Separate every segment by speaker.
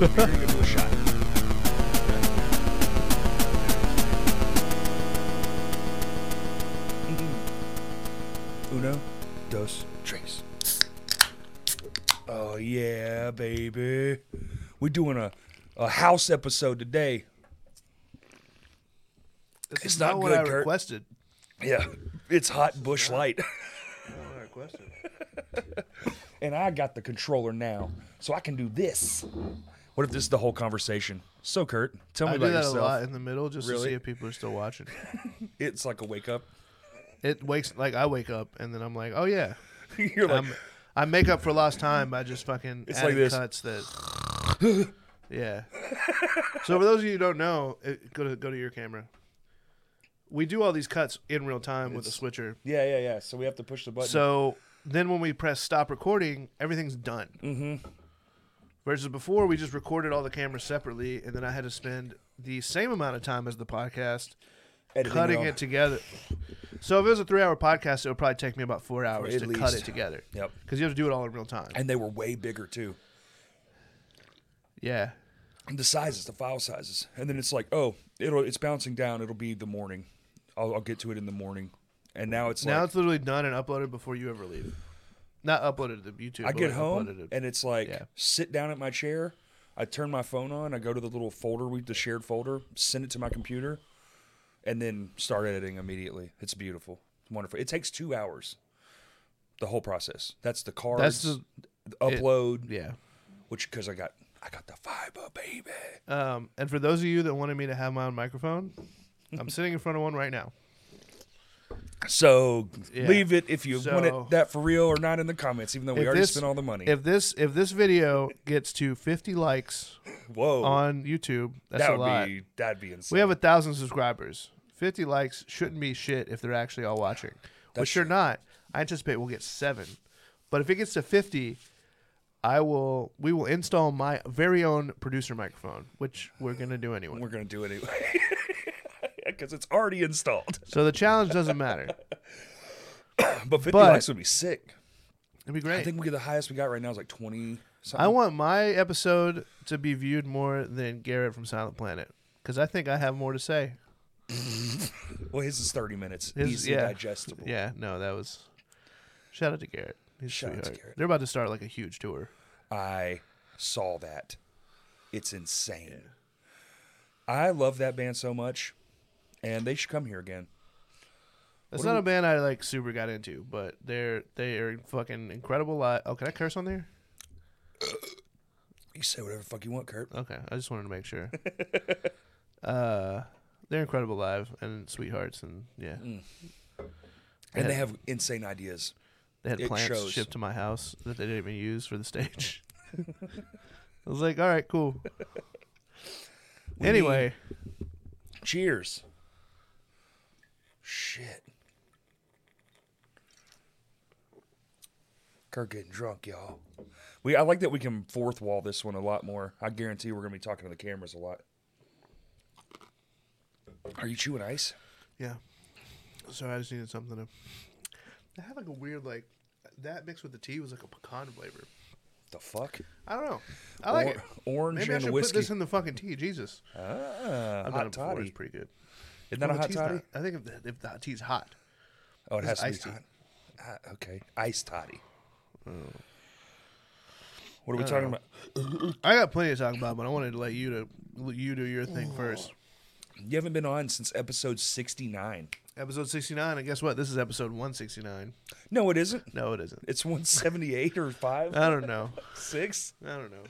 Speaker 1: Maybe give it a shot. Mm-hmm. Uno, dos, tres. Oh yeah, baby. We're doing a, a house episode today.
Speaker 2: This
Speaker 1: It's
Speaker 2: is
Speaker 1: not
Speaker 2: not, what
Speaker 1: good,
Speaker 2: I
Speaker 1: Kurt.
Speaker 2: requested.
Speaker 1: Yeah, it's hot bush light.
Speaker 2: I requested.
Speaker 1: and I got the controller now, so I can do this. What if this is the whole conversation? So, Kurt, tell me
Speaker 2: I do
Speaker 1: about
Speaker 2: that
Speaker 1: yourself.
Speaker 2: a lot in the middle just to
Speaker 1: Really?
Speaker 2: see if people are still watching.
Speaker 1: It's like a wake up.
Speaker 2: It wakes like I wake up and then I'm like, oh yeah.
Speaker 1: You're like,
Speaker 2: I'm, I make up for lost time by just fucking
Speaker 1: It's like
Speaker 2: adding
Speaker 1: this.
Speaker 2: cuts that. yeah. so for those of you who don't know, it, go to go to your camera. We do all these cuts in real time with a switcher.
Speaker 1: yeah, yeah, yeah. So we have to push the button.
Speaker 2: So then when we press stop recording, everything's done. Mm-hmm. Versus before, we just recorded all the cameras separately, and then I had to spend the same amount of time as the podcast
Speaker 1: Editing
Speaker 2: cutting
Speaker 1: all-
Speaker 2: it together. So if it was a three-hour podcast, it would probably take me about four hours
Speaker 1: At
Speaker 2: to cut
Speaker 1: least.
Speaker 2: it together.
Speaker 1: Yep.
Speaker 2: Because you have to do it all in real time.
Speaker 1: And they were way bigger too.
Speaker 2: yeah.
Speaker 1: And the sizes, the file sizes. And then it's like, oh, it'll it's bouncing down. It'll be the morning. I'll, I'll get to it in the morning. And now it's
Speaker 2: Now
Speaker 1: like
Speaker 2: it's literally done and uploaded before you ever leave. Not uploaded to YouTube.
Speaker 1: I
Speaker 2: but,
Speaker 1: get
Speaker 2: like, uploaded
Speaker 1: home
Speaker 2: it.
Speaker 1: and it's like
Speaker 2: Yeah.
Speaker 1: sit down at my chair. I turn my phone on. I go to the little folder we the shared folder. Send it to my computer, and then start editing immediately. It's beautiful. It's wonderful. It takes two hours. The whole process. That's the cards.
Speaker 2: That's the-
Speaker 1: the upload.
Speaker 2: yeah.
Speaker 1: Which because I got I got the fiber, baby.
Speaker 2: Um, and for those of you that wanted me to have my own microphone, I'm sitting in front of one right now.
Speaker 1: So
Speaker 2: Yeah.
Speaker 1: leave it if you want
Speaker 2: So-
Speaker 1: it that for real or not in the comments, even though we
Speaker 2: If
Speaker 1: already
Speaker 2: this-
Speaker 1: spent all the money.
Speaker 2: If this if this video gets to 50 likes
Speaker 1: Whoa,
Speaker 2: on YouTube, that's
Speaker 1: that
Speaker 2: a
Speaker 1: would
Speaker 2: lot.
Speaker 1: be that'd be insane.
Speaker 2: we have a thousand subscribers. 50 likes shouldn't be shit if they're actually all watching,
Speaker 1: That's
Speaker 2: which they're not. I anticipate we'll get seven, but if it gets to 50, I will. We will install my very own producer microphone, which we're gonna do anyway.
Speaker 1: We're gonna do it anyway because it's already installed.
Speaker 2: So the challenge doesn't matter.
Speaker 1: But 50
Speaker 2: But-
Speaker 1: likes would be sick.
Speaker 2: It'd be great.
Speaker 1: I
Speaker 2: I,
Speaker 1: think we get the highest we got right now is like 20 something.
Speaker 2: want my episode to be viewed more than Garrett from Silent Planet because I think I have more to say.
Speaker 1: well, his is 30 minutes.
Speaker 2: Uh, His-
Speaker 1: Easily
Speaker 2: yeah.
Speaker 1: digestible.
Speaker 2: Yeah, no, that was. Shout out to Garrett. He's a
Speaker 1: Shout out to
Speaker 2: sweetheart.
Speaker 1: Garrett.
Speaker 2: They're about to start like a huge tour.
Speaker 1: I saw that. It's insane. I love that band so much, and they should come here again.
Speaker 2: That's not a band I like super got into, but they're they are fucking incredible. Li- oh, can I curse on there?
Speaker 1: You say whatever the fuck you want, Kurt.
Speaker 2: Okay, I just wanted to make sure. uh, they're incredible live and sweethearts, and yeah,
Speaker 1: Mm. And they have insane ideas.
Speaker 2: they had
Speaker 1: It
Speaker 2: plants
Speaker 1: shows.
Speaker 2: shipped to my house that they didn't even use for the stage. I was like, all right, cool. anyway,
Speaker 1: Cheers. Shit. Kirk getting drunk, y'all. We I like that we can fourth wall this one a lot more. I guarantee we're gonna be talking to the cameras a lot. Are you chewing ice?
Speaker 2: yeah. Sorry, I just needed something to. They had like a weird like that mixed with the tea was like a pecan flavor.
Speaker 1: The fuck?
Speaker 2: I don't know. I like
Speaker 1: Or-
Speaker 2: it.
Speaker 1: orange
Speaker 2: Maybe I
Speaker 1: and
Speaker 2: should
Speaker 1: whiskey.
Speaker 2: put this in the fucking tea. Jesus,
Speaker 1: Ah,
Speaker 2: I've done
Speaker 1: hot
Speaker 2: it before. It's
Speaker 1: toddy.
Speaker 2: pretty good.
Speaker 1: Isn't that
Speaker 2: No,
Speaker 1: a
Speaker 2: the
Speaker 1: hot
Speaker 2: tea's
Speaker 1: toddy?
Speaker 2: not. I think if the, if the hot tea's hot.
Speaker 1: Oh, it has
Speaker 2: This
Speaker 1: to be
Speaker 2: is
Speaker 1: hot.
Speaker 2: iced
Speaker 1: Ah, okay, ice toddy.
Speaker 2: Oh.
Speaker 1: What are we
Speaker 2: Uh.
Speaker 1: talking about?
Speaker 2: I got plenty to talk about, but I wanted to let you to let you do your thing first.
Speaker 1: You haven't been on since episode sixty nine.
Speaker 2: Episode sixty nine, and guess what? This is episode one sixty nine.
Speaker 1: No, it isn't.
Speaker 2: No, it isn't.
Speaker 1: It's 178 or 5,
Speaker 2: I don't know.
Speaker 1: 6.
Speaker 2: I don't know.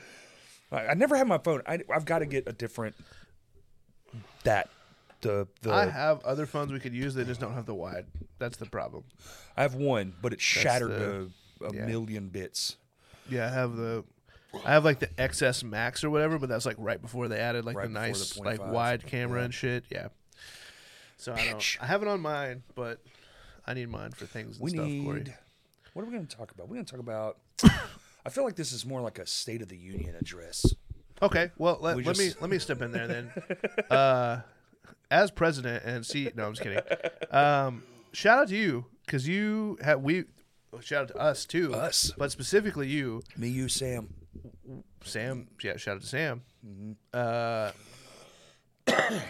Speaker 1: I, I never have my phone. I, I've got to get a different. That. The, the
Speaker 2: I
Speaker 1: I, have,
Speaker 2: have other phones we could use. They just don't have the wide. That's the problem.
Speaker 1: one, but it's shattered
Speaker 2: the-
Speaker 1: to a
Speaker 2: yeah.
Speaker 1: million bits.
Speaker 2: Yeah, I have the. I have like the XS Max or whatever, but that's like right before they added like
Speaker 1: Right
Speaker 2: the
Speaker 1: before the
Speaker 2: nice like
Speaker 1: 0.5s.
Speaker 2: wide camera and shit. Yeah. So I
Speaker 1: Bitch.
Speaker 2: don't. I have it on mine, but I need mine for things and
Speaker 1: We
Speaker 2: stuff.
Speaker 1: need.
Speaker 2: Corey.
Speaker 1: What are we going to talk about? We're going to talk about. I feel like this is more like a State of the Union address.
Speaker 2: Okay, well let,
Speaker 1: We
Speaker 2: let me
Speaker 1: just-
Speaker 2: let me step in there then. uh, as president and see, no, I'm just kidding. Um, shout out to you because you have we. Shout out to us too,
Speaker 1: Us.
Speaker 2: but specifically you
Speaker 1: Me, you, Sam.
Speaker 2: Sam,
Speaker 1: Mm-hmm.
Speaker 2: yeah, shout out to Sam. Uh,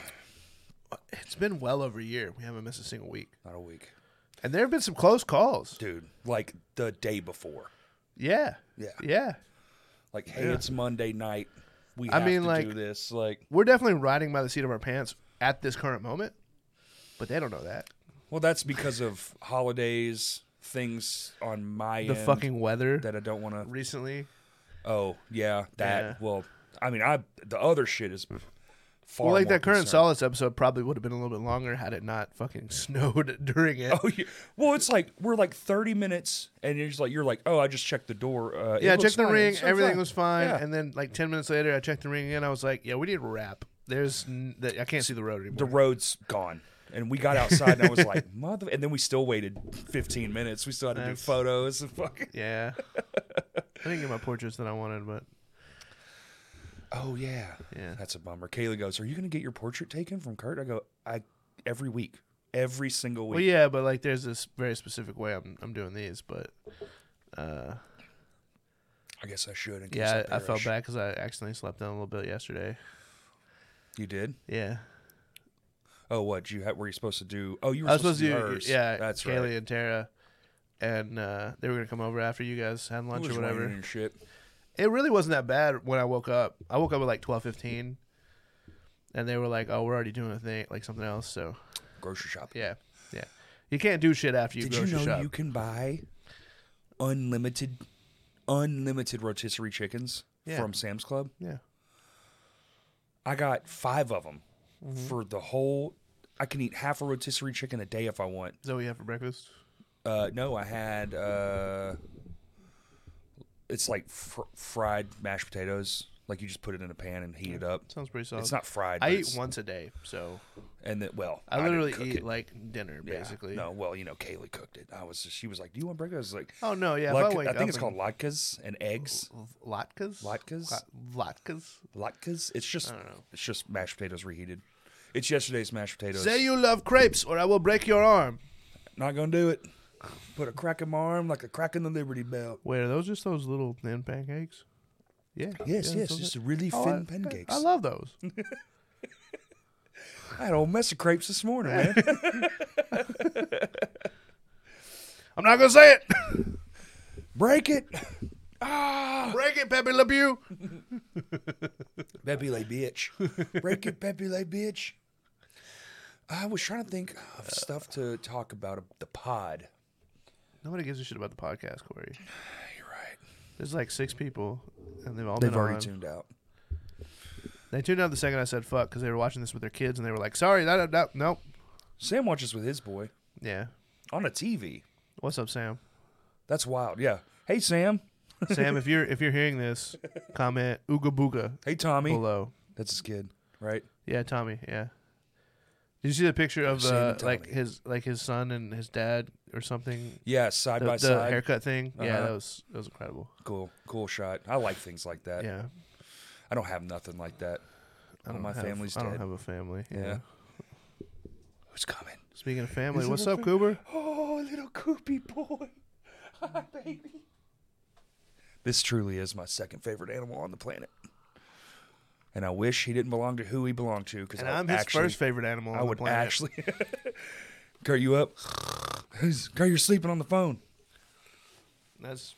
Speaker 2: it's been well over a year. We haven't missed a single week,
Speaker 1: Not a week,
Speaker 2: and there have been some close calls.
Speaker 1: dude. Like the day before.
Speaker 2: Yeah,
Speaker 1: Yeah.
Speaker 2: yeah.
Speaker 1: Like, hey, it's Monday night. We
Speaker 2: I
Speaker 1: have
Speaker 2: mean,
Speaker 1: to
Speaker 2: like-
Speaker 1: do this. Like,
Speaker 2: We're definitely riding by the seat of our pants at this current moment, but they don't know that.
Speaker 1: well, that's because of holidays, things on my
Speaker 2: The
Speaker 1: end
Speaker 2: fucking weather
Speaker 1: that I don't want to.
Speaker 2: recently.
Speaker 1: Oh yeah, that.
Speaker 2: Yeah.
Speaker 1: Well, I mean, I the other shit is far
Speaker 2: Well, like
Speaker 1: more
Speaker 2: that current
Speaker 1: concerning.
Speaker 2: solace episode probably would have been a little bit longer had it not fucking snowed during it.
Speaker 1: Oh yeah. Well, it's like we're like thirty minutes, and you're just like you're like, oh, I just checked the door. Uh, it
Speaker 2: yeah, I
Speaker 1: looks
Speaker 2: checked the
Speaker 1: fine.
Speaker 2: ring.
Speaker 1: It's so
Speaker 2: Everything
Speaker 1: fine.
Speaker 2: was fine.
Speaker 1: Yeah.
Speaker 2: And then like ten minutes later, I checked the ring again. I was like, yeah, we need to wrap. There's n- that I can't see the road anymore.
Speaker 1: the road's gone. And we got outside, and I was like, "Mother!" And then we still waited 15 minutes. We still had to
Speaker 2: That's-
Speaker 1: do photos and fucking.
Speaker 2: yeah, I didn't get my portraits that I wanted, but
Speaker 1: Oh yeah,
Speaker 2: Yeah.
Speaker 1: That's a bummer. Kayla goes, "Are you gonna get your portrait taken from Kurt?" I go, "I every week, every single
Speaker 2: well,
Speaker 1: week."
Speaker 2: yeah, but like there's this very specific way I'm I'm doing these, but uh,
Speaker 1: I guess I should. In case
Speaker 2: yeah, I, I
Speaker 1: perish.
Speaker 2: felt bad because I accidentally slept in a little bit yesterday.
Speaker 1: You did?
Speaker 2: Yeah,
Speaker 1: Oh, what you had? Were you supposed to do? Oh, you were
Speaker 2: I was supposed to, do,
Speaker 1: hers.
Speaker 2: yeah,
Speaker 1: that's
Speaker 2: Kaylee
Speaker 1: right.
Speaker 2: and Tara, and uh, they were gonna come over after you guys had
Speaker 1: It
Speaker 2: lunch or
Speaker 1: was
Speaker 2: whatever.
Speaker 1: raining and shit.
Speaker 2: It really wasn't that bad when I woke up. I woke up at like twelve fifteen, and they were like, "Oh, we're already doing a thing, like something else." So
Speaker 1: Grocery shopping.
Speaker 2: yeah, yeah, you can't do shit after you
Speaker 1: Did you
Speaker 2: grocery
Speaker 1: know
Speaker 2: shop.
Speaker 1: you can buy unlimited, unlimited rotisserie chickens
Speaker 2: Yeah.
Speaker 1: from Sam's Club?
Speaker 2: yeah,
Speaker 1: I got five of them
Speaker 2: Mm-hmm.
Speaker 1: for the whole. I can eat half a rotisserie chicken a day if I want.
Speaker 2: is that what you have for breakfast?
Speaker 1: Uh, no, I had. Uh, it's like fr- fried mashed potatoes. Like you just put it in a pan and heat it up.
Speaker 2: Sounds pretty solid.
Speaker 1: It's not fried.
Speaker 2: I
Speaker 1: but
Speaker 2: eat
Speaker 1: it's-
Speaker 2: once a day, so
Speaker 1: and then well,
Speaker 2: I,
Speaker 1: didn't
Speaker 2: literally
Speaker 1: cook
Speaker 2: eat
Speaker 1: it.
Speaker 2: like dinner
Speaker 1: Yeah.
Speaker 2: basically.
Speaker 1: No, well, you know, Kaylee cooked it. I was. Just, she was like, "Do you want breakfast?" I was like,
Speaker 2: Oh no, yeah. if
Speaker 1: "Lat-
Speaker 2: I, wake
Speaker 1: I think
Speaker 2: up
Speaker 1: it's called
Speaker 2: and- Oh,
Speaker 1: latkes and eggs.
Speaker 2: latkes.
Speaker 1: Latkes?
Speaker 2: La- latkes.
Speaker 1: latkes. It's just
Speaker 2: oh. don't know.
Speaker 1: it's just mashed potatoes reheated. It's yesterday's mashed potatoes.
Speaker 2: Say you love crepes, or I will break your arm.
Speaker 1: Not gonna do it. Put a crack in my arm like a crack in the Liberty Bell.
Speaker 2: Wait, are those just those little thin pancakes? Yeah.
Speaker 1: Yes,
Speaker 2: yeah,
Speaker 1: yes,
Speaker 2: those
Speaker 1: just
Speaker 2: are-
Speaker 1: really
Speaker 2: Oh,
Speaker 1: thin
Speaker 2: I-
Speaker 1: pancakes.
Speaker 2: I love those.
Speaker 1: I had a whole mess of crepes this morning, man.
Speaker 2: I'm not gonna say it.
Speaker 1: Break it.
Speaker 2: Break it, Pepe Le Pew.
Speaker 1: Pepe Le bitch. Break it, Pepe Le bitch. I was trying to think of stuff to talk about the pod.
Speaker 2: Nobody gives a shit about the podcast, Corey.
Speaker 1: You're right.
Speaker 2: There's like six people, and they've all
Speaker 1: They've
Speaker 2: been
Speaker 1: already
Speaker 2: on.
Speaker 1: tuned out.
Speaker 2: They tuned out the second I said fuck because they were watching this with their kids, and they were like, "Sorry, that, that nope."
Speaker 1: Sam watches with his boy
Speaker 2: Yeah.
Speaker 1: on a TV.
Speaker 2: What's up, Sam?
Speaker 1: That's wild. Yeah. Hey Sam.
Speaker 2: Sam, if you're if you're hearing this, comment ooga booga
Speaker 1: Hey Tommy.
Speaker 2: below.
Speaker 1: That's his kid, right?
Speaker 2: Yeah, Tommy. Yeah. Did you see the picture of
Speaker 1: Sam
Speaker 2: uh,
Speaker 1: and
Speaker 2: like
Speaker 1: Tommy.
Speaker 2: his like his son and his dad or something?
Speaker 1: Yeah, side
Speaker 2: The,
Speaker 1: by
Speaker 2: the
Speaker 1: side.
Speaker 2: haircut thing. Yeah,
Speaker 1: Uh-huh.
Speaker 2: that was that was incredible.
Speaker 1: Cool, cool shot. I like things like that.
Speaker 2: Yeah.
Speaker 1: I don't have nothing like that.
Speaker 2: I
Speaker 1: All
Speaker 2: don't
Speaker 1: my
Speaker 2: have-
Speaker 1: family's
Speaker 2: I don't
Speaker 1: dead.
Speaker 2: have a family.
Speaker 1: Yeah.
Speaker 2: yeah.
Speaker 1: Who's coming?
Speaker 2: Speaking of family,
Speaker 1: Is it
Speaker 2: what's
Speaker 1: a
Speaker 2: up,
Speaker 1: fam-
Speaker 2: Cooper?
Speaker 1: Oh, little Koopy boy. Hi, baby. This truly is my second favorite animal on the planet. And I wish he didn't belong to who he belonged to because
Speaker 2: And
Speaker 1: I
Speaker 2: I'm
Speaker 1: would
Speaker 2: his
Speaker 1: actually,
Speaker 2: first favorite animal.
Speaker 1: I
Speaker 2: on the
Speaker 1: would
Speaker 2: planet.
Speaker 1: actually. Kurt, you up? Who's- Kurt, you're sleeping on the phone.
Speaker 2: That's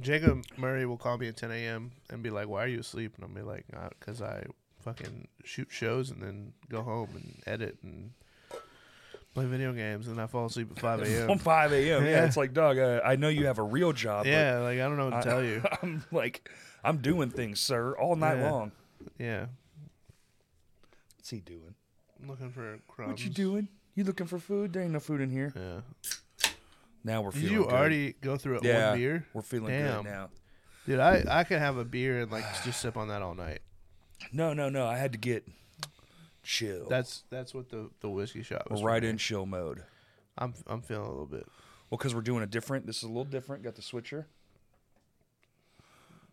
Speaker 2: Jacob Murray will call me at 10 a.m. and be like, "Why are you asleep?" And I'll be like, "Because I fucking shoot shows and then go home and edit and play video games and I fall asleep at 5
Speaker 1: On
Speaker 2: a.m."
Speaker 1: 5 a.m. Yeah.
Speaker 2: Yeah.
Speaker 1: it's like, dog, uh, I know you have a real job. but
Speaker 2: yeah, like I don't know what to
Speaker 1: I-
Speaker 2: tell you.
Speaker 1: I'm like, I'm doing things, sir, all night
Speaker 2: Yeah.
Speaker 1: long.
Speaker 2: Yeah,
Speaker 1: What's he doing?
Speaker 2: I'm looking for crumbs.
Speaker 1: What you doing? You looking for food? There ain't no food in here.
Speaker 2: Yeah.
Speaker 1: Now we're
Speaker 2: Did
Speaker 1: feeling
Speaker 2: you
Speaker 1: good.
Speaker 2: already go through it
Speaker 1: yeah,
Speaker 2: one beer?
Speaker 1: We're feeling
Speaker 2: Damn.
Speaker 1: good now.
Speaker 2: Dude, I I could have a beer and like just sip on that all night.
Speaker 1: No, no, no. I had to get chill.
Speaker 2: That's that's what the the whiskey shot was.
Speaker 1: we're
Speaker 2: for
Speaker 1: right
Speaker 2: me.
Speaker 1: in chill mode.
Speaker 2: I'm I'm feeling a little bit.
Speaker 1: Well, because we're doing a different. This is a little different. Got the switcher,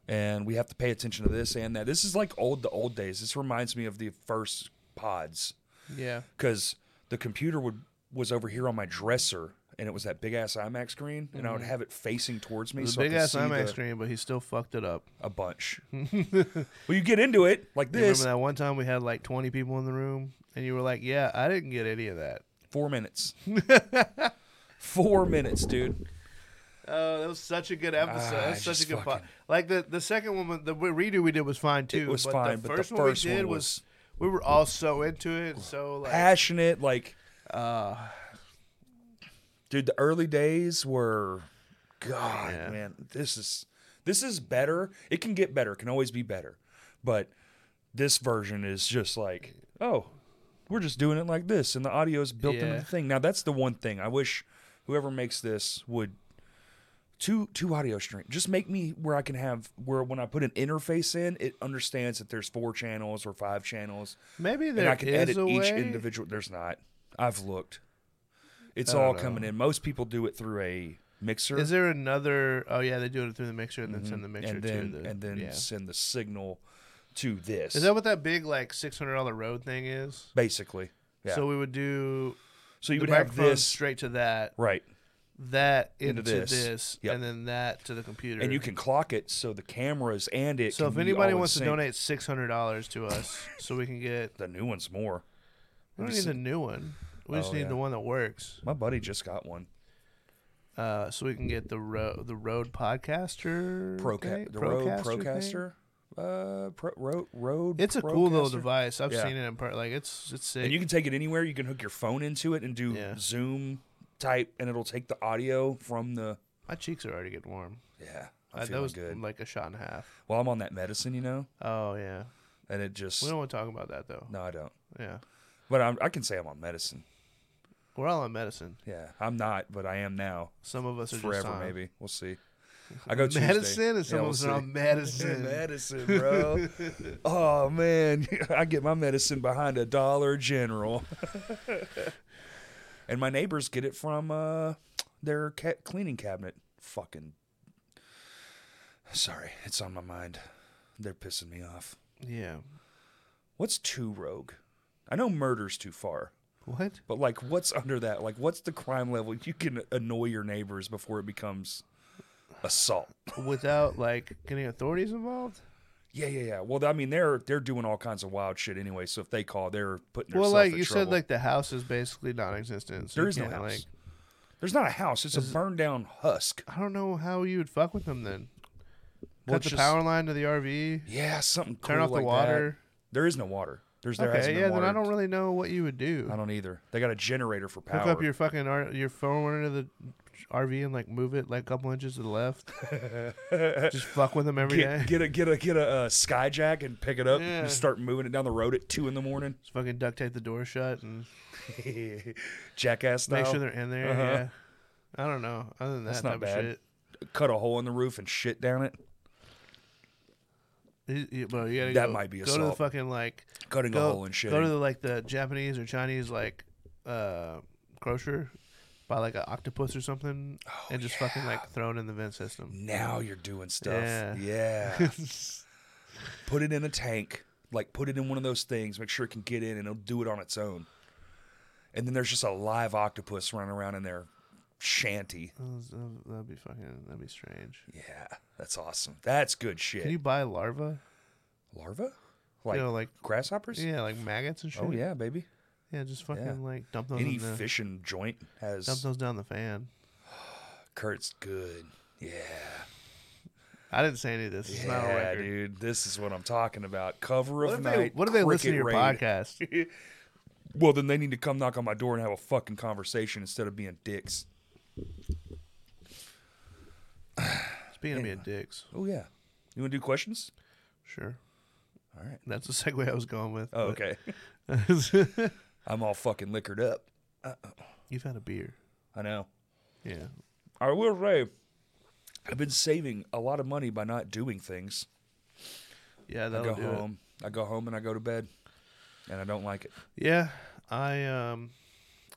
Speaker 1: and we have to pay attention to this and that. This is like old the old days. This reminds me of the first pods.
Speaker 2: Yeah.
Speaker 1: because the computer would was over here on my dresser and it was that big ass IMAX screen, and I would have it facing towards me.
Speaker 2: It was
Speaker 1: so
Speaker 2: a Mm-hmm. big ass
Speaker 1: IMAX
Speaker 2: IMAX
Speaker 1: the,
Speaker 2: screen, but he still fucked it up.
Speaker 1: a bunch. well, you get into it like
Speaker 2: You remember
Speaker 1: this
Speaker 2: that one time we had like 20 people in the room, and you were like, "Yeah, I didn't get any of that."
Speaker 1: four minutes. four minutes, dude.
Speaker 2: Oh, that was such a good episode.
Speaker 1: Ah,
Speaker 2: That's
Speaker 1: I
Speaker 2: such a
Speaker 1: just
Speaker 2: good po-
Speaker 1: fucking-
Speaker 2: Like the the second one, the re- redo we did was fine too.
Speaker 1: was
Speaker 2: but
Speaker 1: fine,
Speaker 2: The
Speaker 1: but the
Speaker 2: first
Speaker 1: first
Speaker 2: one
Speaker 1: one
Speaker 2: we did was, we were all so into it, so like
Speaker 1: Passionate, like. uh, dude, the early days were. God,
Speaker 2: Yeah.
Speaker 1: man, this is this is better. It can get better. It can always be better, but this version is just like, oh, we're just doing it like this, and the audio is built into
Speaker 2: Yeah.
Speaker 1: the thing. Now that's the one thing I wish whoever makes this would two two audio stream. Just make me where I can have where when I put an interface in, it understands that there's four channels or five channels,
Speaker 2: maybe
Speaker 1: and
Speaker 2: there
Speaker 1: I can
Speaker 2: is
Speaker 1: edit
Speaker 2: a
Speaker 1: each
Speaker 2: way.
Speaker 1: individual. There's not. I've looked. It's
Speaker 2: I don't
Speaker 1: all
Speaker 2: know.
Speaker 1: coming in. Most people do it through a mixer.
Speaker 2: Is there another? Oh yeah, they do it through the mixer and then send the mixer
Speaker 1: Mm-hmm. and then
Speaker 2: to the
Speaker 1: and then
Speaker 2: yeah.
Speaker 1: send the signal to this.
Speaker 2: Is that what that big like six hundred dollar road thing is?
Speaker 1: basically? Yeah.
Speaker 2: So
Speaker 1: So,
Speaker 2: we would do
Speaker 1: you
Speaker 2: the
Speaker 1: would have
Speaker 2: microphone
Speaker 1: this
Speaker 2: straight to that,
Speaker 1: right,
Speaker 2: that into,
Speaker 1: Into
Speaker 2: this,
Speaker 1: this. Yep.
Speaker 2: and then that to the computer.
Speaker 1: and you can clock it so the cameras and it.
Speaker 2: So
Speaker 1: can
Speaker 2: if
Speaker 1: be all
Speaker 2: anybody
Speaker 1: in
Speaker 2: wants to
Speaker 1: sync.
Speaker 2: donate six hundred dollars to us, so we can get
Speaker 1: the new one's more.
Speaker 2: we
Speaker 1: Have
Speaker 2: don't
Speaker 1: you
Speaker 2: need a new one. We just
Speaker 1: Oh,
Speaker 2: need
Speaker 1: yeah.
Speaker 2: the one that works,
Speaker 1: My buddy just got one.
Speaker 2: uh, so we can get the road the road podcaster thing?
Speaker 1: Proca- the Rode
Speaker 2: thing?
Speaker 1: Procaster. Uh, pro- Rode, Rode.
Speaker 2: It's a cool little
Speaker 1: Procaster.
Speaker 2: device. I've
Speaker 1: Yeah.
Speaker 2: seen it in part. Like it's it's sick.
Speaker 1: And you can take it anywhere. You can hook your phone into it and do
Speaker 2: Yeah.
Speaker 1: Zoom type, and it'll take the audio from the.
Speaker 2: My cheeks are already getting warm.
Speaker 1: Yeah,
Speaker 2: Uh,
Speaker 1: I'm
Speaker 2: that
Speaker 1: feeling
Speaker 2: was
Speaker 1: good.
Speaker 2: like a shot and a half.
Speaker 1: Well, I'm on that medicine, you know,
Speaker 2: Oh yeah.
Speaker 1: and it just.
Speaker 2: We don't want to talk about that though.
Speaker 1: No, I don't.
Speaker 2: Yeah.
Speaker 1: But I'm, I can say I'm on medicine.
Speaker 2: We're all on medicine.
Speaker 1: Yeah, I'm not, but I am now.
Speaker 2: Some of us are just
Speaker 1: Forever,
Speaker 2: on
Speaker 1: maybe. We'll see. I go Tuesday.
Speaker 2: medicine, and some
Speaker 1: Yeah,
Speaker 2: of
Speaker 1: we'll
Speaker 2: us
Speaker 1: see.
Speaker 2: are on medicine.
Speaker 1: Medicine, bro. oh man, I get my medicine behind a Dollar General, and my neighbors get it from uh, their ca- cleaning cabinet. Fucking sorry, it's on my mind. They're pissing me off.
Speaker 2: yeah.
Speaker 1: What's too rogue? I know murder's too far,
Speaker 2: What?
Speaker 1: but like, what's under that? Like, what's the crime level you can annoy your neighbors before it becomes assault?
Speaker 2: Without like getting authorities involved.
Speaker 1: Yeah, yeah, yeah. Well, I mean, they're they're doing all kinds of wild shit anyway. So if they call, they're putting
Speaker 2: well,
Speaker 1: themselves
Speaker 2: like
Speaker 1: in
Speaker 2: you said,
Speaker 1: trouble.
Speaker 2: like the house is basically non-existent. So
Speaker 1: there
Speaker 2: you
Speaker 1: is no
Speaker 2: can't,
Speaker 1: house.
Speaker 2: Like,
Speaker 1: There's not a house. It's a burned down husk.
Speaker 2: I don't know how you would fuck with them then.
Speaker 1: Well,
Speaker 2: Cut
Speaker 1: it's
Speaker 2: the
Speaker 1: just-
Speaker 2: power line to the RV.
Speaker 1: Yeah, something. Cool
Speaker 2: Turn off the
Speaker 1: like that.
Speaker 2: water.
Speaker 1: There is no water. There's there hasn't
Speaker 2: okay,
Speaker 1: been
Speaker 2: yeah.
Speaker 1: water.
Speaker 2: Then I don't really know what you would do.
Speaker 1: I don't either. They got a generator for power.
Speaker 2: Hook up your fucking R- your phone into the RV and like move it like a couple inches to the left. Just fuck with them every day.
Speaker 1: get, get a get a get a uh, skyjack and pick it up
Speaker 2: Yeah.
Speaker 1: and start moving it down the road at two in the morning.
Speaker 2: Just fucking duct tape the door shut and
Speaker 1: Jackass style.
Speaker 2: make sure they're in there.
Speaker 1: Uh-huh.
Speaker 2: Yeah. I don't know. Other than that
Speaker 1: That's
Speaker 2: type
Speaker 1: not bad.
Speaker 2: of shit,
Speaker 1: cut a hole in the roof and shit down it.
Speaker 2: You- you- bro, you gotta
Speaker 1: That
Speaker 2: go-
Speaker 1: might be
Speaker 2: go to the
Speaker 1: assault.
Speaker 2: fucking like
Speaker 1: Cutting
Speaker 2: go,
Speaker 1: a hole and shit.
Speaker 2: go to the like the Japanese or Chinese like uh grocer buy like an octopus or something
Speaker 1: Oh,
Speaker 2: and just fucking like throw it in the vent system.
Speaker 1: now you're doing stuff.
Speaker 2: Yeah.
Speaker 1: yeah. put it in a tank, like put it in one of those things, make sure it can get in and it'll do it on its own. And then there's just a live octopus running around in their shanty.
Speaker 2: Those- those- That'd be fucking that'd be strange.
Speaker 1: Yeah, that's awesome. That's good shit.
Speaker 2: Can you buy larva?
Speaker 1: Larva? Like,
Speaker 2: you know, like
Speaker 1: grasshoppers?
Speaker 2: yeah, like maggots and shit.
Speaker 1: Oh yeah, baby.
Speaker 2: yeah. Just fucking
Speaker 1: Yeah.
Speaker 2: like dump those.
Speaker 1: Any
Speaker 2: in the,
Speaker 1: fishing joint
Speaker 2: Dump
Speaker 1: has
Speaker 2: those down the fan.
Speaker 1: Kurt's good. Yeah.
Speaker 2: I didn't say any of this. It's not a
Speaker 1: Yeah,
Speaker 2: record.
Speaker 1: dude, this is what I'm talking about. Cover
Speaker 2: What
Speaker 1: of
Speaker 2: if
Speaker 1: night.
Speaker 2: they, what if they listen to
Speaker 1: cricket
Speaker 2: your
Speaker 1: raid.
Speaker 2: podcast?
Speaker 1: Well, then they need to come knock on my door and have a fucking conversation instead of being dicks.
Speaker 2: Speaking of being dicks,
Speaker 1: Oh yeah. You want to do questions?
Speaker 2: sure.
Speaker 1: All right.
Speaker 2: That's the segue I was going with.
Speaker 1: Oh,
Speaker 2: but-
Speaker 1: okay. I'm all fucking liquored up.
Speaker 2: You've had a beer.
Speaker 1: I know.
Speaker 2: Yeah.
Speaker 1: I will say, I've been saving a lot of money by not doing things.
Speaker 2: Yeah,
Speaker 1: I
Speaker 2: that'll
Speaker 1: go
Speaker 2: do it.
Speaker 1: home. I go home and I go to bed, and I don't like it.
Speaker 2: Yeah, I um,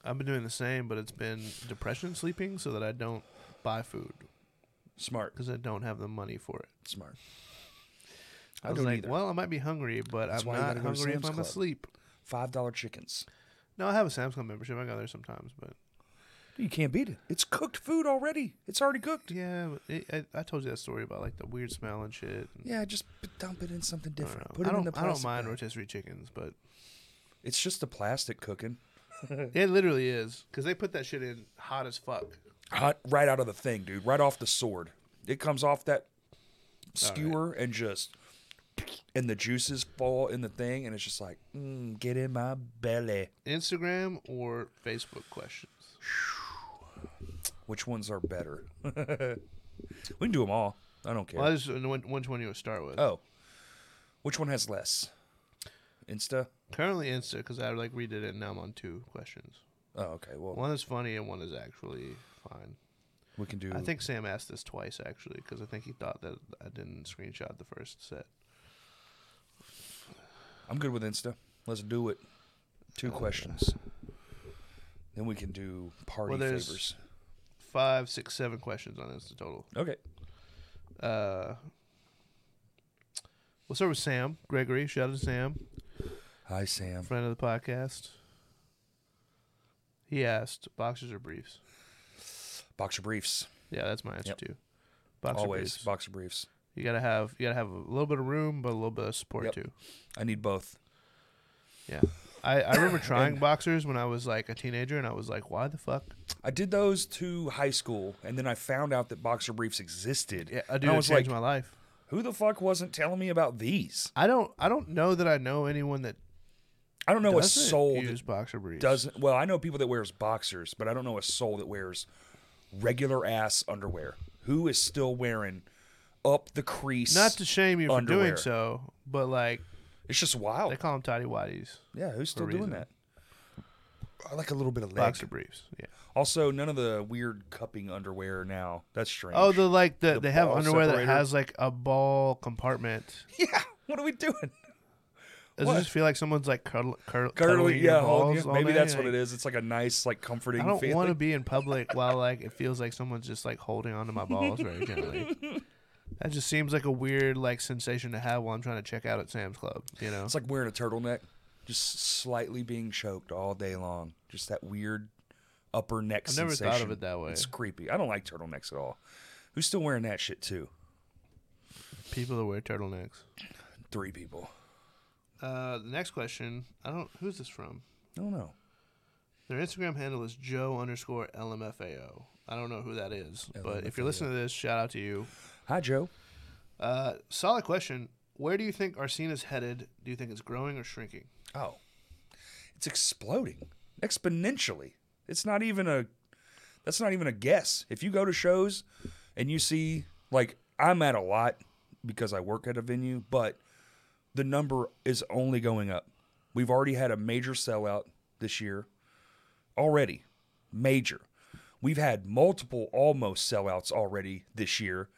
Speaker 2: I've been doing the same, but it's been depression sleeping so that I don't buy food
Speaker 1: Smart,
Speaker 2: because I don't have the money for it.
Speaker 1: smart.
Speaker 2: I,
Speaker 1: I
Speaker 2: was
Speaker 1: don't
Speaker 2: like,
Speaker 1: either.
Speaker 2: well, I might be hungry, but
Speaker 1: That's
Speaker 2: I'm
Speaker 1: why you
Speaker 2: not
Speaker 1: gotta go to
Speaker 2: hungry if
Speaker 1: Sam's
Speaker 2: I'm
Speaker 1: Club.
Speaker 2: asleep.
Speaker 1: Five dollar chickens.
Speaker 2: No, I have a Sam's Club membership. I go there sometimes, but
Speaker 1: You can't beat it. It's cooked food already. It's already cooked.
Speaker 2: Yeah, but it, I, I told you that story about like the weird smell and shit. and-
Speaker 1: Yeah, just p- dump it in something
Speaker 2: I don't
Speaker 1: different.
Speaker 2: know.
Speaker 1: Put it
Speaker 2: I don't,
Speaker 1: in the
Speaker 2: I
Speaker 1: plastic.
Speaker 2: don't mind
Speaker 1: bag.
Speaker 2: rotisserie chickens, but
Speaker 1: It's just the plastic cooking.
Speaker 2: it literally is because they put that shit in hot as fuck.
Speaker 1: Hot right out of the thing, dude. Right off the sword. It comes off that skewer and just and the juices fall in the thing and it's just like, mm, get in my belly.
Speaker 2: Instagram or Facebook questions.
Speaker 1: Which ones are better? we can do them all. I don't care.
Speaker 2: Well, I just know which which one you would start with.
Speaker 1: Oh. Which one has less? Insta?
Speaker 2: Currently Insta because I like redid it and now I'm on two questions.
Speaker 1: Oh, okay. Well,
Speaker 2: One is funny and one is actually fine.
Speaker 1: we can do
Speaker 2: I think Sam asked this twice actually because I think he thought that I didn't screenshot the first set.
Speaker 1: I'm good with Insta. Let's do it. Two
Speaker 2: Oh,
Speaker 1: questions. Then we can do party
Speaker 2: Well, there's-
Speaker 1: favors.
Speaker 2: Five, six, seven questions on Insta total.
Speaker 1: Okay.
Speaker 2: Uh, we'll start with Sam Gregory. Shout out to Sam.
Speaker 1: Hi, Sam.
Speaker 2: friend of the podcast. He asked, "Boxers or briefs?"
Speaker 1: Boxer briefs.
Speaker 2: Yeah, that's my answer
Speaker 1: Yep.
Speaker 2: too. Boxer
Speaker 1: Always
Speaker 2: briefs.
Speaker 1: boxer briefs.
Speaker 2: You gotta have you gotta have a little bit of room, but a little bit of support
Speaker 1: Yep.
Speaker 2: too.
Speaker 1: I need both.
Speaker 2: Yeah, I, I remember trying boxers when I was like a teenager, and I was like, "Why the fuck?"
Speaker 1: I did those to high school, and then I found out that boxer briefs existed.
Speaker 2: Yeah,
Speaker 1: And
Speaker 2: dude,
Speaker 1: I
Speaker 2: it
Speaker 1: was
Speaker 2: changed
Speaker 1: like,
Speaker 2: my life.
Speaker 1: who the fuck wasn't telling me about these?
Speaker 2: I don't I don't know that I know anyone that
Speaker 1: I don't know a
Speaker 2: doesn't
Speaker 1: soul that
Speaker 2: use boxer briefs.
Speaker 1: doesn't. Well, I know people that wears boxers, but I don't know a soul that wears regular ass underwear. Who is still wearing up the crease?
Speaker 2: not to shame you for
Speaker 1: Underwear.
Speaker 2: doing so, but like
Speaker 1: It's just wild.
Speaker 2: they call them tidy whities.
Speaker 1: Yeah, who's still
Speaker 2: a
Speaker 1: doing
Speaker 2: reason.
Speaker 1: that? I like a little bit of leg.
Speaker 2: Boxer briefs. Yeah.
Speaker 1: Also, none of the weird cupping underwear now. That's strange.
Speaker 2: Oh, the like the,
Speaker 1: The
Speaker 2: they have
Speaker 1: ball
Speaker 2: underwear
Speaker 1: separator.
Speaker 2: that has like a ball compartment.
Speaker 1: yeah. What are we doing?
Speaker 2: Does
Speaker 1: What?
Speaker 2: it just feel like someone's like cuddle, cuddle,
Speaker 1: Curly,
Speaker 2: cuddling your
Speaker 1: yeah, holding
Speaker 2: balls
Speaker 1: you.
Speaker 2: all
Speaker 1: Maybe
Speaker 2: day?
Speaker 1: that's what
Speaker 2: Like,
Speaker 1: it is. It's like a nice, like comforting
Speaker 2: I don't
Speaker 1: feeling.
Speaker 2: want to be in public while like it feels like someone's just like holding onto my balls very gently. That just seems like a weird like sensation to have while I'm trying to check out at Sam's Club. You know,
Speaker 1: It's like wearing a turtleneck, just slightly being choked all day long. Just that weird upper neck
Speaker 2: I've never
Speaker 1: sensation.
Speaker 2: thought of it that way.
Speaker 1: It's creepy. I don't like turtlenecks at all. Who's still wearing that shit too?
Speaker 2: People that wear turtlenecks.
Speaker 1: Three people.
Speaker 2: Uh, the next question, I don't. Who's this from?
Speaker 1: I don't know.
Speaker 2: Their Instagram handle is Joe underscore LMFAO. I don't know who that is, but if you're listening to this, shout out to you.
Speaker 1: Hi, Joe.
Speaker 2: Uh, solid question. Where do you think Arsena's headed? Do you think it's growing or shrinking?
Speaker 1: Oh, it's exploding exponentially. It's not even a. That's not even a guess. If you go to shows, and you see like I'm at a lot because I work at a venue, but the number is only going up. We've already had a major sellout this year, already major. We've had multiple almost sellouts already this year.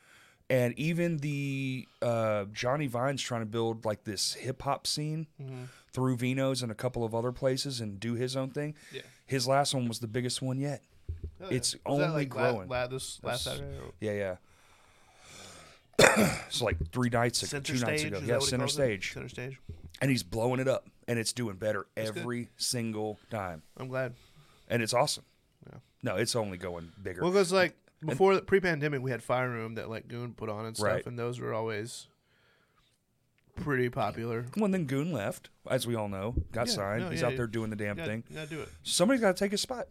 Speaker 1: And even the uh, Johnny Vine's trying to build like this hip hop scene
Speaker 2: Mm-hmm.
Speaker 1: through Vino's and a couple of other places and do his own thing.
Speaker 2: Yeah. Oh,
Speaker 1: His last one was the biggest one yet. It's only
Speaker 2: la-
Speaker 1: growing.
Speaker 2: la- this last
Speaker 1: That's-
Speaker 2: Saturday. or-
Speaker 1: Yeah, yeah. so like three nights, ago,
Speaker 2: Center
Speaker 1: two
Speaker 2: stage.
Speaker 1: nights ago,
Speaker 2: is that
Speaker 1: yeah,
Speaker 2: what he
Speaker 1: center
Speaker 2: calls it?
Speaker 1: stage,
Speaker 2: Center stage.
Speaker 1: and he's blowing it up, and it's doing better
Speaker 2: good.
Speaker 1: every single time,
Speaker 2: I'm glad.
Speaker 1: and it's awesome.
Speaker 2: Yeah.
Speaker 1: No, it's only going bigger.
Speaker 2: Well, because like before the pre-pandemic, we had Fire Room that like Goon put on and stuff,
Speaker 1: Right.
Speaker 2: and those were always pretty popular.
Speaker 1: when then Goon left, as we all know, got
Speaker 2: Yeah,
Speaker 1: signed.
Speaker 2: no,
Speaker 1: he's
Speaker 2: yeah,
Speaker 1: out
Speaker 2: yeah.
Speaker 1: there doing the damn
Speaker 2: Yeah,
Speaker 1: thing.
Speaker 2: yeah, do it.
Speaker 1: Somebody's got to take his spot.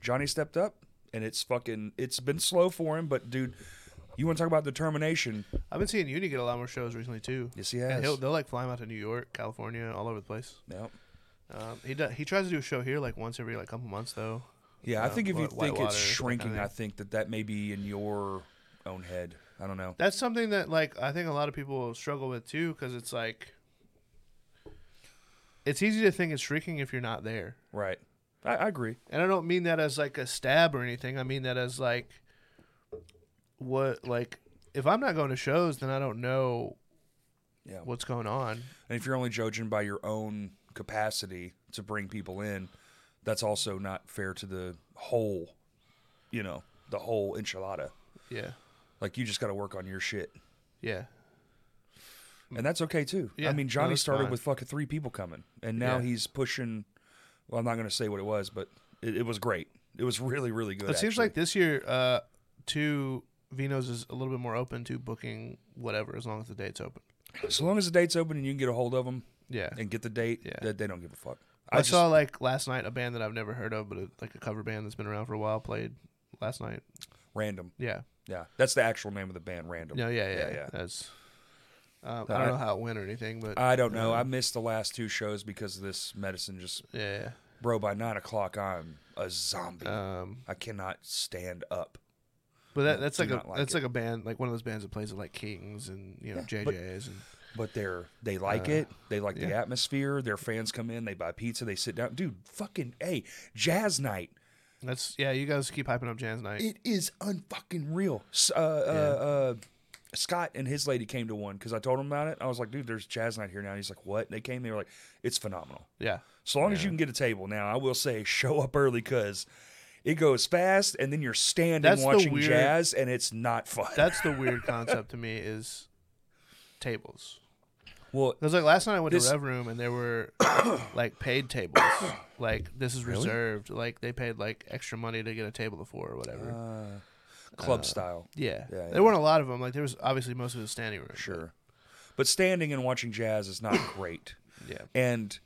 Speaker 1: Johnny stepped up, and it's fucking. It's been slow for him, but dude, you want to talk about determination?
Speaker 2: I've been seeing Uni get a lot more shows recently too.
Speaker 1: Yes, he
Speaker 2: And
Speaker 1: has.
Speaker 2: he'll, they'll like fly him out to New York, California, all over the place.
Speaker 1: Yep.
Speaker 2: Um, he does, he tries to do a show here like once every like couple months though.
Speaker 1: Yeah, I
Speaker 2: know,
Speaker 1: think if you
Speaker 2: White-
Speaker 1: think
Speaker 2: Whitewater, that
Speaker 1: it's
Speaker 2: kinda
Speaker 1: shrinking,
Speaker 2: thing.
Speaker 1: I think that that may be in your own head. I don't know.
Speaker 2: That's something that like I think a lot of people struggle with too, because it's like it's easy to think it's shrinking if you're not there.
Speaker 1: Right. I, I agree.
Speaker 2: And I don't mean that as like a stab or anything. I mean that as like what like if I'm not going to shows, then I don't know
Speaker 1: Yeah.
Speaker 2: what's going on.
Speaker 1: And if you're only judging by your own capacity to bring people in, that's also not fair to the whole, you know, the whole enchilada.
Speaker 2: Yeah,
Speaker 1: Like you just got to work on your shit,
Speaker 2: yeah.
Speaker 1: and that's okay too.
Speaker 2: Yeah,
Speaker 1: I mean,
Speaker 2: no,
Speaker 1: Johnny
Speaker 2: that's
Speaker 1: started
Speaker 2: fine.
Speaker 1: with fucking three people coming, and now
Speaker 2: Yeah.
Speaker 1: he's pushing. Well, I'm not gonna say what it was, but it, it was great. It was really, really good.
Speaker 2: It seems
Speaker 1: actually.
Speaker 2: like this year, uh, two Vino's is a little bit more open to booking whatever as long as the date's open.
Speaker 1: as long as the date's open and you can get a hold of them
Speaker 2: Yeah,
Speaker 1: and get the date,
Speaker 2: Yeah.
Speaker 1: they, they don't give a fuck.
Speaker 2: I,
Speaker 1: I, just,
Speaker 2: saw like last night a band that I've never heard of, but it, like a cover band that's been around for a while played last night.
Speaker 1: random.
Speaker 2: Yeah,
Speaker 1: Yeah, that's the actual name of the band, random.
Speaker 2: no, yeah, yeah,
Speaker 1: Yeah,
Speaker 2: yeah.
Speaker 1: yeah.
Speaker 2: That's um, I
Speaker 1: I-
Speaker 2: don't know how it went or anything, but
Speaker 1: I don't know. I missed the last two shows because of this medicine. Just
Speaker 2: yeah,
Speaker 1: bro, by nine o'clock, I'm a zombie.
Speaker 2: yeah. Um,
Speaker 1: I cannot stand up.
Speaker 2: but that, that's
Speaker 1: do
Speaker 2: like a
Speaker 1: not like
Speaker 2: that's
Speaker 1: it.
Speaker 2: like a band like one of those bands that plays at like Kings and you know JJ's and
Speaker 1: But they're they like it. They like the
Speaker 2: yeah.
Speaker 1: atmosphere. Their fans come in. They buy pizza. They sit down. Dude, fucking hey, jazz night.
Speaker 2: that's yeah. You guys keep hyping up Jan's night.
Speaker 1: It is unfucking real. S- Uh, uh, uh, Scott and his lady came to one because I told him about it. I was like, dude, there's jazz night here now. He's like, what? They came. They were like, it's phenomenal.
Speaker 2: yeah,
Speaker 1: So long as you can get a table. Now, I will say, show up early because it goes fast, and then you're standing
Speaker 2: That's the
Speaker 1: watching
Speaker 2: weird-
Speaker 1: jazz, and it's not fun.
Speaker 2: that's the weird concept to me is tables.
Speaker 1: well,
Speaker 2: Because like last night I went
Speaker 1: This-
Speaker 2: to Rev Room and there were like paid tables. like this is reserved. Like they paid like extra money to get a table to four or whatever.
Speaker 1: club style,
Speaker 2: yeah.
Speaker 1: Uh, yeah,
Speaker 2: There
Speaker 1: yeah.
Speaker 2: weren't a lot of them. Like there was obviously most of the standing room.
Speaker 1: sure. But standing and watching jazz is not great.
Speaker 2: Yeah.
Speaker 1: And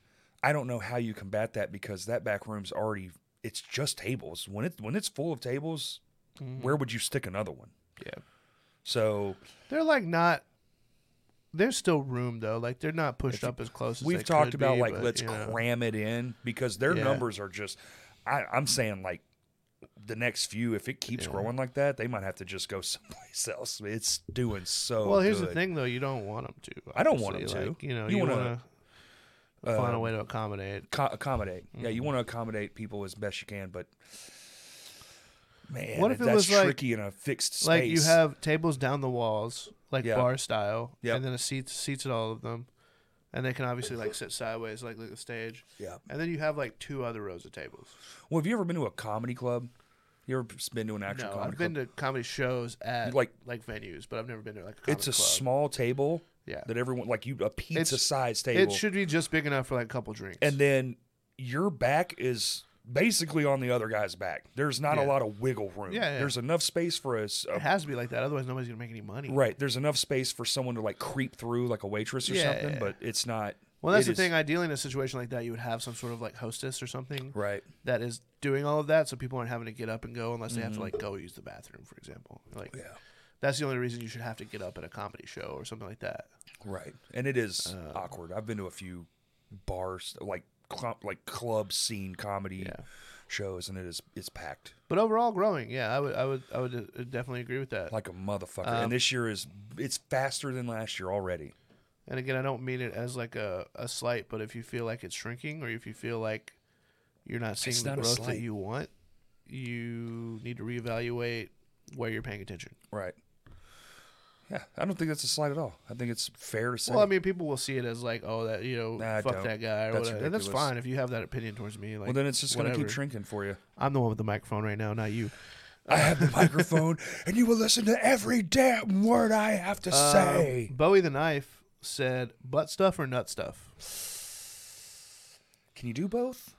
Speaker 1: I don't know how you combat that because that back room's already it's just tables. When it when it's full of tables,
Speaker 2: Mm.
Speaker 1: where would you stick another one?
Speaker 2: Yeah.
Speaker 1: So
Speaker 2: They're like not there's still room though. Like they're not pushed up as close as
Speaker 1: we've
Speaker 2: they
Speaker 1: talked
Speaker 2: could
Speaker 1: about
Speaker 2: be,
Speaker 1: like
Speaker 2: but,
Speaker 1: let's
Speaker 2: you know.
Speaker 1: cram it in because their
Speaker 2: Yeah.
Speaker 1: numbers are just I, i'm saying like the next few if it keeps growing like that they might have to just go someplace else it's doing so
Speaker 2: Well, here's the
Speaker 1: Oh, good.
Speaker 2: thing though, you don't want them to.
Speaker 1: I don't want
Speaker 2: obviously.
Speaker 1: 'em to.
Speaker 2: Like, you know,
Speaker 1: You
Speaker 2: you,
Speaker 1: wanna, um,
Speaker 2: want to find a way to accommodate.
Speaker 1: Co- accommodate yeah
Speaker 2: Mm.
Speaker 1: you want to accommodate people as best you can but man
Speaker 2: What if it
Speaker 1: that's
Speaker 2: was, like-
Speaker 1: tricky in a fixed space
Speaker 2: Like you have tables down the walls, like
Speaker 1: Yeah.
Speaker 2: bar style,
Speaker 1: Yep.
Speaker 2: and then a seat seats at all of them, and they can obviously like sit sideways, like look at the stage.
Speaker 1: yeah
Speaker 2: And then you have like two other rows of tables.
Speaker 1: well have you ever been to a comedy club you ever been to an actual
Speaker 2: No,
Speaker 1: comedy
Speaker 2: I've been
Speaker 1: club
Speaker 2: to comedy shows at
Speaker 1: Like-
Speaker 2: like like venues, but I've never been to like a comedy
Speaker 1: it's a
Speaker 2: club.
Speaker 1: small table
Speaker 2: Yeah.
Speaker 1: that everyone like you a pizza sized table
Speaker 2: It should be just big enough for like a couple drinks.
Speaker 1: and then your back is basically on the other guy's back. There's not a
Speaker 2: Yeah.
Speaker 1: lot of wiggle room.
Speaker 2: Yeah, yeah.
Speaker 1: There's enough space for us.
Speaker 2: it has to be like that, otherwise nobody's gonna make any money.
Speaker 1: right. There's enough space for someone to like creep through like a waitress or
Speaker 2: Yeah,
Speaker 1: something,
Speaker 2: yeah.
Speaker 1: but it's not.
Speaker 2: Well, that's
Speaker 1: it
Speaker 2: the
Speaker 1: is-
Speaker 2: thing. Ideally, in a situation like that, you would have some sort of like hostess or something
Speaker 1: Right.
Speaker 2: that is doing all of that, so people aren't having to get up and go unless they have to like go use the bathroom, for example. Like,
Speaker 1: Mm-hmm. Yeah.
Speaker 2: that's the only reason you should have to get up at a comedy show or something like that.
Speaker 1: Right. And it is
Speaker 2: Uh.
Speaker 1: awkward. I've been to a few bars like cl- like club scene comedy
Speaker 2: Yeah.
Speaker 1: shows, and it is it's packed
Speaker 2: But overall, growing, yeah, I would, I would, I would uh, definitely agree with that.
Speaker 1: like a motherfucker.
Speaker 2: Uh.
Speaker 1: and this year is it's faster than last year already.
Speaker 2: and again, I don't mean it as like a, a slight, but if you feel like it's shrinking or if you feel like you're not seeing
Speaker 1: It's
Speaker 2: the
Speaker 1: not a
Speaker 2: growth
Speaker 1: slight.
Speaker 2: that you want, you need to reevaluate where you're paying attention.
Speaker 1: Right. Yeah, I don't think that's a slide at all. I think it's fair to say.
Speaker 2: Well, I mean, people will see it as like, oh, that you know,
Speaker 1: Nah, I
Speaker 2: fuck
Speaker 1: don't.
Speaker 2: that guy or
Speaker 1: That's
Speaker 2: whatever. And that's
Speaker 1: ridiculous.
Speaker 2: fine if you have that opinion towards me. Like,
Speaker 1: Well, then it's just going to keep
Speaker 2: whatever.
Speaker 1: shrinking for you.
Speaker 2: I'm the one with the microphone right now, not you.
Speaker 1: I have the microphone, and you will listen to every damn word I have to say.
Speaker 2: Um, Bowie the Knife said, "Butt stuff or nut stuff."
Speaker 1: Can you do both?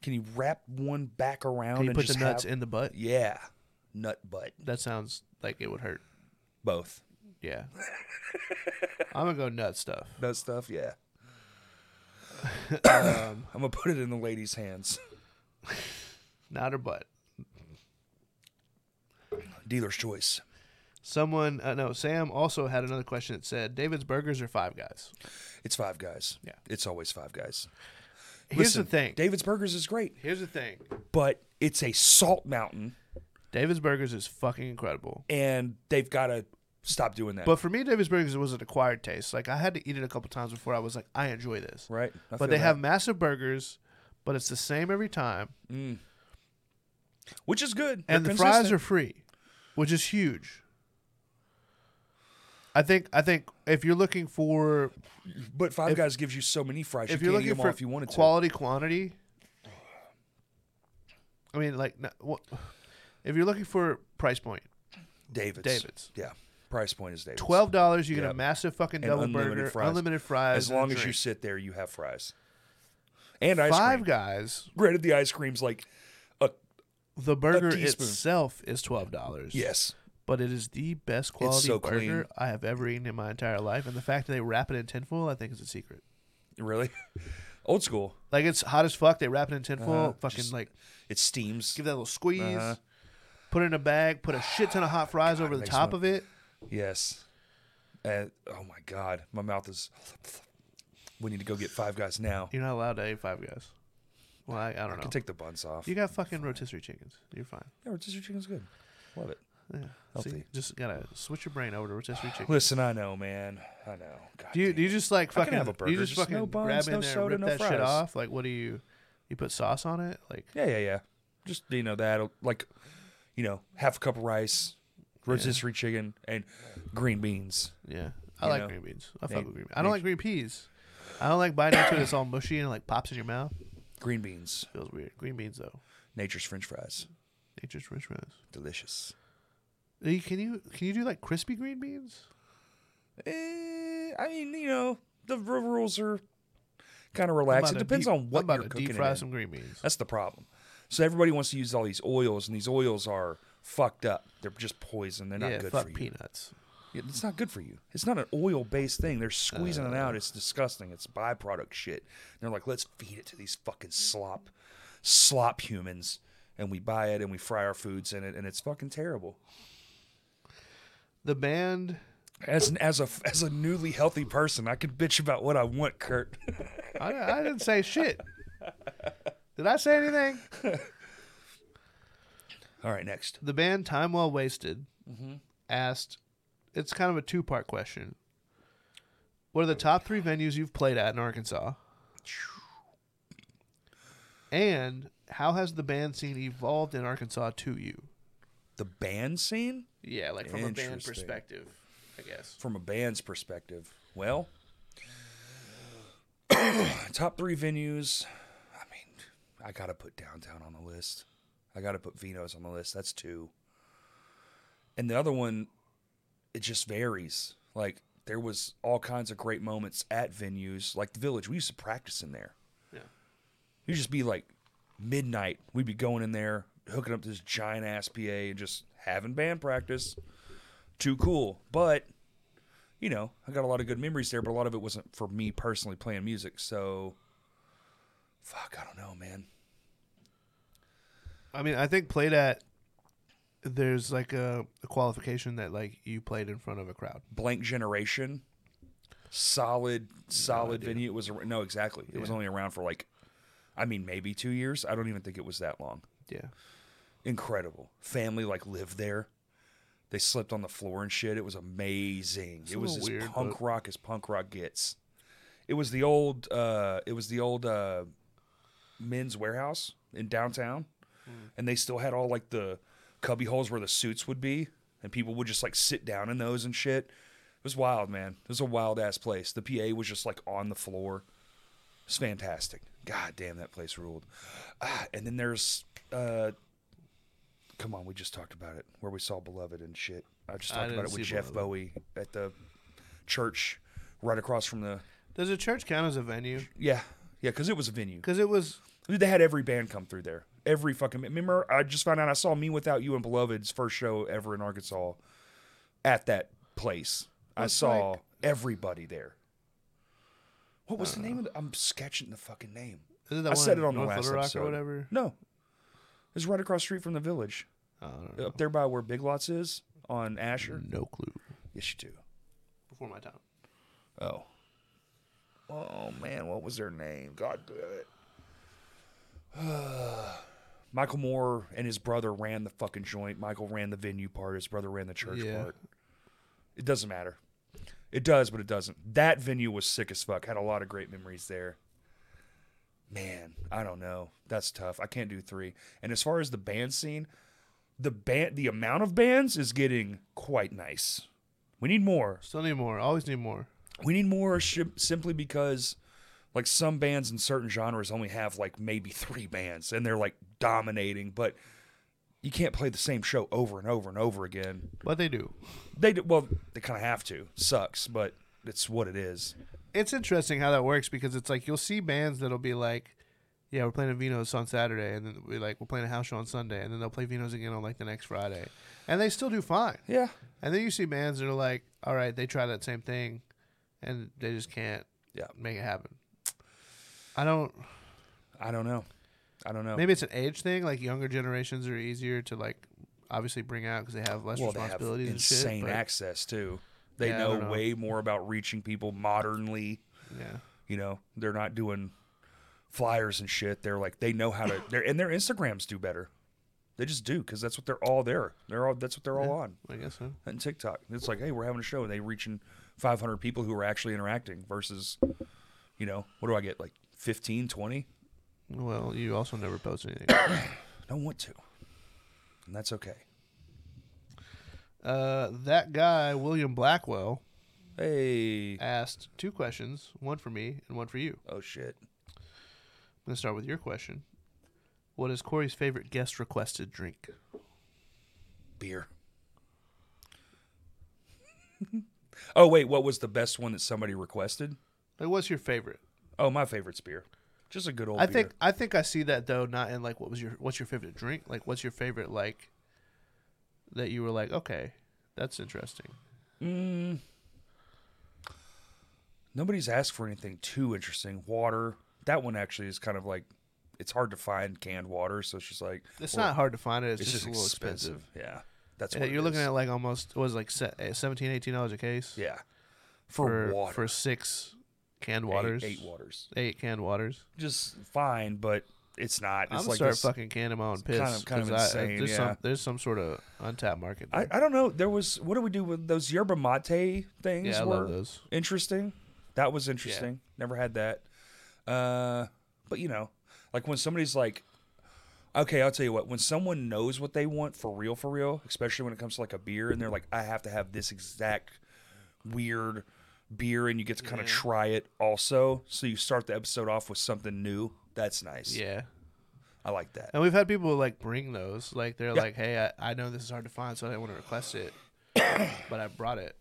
Speaker 1: Can you wrap one back around
Speaker 2: Can you
Speaker 1: and
Speaker 2: put the
Speaker 1: just
Speaker 2: nuts
Speaker 1: have-
Speaker 2: in the butt?
Speaker 1: Yeah, nut butt.
Speaker 2: That sounds like it would hurt.
Speaker 1: Both.
Speaker 2: Yeah, I'm gonna go nut stuff.
Speaker 1: Nut stuff. Yeah. Um, I'm gonna put it in the lady's hands.
Speaker 2: Not her butt.
Speaker 1: Dealer's choice.
Speaker 2: Someone, uh, no, Sam also had another question that said, "David's Burgers or Five Guys?"
Speaker 1: It's five guys.
Speaker 2: Yeah.
Speaker 1: It's always five guys.
Speaker 2: Here's
Speaker 1: Listen,
Speaker 2: the thing.
Speaker 1: David's Burgers is great,
Speaker 2: Here's the thing.
Speaker 1: but it's a salt mountain,
Speaker 2: David's Burgers is fucking incredible.
Speaker 1: and they've got to stop doing that.
Speaker 2: But for me, David's Burgers was an acquired taste. Like I had to eat it a couple times before I was like, I enjoy this.
Speaker 1: right. I feel
Speaker 2: But they
Speaker 1: that.
Speaker 2: have massive burgers, but it's the same every time,
Speaker 1: which is good.
Speaker 2: and
Speaker 1: They're
Speaker 2: the fries
Speaker 1: consistent.
Speaker 2: are free, which is huge. I think I think if you're looking for
Speaker 1: But Five Guys gives you so many fries.
Speaker 2: if
Speaker 1: you
Speaker 2: you are
Speaker 1: can't eat
Speaker 2: looking
Speaker 1: them
Speaker 2: for
Speaker 1: all if you wanted
Speaker 2: quality quantity, I mean like no- what, if you're looking for price point,
Speaker 1: to. David's.
Speaker 2: David's.
Speaker 1: Yeah. Price point is David's.
Speaker 2: twelve dollars you get
Speaker 1: Yeah.
Speaker 2: a massive fucking
Speaker 1: And
Speaker 2: double
Speaker 1: unlimited
Speaker 2: burger,
Speaker 1: fries.
Speaker 2: unlimited fries,
Speaker 1: As
Speaker 2: and a
Speaker 1: long as you
Speaker 2: drink.
Speaker 1: sit there, you have fries. And ice
Speaker 2: five
Speaker 1: cream.
Speaker 2: guys
Speaker 1: Granted, the ice cream's like a
Speaker 2: the burger
Speaker 1: teaspoon.
Speaker 2: itself is twelve dollars.
Speaker 1: Yes.
Speaker 2: but it is the best quality
Speaker 1: so
Speaker 2: burger
Speaker 1: clean.
Speaker 2: I have ever eaten in my entire life, and the fact that they wrap it in tinfoil, I think, is a secret.
Speaker 1: Really? Old school.
Speaker 2: Like it's hot as fuck. They wrap it in tinfoil.
Speaker 1: Uh-huh,
Speaker 2: fucking
Speaker 1: just-
Speaker 2: like
Speaker 1: It steams.
Speaker 2: give that a little squeeze.
Speaker 1: Uh-huh.
Speaker 2: Put it in a bag. Put a shit ton of hot fries over the
Speaker 1: makes
Speaker 2: top
Speaker 1: me-
Speaker 2: of it.
Speaker 1: Yes. And oh my God, my mouth is. We need to go get Five Guys now.
Speaker 2: You're not allowed to eat Five Guys. Well, I, I don't
Speaker 1: I
Speaker 2: know.
Speaker 1: can take the buns off.
Speaker 2: you got fucking rotisserie chickens. You're fine.
Speaker 1: yeah, rotisserie chicken's good. Love it.
Speaker 2: Yeah. See,
Speaker 1: Healthy.
Speaker 2: just gotta switch your brain over to rotisserie chicken.
Speaker 1: Listen, I know, man. I know. God
Speaker 2: Do you
Speaker 1: damn
Speaker 2: do you just like
Speaker 1: I
Speaker 2: fucking?
Speaker 1: can have a
Speaker 2: you
Speaker 1: burger,
Speaker 2: just
Speaker 1: just
Speaker 2: fucking
Speaker 1: no buns,
Speaker 2: grab in
Speaker 1: no
Speaker 2: there,
Speaker 1: soda,
Speaker 2: rip
Speaker 1: no
Speaker 2: that shit
Speaker 1: fries.
Speaker 2: off. Like, what do you? You put sauce on it, like
Speaker 1: it. Yeah, yeah, yeah. Just you know that, like, you know, half a cup of rice, rotisserie chicken, and green beans.
Speaker 2: yeah. I
Speaker 1: You
Speaker 2: like
Speaker 1: know,
Speaker 2: green beans. I
Speaker 1: they-
Speaker 2: fuck with green. beans. I don't like green peas. I don't like biting into it. It's all mushy and it, like pops in your mouth.
Speaker 1: Green beans,
Speaker 2: Feels weird. Green beans though,
Speaker 1: nature's French fries,
Speaker 2: nature's rich fries.
Speaker 1: delicious.
Speaker 2: Hey, Can you can you do like crispy green beans?
Speaker 1: Eh, I mean, you know, the r- rules are kind of relaxed. It
Speaker 2: I'm about to
Speaker 1: depends
Speaker 2: deep-
Speaker 1: on what
Speaker 2: I'm about
Speaker 1: you're
Speaker 2: to
Speaker 1: cooking.
Speaker 2: deep
Speaker 1: it
Speaker 2: fry
Speaker 1: in.
Speaker 2: some green beans.
Speaker 1: That's the problem. So everybody wants to use all these oils, and these oils are fucked up. They're just poison. They're not
Speaker 2: yeah,
Speaker 1: good
Speaker 2: fuck
Speaker 1: for you.
Speaker 2: peanuts.
Speaker 1: Yeah, It's not good for you. It's not an oil-based thing. They're squeezing it out. It's disgusting. It's byproduct shit. And they're like, let's feed it to these fucking slop, slop humans, and we buy it and we fry our foods in it, and it's fucking terrible.
Speaker 2: The band.
Speaker 1: As an, as a as a newly healthy person, I could bitch about what I want, Kurt.
Speaker 2: I, I didn't say shit. Did I say anything?
Speaker 1: all right, next.
Speaker 2: The band Time Well Wasted
Speaker 1: Mm-hmm.
Speaker 2: asked, it's kind of a two part question. What are the top three venues you've played at in Arkansas? And how has the band scene evolved in Arkansas to you?
Speaker 1: The band scene.
Speaker 2: Yeah, like
Speaker 1: from a band Interesting.
Speaker 2: perspective, I guess.
Speaker 1: from a band's perspective? Well, top three venues. I mean, I gotta put downtown on the list. I gotta put Vino's on the list. That's two. And the other one, it just varies. Like there was all kinds of great moments at venues, like the Village. We used to practice in there.
Speaker 2: Yeah.
Speaker 1: It'd just be like midnight. We'd be going in there, hooking up this giant ass PA, and just having band practice. Too cool, but you know, I got a lot of good memories there, but a lot of it wasn't for me personally playing music. So, fuck, I don't know, man.
Speaker 2: I mean, I think played at, there's like a, a qualification that like you played in front of a crowd.
Speaker 1: Blank Generation, solid, solid venue. It was ar- no, exactly. It was only around for like, I mean, maybe two years. I don't even think it was that long.
Speaker 2: Yeah.
Speaker 1: Incredible. Family like lived there. They slept on the floor and shit. It was amazing. it
Speaker 2: a
Speaker 1: was
Speaker 2: little
Speaker 1: as
Speaker 2: weird,
Speaker 1: punk
Speaker 2: but-
Speaker 1: rock as punk rock gets. It was the old uh it was the old uh men's warehouse in downtown.
Speaker 2: Hmm.
Speaker 1: And they still had all like the cubby holes where the suits would be and people would just like sit down in those and shit. It was wild, man. It was a wild ass place. The PA was just like on the floor. It's fantastic. God damn, that place ruled. Ah, and then there's uh come on, we just talked about it where we saw Beloved and shit. I just
Speaker 2: I
Speaker 1: talked about
Speaker 2: didn't
Speaker 1: it with
Speaker 2: see
Speaker 1: Jeff Bowie at the church right across from the
Speaker 2: Does a church count as a venue?
Speaker 1: yeah yeah because it was a venue.
Speaker 2: Because it was
Speaker 1: Dude, They had every band come through there. Every fucking remember. I just found out I saw Me Without You and Beloved's first show ever in Arkansas at that place. I
Speaker 2: That's
Speaker 1: saw
Speaker 2: like- Uh.
Speaker 1: everybody there. What was the name of? The, I'm sketching the fucking name.
Speaker 2: Is it
Speaker 1: I
Speaker 2: that one
Speaker 1: said
Speaker 2: in
Speaker 1: it on
Speaker 2: North
Speaker 1: the last
Speaker 2: Little Rock
Speaker 1: episode.
Speaker 2: or whatever? Oh,
Speaker 1: No, it's right across the street from the village,
Speaker 2: I don't know. Mm.
Speaker 1: up there by where Big Lots is on Asher.
Speaker 2: No clue.
Speaker 1: Yes, you do.
Speaker 2: Before my time.
Speaker 1: Oh. Oh man, what was their name? God damn it. Michael Moore and his brother ran the fucking joint. Michael ran the venue part. His brother ran the church
Speaker 2: Yeah.
Speaker 1: part. It doesn't matter. It does, but it doesn't. That venue was sick as fuck. Had a lot of great memories there. Man, I don't know. That's tough. I can't do three. And as far as the band scene, the band, the amount of bands is getting quite nice. We need more.
Speaker 2: Still need more. Always need more.
Speaker 1: We need more shi simply because, like, some bands in certain genres only have like maybe three bands and they're like dominating, but you can't play the same show over and over and over again.
Speaker 2: But they do.
Speaker 1: They do, well, they kind of have to. Sucks, but it's what it is.
Speaker 2: It's interesting how that works because it's like you'll see bands that'll be like, yeah, we're playing at Vino's on Saturday, and then we like we're playing a house show on Sunday, and then they'll play Vino's again on like the next Friday, and they still do fine.
Speaker 1: Yeah.
Speaker 2: And then you see bands that are like, all right, they try that same thing, and they just can't
Speaker 1: Yeah.
Speaker 2: make it happen. I don't.
Speaker 1: I don't know. I don't know.
Speaker 2: Maybe it's an age thing. Like younger generations are easier to like, obviously bring out because they have less
Speaker 1: well, they have
Speaker 2: responsibilities and shit.
Speaker 1: insane
Speaker 2: but-
Speaker 1: access too. They
Speaker 2: Yeah, I
Speaker 1: know,
Speaker 2: don't know.
Speaker 1: way more about reaching people modernly.
Speaker 2: Yeah.
Speaker 1: You know, they're not doing flyers and shit. They're like they know how to. They're and their Instagrams do better. They just do because that's what they're all there. They're all that's what they're all on
Speaker 2: I guess so.
Speaker 1: and TikTok. It's like hey, we're having a show and they reaching 500 people who are actually interacting versus, you know, what do I get like 15, 20?
Speaker 2: Well, you also never post anything.
Speaker 1: I don't want to, and that's okay.
Speaker 2: uh, that guy William Blackwell
Speaker 1: Hey,
Speaker 2: asked two questions, one for me and one for you.
Speaker 1: oh shit.
Speaker 2: I'm gonna start with your question. What is Corey's favorite guest requested drink?
Speaker 1: beer. oh wait, what was the best one that somebody requested?
Speaker 2: Like, what's your favorite?
Speaker 1: Oh, my favorite's beer. Just a good old
Speaker 2: I
Speaker 1: beer.
Speaker 2: think I think I see that though, not in like what was your what's your favorite drink? Like, what's your favorite like that you were like, okay, that's interesting.
Speaker 1: Mm. nobody's asked for anything too interesting. Water. That one actually is kind of like it's hard to find canned water, so it's just like
Speaker 2: It's
Speaker 1: well,
Speaker 2: not hard to find it. It's,
Speaker 1: It's,
Speaker 2: just,
Speaker 1: just,
Speaker 2: a little
Speaker 1: expensive.
Speaker 2: expensive.
Speaker 1: Yeah, that's
Speaker 2: Yeah,
Speaker 1: what it
Speaker 2: you're looking
Speaker 1: is.
Speaker 2: at like almost what was it, like se- eh, 17 dollars a case.
Speaker 1: Yeah, for,
Speaker 2: for
Speaker 1: water
Speaker 2: for six canned
Speaker 1: Eight-
Speaker 2: waters.
Speaker 1: eight, waters,
Speaker 2: Eight canned waters.
Speaker 1: just fine, but it's not. It's
Speaker 2: I'm gonna
Speaker 1: like
Speaker 2: start
Speaker 1: this-
Speaker 2: fucking canning my own piss.
Speaker 1: kind of- kind of
Speaker 2: 'cause I-
Speaker 1: insane,
Speaker 2: there's
Speaker 1: yeah.
Speaker 2: some there's some sort of untapped market.
Speaker 1: I,
Speaker 2: there.
Speaker 1: I don't know. There was what do we do with those yerba mate things?
Speaker 2: yeah, I
Speaker 1: were
Speaker 2: love those.
Speaker 1: interesting. That was interesting. Never had that. Uh, but you know, like when somebody's like, okay, I'll tell you what. When someone knows what they want for real, for real, especially when it comes to like a beer, and they're like, I have to have this exact weird beer, and you get to kind of
Speaker 2: Yeah.
Speaker 1: try it also. So you start the episode off with something new. That's nice.
Speaker 2: Yeah.
Speaker 1: I like that.
Speaker 2: And we've had people like bring those. Like they're
Speaker 1: Yeah.
Speaker 2: like, "Hey, I, I know this is hard to find, so I didn't want to request it, but I brought it."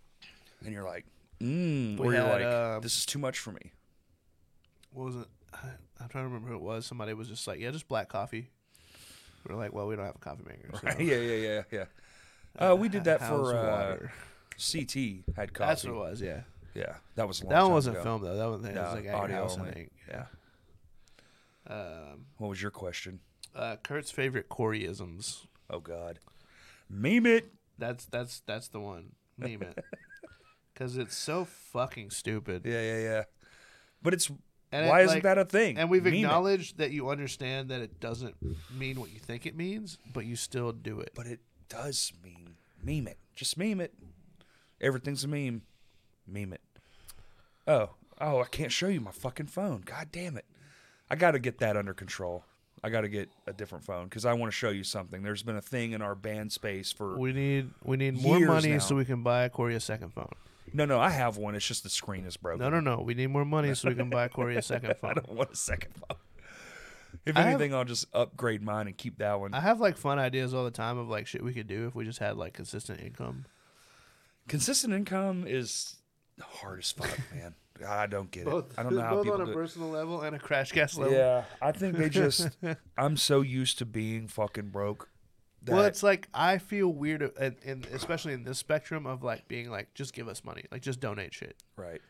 Speaker 1: And you're like, mm,
Speaker 2: We
Speaker 1: or you're
Speaker 2: had,
Speaker 1: like,
Speaker 2: um,
Speaker 1: this is too much for me.
Speaker 2: What was it? I, I'm trying to remember who it was. Somebody was just like, "Yeah, just black coffee." We're like, "Well, we don't have a coffee maker." So.
Speaker 1: Right? Yeah, yeah, yeah, yeah. Uh, we did that
Speaker 2: How's
Speaker 1: for uh,
Speaker 2: water?
Speaker 1: CT had coffee.
Speaker 2: That's what it was. Yeah,
Speaker 1: Yeah, that was a long
Speaker 2: that one
Speaker 1: time
Speaker 2: wasn't
Speaker 1: ago.
Speaker 2: filmed though. That one that
Speaker 1: No,
Speaker 2: was like at your
Speaker 1: audio
Speaker 2: house, I
Speaker 1: only.
Speaker 2: think.
Speaker 1: Yeah.
Speaker 2: Um,
Speaker 1: What was your question?
Speaker 2: uh, Kurt's favorite Coreyisms.
Speaker 1: Oh God, meme it.
Speaker 2: That's that's that's the one. Name it, because it's so fucking stupid.
Speaker 1: Yeah, yeah, yeah. But it's
Speaker 2: And
Speaker 1: why
Speaker 2: it,
Speaker 1: isn't
Speaker 2: like-
Speaker 1: that a thing?
Speaker 2: And we've
Speaker 1: Meme it.
Speaker 2: acknowledged that you understand that it doesn't mean what you think it means, but you still do it.
Speaker 1: but it does mean meme it. Just meme it. Everything's a meme. Meme it. Oh, oh, I can't show you my fucking phone. God damn it. I got to get that under control. I got to get a different phone because I want to show you something. There's been a thing in our band space for
Speaker 2: We need we need more
Speaker 1: Years
Speaker 2: money
Speaker 1: now.
Speaker 2: so we can buy Corey a second phone.
Speaker 1: no, no. I have one. It's just the screen is broken.
Speaker 2: No, no, no. We need more money so we can buy Corey a second
Speaker 1: I
Speaker 2: phone.
Speaker 1: don't want a second phone. If
Speaker 2: I have-
Speaker 1: anything, I'll just upgrade mine and keep that one.
Speaker 2: I have like fun ideas all the time of like shit we could do if we just had like consistent income.
Speaker 1: Consistent income is hard as fuck, man. I don't get it. I don't know how people do it.
Speaker 2: personal level and a crash gas
Speaker 1: Yeah, I think they just. I'm so used to being fucking broke. That,
Speaker 2: Well, it's like I feel weird, uh, and, and especially in this spectrum of like being like, just give us money, like just donate shit.
Speaker 1: right.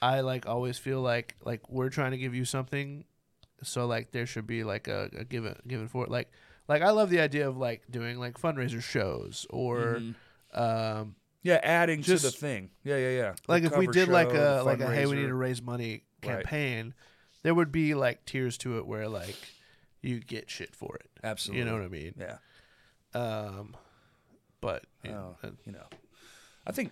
Speaker 2: I like always feel like like we're trying to give you something, so like there should be like a, a given given for it. Like like I love the idea of like doing like fundraiser shows or um
Speaker 1: Yeah, adding to the
Speaker 2: Just-
Speaker 1: thing. Yeah, yeah, yeah. Mm-hmm. The
Speaker 2: like if we
Speaker 1: cover
Speaker 2: did like
Speaker 1: show,
Speaker 2: a
Speaker 1: the
Speaker 2: like a hey we need
Speaker 1: fundraiser.
Speaker 2: to raise money
Speaker 1: Right.
Speaker 2: campaign, there would be like tiers to it where like you get shit for it.
Speaker 1: Absolutely.
Speaker 2: You know what I mean?
Speaker 1: Yeah.
Speaker 2: Um, but yeah,
Speaker 1: Oh.
Speaker 2: uh,
Speaker 1: you know i think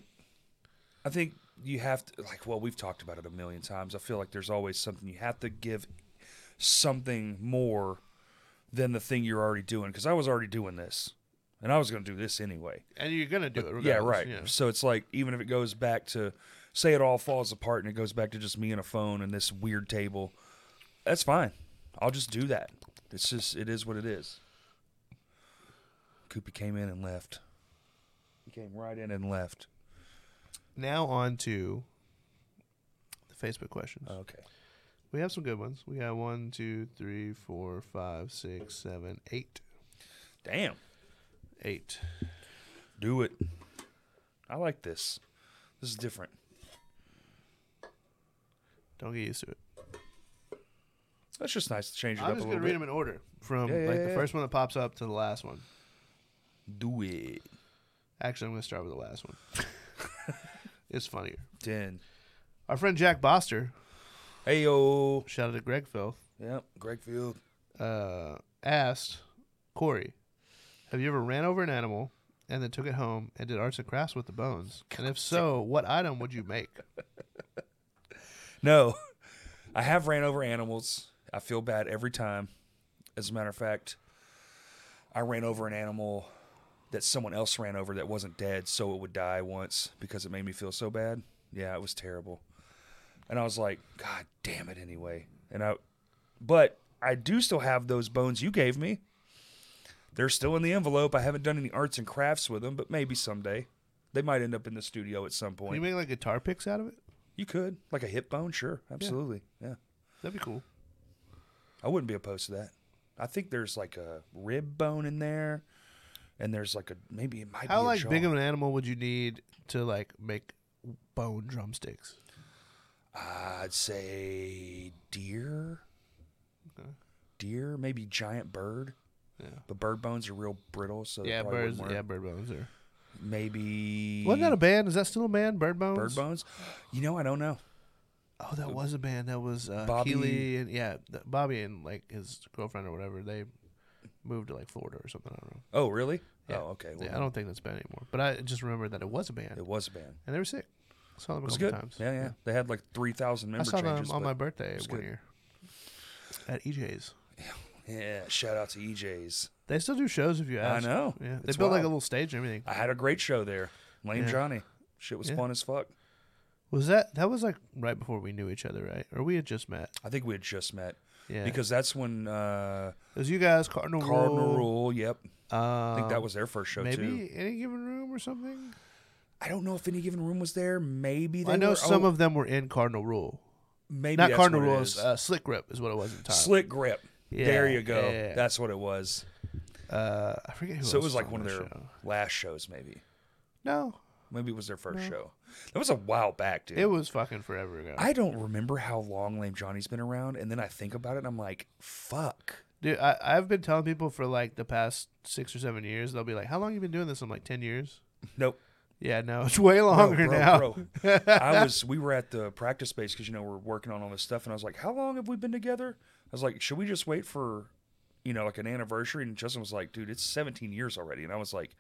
Speaker 1: i think you have to like well we've talked about it a million times i feel like there's always something you have to give something more than the thing you're already doing because i was already doing this and i was going to do this anyway
Speaker 2: and you're gonna do it.
Speaker 1: yeah
Speaker 2: regardless,
Speaker 1: right
Speaker 2: you know.
Speaker 1: so it's like even if it goes back to say it all falls apart and it goes back to just me and a phone and this weird table that's fine i'll just do that it's just it is what it is Koopy came in and left. He came right in and left.
Speaker 2: Now on to the Facebook questions.
Speaker 1: Okay.
Speaker 2: we have some good ones. We got one, two, three, four, five, six, seven, eight,
Speaker 1: Damn.
Speaker 2: eight.
Speaker 1: Do it. I like this. This is different.
Speaker 2: Don't get used to it.
Speaker 1: That's just nice to change it
Speaker 2: I'm
Speaker 1: up a
Speaker 2: just
Speaker 1: little
Speaker 2: gonna read
Speaker 1: bit.
Speaker 2: them in order from
Speaker 1: Yeah, yeah,
Speaker 2: like
Speaker 1: yeah,
Speaker 2: the
Speaker 1: yeah.
Speaker 2: first one that pops up to the last one.
Speaker 1: Do it.
Speaker 2: Actually, I'm gonna start with the last one. it's funnier.
Speaker 1: Ten.
Speaker 2: Our friend Jack Boster,
Speaker 1: Hey yo.
Speaker 2: shout out to Greg Phil,
Speaker 1: Yep. Greg Field.
Speaker 2: uh, asked Corey, "Have you ever ran over an animal and then took it home and did arts and crafts with the bones? And if so, what item would you make?"
Speaker 1: No, I have ran over animals. I feel bad every time. As a matter of fact, I ran over an animal that someone else ran over that wasn't dead, so it would die once because it made me feel so bad. Yeah, it was terrible. And I was like, God damn it anyway. And I but I do still have those bones you gave me. They're still in the envelope. I haven't done any arts and crafts with them, but maybe someday. They might end up in the studio at some
Speaker 2: Can you
Speaker 1: point.
Speaker 2: make like guitar picks out of it?
Speaker 1: You could. Like a hip bone, sure. Absolutely. yeah.
Speaker 2: That'd be cool.
Speaker 1: I wouldn't be opposed to that. I think there's like a rib bone in there, and there's like a maybe it might
Speaker 2: How
Speaker 1: be a
Speaker 2: like
Speaker 1: jaw.
Speaker 2: big of an animal would you need to like make bone drumsticks?
Speaker 1: I'd say deer,
Speaker 2: Okay.
Speaker 1: deer, maybe giant bird.
Speaker 2: Yeah.
Speaker 1: But bird bones are real brittle, so they
Speaker 2: Yeah,
Speaker 1: probably
Speaker 2: birds.
Speaker 1: wouldn't work.
Speaker 2: Yeah, bird bones are.
Speaker 1: Maybe
Speaker 2: Wasn't that a band? Is that still a band? Bird Bones.
Speaker 1: bird bones? You know, I don't know.
Speaker 2: Oh, that was a band. That was uh,
Speaker 1: Bobby-
Speaker 2: Keely and yeah, th- Bobby and like his girlfriend or whatever. They moved to like Florida or something. I don't know.
Speaker 1: Oh, really?
Speaker 2: Yeah.
Speaker 1: Oh, okay. Well,
Speaker 2: Yeah, I don't think that's a band anymore. But I just remember that it was a band,
Speaker 1: It was a band.
Speaker 2: and they were sick. Saw them a
Speaker 1: It was
Speaker 2: couple
Speaker 1: good.
Speaker 2: times.
Speaker 1: Yeah, yeah, They had like three thousand
Speaker 2: I
Speaker 1: member
Speaker 2: saw them
Speaker 1: changes.
Speaker 2: on my
Speaker 1: but-
Speaker 2: birthday
Speaker 1: was
Speaker 2: one
Speaker 1: good.
Speaker 2: year at E EJ's.
Speaker 1: yeah, shout out to E EJ's.
Speaker 2: They still do shows if you
Speaker 1: I
Speaker 2: ask.
Speaker 1: know.
Speaker 2: Yeah, they
Speaker 1: It's
Speaker 2: built like a
Speaker 1: wild.
Speaker 2: little stage and everything.
Speaker 1: I had a great show there. Lame
Speaker 2: Yeah.
Speaker 1: Johnny. Shit was
Speaker 2: Yeah.
Speaker 1: fun as fuck.
Speaker 2: Was that that was like right before we knew each other, right? Or we had just met?
Speaker 1: I think we had just met
Speaker 2: Yeah,
Speaker 1: because that's when uh,
Speaker 2: it was you guys Cardinal
Speaker 1: Cardinal
Speaker 2: Rule.
Speaker 1: Rule. Yep,
Speaker 2: Um,
Speaker 1: I think that was their first show
Speaker 2: maybe
Speaker 1: too.
Speaker 2: any given room or something.
Speaker 1: I don't know if any given room was there. Maybe they
Speaker 2: I know
Speaker 1: were-
Speaker 2: some
Speaker 1: oh,
Speaker 2: of them were in Cardinal Rule.
Speaker 1: maybe
Speaker 2: Not
Speaker 1: that's
Speaker 2: Cardinal
Speaker 1: what it
Speaker 2: Rule,
Speaker 1: is.
Speaker 2: uh, Slick Grip is what it was at the time.
Speaker 1: Slick Grip.
Speaker 2: Yeah,
Speaker 1: there you go.
Speaker 2: yeah, yeah.
Speaker 1: That's what it was.
Speaker 2: Uh, I forget who.
Speaker 1: so it
Speaker 2: else
Speaker 1: was like
Speaker 2: on
Speaker 1: one of
Speaker 2: that
Speaker 1: their
Speaker 2: show.
Speaker 1: last shows, maybe.
Speaker 2: No,
Speaker 1: Maybe it was their first show. That was a while back, dude.
Speaker 2: it was fucking forever ago.
Speaker 1: I don't remember how long Lame Johnny's been around, and then I think about it, and I'm like, fuck.
Speaker 2: Dude, I, I've been telling people for like the past six or seven years. They'll be like, "How long you been doing this?" I'm like, 10 years."
Speaker 1: Nope.
Speaker 2: Yeah, no, it's way longer
Speaker 1: bro,
Speaker 2: now.
Speaker 1: bro. I was we were at the practice space because you know we're working on all this stuff, and I was like, "How long have we been together?" I was like, "Should we just wait for, you know, like an anniversary?" And Justin was like, "Dude, it's 17 years already," and I was like,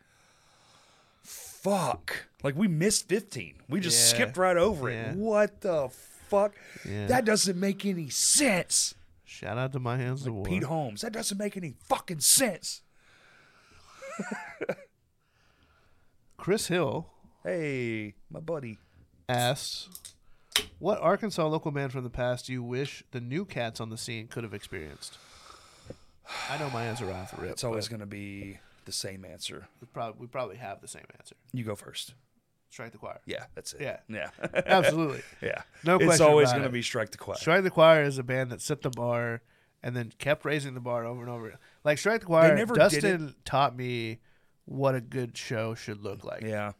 Speaker 1: "Fuck!" Like we missed 15. We just
Speaker 2: Yeah.
Speaker 1: skipped right over
Speaker 2: Yeah.
Speaker 1: it. What the fuck?
Speaker 2: Yeah.
Speaker 1: That doesn't make any sense.
Speaker 2: Shout out to my hands to war.
Speaker 1: Pete Holmes, that doesn't make any fucking sense.
Speaker 2: Chris Hill
Speaker 1: Hey, my buddy.
Speaker 2: asks, "What Arkansas local band from the past do you wish the new cats on the scene could have experienced?" I know my answer right off the rip.
Speaker 1: It's always going to be the same answer.
Speaker 2: we probably we probably have the same answer.
Speaker 1: You go first.
Speaker 2: Strike the choir.
Speaker 1: Yeah, that's it.
Speaker 2: Yeah.
Speaker 1: yeah.
Speaker 2: Absolutely.
Speaker 1: Yeah.
Speaker 2: No
Speaker 1: It's
Speaker 2: question
Speaker 1: always
Speaker 2: about
Speaker 1: going to
Speaker 2: it.
Speaker 1: be Strike the Choir.
Speaker 2: Strike the Choir is a band that set the bar and then kept raising the bar over and over. Like Strike the Choir,
Speaker 1: They never did
Speaker 2: Dustin taught me what a good show should look like.
Speaker 1: yeah.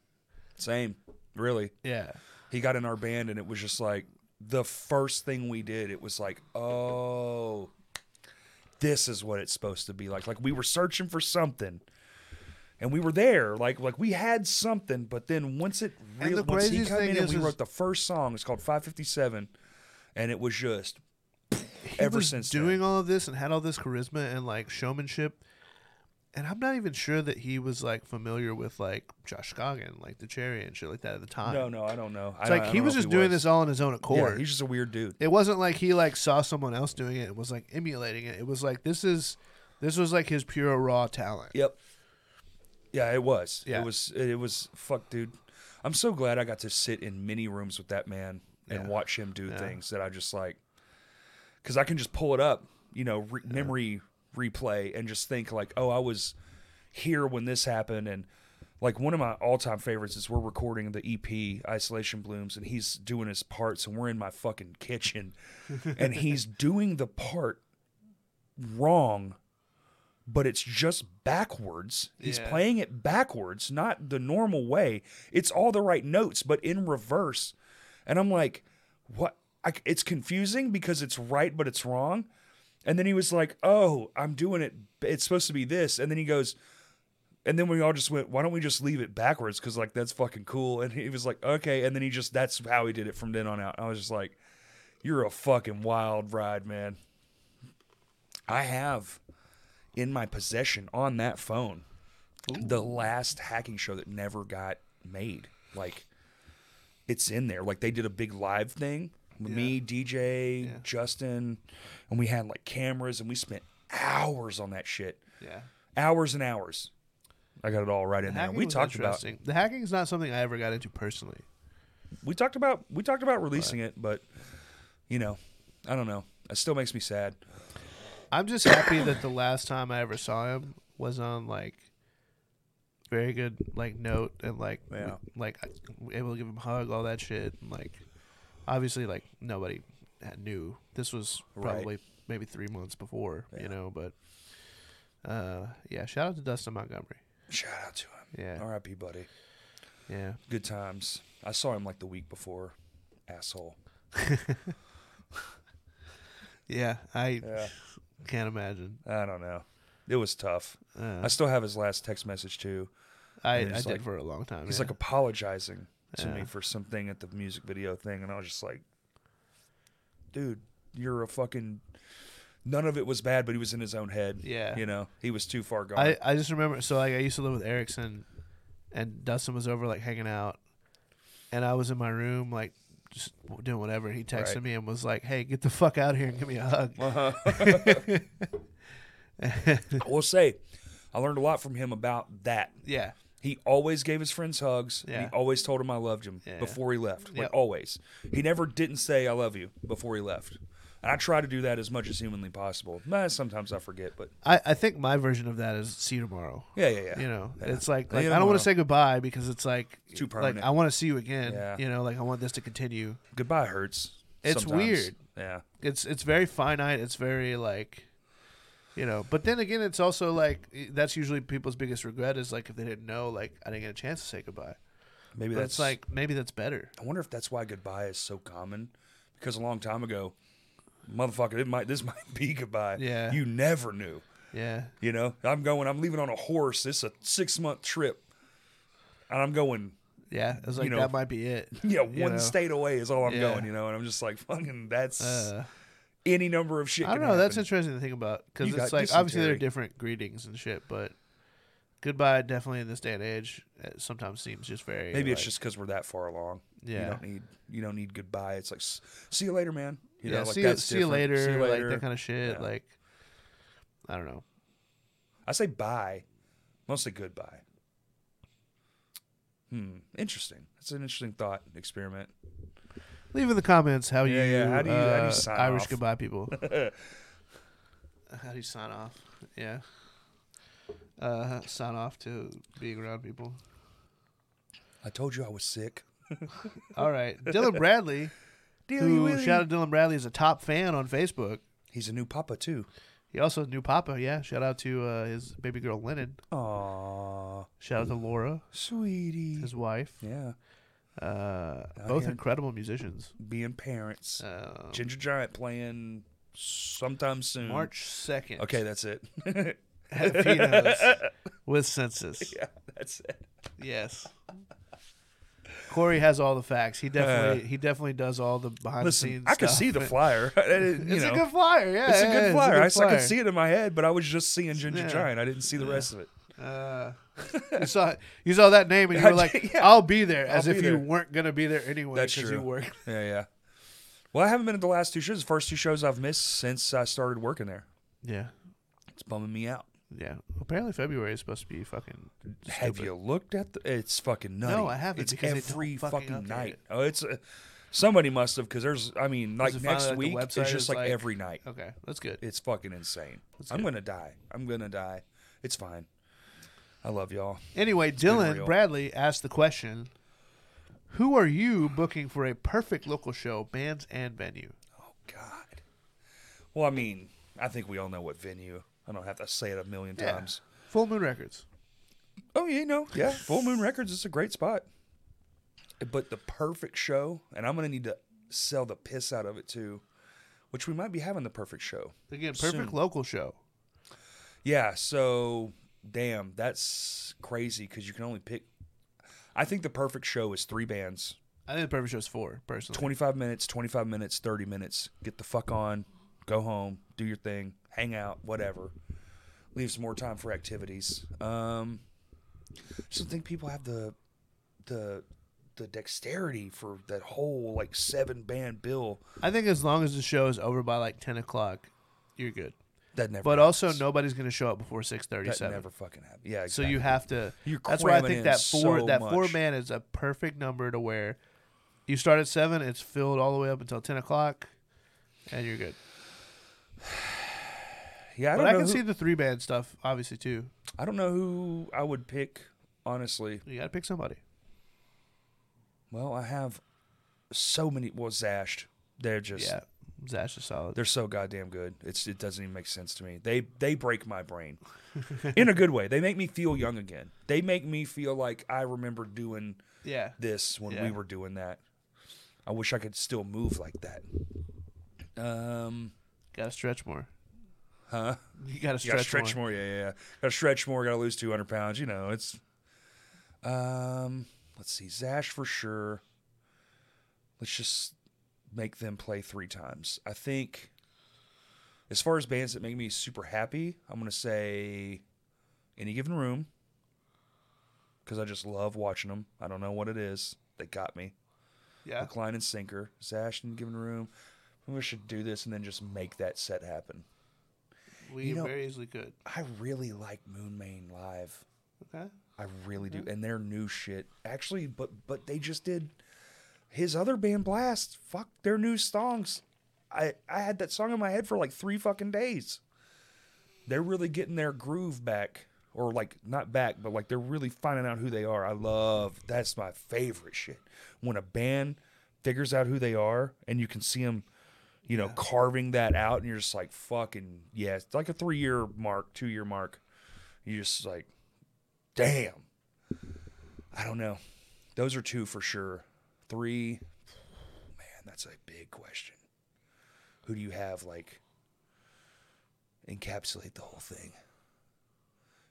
Speaker 1: Same. Really.
Speaker 2: Yeah.
Speaker 1: He got in our band and it was just like the first thing we did, it was like, oh, this is what it's supposed to be like. Like we were searching for something. And we were there, like like we had something, but then once it
Speaker 2: And
Speaker 1: real
Speaker 2: the
Speaker 1: once he
Speaker 2: craziest
Speaker 1: came
Speaker 2: thing
Speaker 1: in and
Speaker 2: is-
Speaker 1: we
Speaker 2: is-
Speaker 1: wrote the first song, it's called Five Fifty Seven, and it was just
Speaker 2: He
Speaker 1: ever
Speaker 2: was
Speaker 1: since then.
Speaker 2: doing all of this and had all this charisma and like showmanship. And I'm not even sure that he was like familiar with like Josh Scoggin, like the cherry and shit like that at the time.
Speaker 1: no, no, I don't know.
Speaker 2: It's like he was just doing this all on his own
Speaker 1: Yeah,
Speaker 2: accord.
Speaker 1: he's just a weird dude.
Speaker 2: it wasn't like he like saw someone else doing it and was like emulating it. It was like this is this was like his pure raw talent.
Speaker 1: Yep. Yeah, it was.
Speaker 2: Yeah.
Speaker 1: It was. It was. Fuck, dude. I'm so glad I got to sit in many rooms with that man and
Speaker 2: Yeah.
Speaker 1: watch him do
Speaker 2: Yeah.
Speaker 1: things that I just like, because I can just pull it up, you know, re- memory replay, and just think like, oh, I was here when this happened, and like one of my all-time favorites is we're recording the EP Isolation Blooms and he's doing his parts and we're in my fucking kitchen and he's doing the part wrong but it's just backwards. He's
Speaker 2: Yeah.
Speaker 1: playing it backwards, not the normal way. It's all the right notes but in reverse. And I'm like, "What? I, it's confusing because it's right but it's wrong." And then he was like, "Oh, I'm doing it it's supposed to be this." And then he goes, and then we all just went, why don't we just leave it backwards? Because like that's fucking cool. And he was like, okay. And then he just that's how he did it from then on out. I was just like, you're a fucking wild ride, man. I have in my possession on that phone the last hacking show that never got made. Like it's in there. Like they did a big live thing with me, DJ,
Speaker 2: Yeah.
Speaker 1: Justin, and we had like cameras and we spent hours on that shit
Speaker 2: Yeah.
Speaker 1: hours and hours. I got it all right in there.
Speaker 2: Hacking
Speaker 1: We
Speaker 2: was
Speaker 1: talked about
Speaker 2: interesting. the hacking is not something I ever got into personally.
Speaker 1: we talked about we talked about releasing it, but you know, I don't know. It still makes me sad.
Speaker 2: I'm just happy that the last time I ever saw him was on like very good like note and like we-
Speaker 1: Yeah.
Speaker 2: like I- we able to give him a hug, all that shit. And, like obviously like nobody had- knew this was
Speaker 1: Right.
Speaker 2: probably maybe three months before,
Speaker 1: Yeah.
Speaker 2: you know. But uh, yeah, shout out to Dustin Montgomery.
Speaker 1: Shout out to him.
Speaker 2: Yeah,
Speaker 1: R.I.P. Buddy.
Speaker 2: yeah.
Speaker 1: Good times. I saw him like the week before. Asshole.
Speaker 2: Yeah, I
Speaker 1: Yeah.
Speaker 2: can't imagine.
Speaker 1: I don't know. It was tough. I
Speaker 2: Uh,
Speaker 1: still have his last text message too.
Speaker 2: I, I
Speaker 1: mean, he's
Speaker 2: did
Speaker 1: like-
Speaker 2: for a long time.
Speaker 1: He's
Speaker 2: yeah.
Speaker 1: like apologizing to me
Speaker 2: Yeah.
Speaker 1: for something at the music video thing, and I was just like, dude, you're a fucking. None of it was bad, but he was in his own head.
Speaker 2: Yeah.
Speaker 1: You know, he was too far gone.
Speaker 2: I, I just remember so like I used to live with Erickson and Dustin was over like hanging out and I was in my room like just doing whatever. He texted
Speaker 1: Right.
Speaker 2: me and was like, Hey, get the fuck out here and give me a hug.
Speaker 1: I will say, I learned a lot from him about that.
Speaker 2: yeah.
Speaker 1: He always gave his friends hugs. and
Speaker 2: Yeah.
Speaker 1: he always told him I loved him
Speaker 2: Yeah.
Speaker 1: before he left. Like
Speaker 2: Yep.
Speaker 1: always, he never didn't say I love you before he left. And I try to do that as much as humanly possible. Nah, sometimes I forget, but
Speaker 2: I, I think my version of that is see you tomorrow.
Speaker 1: yeah, yeah, yeah.
Speaker 2: You know,
Speaker 1: Yeah.
Speaker 2: it's like,
Speaker 1: See
Speaker 2: like
Speaker 1: you
Speaker 2: I don't
Speaker 1: tomorrow.
Speaker 2: want to say goodbye because it's like,
Speaker 1: Too
Speaker 2: like
Speaker 1: permanent.
Speaker 2: I want to see you again.
Speaker 1: Yeah.
Speaker 2: You know, like I want this to continue.
Speaker 1: Goodbye hurts.
Speaker 2: It's
Speaker 1: sometimes.
Speaker 2: weird.
Speaker 1: Yeah.
Speaker 2: it's it's very finite. It's very like, you know. But then again, it's also like that's usually people's biggest regret is like if they didn't know, like I didn't get a chance to say goodbye.
Speaker 1: Maybe
Speaker 2: But
Speaker 1: that's
Speaker 2: it's like maybe that's better.
Speaker 1: I wonder if that's why goodbye is so common, because a long time ago, motherfucker, it might this might be goodbye.
Speaker 2: Yeah.
Speaker 1: You never knew.
Speaker 2: Yeah,
Speaker 1: You know, I'm going. I'm leaving on a horse. It's a six month trip, and I'm going.
Speaker 2: yeah. It's like
Speaker 1: know,
Speaker 2: that might be it.
Speaker 1: Yeah, one
Speaker 2: You know?
Speaker 1: state away is all I'm
Speaker 2: Yeah.
Speaker 1: going. You know, and I'm just like, fucking. That's
Speaker 2: Uh,
Speaker 1: any number of shit.
Speaker 2: I don't
Speaker 1: can
Speaker 2: know. That's
Speaker 1: happen.
Speaker 2: interesting to think about because
Speaker 1: You
Speaker 2: it's like
Speaker 1: got
Speaker 2: obviously there are
Speaker 1: dysentery.
Speaker 2: different greetings and shit, but goodbye definitely in this day and age it sometimes seems just very
Speaker 1: Maybe it's
Speaker 2: like,
Speaker 1: just because we're that far along.
Speaker 2: Yeah.
Speaker 1: you don't need you don't need goodbye. It's like s- see you later, man. You
Speaker 2: yeah
Speaker 1: know, like
Speaker 2: see, you,
Speaker 1: that's
Speaker 2: see you
Speaker 1: different.
Speaker 2: later,
Speaker 1: See you later.
Speaker 2: like that kind of shit
Speaker 1: Yeah.
Speaker 2: like I don't know
Speaker 1: I say bye, mostly goodbye. Hmm. Interesting. That's an interesting thought experiment.
Speaker 2: Leave in the comments how
Speaker 1: Yeah,
Speaker 2: you,
Speaker 1: yeah, how do you- how do you
Speaker 2: uh,
Speaker 1: sign
Speaker 2: Irish
Speaker 1: off?
Speaker 2: goodbye people. how do you sign off? Yeah. Uh, sign off to being around people.
Speaker 1: I told you I was sick.
Speaker 2: All right, Dylan Bradley,
Speaker 1: Dilly
Speaker 2: who
Speaker 1: willy.
Speaker 2: shout out Dylan Bradley is a top fan on Facebook.
Speaker 1: He's a new papa too.
Speaker 2: He also knew Papa. Yeah, shout out to uh, his baby girl Lennon.
Speaker 1: Aw,
Speaker 2: Shout out to Laura,
Speaker 1: sweetie.
Speaker 2: his wife.
Speaker 1: Yeah,
Speaker 2: Uh, both
Speaker 1: here.
Speaker 2: incredible musicians.
Speaker 1: being parents.
Speaker 2: Uh,
Speaker 1: Ginger Giant playing sometime soon.
Speaker 2: March second.
Speaker 1: Okay, that's it.
Speaker 2: at Vino's with census.
Speaker 1: yeah, that's it.
Speaker 2: Yes. Corey has all the facts. He definitely he definitely does all the behind the
Speaker 1: Uh, Listen,
Speaker 2: scenes.
Speaker 1: I could
Speaker 2: stuff.
Speaker 1: see the flyer. it's
Speaker 2: It's a good flyer, yeah.
Speaker 1: It's a
Speaker 2: yeah,
Speaker 1: good flyer. I s- I,
Speaker 2: flyer.
Speaker 1: could see it in my head, but I was just seeing Ginger
Speaker 2: Yeah.
Speaker 1: Giant. I didn't see the rest of it.
Speaker 2: Uh, you saw you saw that name and you were like,
Speaker 1: Yeah.
Speaker 2: "I'll be there," as
Speaker 1: I'll
Speaker 2: if
Speaker 1: be
Speaker 2: you
Speaker 1: there.
Speaker 2: weren't gonna be there anyway
Speaker 1: That's
Speaker 2: because you
Speaker 1: true.
Speaker 2: work.
Speaker 1: Yeah, yeah. Well, I haven't been at the last two shows. The first two shows I've missed since I started working there.
Speaker 2: Yeah,
Speaker 1: It's bumming me out.
Speaker 2: yeah. Apparently February is supposed to be fucking.
Speaker 1: Have
Speaker 2: stupid.
Speaker 1: you looked at the? It's fucking nutty.
Speaker 2: I haven't,
Speaker 1: It's
Speaker 2: because they don't
Speaker 1: every
Speaker 2: fucking
Speaker 1: fucking,
Speaker 2: update
Speaker 1: night.
Speaker 2: it.
Speaker 1: Oh, it's uh, somebody must have because there's. I mean, like
Speaker 2: it finally,
Speaker 1: next
Speaker 2: like, the
Speaker 1: week, it's
Speaker 2: website
Speaker 1: just
Speaker 2: is
Speaker 1: like,
Speaker 2: like-
Speaker 1: every night.
Speaker 2: Okay, that's good.
Speaker 1: It's fucking insane.
Speaker 2: That's
Speaker 1: I'm
Speaker 2: good.
Speaker 1: gonna die. I'm gonna die. It's fine. I love y'all.
Speaker 2: Anyway,
Speaker 1: real.
Speaker 2: Dylan Bradley asked the question Who are you booking for a perfect local show, bands and venue?
Speaker 1: Oh God. Well, I mean, I think we all know what venue. I don't have to say it a million times.
Speaker 2: Full Moon Records.
Speaker 1: Oh yeah, you know, yeah. Full Moon Records is a great spot. But the perfect show, and I'm gonna need to sell the piss out of it too, which we might be having the perfect show.
Speaker 2: Again, perfect
Speaker 1: Soon.
Speaker 2: local show.
Speaker 1: Yeah. So damn, that's crazy because you can only pick. I think the perfect show is three bands,
Speaker 2: I think the perfect show is four, personally.
Speaker 1: 25 minutes, 25 minutes, 30 minutes. Get the fuck on, go home, do your thing, hang out, whatever. Leaves more time for activities. Um, I just don't think people have the the the dexterity for that whole like seven band bill.
Speaker 2: I think as long as the show is over by like 10 o'clock, you're good.
Speaker 1: That never.
Speaker 2: But
Speaker 1: happens.
Speaker 2: also, nobody's going to show up before
Speaker 1: that
Speaker 2: 637.
Speaker 1: never fucking happened. Yeah.
Speaker 2: So
Speaker 1: Exactly.
Speaker 2: you have to.
Speaker 1: You're
Speaker 2: that's why I
Speaker 1: cramming
Speaker 2: think
Speaker 1: in
Speaker 2: that four
Speaker 1: so
Speaker 2: that four
Speaker 1: much.
Speaker 2: man is a perfect number to where you start at seven, it's filled all the way up until ten o'clock, and you're good.
Speaker 1: yeah. I don't
Speaker 2: but I
Speaker 1: know.
Speaker 2: can
Speaker 1: who,
Speaker 2: see the three band stuff obviously too.
Speaker 1: I don't know who I would pick. Honestly,
Speaker 2: You got to pick somebody.
Speaker 1: well, I have so many. Well, Zashed. They're just.
Speaker 2: yeah, Zash is solid.
Speaker 1: They're so goddamn good. It's it doesn't even make sense to me. They they break my brain in a good way. They make me feel young again. They make me feel like I remember doing
Speaker 2: Yeah,
Speaker 1: this when
Speaker 2: Yeah.
Speaker 1: we were doing that. I wish I could still move like that. Um,
Speaker 2: got to stretch more.
Speaker 1: huh?
Speaker 2: You got to
Speaker 1: You gotta
Speaker 2: stretch,
Speaker 1: stretch
Speaker 2: more.
Speaker 1: more. Yeah, yeah, yeah. Gotta stretch more. Gotta lose two hundred pounds. You know, it's. Um, let's see, Zash for sure. Let's just make them play three times. I think. As far as bands that make me super happy, I'm gonna say, any given room. Because I just love watching them. I don't know what it is. They got me.
Speaker 2: Yeah,
Speaker 1: Recline and sinker. Zash in given room. Maybe we should do this and then just make that set happen.
Speaker 2: we
Speaker 1: you know-
Speaker 2: very easily could.
Speaker 1: I really like Moon Main live.
Speaker 2: Okay,
Speaker 1: I really do. And their new shit, actually, but but they just did his other band Blast. Fuck their new songs. I I had that song in my head for like three fucking days. They're really getting their groove back, or like not back, but like they're really finding out who they are. I love that's my favorite shit when a band figures out who they are and you can see them. You know, carving that out, and you're just like, fucking, yeah, it's like a three year mark, two year mark. You just like, damn. I don't know. Those are two for sure. Three, man, that's a big question. Who do you have like encapsulate the whole thing?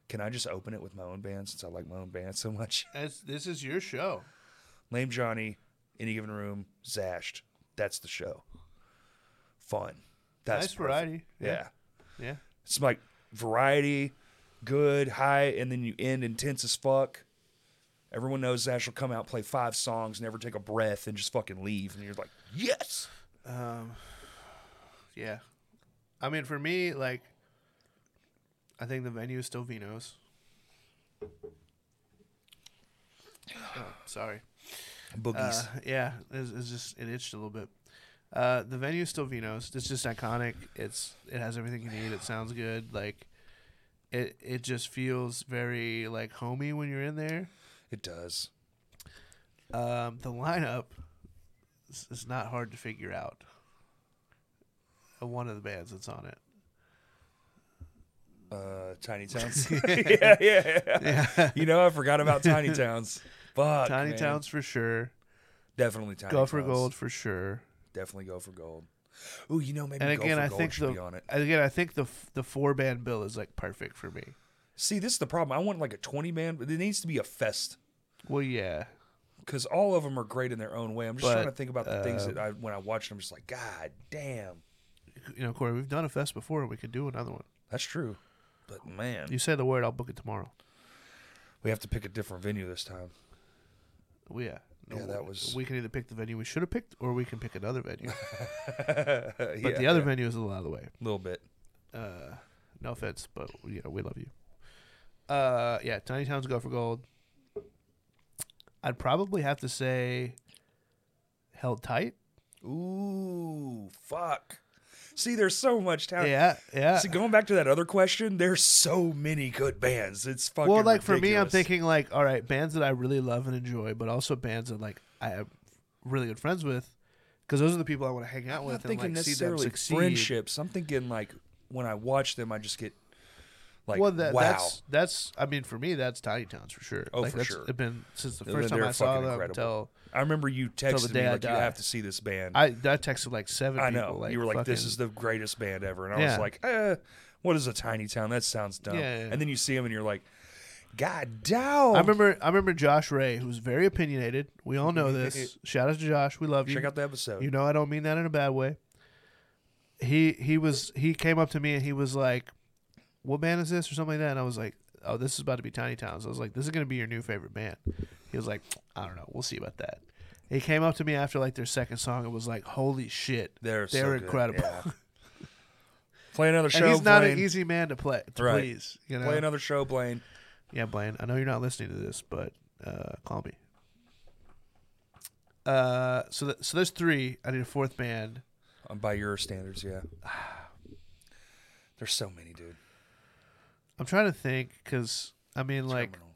Speaker 1: Can I just open it with my own band since I like my own band so much?
Speaker 2: That's, this is your show.
Speaker 1: Lame Johnny, Any Given Room, Zashed. That's the show. Fun. That's
Speaker 2: nice
Speaker 1: perfect.
Speaker 2: variety.
Speaker 1: Yeah.
Speaker 2: yeah.
Speaker 1: It's like variety, good, high, and then you end intense as fuck. Everyone knows Ash will come out, play five songs, never take a breath, and just fucking leave. And you're like, yes.
Speaker 2: Um, yeah. I mean, for me, like, I think the venue is still Vino's. Oh, sorry.
Speaker 1: Boogies.
Speaker 2: Uh, yeah, it's, it's just it itched a little bit. Uh, the venue is still Vino's. It's just iconic. It's it has everything you need. It sounds good. Like, it it just feels very like homey when you're in there.
Speaker 1: it does.
Speaker 2: Um, the lineup is, is not hard to figure out. Uh, One of the bands that's on it.
Speaker 1: Uh, Tiny Towns. yeah, yeah, yeah, You know, I forgot about Tiny Towns. Fuck.
Speaker 2: Tiny
Speaker 1: man.
Speaker 2: Towns for sure.
Speaker 1: Definitely Tiny
Speaker 2: Go for
Speaker 1: Towns.
Speaker 2: Gold for sure.
Speaker 1: Definitely Go for Gold. Ooh, you know, maybe
Speaker 2: And
Speaker 1: Mm, Go
Speaker 2: again,
Speaker 1: for
Speaker 2: I
Speaker 1: Gold
Speaker 2: think
Speaker 1: should
Speaker 2: the
Speaker 1: be on it.
Speaker 2: again I think the f- the four band bill is like perfect for me.
Speaker 1: See, this is the problem. I want like a 20 man, but it needs to be a fest.
Speaker 2: Well, yeah,
Speaker 1: because all of them are great in their own way. I'm just
Speaker 2: But,
Speaker 1: trying to think about the things
Speaker 2: uh,
Speaker 1: that I when I watch them, I'm just like, God damn,
Speaker 2: you know, Corey, we've done a fest before, and we could do another one.
Speaker 1: that's true. But man,
Speaker 2: You say the word, I'll book it tomorrow.
Speaker 1: we have to pick a different venue this time.
Speaker 2: Well, yeah,
Speaker 1: Yeah, that was-
Speaker 2: We can either pick the venue we should have picked, or we can pick another venue.
Speaker 1: but
Speaker 2: But the other venue is a little out of the way.
Speaker 1: a little bit.
Speaker 2: uh, no offense, but you know we love you. Uh, yeah, Tiny Towns go for gold. I'd probably have to say, held tight.
Speaker 1: Ooh, fuck. See, there's so much talent.
Speaker 2: Yeah, yeah.
Speaker 1: See, going back to that other question, there's so many good bands. It's fucking
Speaker 2: well, like for me, I'm
Speaker 1: ridiculous.
Speaker 2: thinking like, all right, bands that I really love and enjoy, but also bands that like I have really good friends with, because those are the people I want to hang out
Speaker 1: I'm not
Speaker 2: with and
Speaker 1: thinking
Speaker 2: like see them
Speaker 1: necessarily
Speaker 2: succeed.
Speaker 1: friendships. I'm thinking like when I watch them, I just get like,
Speaker 2: well, that,
Speaker 1: wow.
Speaker 2: that's that's. I mean, for me, that's Tiny Towns for sure.
Speaker 1: Oh,
Speaker 2: like,
Speaker 1: for
Speaker 2: that's
Speaker 1: sure.
Speaker 2: It's been since the
Speaker 1: They're-
Speaker 2: first time
Speaker 1: they're
Speaker 2: I saw
Speaker 1: fucking
Speaker 2: them
Speaker 1: incredible.
Speaker 2: until
Speaker 1: I remember you texted
Speaker 2: day
Speaker 1: me
Speaker 2: I
Speaker 1: like you
Speaker 2: die.
Speaker 1: have to see this band.
Speaker 2: I, I texted like seven.
Speaker 1: I
Speaker 2: people,
Speaker 1: know you were like, "This
Speaker 2: fucking-
Speaker 1: is the greatest band ever," and I
Speaker 2: Yeah.
Speaker 1: was like, eh, "What is a tiny town? That sounds dumb."
Speaker 2: Yeah, yeah, yeah.
Speaker 1: And then you see them, and you're like, "God damn!"
Speaker 2: I remember I remember Josh Ray, who's very opinionated. We all know this. Shout out to Josh. We love you.
Speaker 1: Check out the episode.
Speaker 2: You know I don't mean that in a bad way. He he was he came up to me and he was like, "What band is this?" or something like that. And I was like, "Oh, this is about to be Tiny Towns." I was like, "This is gonna be your new favorite band." He was like, "I don't know. We'll see about that." He came up to me after like their second song and was like, "Holy shit,
Speaker 1: they're so
Speaker 2: they're
Speaker 1: good.
Speaker 2: incredible."
Speaker 1: Yeah. play another show.
Speaker 2: and he's not
Speaker 1: Blaine.
Speaker 2: an easy man to play to
Speaker 1: Right.
Speaker 2: please. You know,
Speaker 1: Play another show, Blaine.
Speaker 2: Yeah, Blaine, I know you're not listening to this, but uh, call me. Uh, so th- so there's three. I need a fourth band.
Speaker 1: Um, by your standards, yeah. There's so many, dude.
Speaker 2: I'm trying to think because I mean, like,
Speaker 1: Terminal.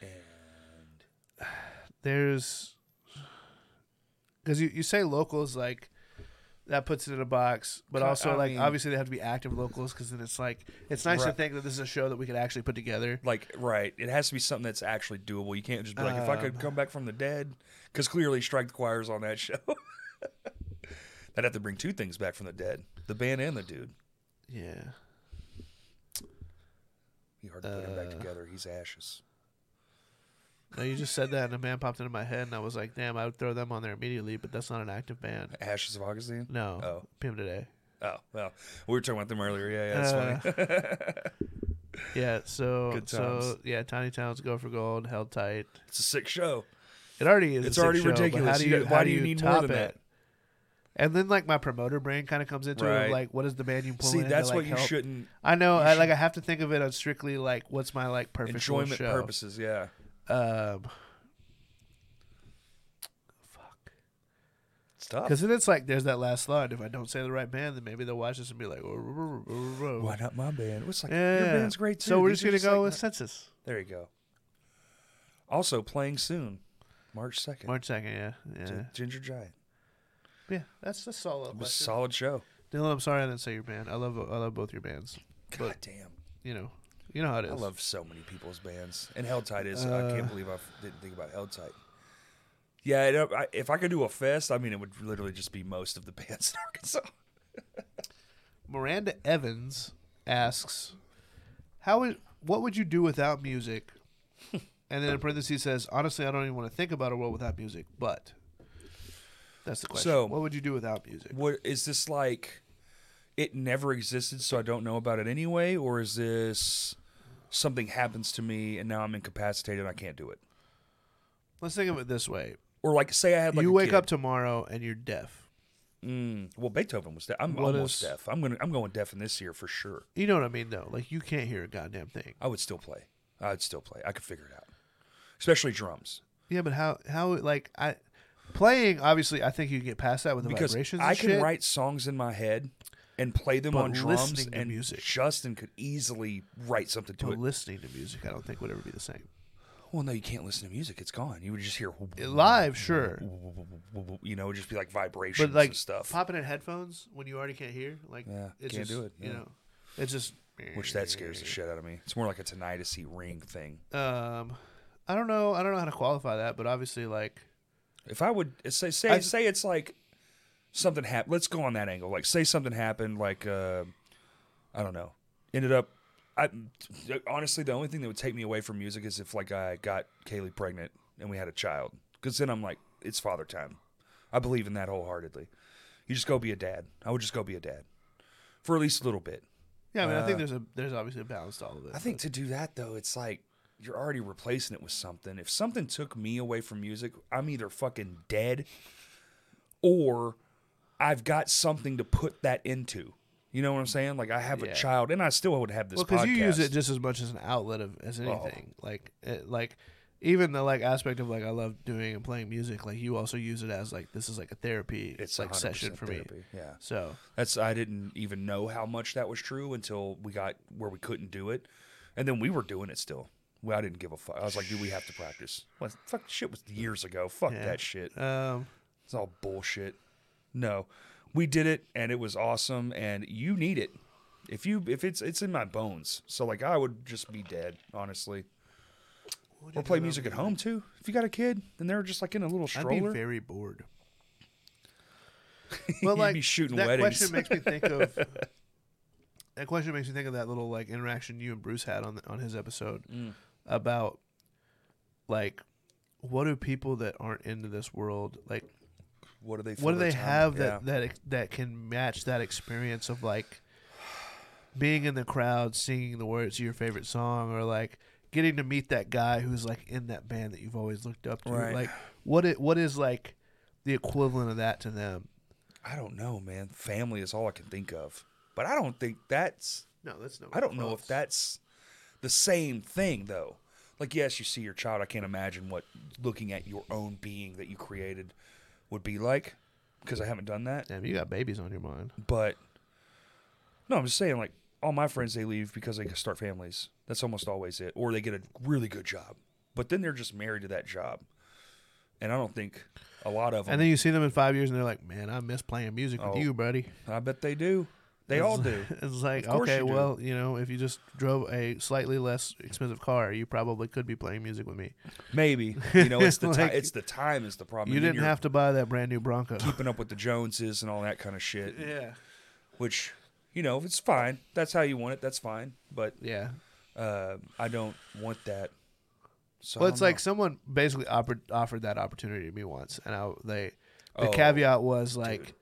Speaker 1: And
Speaker 2: there's because you, you say locals like that puts it in a box, but
Speaker 1: Ca-
Speaker 2: also
Speaker 1: I
Speaker 2: like
Speaker 1: mean-
Speaker 2: obviously they have to be active locals because then it's like it's nice to
Speaker 1: Right.
Speaker 2: think that this is a show that we could actually put together.
Speaker 1: like, right? It has to be something that's actually doable. You can't just be like, "If I could
Speaker 2: Um.
Speaker 1: come back from the dead," because clearly, strike the choir's on that show. I'd have to bring two things back from the dead: the band and the dude.
Speaker 2: Yeah,
Speaker 1: Be hard to put him
Speaker 2: Uh,
Speaker 1: back together. He's ashes.
Speaker 2: no, you just said that and a man popped into my head and I was like, damn, I would throw them on there immediately, but that's not an active band.
Speaker 1: Ashes of Augustine.
Speaker 2: No,
Speaker 1: Oh.
Speaker 2: PM today.
Speaker 1: Oh well, we were talking about them earlier. Yeah, yeah, that's
Speaker 2: Uh,
Speaker 1: funny.
Speaker 2: Yeah, so
Speaker 1: Good
Speaker 2: so
Speaker 1: times.
Speaker 2: yeah, Tiny Towns, Go for Gold, Held Tight.
Speaker 1: It's a sick show.
Speaker 2: It already is. a
Speaker 1: It's
Speaker 2: sick
Speaker 1: already
Speaker 2: show, but
Speaker 1: ridiculous.
Speaker 2: How do
Speaker 1: You
Speaker 2: you,
Speaker 1: got-
Speaker 2: how do you need
Speaker 1: more
Speaker 2: top
Speaker 1: than
Speaker 2: it?
Speaker 1: that?
Speaker 2: And then like my promoter brain kind of comes into it,
Speaker 1: Right.
Speaker 2: of, like what is the band you pull
Speaker 1: See,
Speaker 2: in to,
Speaker 1: that's
Speaker 2: like,
Speaker 1: what you
Speaker 2: help?
Speaker 1: shouldn't
Speaker 2: I know. I like I have to think of it on strictly like what's my like perfect little
Speaker 1: enjoyment
Speaker 2: show.
Speaker 1: purposes. Yeah,
Speaker 2: Um, fuck.
Speaker 1: it's tough.
Speaker 2: Because then it's like there's that last line. If I don't say the right band, then maybe they'll watch this and be like, "Why
Speaker 1: Why not my band? It's like
Speaker 2: Yeah.
Speaker 1: your band's great too.
Speaker 2: So we're
Speaker 1: These
Speaker 2: just
Speaker 1: are
Speaker 2: gonna go
Speaker 1: like-
Speaker 2: with Census.
Speaker 1: There you go. Also playing soon, March second.
Speaker 2: March second. Yeah, yeah,
Speaker 1: Ginger Giant.
Speaker 2: yeah. That's a solid.
Speaker 1: It was a
Speaker 2: question.
Speaker 1: solid show.
Speaker 2: Dylan, I'm sorry I didn't say your band. I love I love both your bands.
Speaker 1: God damn.
Speaker 2: You know, you know how it is.
Speaker 1: I love so many people's bands, and Helltide is. I can't believe I f- didn't think about Helltide. Yeah, I don't- I, if I could do a fest, I mean, it would literally just be most of the bands in Arkansas.
Speaker 2: Miranda Evans asks, "How would what would you do without music?" and then in parentheses says, "Honestly, I don't even want to think about a world without music." But that's the question.
Speaker 1: So-
Speaker 2: what would you do without music?
Speaker 1: What is this like? It never existed, so I don't know about it anyway. Or is this something happens to me and now I'm incapacitated? and I can't do it.
Speaker 2: Let's think of it this way:
Speaker 1: Or like, say I had like
Speaker 2: you
Speaker 1: a
Speaker 2: wake
Speaker 1: kid.
Speaker 2: up tomorrow and you're deaf.
Speaker 1: Mm, well, Beethoven was deaf. I'm
Speaker 2: What
Speaker 1: almost
Speaker 2: is-
Speaker 1: deaf. I'm gonna I'm going deaf in this year for sure.
Speaker 2: You know what I mean, though. Like you can't hear a goddamn thing.
Speaker 1: I would still play. I'd still play. I could figure it out, especially drums
Speaker 2: Yeah, but how how like I playing? Obviously, I think you can get past that with the
Speaker 1: because
Speaker 2: vibrations.
Speaker 1: I
Speaker 2: and
Speaker 1: can
Speaker 2: shit.
Speaker 1: write songs in my head and play them
Speaker 2: But
Speaker 1: on drums.
Speaker 2: listening to
Speaker 1: And
Speaker 2: music.
Speaker 1: Justin could easily write something to
Speaker 2: But
Speaker 1: it.
Speaker 2: listening to music, I don't think would ever be the same.
Speaker 1: Well, no, you can't listen to music. It's gone. You would just hear
Speaker 2: Live, sure,
Speaker 1: you know, it'd just be like vibrations
Speaker 2: but like
Speaker 1: and stuff.
Speaker 2: popping in headphones when you already can't hear, like
Speaker 1: Yeah,
Speaker 2: it's
Speaker 1: can't
Speaker 2: just,
Speaker 1: do it,
Speaker 2: You
Speaker 1: yeah.
Speaker 2: know, it's just
Speaker 1: which that scares the shit out of me. It's more like a tinnitus ring thing.
Speaker 2: Um, I don't know. I don't know how to qualify that, but obviously, like
Speaker 1: If I would say say
Speaker 2: I-
Speaker 1: say it's like something happened. Let's go on that angle. Like say something happened. Like uh, I don't know. Ended up. I honestly the only thing that would take me away from music is if like I got Kaylee pregnant and we had a child. Because then I'm like it's father time. I believe in that wholeheartedly. You just go be a dad. I would just go be a dad for at least a little bit.
Speaker 2: yeah, I mean, I think there's a there's obviously a balance to all of it.
Speaker 1: Uh, I think to do that though, it's like you're already replacing it with something. If something took me away from music, I'm either fucking dead or I've got something to put that into. You know what I'm saying? Like I have
Speaker 2: Yeah.
Speaker 1: a child and I still would have this
Speaker 2: well, because you use
Speaker 1: podcast.
Speaker 2: it just as much as an outlet of as anything. Like it, like even the like aspect of like I love doing and playing music, like you also use it as like this is like a therapy,
Speaker 1: It's
Speaker 2: like
Speaker 1: 100%
Speaker 2: session for me.
Speaker 1: therapy, yeah.
Speaker 2: So
Speaker 1: That's I didn't even know how much that was true until we got where we couldn't do it, and then we were doing it still. Well, I didn't give a fuck. I was like, dude, we have to practice. What fuck shit was years ago. Fuck
Speaker 2: yeah.
Speaker 1: that shit.
Speaker 2: Um,
Speaker 1: It's all bullshit. No, we did it and it was awesome. And you need it. If you if it's it's in my bones. So like I would just be dead honestly. Or play music at home too. If you got a kid and they're just like in a little
Speaker 2: I'd be
Speaker 1: stroller,
Speaker 2: very bored.
Speaker 1: You'd be shooting
Speaker 2: that
Speaker 1: weddings.
Speaker 2: question makes me think of that question makes me think of that little like interaction you and Bruce had on the, on his episode
Speaker 1: Mm.
Speaker 2: about like what do people that aren't into this world like
Speaker 1: what do they?
Speaker 2: what do
Speaker 1: fill their
Speaker 2: they
Speaker 1: time
Speaker 2: have
Speaker 1: with?
Speaker 2: that
Speaker 1: Yeah.
Speaker 2: that ex- that can match that experience of like being in the crowd singing the words to your favorite song or like getting to meet that guy who's like in that band that you've always looked up to
Speaker 1: Right.
Speaker 2: like what it what is like the equivalent of that to them
Speaker 1: I don't know, man. Family is all I can think of. But I don't think that's.
Speaker 2: no that's no
Speaker 1: I don't know if that's the same thing though. Like yes, you see your child. I can't imagine what looking at your own being that you created would be like because I haven't done that.
Speaker 2: damn you got babies on your mind
Speaker 1: But no, I'm just saying, like, all my friends, they leave because they start families. That's almost always it. Or they get a really good job. But then they're just married to that job. And I don't think a lot of them,
Speaker 2: and then you see them in five years and they're like man I miss playing music
Speaker 1: Oh.
Speaker 2: with you buddy
Speaker 1: I bet they do. They all do.
Speaker 2: it's like
Speaker 1: Of course
Speaker 2: okay
Speaker 1: you do.
Speaker 2: well you know if you just drove a slightly less expensive car you probably could be playing music with me
Speaker 1: Maybe. You know, it's the,
Speaker 2: Like-
Speaker 1: ti- it's the time is the problem.
Speaker 2: you
Speaker 1: And then
Speaker 2: didn't
Speaker 1: you're
Speaker 2: have to buy that brand new Bronco
Speaker 1: keeping up with the Joneses and all that kind of shit,
Speaker 2: yeah
Speaker 1: which, you know, it's fine. That's how you want it. That's fine. But
Speaker 2: Yeah.
Speaker 1: uh, I don't want that. So I
Speaker 2: Well, it's
Speaker 1: don't
Speaker 2: like someone basically offered offered that opportunity to me once, and I they the
Speaker 1: Oh,
Speaker 2: caveat was like,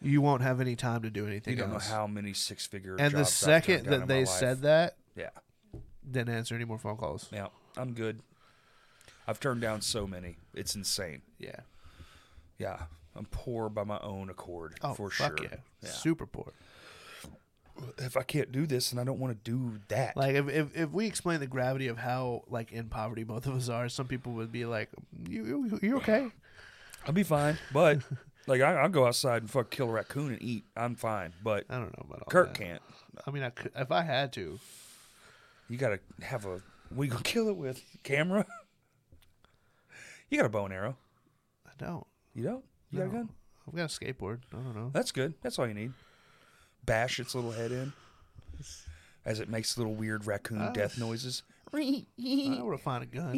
Speaker 2: you won't have any time to do
Speaker 1: know.
Speaker 2: anything
Speaker 1: you don't know
Speaker 2: else.
Speaker 1: how many six figure
Speaker 2: and the second that they said that,
Speaker 1: Yeah.
Speaker 2: didn't answer any more phone calls.
Speaker 1: Yeah, I'm good. I've turned down so many. It's insane.
Speaker 2: Yeah.
Speaker 1: Yeah. I'm poor by my own accord
Speaker 2: Oh,
Speaker 1: for
Speaker 2: fuck
Speaker 1: sure.
Speaker 2: yeah. Super poor.
Speaker 1: If I can't do this and I don't want to do that.
Speaker 2: Like if, if if we explain the gravity of how like in poverty both of us are, some people would be like, "You you, you okay?"
Speaker 1: I'll be fine. But like I, I'll go outside and fuck kill a raccoon and eat. I'm fine. But
Speaker 2: I don't know about all
Speaker 1: Kurt
Speaker 2: that.
Speaker 1: can't.
Speaker 2: I mean, I could, if I had to,
Speaker 1: You gotta have a what you gonna kill it with? Camera? you got a bow and arrow.
Speaker 2: I don't.
Speaker 1: You don't? You got a gun?
Speaker 2: I've got a skateboard. I don't know.
Speaker 1: That's good. That's all you need. Bash its little head in as it makes little weird raccoon
Speaker 2: Ah.
Speaker 1: death noises.
Speaker 2: I would find a gun.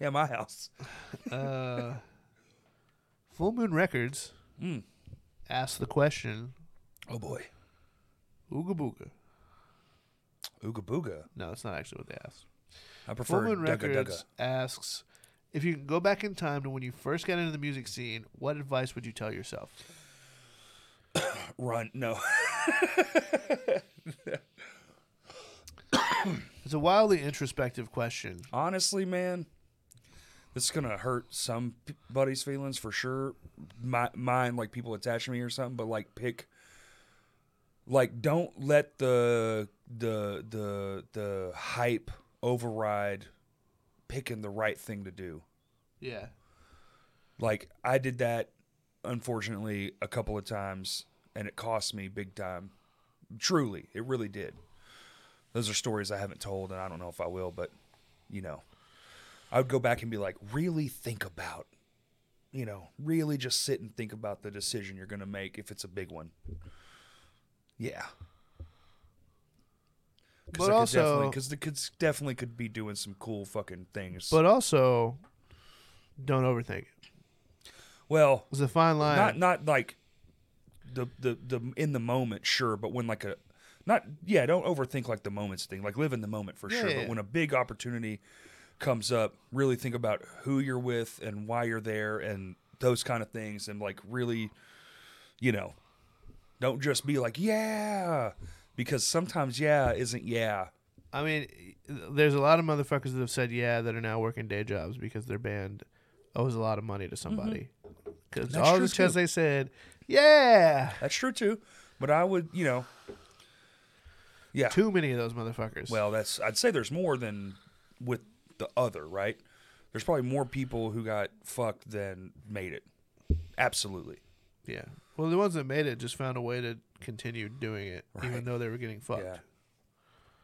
Speaker 1: Yeah, my house.
Speaker 2: uh, Full Moon Records
Speaker 1: Mm.
Speaker 2: asked the question,
Speaker 1: Oh boy.
Speaker 2: Ooga Booga.
Speaker 1: Ooga booga.
Speaker 2: No, that's not actually what they asked.
Speaker 1: I
Speaker 2: Full
Speaker 1: prefer
Speaker 2: Moon
Speaker 1: Dugga Dugga.
Speaker 2: Records asks, if you can go back in time to when you first got into the music scene, what advice would you tell yourself?
Speaker 1: Run. No.
Speaker 2: It's a wildly introspective question.
Speaker 1: Honestly, man, this is gonna hurt some p- buddies' feelings for sure. My mine, like people attaching me or something, but like pick like don't let the the the the hype override picking the right thing to do.
Speaker 2: Yeah.
Speaker 1: Like I did that unfortunately a couple of times and it cost me big time. Truly, it really did. Those are stories I haven't told and I don't know if I will, but you know. I would go back and be like, really think about you know, really just sit and think about the decision you're going to make if it's a big one. Yeah.
Speaker 2: But also-
Speaker 1: because the kids definitely could be doing some cool fucking things.
Speaker 2: But also, don't overthink it.
Speaker 1: well,
Speaker 2: It's a fine line.
Speaker 1: not not like the the the in the moment, sure, but when like a not yeah, don't overthink like the moments thing. Like live in the moment for
Speaker 2: Yeah,
Speaker 1: sure.
Speaker 2: yeah, yeah.
Speaker 1: But when a big opportunity comes up, really think about who you're with and why you're there and those kind of things and like really you know, don't just be like, yeah, because sometimes yeah isn't yeah.
Speaker 2: I mean, there's a lot of motherfuckers that have said yeah that are now working day jobs because their band owes a lot of money to somebody. Because
Speaker 1: Mm-hmm. That's
Speaker 2: all
Speaker 1: true,
Speaker 2: just because
Speaker 1: too.
Speaker 2: they said yeah,
Speaker 1: That's true too. But I would, you know, yeah.
Speaker 2: too many of those motherfuckers.
Speaker 1: Well, that's I'd say there's more than with the other, right? There's probably more people who got fucked than made it. Absolutely.
Speaker 2: Yeah. Well, the ones that made it just found a way to continue doing it, even
Speaker 1: Right.
Speaker 2: though they were getting fucked.
Speaker 1: Yeah.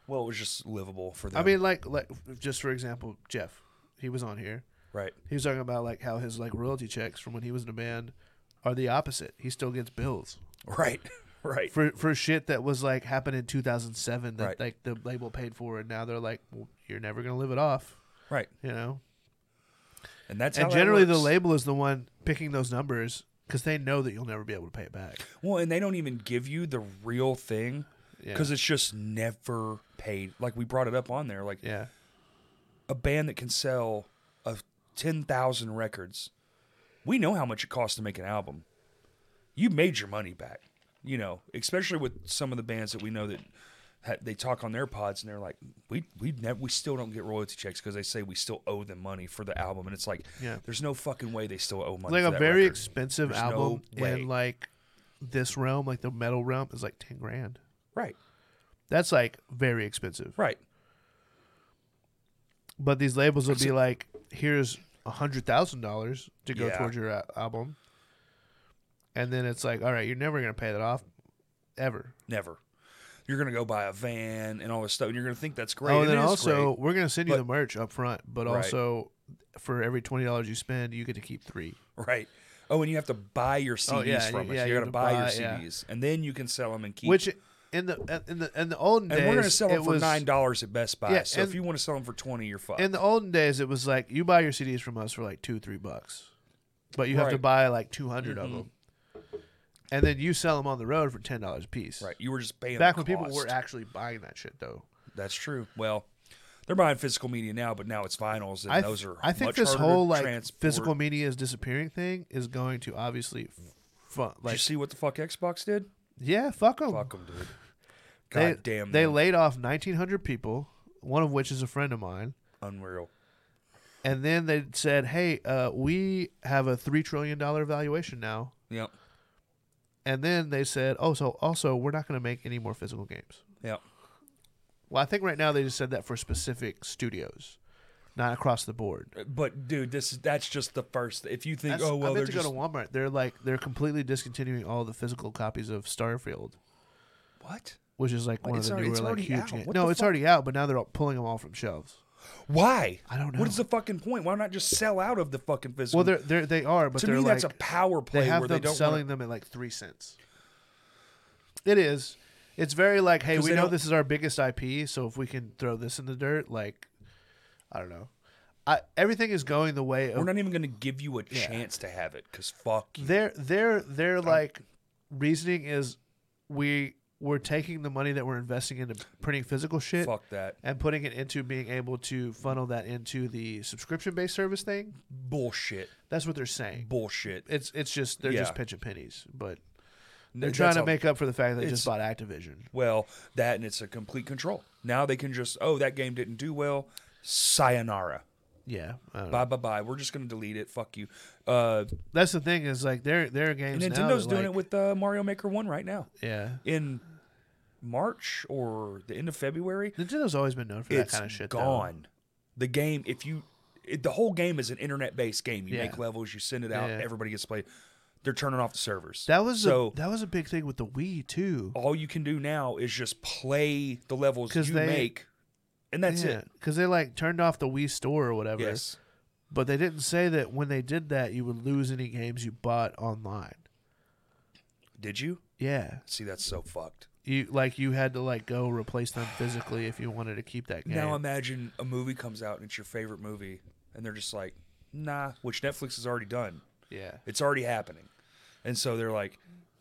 Speaker 1: Well, it was just livable for them.
Speaker 2: I mean, like, like just for example, Jeff, he was on here.
Speaker 1: right.
Speaker 2: He was talking about like how his like royalty checks from when he was in a band are the opposite. He still gets bills
Speaker 1: Right. Right.
Speaker 2: for for shit that was like happened in 2007 that
Speaker 1: Right.
Speaker 2: like the label paid for, and now they're like, well, you're never gonna live it off,
Speaker 1: Right.
Speaker 2: you know.
Speaker 1: And that's
Speaker 2: and
Speaker 1: how that
Speaker 2: generally, the
Speaker 1: works.
Speaker 2: label is the one picking those numbers because they know that you'll never be able to pay it back.
Speaker 1: Well, and they don't even give you the real thing
Speaker 2: Yeah.
Speaker 1: because it's just never paid. Like we brought it up on there. Like
Speaker 2: Yeah.
Speaker 1: a band that can sell of ten thousand records, we know how much it costs to make an album. You made your money back, you know. Especially with some of the bands that we know that ha- they talk on their pods and they're like, we we never we still don't get royalty checks because they say we still owe them money for the album, and it's like,
Speaker 2: Yeah.
Speaker 1: there's no fucking way they still owe money.
Speaker 2: like
Speaker 1: for
Speaker 2: a
Speaker 1: that
Speaker 2: very
Speaker 1: record.
Speaker 2: expensive
Speaker 1: There's no
Speaker 2: album
Speaker 1: way.
Speaker 2: in like this realm, like the metal realm, is like ten grand.
Speaker 1: right,
Speaker 2: That's like very expensive.
Speaker 1: right,
Speaker 2: But these labels will be like, here's a hundred thousand dollars to go
Speaker 1: Yeah.
Speaker 2: towards your uh, album, and then it's like, all right, you're never gonna pay that off, ever.
Speaker 1: never. You're gonna go buy a van and all this stuff, and you're gonna think that's great.
Speaker 2: oh,
Speaker 1: and
Speaker 2: and then
Speaker 1: it is
Speaker 2: also
Speaker 1: great.
Speaker 2: we're gonna send you
Speaker 1: but-
Speaker 2: the merch up front, but
Speaker 1: Right.
Speaker 2: also for every twenty dollars you spend, you get to keep three.
Speaker 1: Right. Oh, and you have to buy your CDs
Speaker 2: Oh, yeah, you-
Speaker 1: from us.
Speaker 2: yeah,
Speaker 1: you got
Speaker 2: you
Speaker 1: to
Speaker 2: have
Speaker 1: buy,
Speaker 2: to
Speaker 1: your
Speaker 2: buy- yeah.
Speaker 1: CDs, and then you can sell them and keep.
Speaker 2: Which in the in the in the olden
Speaker 1: and
Speaker 2: days,
Speaker 1: we're gonna sell
Speaker 2: it
Speaker 1: them for
Speaker 2: was-
Speaker 1: nine dollars at Best Buy.
Speaker 2: Yeah,
Speaker 1: so if
Speaker 2: and-
Speaker 1: you want to sell them for twenty, you're fucked.
Speaker 2: in the olden days it was like you buy your CDs from us for like two three bucks, but you have to
Speaker 1: Right. Mm-hmm.
Speaker 2: buy like two of them, and then you sell them on the road for ten dollars a piece.
Speaker 1: right. You were just paying.
Speaker 2: Back
Speaker 1: the
Speaker 2: when people
Speaker 1: cost.
Speaker 2: were actually buying that shit though,
Speaker 1: That's true. Well, they're buying physical media now, but now it's vinyls, and
Speaker 2: I th-
Speaker 1: those are.
Speaker 2: I think
Speaker 1: much
Speaker 2: this
Speaker 1: harder to
Speaker 2: whole like
Speaker 1: transport.
Speaker 2: physical media is disappearing thing is going to obviously, fun
Speaker 1: Did
Speaker 2: like
Speaker 1: you see what the fuck Xbox did?
Speaker 2: yeah fuck them.
Speaker 1: Fuck them, dude. God
Speaker 2: they,
Speaker 1: damn.
Speaker 2: They
Speaker 1: them.
Speaker 2: laid off nineteen hundred people, one of which is a friend of mine.
Speaker 1: unreal.
Speaker 2: And then they said, "Hey, uh, we have a three trillion dollar valuation now.
Speaker 1: Yep.
Speaker 2: And then they said, "Oh, so also we're not going to make any more physical games."
Speaker 1: Yep.
Speaker 2: Well, I think right now they just said that for specific studios, not across the board.
Speaker 1: But dude, this that's just the first. If you think,
Speaker 2: That's-
Speaker 1: oh
Speaker 2: I
Speaker 1: well, they're
Speaker 2: meant to
Speaker 1: just
Speaker 2: go to Walmart. They're like they're completely discontinuing all the physical copies of Starfield,
Speaker 1: what?
Speaker 2: which is like
Speaker 1: Wait,
Speaker 2: one of
Speaker 1: it's
Speaker 2: the
Speaker 1: already-
Speaker 2: newer
Speaker 1: it's
Speaker 2: like
Speaker 1: already
Speaker 2: huge.
Speaker 1: out.
Speaker 2: Games.
Speaker 1: What
Speaker 2: No,
Speaker 1: the
Speaker 2: it's
Speaker 1: fuck?
Speaker 2: already out, but now they're all pulling them all from shelves.
Speaker 1: Why?
Speaker 2: I don't
Speaker 1: What is
Speaker 2: know.
Speaker 1: the fucking point? Why not just sell out of the fucking physical?
Speaker 2: Well, they're, they're they are, but
Speaker 1: to
Speaker 2: they're
Speaker 1: me,
Speaker 2: like
Speaker 1: that's a power play
Speaker 2: they have
Speaker 1: where
Speaker 2: them
Speaker 1: they don't
Speaker 2: selling
Speaker 1: wanna-
Speaker 2: them at like three cents. It is. It's very like, hey,
Speaker 1: 'Cause
Speaker 2: we
Speaker 1: they
Speaker 2: know
Speaker 1: don't-
Speaker 2: this is our biggest IP, so if we can throw this in the dirt, like, I don't know. I, everything is going the way
Speaker 1: We're
Speaker 2: of
Speaker 1: not even going to give you a chance to have it because fuck you.
Speaker 2: their their their like reasoning is we we're taking the money that we're investing into printing physical shit
Speaker 1: Fuck that
Speaker 2: and putting it into being able to funnel that into the subscription based service thing.
Speaker 1: bullshit,
Speaker 2: That's what they're saying.
Speaker 1: bullshit.
Speaker 2: It's it's just they're just
Speaker 1: Yeah.
Speaker 2: pinching pennies, but
Speaker 1: They're
Speaker 2: They're trying to make up for the fact that they
Speaker 1: it's-
Speaker 2: just bought Activision.
Speaker 1: well that, and it's a complete control. Now they can just oh that game didn't do well, sayonara,
Speaker 2: Yeah, I don't know.
Speaker 1: bye bye bye. We're just going to delete it. Fuck you. Uh,
Speaker 2: that's the thing is like their their games. now
Speaker 1: Nintendo's
Speaker 2: that,
Speaker 1: doing
Speaker 2: like-
Speaker 1: it with uh, Mario Maker One right now
Speaker 2: yeah.
Speaker 1: in March or the end of February.
Speaker 2: Nintendo's always been known for
Speaker 1: It's
Speaker 2: that kind of shit. though.
Speaker 1: gone. The game, if you, it, the whole game is an internet-based game. You
Speaker 2: Yeah.
Speaker 1: make levels, you send it out,
Speaker 2: Yeah.
Speaker 1: everybody gets played. They're turning off the servers.
Speaker 2: That was
Speaker 1: so. Oh,
Speaker 2: a, that was a big thing with the Wii too.
Speaker 1: all you can do now is just play the levels
Speaker 2: 'Cause
Speaker 1: you
Speaker 2: they-
Speaker 1: make, and that's it.
Speaker 2: because they like turned off the Wii store or whatever.
Speaker 1: Yes,
Speaker 2: But they didn't say that when they did that, you would lose any games you bought online.
Speaker 1: did you
Speaker 2: Yeah,
Speaker 1: see? That's so fucked.
Speaker 2: you like you had to like go replace them physically if you wanted to keep that game.
Speaker 1: Now imagine a movie comes out and it's your favorite movie, and they're just like, nah, which Netflix has already done.
Speaker 2: yeah,
Speaker 1: It's already happening, and so they're like,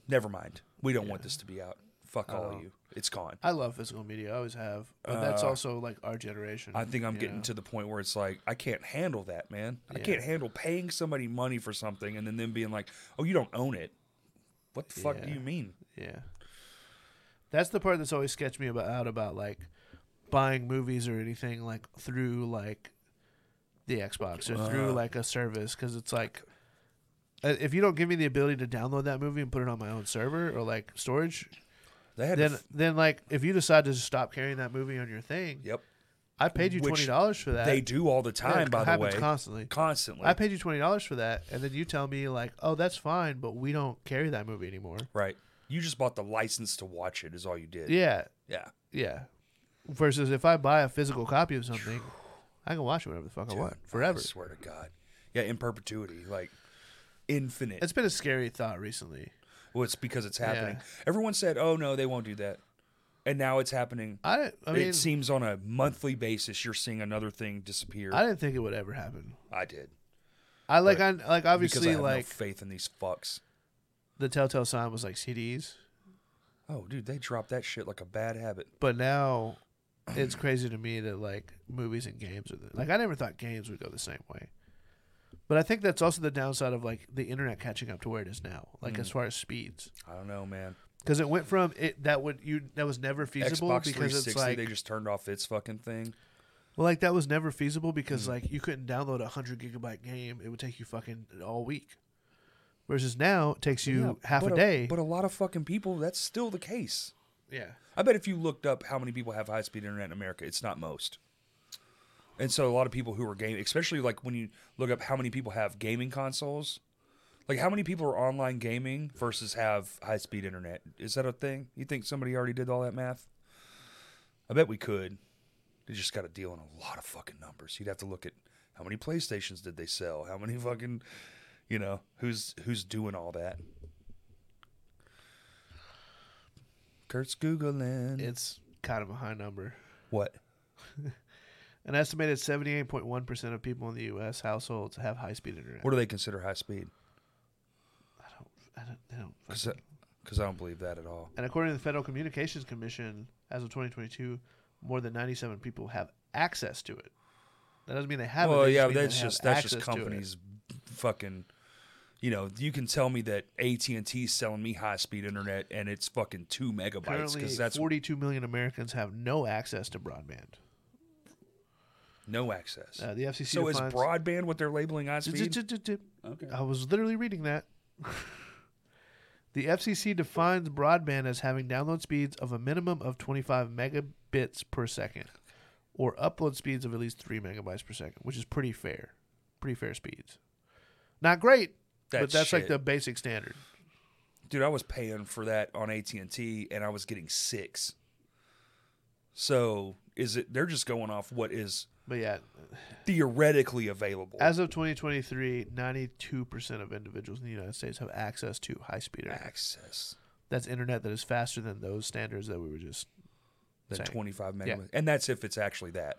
Speaker 1: never mind. We don't want this to be out. Fuck all of you. It's gone.
Speaker 2: I love physical media. I always have, but that's also like our generation.
Speaker 1: Uh, I think I'm
Speaker 2: you
Speaker 1: getting
Speaker 2: know?
Speaker 1: to the point where it's like I can't handle that, man. I can't handle paying somebody money for something and then them being like, "Oh, you don't own it." What the fuck do
Speaker 2: Yeah.
Speaker 1: you mean?
Speaker 2: Yeah. That's the part that's always sketched me about out about like buying movies or anything like through like the Xbox or
Speaker 1: Uh.
Speaker 2: through like a service because it's like uh, if you don't give me the ability to download that movie and put it on my own server or like storage,
Speaker 1: They had to
Speaker 2: then
Speaker 1: f-
Speaker 2: then like if you decide to just stop carrying that movie on your thing,
Speaker 1: yep.
Speaker 2: I paid you
Speaker 1: Which
Speaker 2: twenty dollars for that.
Speaker 1: They do all the time,
Speaker 2: it
Speaker 1: by the
Speaker 2: happens
Speaker 1: way.
Speaker 2: constantly.
Speaker 1: Constantly.
Speaker 2: I paid you twenty dollars for that, and then you tell me like, "Oh, that's fine, but we don't carry that movie anymore."
Speaker 1: right. You just bought the license to watch it, is all you did.
Speaker 2: Yeah,
Speaker 1: Yeah.
Speaker 2: yeah. Versus if I buy a physical copy of something, I can watch it whenever the fuck I want, forever.
Speaker 1: I swear to God. Yeah, in perpetuity. Like, infinite.
Speaker 2: It's been a scary thought recently.
Speaker 1: well, it's because it's happening.
Speaker 2: Yeah.
Speaker 1: Everyone said, oh, no, they won't do that. And now it's happening.
Speaker 2: I, I mean,
Speaker 1: it seems on a monthly basis you're seeing another thing disappear.
Speaker 2: I
Speaker 1: I,
Speaker 2: didn't think it would ever happen.
Speaker 1: did.
Speaker 2: I like, I like
Speaker 1: because I
Speaker 2: obviously
Speaker 1: have
Speaker 2: like
Speaker 1: no faith in these fucks.
Speaker 2: the telltale sign was like CDs,
Speaker 1: Oh, dude, they dropped that shit like a bad habit.
Speaker 2: but now it's crazy to me that like movies and games are the, like I never thought games would go the same way. But I think that's also the downside of like the internet catching up to where it is now, like
Speaker 1: Mm.
Speaker 2: as far as speeds,
Speaker 1: I don't know, man.
Speaker 2: because it went from it that would you that was never feasible
Speaker 1: Xbox
Speaker 2: because
Speaker 1: 360,
Speaker 2: it's like
Speaker 1: they just turned off its fucking thing.
Speaker 2: well like that was never feasible because
Speaker 1: Mm.
Speaker 2: like you couldn't download a hundred gigabyte game, it would take you fucking all week. Versus now, it takes you
Speaker 1: Yeah,
Speaker 2: half
Speaker 1: but
Speaker 2: a day.
Speaker 1: But a lot of fucking people, that's still the case.
Speaker 2: yeah,
Speaker 1: I bet if you looked up how many people have high speed internet in America, it's not most. And so a lot of people who are gaming, especially like when you look up how many people have gaming consoles, like how many people are online gaming versus have high speed internet? Is that a thing? You think somebody already did all that math? I bet we could. You just got to deal in a lot of fucking numbers. You'd have to look at how many PlayStations did they sell? How many fucking, you know, who's who's doing all that? Kurt's googling.
Speaker 2: it's kind of a high number.
Speaker 1: What?
Speaker 2: An estimated 78.1% of people in the U.S. households have high-speed internet.
Speaker 1: What do they consider high speed?
Speaker 2: I don't, I don't, they don't
Speaker 1: Because
Speaker 2: fucking-
Speaker 1: I don't believe that at all.
Speaker 2: and according to the Federal Communications Commission, as of 2022, more than 97 people have access to it. That doesn't mean they have it.
Speaker 1: Well,
Speaker 2: it
Speaker 1: yeah,
Speaker 2: means they
Speaker 1: that's
Speaker 2: have
Speaker 1: just that's just
Speaker 2: access to it.
Speaker 1: companies fucking. You know, you can tell me that AT and T's selling me high speed internet and it's fucking two megabytes
Speaker 2: Currently,
Speaker 1: because that's
Speaker 2: 42 million Americans have no access to broadband.
Speaker 1: no access.
Speaker 2: Uh, the FCC
Speaker 1: so is
Speaker 2: defines-
Speaker 1: broadband what they're labeling high speed?
Speaker 3: Okay.
Speaker 2: I was literally reading that. the FCC defines broadband as having download speeds of a minimum of 25 megabits per second or upload speeds of at least 3 megabytes per second, which is pretty fair. Pretty fair speeds. Not great, but
Speaker 1: That's
Speaker 2: that's like
Speaker 1: shit.
Speaker 2: the basic standard.
Speaker 1: Dude, I was paying for that on AT and T and I was getting six. So is it? They're just going off what is
Speaker 2: But yeah,
Speaker 1: theoretically available.
Speaker 2: as of 2023, 92% of individuals in the United States have access to high speed internet.
Speaker 1: access.
Speaker 2: That's internet that is faster than those standards that we were just.
Speaker 1: than
Speaker 2: Saying.
Speaker 1: 25 megabits.
Speaker 2: Yeah.
Speaker 1: And that's if it's actually that.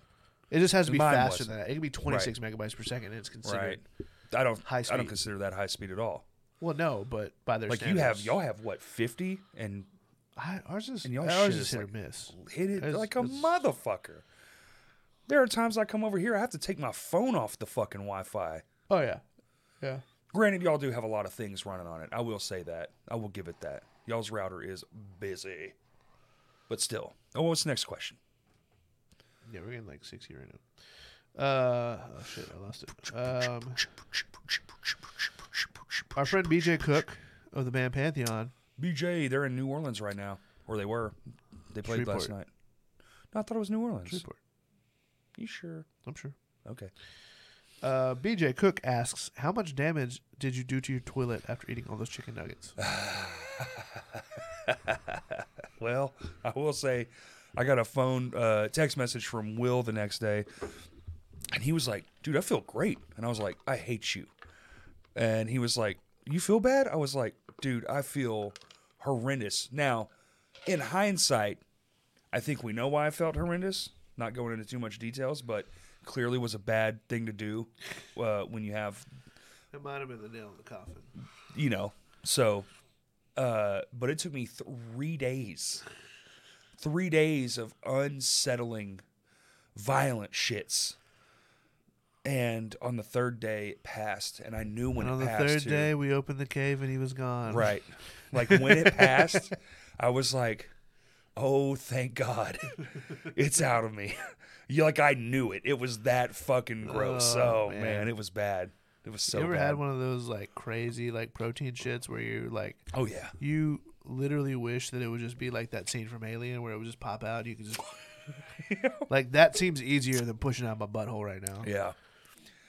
Speaker 2: It just has to be
Speaker 1: Mine
Speaker 2: faster
Speaker 1: wasn't.
Speaker 2: than that. It can be 26 megabytes per second. And it's considered
Speaker 1: Right. I don't
Speaker 2: High
Speaker 1: I don't
Speaker 2: speed.
Speaker 1: consider that high speed at all.
Speaker 2: Well, no, but by their
Speaker 1: Like you have
Speaker 2: standards.
Speaker 1: y'all have what 50 and
Speaker 2: I, ours is
Speaker 1: and y'all
Speaker 2: ours
Speaker 1: shit
Speaker 2: is
Speaker 1: is
Speaker 2: hit
Speaker 1: like-
Speaker 2: or miss.
Speaker 1: hit it
Speaker 2: It's-
Speaker 1: like a
Speaker 2: it's-
Speaker 1: motherfucker. There are times I come over here I have to take my phone off the fucking Wi-Fi.
Speaker 2: Oh yeah, yeah.
Speaker 1: Granted y'all do have a lot of things running on it. I will say that. I will give it that. Y'all's router is busy. But still. Oh, what's the next question?
Speaker 2: Yeah, we're getting like sixty right now. Uh, oh shit, I lost it. Um, our friend BJ Cook of the band Pantheon.
Speaker 1: BJ, they're in New Orleans right now. Or they were. They played last
Speaker 2: Shreveport.
Speaker 1: night. No, I thought it was New Orleans.
Speaker 2: Shreveport,
Speaker 1: You sure?
Speaker 2: I'm sure.
Speaker 1: Okay.
Speaker 2: Uh, BJ Cook asks, "How much damage did you do to your toilet after eating all those chicken nuggets?"
Speaker 1: Well, I will say, I got a phone uh, text message from Will the next day, and he was like, "Dude, I feel great," and I was like, "I hate you," and he was like, "You feel bad?" I was like, "Dude, I feel horrendous." Now, in hindsight, I think we know why I felt horrendous. Not going into too much details, but clearly was a bad thing to do uh, when you have
Speaker 2: It might have been the nail in the coffin.
Speaker 1: you know so uh but it took me three days three days of unsettling violent shits and on the third day it passed and i knew when
Speaker 2: And on
Speaker 1: it
Speaker 2: the
Speaker 1: passed
Speaker 2: third
Speaker 1: too.
Speaker 2: day, we opened the cave and he was gone.
Speaker 1: right like when it passed i was like oh thank god it's out of me you like i knew it it was that fucking gross
Speaker 2: Oh,
Speaker 1: oh,
Speaker 2: man.
Speaker 1: man. it was bad it was so
Speaker 2: you ever
Speaker 1: bad
Speaker 2: had one of those like crazy like protein shits where you're like
Speaker 1: oh yeah
Speaker 2: you literally wish that it would just be like that scene from Alien where it would just pop out. You could just Like that seems easier than pushing out my butthole right now.
Speaker 1: Yeah.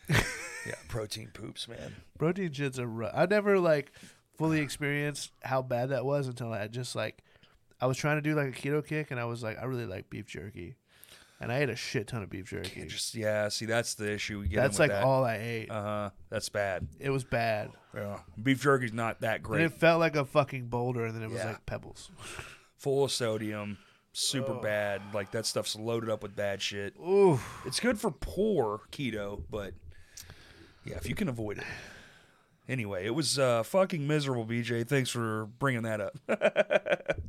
Speaker 1: yeah, protein poops, man.
Speaker 2: Protein shit's a rough. I never like fully experienced how bad that was until I just like I was trying to do like a keto kick and I was like I really like beef jerky, and I ate a shit ton of beef jerky.
Speaker 1: You just yeah, see that's the issue we get.
Speaker 2: That's like all I ate.
Speaker 1: Uh huh. That's bad.
Speaker 2: It was bad.
Speaker 1: Yeah. Beef jerky's not that
Speaker 2: And
Speaker 1: great.
Speaker 2: it felt like a fucking boulder, and then it was
Speaker 1: Yeah.
Speaker 2: like pebbles.
Speaker 1: Full of sodium, super bad. Like that stuff's loaded up with bad shit.
Speaker 2: Ooh,
Speaker 1: It's good for poor keto, but yeah, if you can avoid it. Anyway, it was uh, fucking miserable, BJ. Thanks for bringing that up.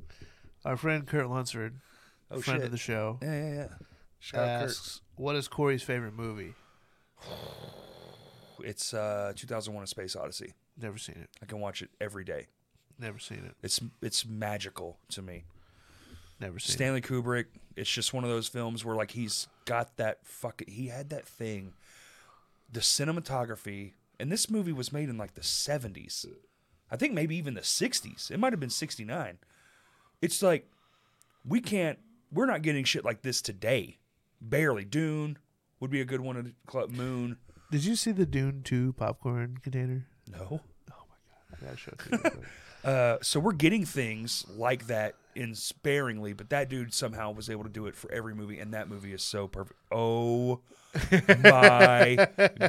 Speaker 2: our friend Kurt Lunsford,
Speaker 1: Oh,
Speaker 2: friend
Speaker 1: shit.
Speaker 2: of the show,
Speaker 1: yeah, yeah, yeah. Shout out Kurt.
Speaker 2: asks, "What is Corey's favorite movie?"
Speaker 1: It's uh, 2001: A Space Odyssey.
Speaker 2: Never seen it.
Speaker 1: I can watch it every day.
Speaker 2: Never seen it.
Speaker 1: It's it's magical to me.
Speaker 2: Never seen it.
Speaker 1: Stanley Kubrick. It's just one of those films where like he's got that fucking. He had that thing. The cinematography, and this movie was made in like the seventies. I think maybe even the sixties. It might have been sixty nine. It's like we can't. We're not getting shit like this today. Barely. Dune would be a good one. to club Moon.
Speaker 2: Did you see the Dune Two popcorn container?
Speaker 1: No.
Speaker 2: Oh my god, I gotta show it to you. real quick.
Speaker 1: Uh, so we're getting things like that in sparingly, but that dude somehow was able to do it for every movie, and that movie is so perfect. Oh my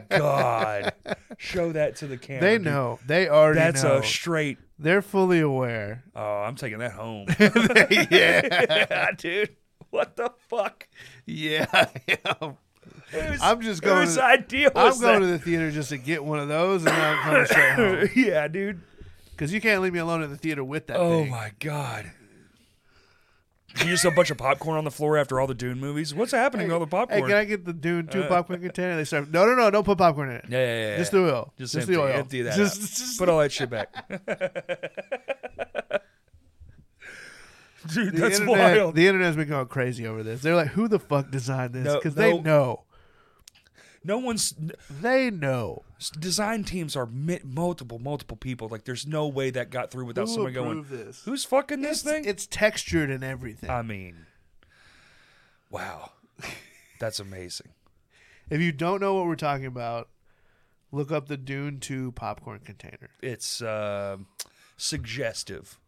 Speaker 1: god! Show that to the camera.
Speaker 2: They
Speaker 1: dude.
Speaker 2: know. They already
Speaker 1: That's
Speaker 2: know.
Speaker 1: a straight.
Speaker 2: They're fully aware.
Speaker 1: Oh, I'm taking that home.
Speaker 2: yeah.
Speaker 1: yeah, dude. What the fuck?
Speaker 2: Yeah. I am.
Speaker 1: Whose-
Speaker 2: I'm just going
Speaker 1: Whose
Speaker 2: to-
Speaker 1: idea
Speaker 2: I'm
Speaker 1: was
Speaker 2: going to the theater just to get one of those and then I'm coming straight home.
Speaker 1: that? yeah, dude.
Speaker 2: Because you can't leave me alone in the theater with that
Speaker 1: Oh
Speaker 2: thing.
Speaker 1: my god. You just a bunch of popcorn on the floor after all the Dune movies. What's happening to all the
Speaker 2: Hey,
Speaker 1: popcorn? Uh.
Speaker 2: can I get the Dune 2 popcorn container? They start, no, no, no, don't put popcorn in it.
Speaker 1: Yeah, yeah, yeah.
Speaker 2: Just
Speaker 1: yeah.
Speaker 2: the oil.
Speaker 1: Just,
Speaker 2: Just,
Speaker 1: empty,
Speaker 2: the oil.
Speaker 1: empty that
Speaker 2: Just,
Speaker 1: out.
Speaker 2: just-
Speaker 1: Put all that shit back. Dude,
Speaker 2: the
Speaker 1: that's
Speaker 2: internet,
Speaker 1: wild.
Speaker 2: The internet's been going crazy over this. They're like, who the fuck designed this?
Speaker 1: No,
Speaker 2: Because
Speaker 1: no.
Speaker 2: they know.
Speaker 1: No one's n-
Speaker 2: They know.
Speaker 1: s- design teams are mi- multiple, multiple people. Like, there's no way that got through without
Speaker 2: Who
Speaker 1: someone going,
Speaker 2: approved this?
Speaker 1: "Who's fucking this
Speaker 2: It's,
Speaker 1: thing?" Uh,
Speaker 2: it's textured and everything.
Speaker 1: I mean, wow, that's amazing.
Speaker 2: If you don't know what we're talking about, look up the Dune 2 popcorn container.
Speaker 1: It's um suggestive.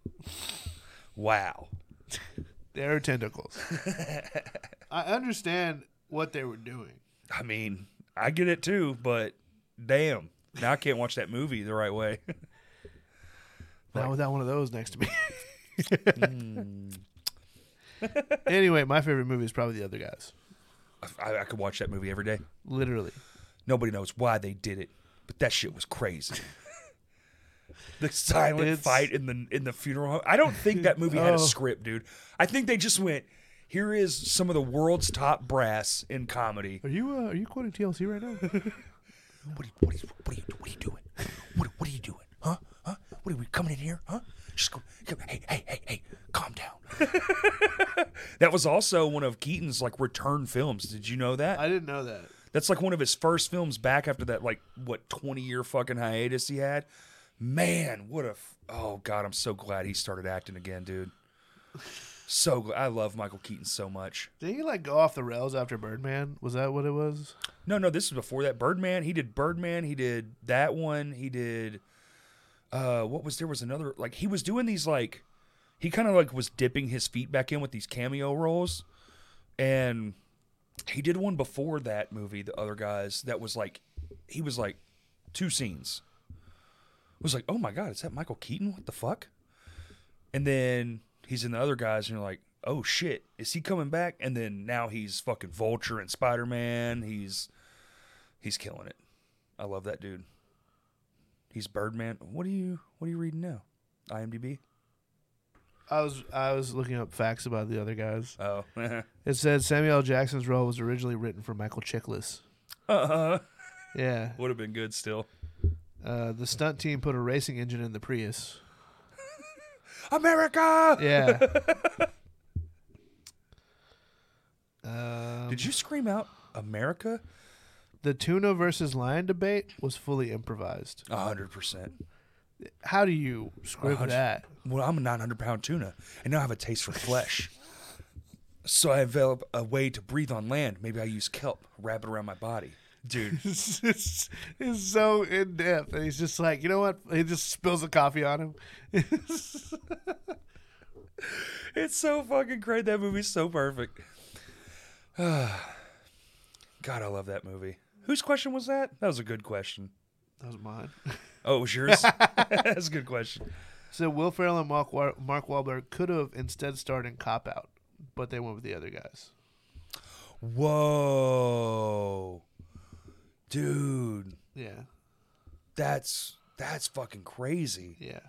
Speaker 1: Wow.
Speaker 2: There are tentacles. I understand what they were doing.
Speaker 1: I mean, I get it too, but damn, now I can't watch that movie the right way.
Speaker 2: Not without one of those next to me.
Speaker 1: Hmm.
Speaker 2: anyway, my favorite movie is probably The Other Guys.
Speaker 1: I, I could watch that movie every day.
Speaker 2: Literally.
Speaker 1: Nobody knows why they did it, but that shit was crazy. the silent
Speaker 2: It's-
Speaker 1: fight in the in the funeral home. I don't think that movie had
Speaker 2: Oh.
Speaker 1: a script, dude. I think they just went. Here is some of the world's top brass in comedy.
Speaker 2: Are you uh, are you quoting TLC right now?
Speaker 1: What are you, what are you, what are you, what are you doing? What, what are you doing? Huh? Huh? What are we coming in here? Huh? Just go. Come, hey, hey, hey, hey! Calm down. that was also one of Keaton's like return films. Did you know that?
Speaker 2: I didn't know that.
Speaker 1: That's like one of his first films back after that, like what twenty year fucking hiatus he had. Man, what a f- oh god! I'm so glad he started acting again, dude. So glad. I love Michael Keaton so much.
Speaker 2: Did he like go off the rails after Birdman? Was that what it was?
Speaker 1: No, no, this is before that. Birdman. He did Birdman. He did that one. He did. Uh, what was there was another like he was doing these like, he kind of like was dipping his feet back in with these cameo roles, and he did one before that movie. The other guys that was like, he was like, two scenes. It was like, oh my god, is that Michael Keaton? What the fuck? And then he's in the other guys, and you're like, oh shit, is he coming back? And then now he's fucking Vulture and Spider Man. He's he's killing it. I love that dude. He's Birdman. What are you What are you reading now? IMDb.
Speaker 2: I was I was looking up facts about the other guys.
Speaker 1: Oh,
Speaker 2: It said Samuel L. Jackson's role was originally written for Michael Chiklis.
Speaker 1: uh,
Speaker 2: Yeah.
Speaker 1: would have been good still.
Speaker 2: Uh, the stunt team put a racing engine in the Prius.
Speaker 1: America.
Speaker 2: Yeah. um,
Speaker 1: Did you scream out America?
Speaker 2: the tuna versus lion debate was fully improvised.
Speaker 1: A hundred percent.
Speaker 2: Oh, How do you script
Speaker 1: hundred-
Speaker 2: that?
Speaker 1: Well, I'm a 900 pound tuna, and now I have a taste for flesh. So I develop a way to breathe on land. Maybe I use kelp, wrap it around my body. Dude,
Speaker 2: It's, it's, it's so in depth, and he's just like, you know what? He just spills the coffee on him.
Speaker 1: it's so fucking great. That movie's so perfect. God, I love that movie. Whose question was that? That was a good question.
Speaker 2: that was mine.
Speaker 1: Oh, it was yours? That's a good question.
Speaker 2: So Will Ferrell and Mark Wa- Mark Wahlberg could have instead starred in Cop Out, but they went with the other guys.
Speaker 1: Whoa. Dude,
Speaker 2: Yeah,
Speaker 1: that's that's fucking crazy.
Speaker 2: yeah.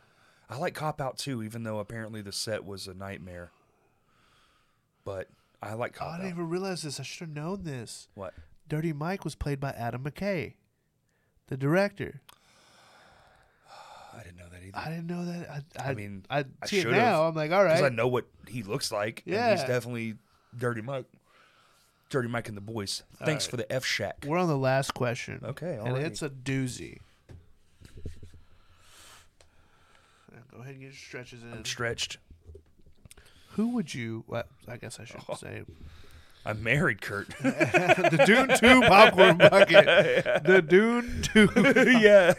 Speaker 1: I like Cop Out too, even though apparently the set was a nightmare. But I like
Speaker 2: Oh, I
Speaker 1: Cop
Speaker 2: didn't
Speaker 1: Out.
Speaker 2: even realize this. I should have known this.
Speaker 1: What?
Speaker 2: Dirty Mike was played by Adam McKay, the director.
Speaker 1: I didn't know that either.
Speaker 2: I didn't know that. I, I,
Speaker 1: I mean,
Speaker 2: I
Speaker 1: I
Speaker 2: see it
Speaker 1: should've,
Speaker 2: now. I'm like, all
Speaker 1: because
Speaker 2: right.
Speaker 1: I know what he looks like. and
Speaker 2: Yeah.
Speaker 1: he's definitely Dirty Mike. Dirty Mike and the Boys. Thanks for the F Shack.
Speaker 2: We're on the last question.
Speaker 1: Okay,
Speaker 2: and
Speaker 1: alrighty.
Speaker 2: it's a doozy. Now Go ahead and get your stretches in.
Speaker 1: I'm stretched.
Speaker 2: Who would you? Well, I guess I should say
Speaker 1: I'm married, Kurt.
Speaker 2: the Dune Two popcorn bucket. The Dune Two.
Speaker 1: yeah.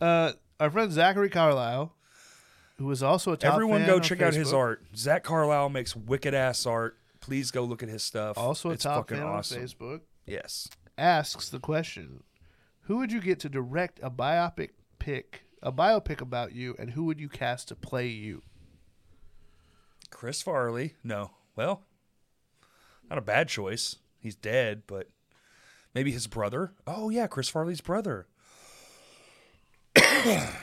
Speaker 2: Uh, our friend Zachary Carlisle, who is also a top
Speaker 1: Everyone
Speaker 2: fan
Speaker 1: go
Speaker 2: on
Speaker 1: check out his
Speaker 2: Facebook,
Speaker 1: art. Zach Carlisle makes wicked ass art. Please go look at his stuff.
Speaker 2: Also a
Speaker 1: it's
Speaker 2: top
Speaker 1: fucking
Speaker 2: fan
Speaker 1: awesome.
Speaker 2: on Facebook.
Speaker 1: Yes.
Speaker 2: asks the question, "Who would you get to direct a biopic pick, a biopic about you, and who would you cast to play you?"
Speaker 1: Chris Farley. No. Well, not a bad choice. He's dead, but maybe his brother. Oh yeah, Chris Farley's brother. I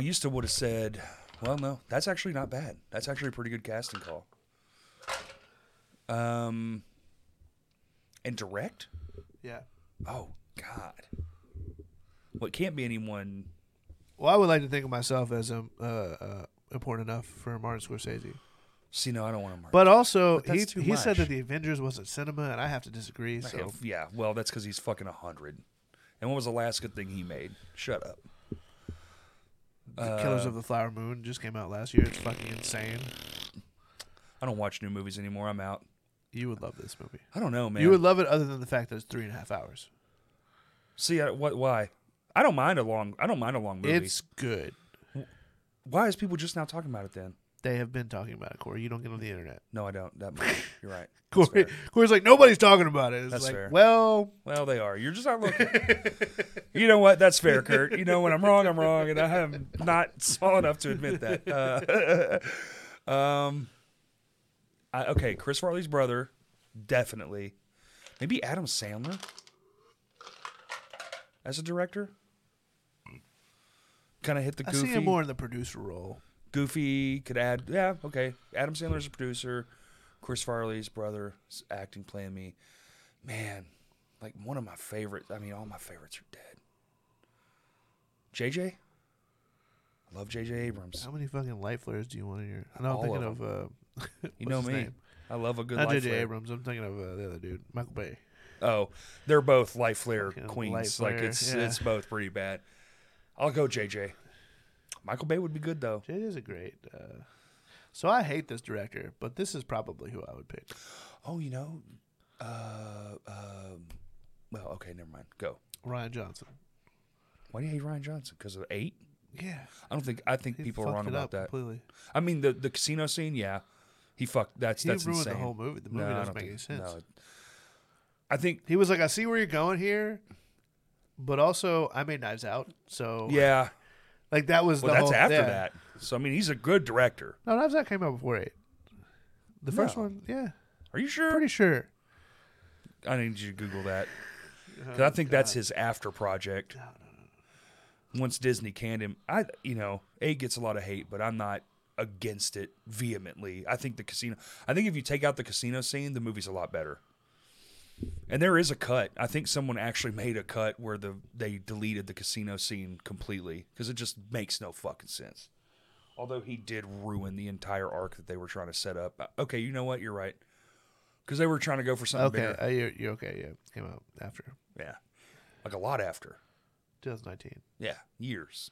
Speaker 1: used to would have said, well, no, that's actually not bad. That's actually a pretty good casting call. Um, and direct.
Speaker 2: Yeah.
Speaker 1: Oh God. Well, it can't be anyone.
Speaker 2: Well, I would like to think of myself as um, uh, uh, important enough for Martin Scorsese.
Speaker 1: See, no, I don't want to.
Speaker 2: But also,
Speaker 1: But that's
Speaker 2: he,
Speaker 1: too
Speaker 2: he said
Speaker 1: much.
Speaker 2: that the Avengers wasn't cinema, and I have to disagree. So
Speaker 1: Yeah, f- yeah, well, that's because he's fucking a hundred. And what was the last good thing he made? Shut up.
Speaker 2: the
Speaker 1: Uh,
Speaker 2: Killers of the Flower Moon just came out last year. It's fucking insane.
Speaker 1: I don't watch new movies anymore. I'm out.
Speaker 2: You would love this movie.
Speaker 1: I don't know, man.
Speaker 2: You would love it, other than the fact that it's three and a half hours.
Speaker 1: See I, what? Why? I don't mind a long. I don't mind a long movie.
Speaker 2: It's good.
Speaker 1: why is people just now talking about it then?
Speaker 2: They have been talking about it, Corey. You don't get on the internet.
Speaker 1: No, I don't. That much. You're right. That's
Speaker 2: Corey,
Speaker 1: fair.
Speaker 2: Corey's like nobody's talking about it. It's
Speaker 1: That's
Speaker 2: like,
Speaker 1: fair.
Speaker 2: well,
Speaker 1: Well, they are. You're just not looking. you know what? That's fair, Kurt. You know when I'm wrong, I'm wrong, and I am not small enough to admit that. Uh, um, I, okay, Chris Farley's brother, definitely. Maybe Adam Sandler as a director. Kind of hit the
Speaker 2: I
Speaker 1: goofy.
Speaker 2: see him more in the producer role.
Speaker 1: Goofy could add, yeah, okay. Adam Sandler's a producer, Chris Farley's brother is acting, playing me. Man, like one of my favorites. I mean, all my favorites are dead. JJ, I love JJ Abrams.
Speaker 2: How many fucking light flares do you want in your? I know I'm
Speaker 1: All
Speaker 2: thinking
Speaker 1: of
Speaker 2: of, uh,
Speaker 1: You
Speaker 2: what's
Speaker 1: know
Speaker 2: his
Speaker 1: me.
Speaker 2: name?
Speaker 1: I love a good
Speaker 2: Not
Speaker 1: life
Speaker 2: J.J.
Speaker 1: flare.
Speaker 2: Abrams. I'm thinking of uh, the other dude, Michael Bay.
Speaker 1: Oh, they're both life flare
Speaker 2: Fucking
Speaker 1: queens.
Speaker 2: light
Speaker 1: like
Speaker 2: flare,
Speaker 1: it's
Speaker 2: yeah.
Speaker 1: it's both pretty bad. I'll go JJ. Michael Bay would be good though.
Speaker 2: J.J.'s a great. Uh, so I hate this director, but this is probably who I would pick.
Speaker 1: Oh, you know, uh, um, well, okay, never mind. Go.
Speaker 2: Ryan Johnson.
Speaker 1: Why do you hate Ryan Johnson? Because of eight?
Speaker 2: Yeah,
Speaker 1: I don't think I think
Speaker 2: he
Speaker 1: people are
Speaker 2: fucked
Speaker 1: wrong
Speaker 2: it
Speaker 1: about
Speaker 2: up
Speaker 1: that.
Speaker 2: completely.
Speaker 1: I mean the the casino scene, yeah. He fucked that's
Speaker 2: He
Speaker 1: that's
Speaker 2: ruined
Speaker 1: insane.
Speaker 2: the whole movie. The
Speaker 1: No,
Speaker 2: movie
Speaker 1: I
Speaker 2: doesn't
Speaker 1: don't
Speaker 2: make any
Speaker 1: think-
Speaker 2: sense.
Speaker 1: no. I think
Speaker 2: He was like, I see where you're going here, but also I made Knives Out, so
Speaker 1: yeah.
Speaker 2: like that was
Speaker 1: Well
Speaker 2: the
Speaker 1: that's
Speaker 2: whole-
Speaker 1: after
Speaker 2: yeah.
Speaker 1: that. So I mean he's a good director.
Speaker 2: No, Knives Out came out before eight. The first
Speaker 1: No.
Speaker 2: one, yeah,
Speaker 1: Are you sure?
Speaker 2: pretty sure.
Speaker 1: I need you to Google that. 'Cause I think that's his after project. Once Disney canned him, I you know A gets a lot of hate, but I'm not against it vehemently. I think the casino. I think if you take out the casino scene, the movie's a lot better. And there is a cut. I think someone actually made a cut where the they deleted the casino scene completely because it just makes no fucking sense. Although he did ruin the entire arc that they were trying to set up. Uh, Okay, you know what? You're right. Because they were trying to go for something
Speaker 2: Okay,
Speaker 1: bigger.
Speaker 2: uh, you're, you're okay. Yeah, came out after
Speaker 1: Yeah. Like a lot after.
Speaker 2: 2019.
Speaker 1: Yeah. Years.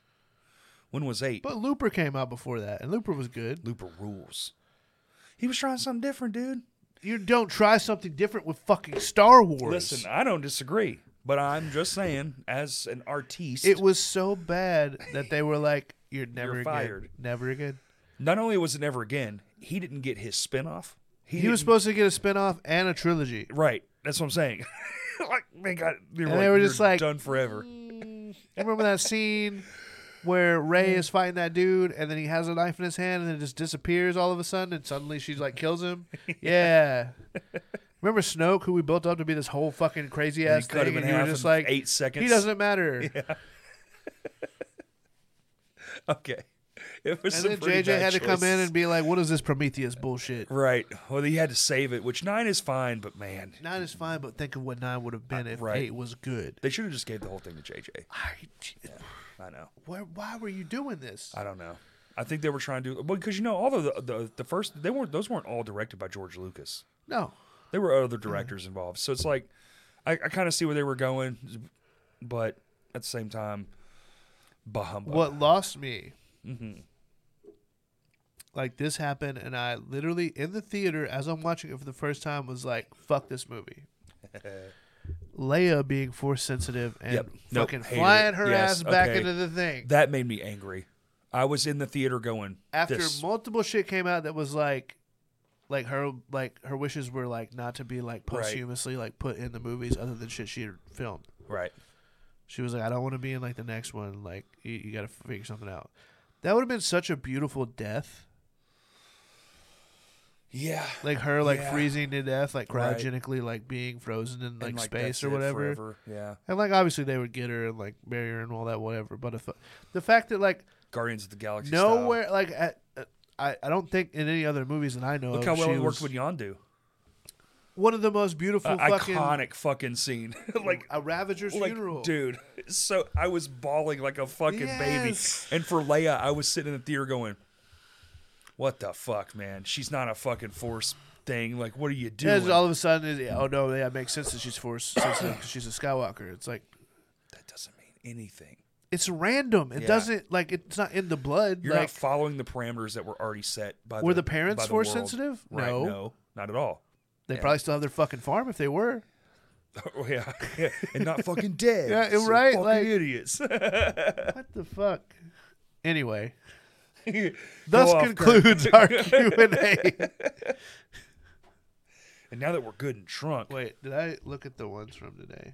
Speaker 1: When was eight?
Speaker 2: But Looper came out before that, and Looper was good.
Speaker 1: Looper rules. He was trying something different, dude.
Speaker 2: You don't try something different with fucking Star Wars.
Speaker 1: Listen, I don't disagree, but I'm just saying, as an artiste,
Speaker 2: it was so bad that they were like, "You're never again.
Speaker 1: fired.
Speaker 2: Never again."
Speaker 1: not only was it never again, he didn't get his spinoff.
Speaker 2: He was
Speaker 1: didn't-
Speaker 2: supposed to get a spinoff and a trilogy.
Speaker 1: right. That's what I'm saying. like they got, they were,
Speaker 2: And they were
Speaker 1: "You're
Speaker 2: just like,
Speaker 1: done forever. Mm.
Speaker 2: Remember that scene where Ray is fighting that dude, and then he has a knife in his hand, and it just disappears all of a sudden, and suddenly she like kills him. Yeah. Remember Snoke, who we built up to be this whole fucking crazy
Speaker 1: And
Speaker 2: ass
Speaker 1: he cut
Speaker 2: thing,
Speaker 1: him in
Speaker 2: and you were
Speaker 1: half
Speaker 2: just
Speaker 1: in
Speaker 2: like,
Speaker 1: eight seconds.
Speaker 2: he doesn't matter.
Speaker 1: Okay. It was
Speaker 2: And
Speaker 1: some
Speaker 2: then
Speaker 1: pretty
Speaker 2: JJ
Speaker 1: bad
Speaker 2: had to come in
Speaker 1: choices.
Speaker 2: and be like, "What is this Prometheus bullshit?"
Speaker 1: Right. Well, he had to save it, which nine is fine, but man,
Speaker 2: Nine is fine, but think of what nine would have been if
Speaker 1: Uh, right.
Speaker 2: eight was good.
Speaker 1: they should have just gave the whole thing to JJ.
Speaker 2: I,
Speaker 1: I know.
Speaker 2: where, why were you doing this?
Speaker 1: I don't know. I think they were trying to because you know all the, the the first they weren't those weren't all directed by George Lucas.
Speaker 2: No,
Speaker 1: There were other
Speaker 2: Mm-hmm.
Speaker 1: directors involved, so it's like I, I kind of see where they were going, but at the same time, bah humbug.
Speaker 2: what lost me
Speaker 1: Mm-hmm.
Speaker 2: like this happened and i literally in the theater as i'm watching it for the first time was like fuck this movie leia being force sensitive and
Speaker 1: Yep. Nope.
Speaker 2: fucking
Speaker 1: Hated it.
Speaker 2: flying her
Speaker 1: Yes.
Speaker 2: ass back
Speaker 1: Okay.
Speaker 2: into the thing
Speaker 1: That made me angry. I was in the theater going
Speaker 2: after
Speaker 1: this-
Speaker 2: multiple shit came out that was like like her like her wishes were like not to be like
Speaker 1: Right.
Speaker 2: posthumously like put in the movies other than shit she had filmed
Speaker 1: right.
Speaker 2: She was like, I don't want to be in like the next one. Like, you, you got to figure something out. That would have been such a beautiful death.
Speaker 1: Yeah.
Speaker 2: Like her, like
Speaker 1: Yeah.
Speaker 2: freezing to death, like
Speaker 1: Right.
Speaker 2: cryogenically, like being frozen in like,
Speaker 1: And,
Speaker 2: space
Speaker 1: that's
Speaker 2: or
Speaker 1: it
Speaker 2: whatever.
Speaker 1: forever. Yeah.
Speaker 2: And like obviously they would get her and like bury her and all that whatever. But if uh, the fact that like
Speaker 1: Guardians of the Galaxy. style.
Speaker 2: nowhere, like at, at- I, I don't think in any other movies that I know
Speaker 1: Look
Speaker 2: of,
Speaker 1: how well
Speaker 2: Oh, she
Speaker 1: it worked
Speaker 2: was
Speaker 1: with Yondu.
Speaker 2: one of the most beautiful
Speaker 1: Uh,
Speaker 2: fucking
Speaker 1: iconic fucking scene. like
Speaker 2: a Ravager's
Speaker 1: like,
Speaker 2: funeral.
Speaker 1: dude. So I was bawling like a fucking
Speaker 2: Yes.
Speaker 1: baby. And for Leia, I was sitting in the theater going, "What the fuck, man? She's not a fucking force thing. Like, what are you
Speaker 2: Yeah,
Speaker 1: doing?"
Speaker 2: it's all of a sudden, it's, oh no, yeah, it makes sense that she's force sensitive because she's a Skywalker. It's like
Speaker 1: that doesn't mean anything.
Speaker 2: it's random. It
Speaker 1: Yeah.
Speaker 2: doesn't like it's not in the blood.
Speaker 1: You're
Speaker 2: like
Speaker 1: not following the parameters that were already set by.
Speaker 2: Were
Speaker 1: the,
Speaker 2: the parents
Speaker 1: by the
Speaker 2: force
Speaker 1: world.
Speaker 2: sensitive?
Speaker 1: Right,
Speaker 2: No.
Speaker 1: no, not at all.
Speaker 2: they
Speaker 1: yeah.
Speaker 2: probably still have their fucking farm if they were.
Speaker 1: oh, yeah, and not fucking dead.
Speaker 2: Yeah,
Speaker 1: So
Speaker 2: right,
Speaker 1: Fucking
Speaker 2: like-
Speaker 1: idiots.
Speaker 2: What the fuck? Anyway,
Speaker 1: Go
Speaker 2: thus
Speaker 1: off, Kurt.
Speaker 2: concludes our Q and A.
Speaker 1: And now that we're good and drunk,
Speaker 2: Wait, did I look at the ones from today?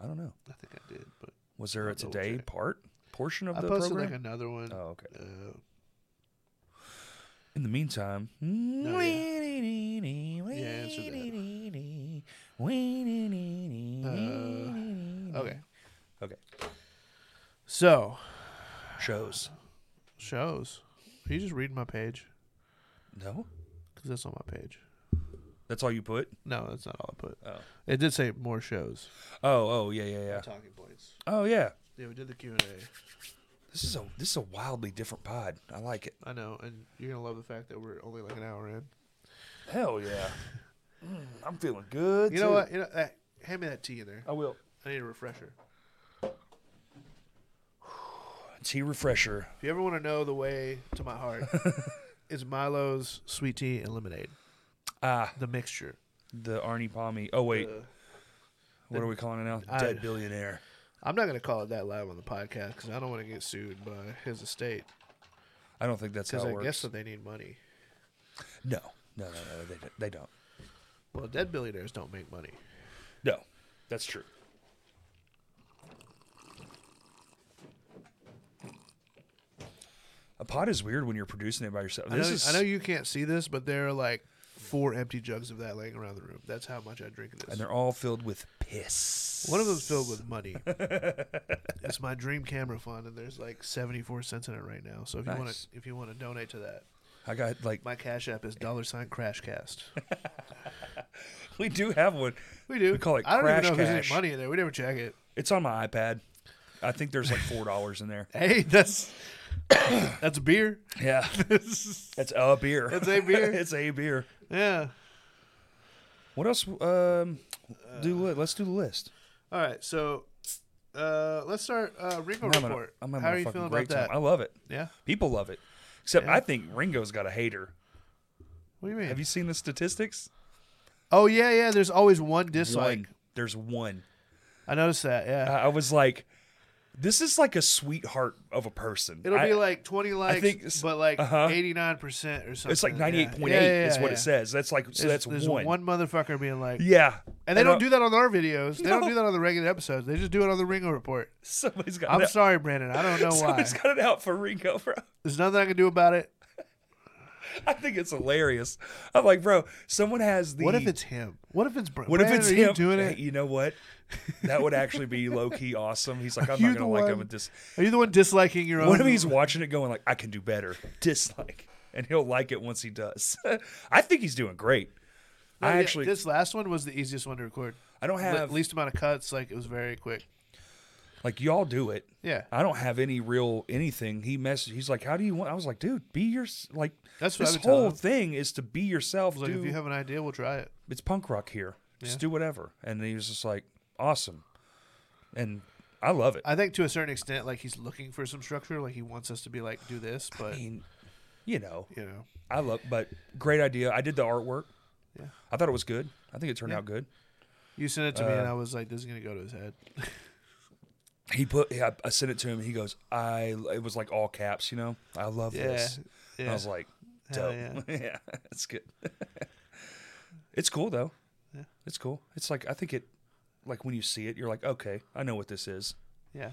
Speaker 1: I don't know.
Speaker 2: I think I did, but
Speaker 1: Was there a
Speaker 2: double
Speaker 1: today
Speaker 2: check.
Speaker 1: part portion of
Speaker 2: I
Speaker 1: the
Speaker 2: posted
Speaker 1: program?
Speaker 2: like another one.
Speaker 1: oh, okay.
Speaker 2: Uh,
Speaker 1: In the meantime,
Speaker 2: yeah. answer Uh, okay,
Speaker 1: Okay.
Speaker 2: so
Speaker 1: Shows.
Speaker 2: shows. Are you just reading my page?
Speaker 1: No,
Speaker 2: Because that's on my page.
Speaker 1: that's all you put.
Speaker 2: No, that's not all I put.
Speaker 1: Oh.
Speaker 2: It did say more shows.
Speaker 1: Oh, oh, yeah, yeah, yeah.
Speaker 2: Talking points.
Speaker 1: Oh, yeah.
Speaker 2: Yeah, we did the Q and A.
Speaker 1: This is a this is a wildly different pod. I like it.
Speaker 2: I know, and you're gonna love the fact that we're only like an hour in.
Speaker 1: Hell yeah. Mm, I'm feeling good.
Speaker 2: You know
Speaker 1: too.
Speaker 2: what? You know, uh, hand me that tea in there.
Speaker 1: I will.
Speaker 2: I need a refresher.
Speaker 1: Tea refresher.
Speaker 2: If you ever want to know the way to my heart, it's Milo's sweet tea and lemonade.
Speaker 1: Ah,
Speaker 2: The mixture.
Speaker 1: the Arnie Palmy. Oh wait,
Speaker 2: Uh,
Speaker 1: what are we calling it now?
Speaker 2: I-
Speaker 1: Dead billionaire.
Speaker 2: I'm not gonna call it that live on the podcast because I don't want to get sued by his estate.
Speaker 1: I don't think that's how
Speaker 2: Because
Speaker 1: it
Speaker 2: I
Speaker 1: works.
Speaker 2: guess that they need money.
Speaker 1: No, no, no, no. They, don't- they don't.
Speaker 2: Well, dead billionaires don't make money.
Speaker 1: No, that's true. A pot is weird when you're producing it by yourself.
Speaker 2: I know,
Speaker 1: This is,
Speaker 2: I know you can't see this, but there are like four empty jugs of that laying around the room. That's how much I drink of this.
Speaker 1: and they're all filled with piss.
Speaker 2: One of them's filled with money. it's my dream camera fund, and there's like seventy four cents in it right now. So if you want
Speaker 1: Nice.
Speaker 2: to, if you want to donate to that,
Speaker 1: I got like
Speaker 2: my cash app is dollar sign crashcast.
Speaker 1: we do have one.
Speaker 2: We do.
Speaker 1: We call it
Speaker 2: I don't
Speaker 1: crash
Speaker 2: even know if there's
Speaker 1: cash.
Speaker 2: any money in there. We never check it.
Speaker 1: It's on my iPad. I think there's like four dollars in there.
Speaker 2: Hey, that's that's a beer.
Speaker 1: Yeah, that's a beer.
Speaker 2: That's a beer?
Speaker 1: it's a beer.
Speaker 2: Yeah.
Speaker 1: What else? Um, do li- let's do the list.
Speaker 2: All right. So uh, let's start uh, Ringo
Speaker 1: I'm having, a-
Speaker 2: report.
Speaker 1: I'm having
Speaker 2: How
Speaker 1: a
Speaker 2: are you
Speaker 1: fucking
Speaker 2: feeling
Speaker 1: great
Speaker 2: about that?
Speaker 1: time. I love it.
Speaker 2: yeah.
Speaker 1: People love it. Except I think Ringo's got a hater.
Speaker 2: What do you mean?
Speaker 1: Have you seen the statistics?
Speaker 2: Oh yeah, yeah. There's always one dislike.
Speaker 1: One. There's one.
Speaker 2: I noticed that.
Speaker 1: I
Speaker 2: Yeah,
Speaker 1: I was like, this is like a sweetheart of a person.
Speaker 2: it'll
Speaker 1: I-
Speaker 2: be like 20 likes,
Speaker 1: think s-
Speaker 2: but like
Speaker 1: uh-huh.
Speaker 2: 89 percent or something.
Speaker 1: it's like
Speaker 2: Yeah.
Speaker 1: 98.8
Speaker 2: Yeah, yeah,
Speaker 1: is what
Speaker 2: yeah.
Speaker 1: it says. That's like so
Speaker 2: There's-
Speaker 1: that's
Speaker 2: there's
Speaker 1: one.
Speaker 2: motherfucker being like,
Speaker 1: Yeah,
Speaker 2: and they don't
Speaker 1: I-
Speaker 2: do that on our videos. They
Speaker 1: No.
Speaker 2: don't do that on the regular episodes. They just do it on the Ringo report.
Speaker 1: Somebody's got
Speaker 2: I'm
Speaker 1: it out.
Speaker 2: sorry, Brandon. I don't know why.
Speaker 1: Somebody's got it out for Rico, bro.
Speaker 2: There's nothing I can do about it.
Speaker 1: I think it's hilarious. I'm like, bro, someone has the.
Speaker 2: What if it's him? What if it's Bra-
Speaker 1: What if it's
Speaker 2: Brandon,
Speaker 1: him
Speaker 2: are you doing
Speaker 1: Hey,
Speaker 2: it?
Speaker 1: You know what? That would actually be low key awesome. He's like, I'm
Speaker 2: you
Speaker 1: not
Speaker 2: the
Speaker 1: gonna like him
Speaker 2: one?
Speaker 1: with this.
Speaker 2: Are you the one disliking your own?
Speaker 1: What if he's watching it going like, I can do better. Dislike, and he'll like it once he does. I think he's doing great.
Speaker 2: No,
Speaker 1: I
Speaker 2: yeah,
Speaker 1: actually,
Speaker 2: this last one was the easiest one to record.
Speaker 1: I don't
Speaker 2: Le-
Speaker 1: have
Speaker 2: least amount of cuts. Like it was very quick.
Speaker 1: like y'all do it.
Speaker 2: Yeah,
Speaker 1: I don't have any real anything. He messaged. He's like, "How do you want?" I was like, "Dude, be your like."
Speaker 2: That's what I
Speaker 1: this
Speaker 2: would tell
Speaker 1: whole
Speaker 2: him.
Speaker 1: thing is to be yourself.
Speaker 2: I was like,
Speaker 1: do-
Speaker 2: if you have an idea, we'll try it.
Speaker 1: it's punk rock here. Just
Speaker 2: Yeah.
Speaker 1: do whatever. And he was just like, awesome. And I love it. I
Speaker 2: I think to a certain extent, like he's looking for some structure. Like he wants us to be like do this, but
Speaker 1: mean, you know,
Speaker 2: you know,
Speaker 1: I love, but great idea. I did the artwork.
Speaker 2: Yeah.
Speaker 1: I thought it was good. I think it turned
Speaker 2: Yeah.
Speaker 1: out good.
Speaker 2: you sent it to me, and
Speaker 1: Uh,
Speaker 2: I was like, this is gonna go to his head.
Speaker 1: He put, yeah, I sent it to him. He goes, I, it was like all caps, you know, I love this. And I
Speaker 2: yeah.
Speaker 1: was like,
Speaker 2: Hell
Speaker 1: dope. Yeah. it's good. it's cool though.
Speaker 2: Yeah.
Speaker 1: It's cool. It's like, I think it, like when you see it, you're like, okay, I know what this is.
Speaker 2: yeah.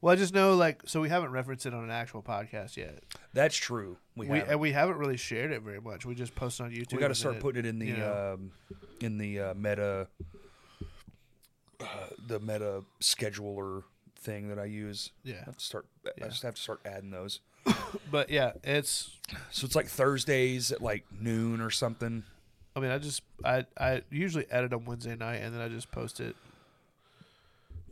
Speaker 2: Well, I just know like so we haven't referenced it on an actual podcast yet.
Speaker 1: That's true. We,
Speaker 2: We,
Speaker 1: have
Speaker 2: and we haven't really shared it very much. We just post on YouTube.
Speaker 1: We got to
Speaker 2: and
Speaker 1: start
Speaker 2: then
Speaker 1: putting it in the
Speaker 2: you know.
Speaker 1: um, in the uh, meta uh, the meta scheduler thing that I use. I
Speaker 2: Yeah,
Speaker 1: have to start. I
Speaker 2: Yeah.
Speaker 1: just have to start adding those.
Speaker 2: but yeah, it's
Speaker 1: So it's like Thursdays at like noon or something.
Speaker 2: I mean, I just I I usually edit on Wednesday night and then I just post it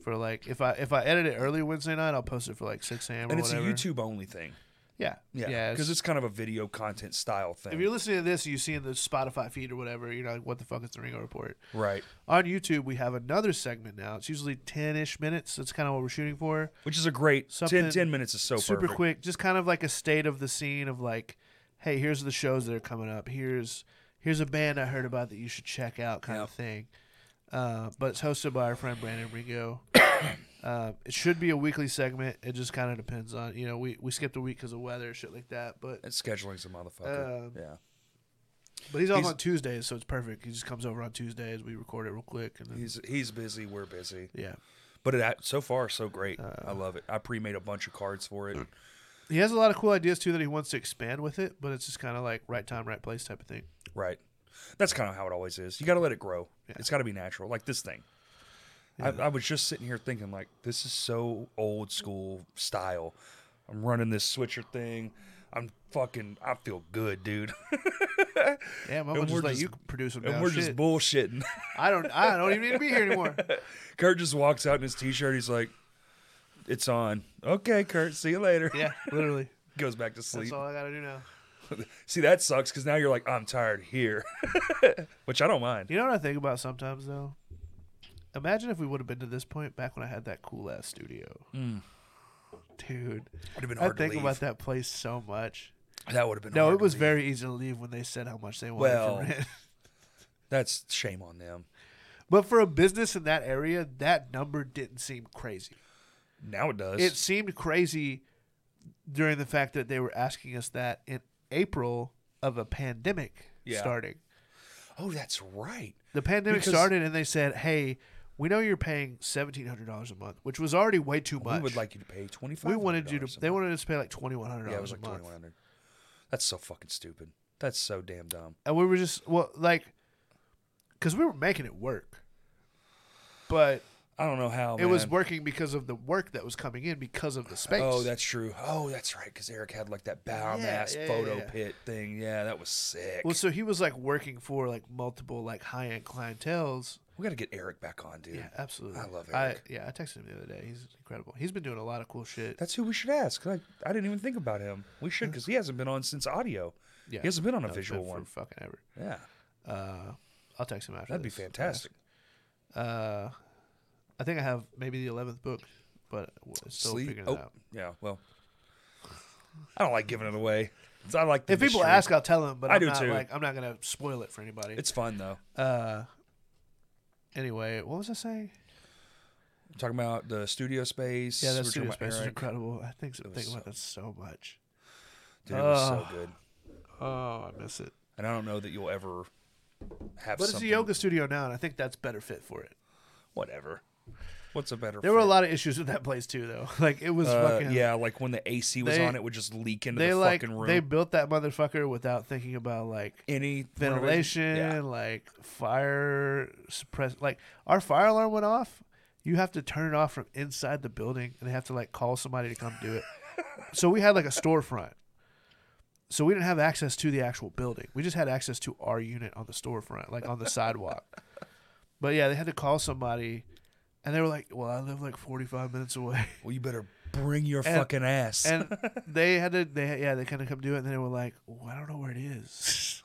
Speaker 2: for like if I if I edit it early Wednesday night, I'll post it for like six a.m.
Speaker 1: And
Speaker 2: or
Speaker 1: it's
Speaker 2: whatever.
Speaker 1: a YouTube only thing.
Speaker 2: Yeah,
Speaker 1: Yeah,
Speaker 2: yeah.
Speaker 1: because
Speaker 2: it's-
Speaker 1: it's kind of a video content style thing,
Speaker 2: if you're listening to this, and you see in the Spotify feed or whatever, you're like, what the fuck is the Ringo Report?
Speaker 1: right?
Speaker 2: On YouTube, we have another segment now. It's usually ten ish minutes. That's kind of what we're shooting for.
Speaker 1: Which is a great ten,
Speaker 2: Something
Speaker 1: 10 minutes is so
Speaker 2: Super
Speaker 1: Oh, perfect.
Speaker 2: quick, just kind of like a state of the scene of like, hey, here's the shows that are coming up. Here's here's a band I heard about that you should check out, kind of thing. Uh, but it's hosted by our friend Brandon Ringo. uh, it should be a weekly segment. It just kind of depends on you know we we skipped a week because of weather shit like that. But
Speaker 1: And scheduling's a motherfucker.
Speaker 2: Um,
Speaker 1: yeah,
Speaker 2: but he's off
Speaker 1: he's-
Speaker 2: on Tuesdays, so it's perfect. He just comes over on Tuesdays. We record it real quick and then
Speaker 1: he's he's busy. We're busy,
Speaker 2: yeah.
Speaker 1: but it act- so far so great.
Speaker 2: Uh,
Speaker 1: I love it. I pre-made a bunch of cards for it.
Speaker 2: He has a lot of cool ideas too that he wants to expand with it, but it's just kind of like right time, right place type of thing.
Speaker 1: Right. That's kind of how it always is. You got to let it grow.
Speaker 2: Yeah.
Speaker 1: It's got to be natural, like this thing. I, I was just sitting here thinking, like, this is so old school style. I'm running this switcher thing. I'm fucking. I feel good, dude.
Speaker 2: Damn, I'm gonna
Speaker 1: we're
Speaker 2: just let
Speaker 1: just-
Speaker 2: you produce them.
Speaker 1: and
Speaker 2: now.
Speaker 1: we're
Speaker 2: Shit.
Speaker 1: just bullshitting.
Speaker 2: I don't. I don't even need to be here anymore.
Speaker 1: Kurt just walks out in his t-shirt. He's like, "It's on." Okay, Kurt. See you later.
Speaker 2: Yeah, literally.
Speaker 1: Goes back to
Speaker 2: That's
Speaker 1: sleep.
Speaker 2: all I gotta do now.
Speaker 1: See, that sucks because now you're like, "I'm tired here," which I don't mind.
Speaker 2: You know what I think about sometimes though? Imagine if we would have been to this point back when I had that cool ass studio. Dude,
Speaker 1: Would have been
Speaker 2: I
Speaker 1: Mm. hard
Speaker 2: think
Speaker 1: to leave.
Speaker 2: about that place so much.
Speaker 1: that would have been.
Speaker 2: No,
Speaker 1: hard
Speaker 2: it
Speaker 1: to
Speaker 2: was
Speaker 1: leave.
Speaker 2: very easy to leave when they said how much they wanted
Speaker 1: Well.
Speaker 2: for rent.
Speaker 1: That's shame on them.
Speaker 2: But for a business in that area, that number didn't seem crazy.
Speaker 1: Now it does.
Speaker 2: It seemed crazy during the fact that they were asking us that in April of a pandemic
Speaker 1: Yeah.
Speaker 2: starting.
Speaker 1: Oh, that's right.
Speaker 2: The pandemic
Speaker 1: Because-
Speaker 2: started, and they said, "Hey, we know you're paying seventeen hundred dollars a month, which was already way too much.
Speaker 1: We would like you to pay twenty five.
Speaker 2: We wanted you to. They wanted us to pay like twenty one hundred
Speaker 1: Yeah, it was like
Speaker 2: dollars a
Speaker 1: twenty
Speaker 2: month,
Speaker 1: one hundred. That's so fucking stupid. That's so damn dumb.
Speaker 2: and we were just well, like, because we were making it work, but
Speaker 1: I don't know how.
Speaker 2: it was
Speaker 1: Oh, man.
Speaker 2: working because of the work that was coming in because of the space.
Speaker 1: Oh, that's true. Oh, that's right. Because Eric had like that biomass
Speaker 2: yeah, yeah,
Speaker 1: photo
Speaker 2: yeah.
Speaker 1: pit thing. Yeah, that was sick.
Speaker 2: well, so he was like working for like multiple like high end clientels.
Speaker 1: we got to get Eric back on, dude.
Speaker 2: Yeah, absolutely.
Speaker 1: I love
Speaker 2: I,
Speaker 1: Eric.
Speaker 2: yeah, I texted him the other day. He's incredible. He's been doing a lot of cool shit.
Speaker 1: That's who we should ask. I, I didn't even think about him. We should because he hasn't been on since audio.
Speaker 2: yeah,
Speaker 1: He hasn't been on a
Speaker 2: no, it's been
Speaker 1: visual
Speaker 2: for
Speaker 1: one.
Speaker 2: fucking ever.
Speaker 1: Yeah,
Speaker 2: Uh, I'll text him after.
Speaker 1: that'd be
Speaker 2: this.
Speaker 1: fantastic.
Speaker 2: Uh, I think I have maybe the eleventh book, but we're still
Speaker 1: Sleep.
Speaker 2: figuring it
Speaker 1: Oh,
Speaker 2: out.
Speaker 1: yeah. Well, I don't like giving it away. It's- I like the
Speaker 2: If people
Speaker 1: mystery.
Speaker 2: ask, I'll tell them. But
Speaker 1: I
Speaker 2: I'm
Speaker 1: do
Speaker 2: not,
Speaker 1: too.
Speaker 2: Like I'm not gonna spoil it for anybody.
Speaker 1: it's fun though.
Speaker 2: uh. Anyway, what was I saying?
Speaker 1: talking about the studio space.
Speaker 2: Yeah,
Speaker 1: we're
Speaker 2: that
Speaker 1: talking
Speaker 2: studio
Speaker 1: about
Speaker 2: space is
Speaker 1: Eric.
Speaker 2: incredible. I think so,
Speaker 1: was
Speaker 2: think
Speaker 1: so-
Speaker 2: about that so much.
Speaker 1: Dude, it was so
Speaker 2: Ugh.
Speaker 1: good.
Speaker 2: Oh, I miss it.
Speaker 1: And I don't know that you'll ever have.
Speaker 2: But it's a
Speaker 1: something-
Speaker 2: yoga studio now, and I think that's better fit for it.
Speaker 1: Whatever. What's a better?
Speaker 2: There were a
Speaker 1: fit?
Speaker 2: lot of issues with that place too, though. Like it was
Speaker 1: Uh,
Speaker 2: fucking.
Speaker 1: yeah, like when the AC was
Speaker 2: They-
Speaker 1: on, it would just leak into
Speaker 2: They
Speaker 1: the
Speaker 2: like
Speaker 1: fucking room.
Speaker 2: they built that motherfucker without thinking about like
Speaker 1: Any
Speaker 2: ventilation,
Speaker 1: renovation-
Speaker 2: like fire suppress. Like our fire alarm went off. You have to turn it off from inside the building, and they have to like call somebody to come do it. so we had like a storefront. So we didn't have access to the actual building. We just had access to our unit on the storefront, like on the sidewalk. But yeah, they had to call somebody, and they were like, "Well, I live like forty-five minutes away."
Speaker 1: Yeah. Well, you better bring your
Speaker 2: And-
Speaker 1: fucking ass.
Speaker 2: and they had to they yeah they kind of come do it and they were like "Oh, i don't know where it is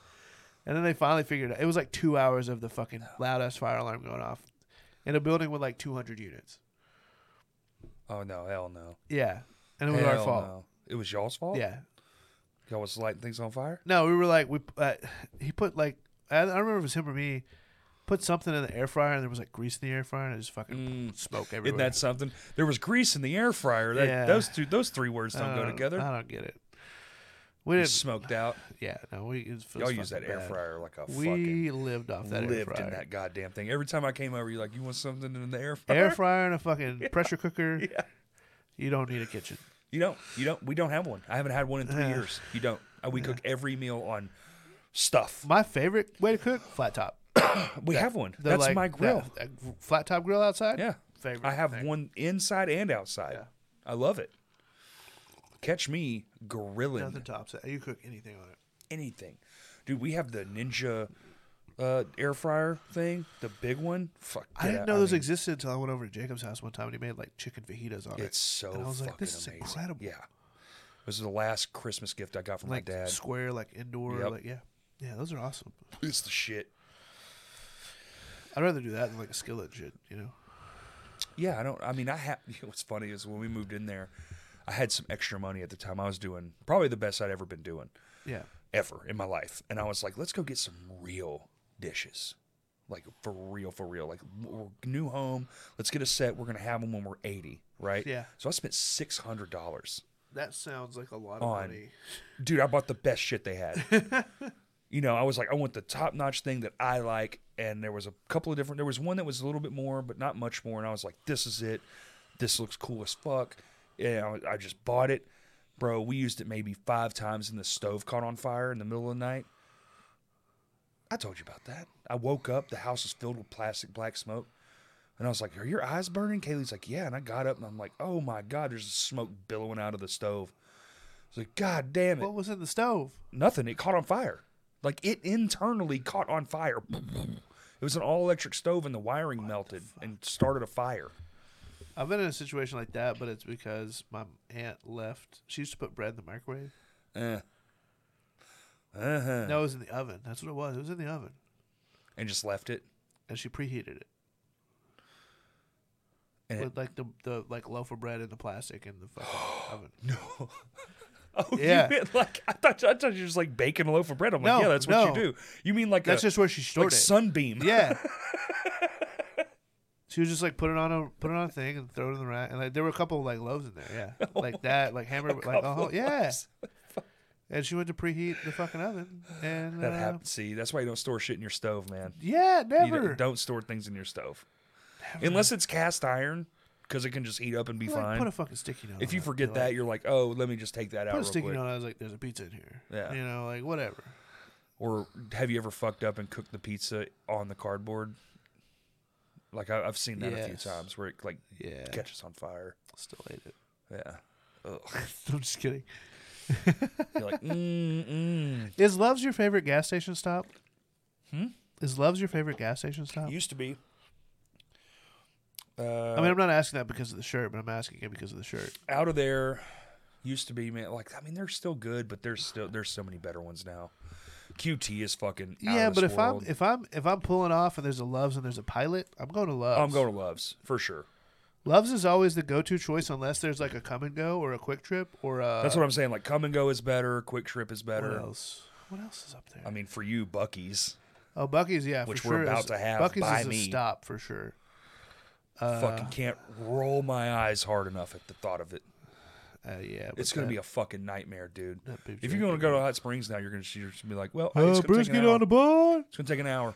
Speaker 2: and then they finally figured it out it was like two hours of the fucking loud ass fire alarm going off in a building with like 200 units
Speaker 1: oh no, hell no.
Speaker 2: yeah and it was our
Speaker 1: Hell
Speaker 2: fault
Speaker 1: no. It was y'all's fault.
Speaker 2: yeah
Speaker 1: y'all was lighting things on fire.
Speaker 2: no we were like we uh, he put like I, I remember it was him or me put something in the air fryer and there was like grease in the air fryer and it just fucking smoke everywhere
Speaker 1: Isn't Mm. that something? There was grease in the air fryer. That,
Speaker 2: Yeah.
Speaker 1: Those two, those three words
Speaker 2: I
Speaker 1: don't go together.
Speaker 2: Uh, i don't get it we
Speaker 1: It
Speaker 2: didn't
Speaker 1: smoked out.
Speaker 2: yeah no we it was
Speaker 1: Y'all use that
Speaker 2: fucking
Speaker 1: air
Speaker 2: bad.
Speaker 1: fryer like a fucking.
Speaker 2: we lived off that air
Speaker 1: lived
Speaker 2: fryer.
Speaker 1: in that goddamn thing. Every time I came over, you're like, "You want something in the air fryer?"
Speaker 2: air fryer and a fucking pressure cooker.
Speaker 1: Yeah.
Speaker 2: You don't need a kitchen.
Speaker 1: You don't. You don't. We don't have one. I haven't had one in three
Speaker 2: Yeah.
Speaker 1: years. You don't. Uh, We cook every meal on stuff.
Speaker 2: My favorite way to cook flat top.
Speaker 1: We have one.
Speaker 2: The,
Speaker 1: That's
Speaker 2: like,
Speaker 1: my grill.
Speaker 2: that- that gr- flat top grill outside.
Speaker 1: yeah.
Speaker 2: favorite
Speaker 1: I have
Speaker 2: thing.
Speaker 1: one inside and outside.
Speaker 2: Yeah.
Speaker 1: I love it. Catch me grilling
Speaker 2: nothing tops it. You cook anything on it.
Speaker 1: anything, dude. We have the Ninja uh, air fryer thing, the big one. Fuck.
Speaker 2: I
Speaker 1: yeah,
Speaker 2: didn't know those
Speaker 1: mean,
Speaker 2: existed until I went over to Jacob's house one time and he made like chicken fajitas on it.
Speaker 1: It's so
Speaker 2: And I was
Speaker 1: fucking
Speaker 2: like, this is
Speaker 1: amazing.
Speaker 2: incredible.
Speaker 1: Yeah. This is the last Christmas gift I got from
Speaker 2: like
Speaker 1: my dad.
Speaker 2: square, like indoor,
Speaker 1: Yep.
Speaker 2: like yeah, yeah. Those are awesome.
Speaker 1: It's the shit.
Speaker 2: I'd rather do that than like a skillet shit. You know.
Speaker 1: Yeah, I don't. I mean, I have. What's funny is when we moved in there, I had some extra money at the time. I was doing probably the best I'd ever been doing,
Speaker 2: Yeah.
Speaker 1: ever in my life. And I was like, let's go get some real dishes, like for real, for real. Like we're new home. Let's get a set. We're gonna have them when we're eighty, right?
Speaker 2: Yeah.
Speaker 1: So I spent six hundred dollars,
Speaker 2: That sounds like a lot of
Speaker 1: On.
Speaker 2: money.
Speaker 1: dude. I bought the best shit they had. you know, I was like, I want the top notch thing that I like. And there was a couple of different. There was one that was a little bit more, but not much more. And I was like, this is it. This looks cool as fuck. And I, I just bought it, bro. We used it maybe five times, and the stove caught on fire in the middle of the night. I told you about that. I woke up. The house was filled with plastic black smoke. And I was like, "Are your eyes burning?" Kaylee's like, "Yeah." And I got up and I'm like, "Oh my god, there's smoke billowing out of the stove." I was like, "God damn it!"
Speaker 2: What was in the stove?
Speaker 1: nothing. It caught on fire. Like it internally caught on fire. It was an all electric stove and the wiring melted and started a fire.
Speaker 2: I've been in a situation like that, but it's because my aunt left. She used to put bread in the microwave.
Speaker 1: Uh huh.
Speaker 2: No, it was in the oven. That's what it was. It was in the oven,
Speaker 1: And just left it.
Speaker 2: and she preheated it
Speaker 1: And it-
Speaker 2: with like the the like loaf of bread in the plastic in the fucking oven.
Speaker 1: Oh,
Speaker 2: Yeah.
Speaker 1: you meant like I thought I thought you were just like baking a loaf of bread. I'm like,
Speaker 2: No,
Speaker 1: yeah, that's what
Speaker 2: no.
Speaker 1: you do. You mean like
Speaker 2: That's
Speaker 1: a
Speaker 2: just where she stored
Speaker 1: like
Speaker 2: it.
Speaker 1: sunbeam?
Speaker 2: yeah. She was just like put it on a put it on a thing and throw it in the rack, and like there were a couple like loaves in there, yeah,
Speaker 1: Oh
Speaker 2: like that, like hammer, like
Speaker 1: Uh-huh.
Speaker 2: a whole, yeah. And she went to preheat the fucking oven, and
Speaker 1: That
Speaker 2: uh,
Speaker 1: happens. See, that's why you don't store shit in your stove, man.
Speaker 2: Yeah,
Speaker 1: You
Speaker 2: never.
Speaker 1: don't, don't store things in your stove, unless it's cast iron, because it can just heat up and be
Speaker 2: Like,
Speaker 1: fine.
Speaker 2: put a fucking sticky note.
Speaker 1: if you
Speaker 2: on it. Be
Speaker 1: forget
Speaker 2: like,
Speaker 1: that, you're like, oh, let me just take that out
Speaker 2: put a
Speaker 1: real
Speaker 2: sticky
Speaker 1: quick.
Speaker 2: note. I was like, "There's a pizza in here."
Speaker 1: Yeah.
Speaker 2: you know, like whatever.
Speaker 1: Or have you ever fucked up and cooked the pizza on the cardboard? Like I, I've seen that a few
Speaker 2: Yes.
Speaker 1: times where it like
Speaker 2: Yeah,
Speaker 1: catches on fire.
Speaker 2: still ate it.
Speaker 1: Yeah. Ugh.
Speaker 2: I'm just kidding.
Speaker 1: You're like, mm, mm.
Speaker 2: Is Love's your favorite gas station stop? Hmm? Is Love's your favorite gas station stop?
Speaker 1: used to be. Uh,
Speaker 2: I mean, I'm not asking that because of the shirt, but I'm asking it because of the shirt.
Speaker 1: out of there used to be man like i mean they're still good but there's still there's so many better ones now qt is fucking out
Speaker 2: yeah,
Speaker 1: of
Speaker 2: but
Speaker 1: this
Speaker 2: if
Speaker 1: world.
Speaker 2: I'm
Speaker 1: Oh,
Speaker 2: if I'm if I'm pulling off and there's a Love's and there's a Pilot, I'm going to Love's.
Speaker 1: i'm going to loves for sure
Speaker 2: Love's is always the go-to choice unless there's like a come and go or a quick trip or a.
Speaker 1: That's what I'm saying. Like come and go is better. Quick trip is
Speaker 2: What
Speaker 1: better.
Speaker 2: else? What else is up there?
Speaker 1: I mean, for you, Bucky's.
Speaker 2: oh, Bucky's, yeah,
Speaker 1: Uh, which
Speaker 2: for
Speaker 1: we're
Speaker 2: sure
Speaker 1: about
Speaker 2: is-
Speaker 1: to have
Speaker 2: Bucky's
Speaker 1: by
Speaker 2: is a
Speaker 1: me.
Speaker 2: stop for sure. Uh,
Speaker 1: fucking can't roll my eyes hard enough at the thought of it.
Speaker 2: Uh, yeah,
Speaker 1: It's gonna be a fucking nightmare, dude.
Speaker 2: That big Uh,
Speaker 1: If you're
Speaker 2: jerky
Speaker 1: gonna go to Hot Springs now, you're gonna you're just gonna be like, well, I it's gonna take an hour.
Speaker 2: on the board.
Speaker 1: it's gonna take an hour.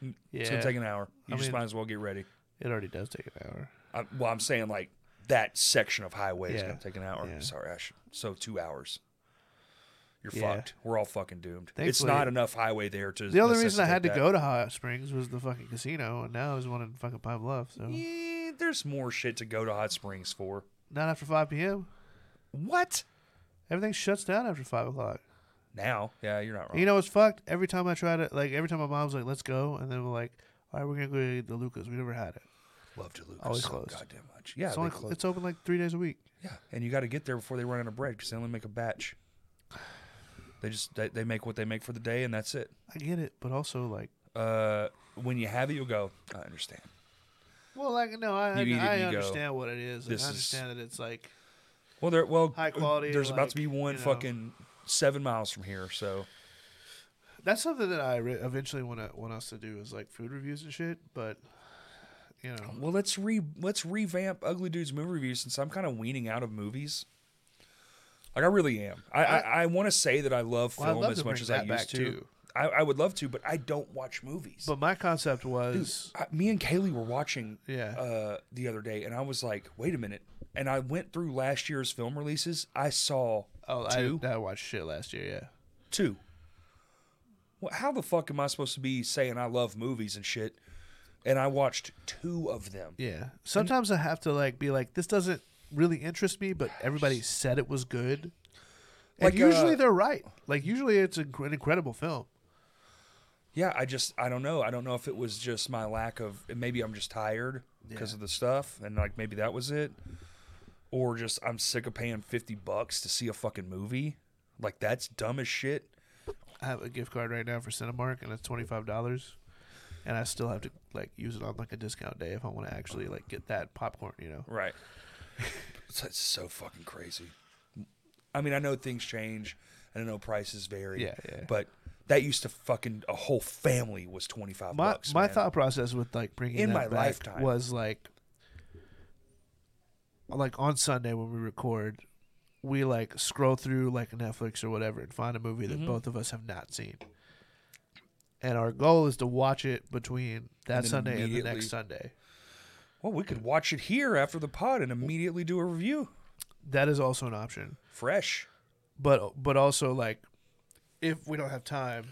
Speaker 2: Yeah,
Speaker 1: It's gonna take an hour. You
Speaker 2: I
Speaker 1: just
Speaker 2: mean-
Speaker 1: might as well get ready.
Speaker 2: it already does take an hour.
Speaker 1: I, well, I'm saying like that section of highway is
Speaker 2: Yeah.
Speaker 1: gonna take an hour.
Speaker 2: Yeah.
Speaker 1: Sorry, I should, so two hours. You're
Speaker 2: Yeah.
Speaker 1: fucked. We're all fucking doomed. it's
Speaker 2: Thankfully-
Speaker 1: not enough highway there to.
Speaker 2: The only reason I had to
Speaker 1: necessitate that.
Speaker 2: go to Hot Springs was the fucking casino, and now there's one in fucking Pine Bluff. So
Speaker 1: Yeah, there's more shit to go to Hot Springs for.
Speaker 2: not after five p.m.
Speaker 1: What?
Speaker 2: Everything shuts down after five o'clock.
Speaker 1: Now? Yeah, you're not
Speaker 2: And
Speaker 1: wrong.
Speaker 2: You know what's fucked? Every time I try to like, every time my mom's like, "Let's go," and then we're like, "All right, we're gonna go to the Lucas. We never had it.
Speaker 1: Love Deluca
Speaker 2: Always
Speaker 1: so
Speaker 2: closed.
Speaker 1: goddamn much. Yeah,
Speaker 2: It's
Speaker 1: they
Speaker 2: only
Speaker 1: close.
Speaker 2: it's open like three days a week.
Speaker 1: Yeah, and you got to get there before they run out of bread because they only make a batch. They just they, they make what they make for the day and that's it.
Speaker 2: I get it, but also like,
Speaker 1: Uh, when you have it, you'll go. I understand.
Speaker 2: well, like no, I
Speaker 1: You eat it,
Speaker 2: I,
Speaker 1: you go,
Speaker 2: understand what it is. and
Speaker 1: "This
Speaker 2: I
Speaker 1: is-
Speaker 2: understand that it's like
Speaker 1: Well, there. Well,
Speaker 2: High quality,
Speaker 1: There's about to be
Speaker 2: like,
Speaker 1: one
Speaker 2: you know.
Speaker 1: fucking seven miles from here, so
Speaker 2: that's something that I re- eventually want to want us to do is like food reviews and shit. But you know,
Speaker 1: Well, let's re let's revamp Ugly Dude's movie review since I'm kind of weaning out of movies. Like I really am. I I, I want to say that I love
Speaker 2: Well,
Speaker 1: film
Speaker 2: I'd love
Speaker 1: as
Speaker 2: to
Speaker 1: much
Speaker 2: bring
Speaker 1: as I
Speaker 2: that
Speaker 1: used
Speaker 2: back,
Speaker 1: to.
Speaker 2: too.
Speaker 1: I, I would love to, but I don't watch movies.
Speaker 2: but my concept was
Speaker 1: I, me and Kaylee were watching
Speaker 2: Yeah.
Speaker 1: uh, the other day, and I was like, "Wait a minute!" And I went through last year's film releases. I saw
Speaker 2: oh,
Speaker 1: two,
Speaker 2: I, I watched shit last year. Yeah.
Speaker 1: two. Well, how the fuck am I supposed to be saying I love movies and shit? And I watched two of them.
Speaker 2: Yeah. Sometimes I have to like be like, this doesn't really interest me, but everybody said it was good.
Speaker 1: Like,
Speaker 2: and usually
Speaker 1: uh,
Speaker 2: they're right. Like usually it's a, gr- an incredible film.
Speaker 1: Yeah, I just I don't know. I don't know if it was just my lack of maybe I'm just tired because of the stuff and like maybe that was it or just I'm sick of paying 50 bucks to see a fucking movie. Like that's dumb as shit.
Speaker 2: I have a gift card right now for Cinemark, and it's twenty five dollars, and I still have to like use it on like a discount day if I want to actually like get that popcorn. You know.
Speaker 1: Right. That's so fucking crazy. I mean, I know things change and I know prices vary.
Speaker 2: Yeah, yeah.
Speaker 1: But that used to fucking a whole family was 25
Speaker 2: My
Speaker 1: bucks.
Speaker 2: my
Speaker 1: man.
Speaker 2: thought process with like bringing
Speaker 1: In
Speaker 2: that
Speaker 1: my
Speaker 2: back
Speaker 1: lifetime.
Speaker 2: was like, like on Sunday when we record, we like scroll through like Netflix or whatever and find a movie
Speaker 1: Mm-hmm.
Speaker 2: that both of us have not seen. And our goal is to watch it between that
Speaker 1: then
Speaker 2: Sunday and the
Speaker 1: immediately-
Speaker 2: next Sunday.
Speaker 1: well, we could watch it here after the pod and immediately do a review.
Speaker 2: That is also an option.
Speaker 1: Fresh.
Speaker 2: but but also like if we don't have time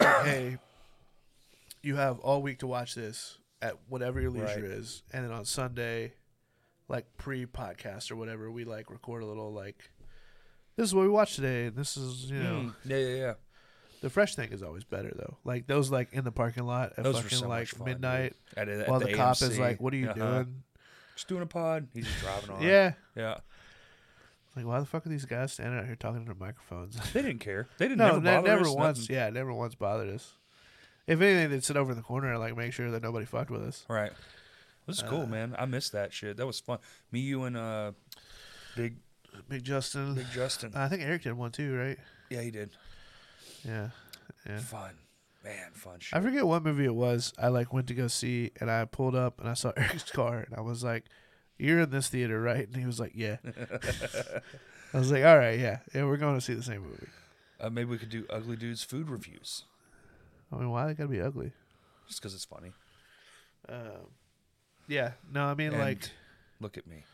Speaker 2: like, hey you have all week to watch this at whatever your leisure
Speaker 1: Right.
Speaker 2: is and then on sunday like pre-podcast or whatever we like record a little like this is what we watched today and this is you know
Speaker 1: Mm, Yeah, yeah, yeah.
Speaker 2: the fresh thing is always better though like those like in the parking lot at
Speaker 1: Those were
Speaker 2: fucking
Speaker 1: so
Speaker 2: like
Speaker 1: much fun, dude.
Speaker 2: midnight
Speaker 1: At, at
Speaker 2: while the, cop
Speaker 1: AMC.
Speaker 2: is like what are you
Speaker 1: Uh-huh.
Speaker 2: doing
Speaker 1: Just doing a pod. He's just driving on.
Speaker 2: yeah
Speaker 1: yeah.
Speaker 2: like why the fuck are these guys standing out here talking to their microphones
Speaker 1: They didn't care. They didn't.
Speaker 2: No,
Speaker 1: never,
Speaker 2: ne-
Speaker 1: bother
Speaker 2: never
Speaker 1: us,
Speaker 2: once.
Speaker 1: nothing.
Speaker 2: Yeah, never once bothered us. If anything, they'd sit over in the corner and like make sure that nobody fucked with us.
Speaker 1: Right. This is
Speaker 2: Uh.
Speaker 1: cool, man. I miss that shit. That was fun. Me, you, and uh, big
Speaker 2: Big Justin.
Speaker 1: big Justin.
Speaker 2: I think Eric did one too, right?
Speaker 1: yeah, he did.
Speaker 2: Yeah, yeah.
Speaker 1: Fun, man. Fun shit.
Speaker 2: I forget what movie it was. I like went to go see, and I pulled up and I saw Eric's car, and I was like, "You're in this theater, right?" And he was like, "Yeah." I was like, "All right, yeah, yeah, we're going to see the same movie."
Speaker 1: Uh, maybe we could do ugly dudes food reviews,
Speaker 2: I mean, why they gotta be ugly?
Speaker 1: just because it's funny.
Speaker 2: Um, yeah, no, I mean,
Speaker 1: And
Speaker 2: like,
Speaker 1: look at me.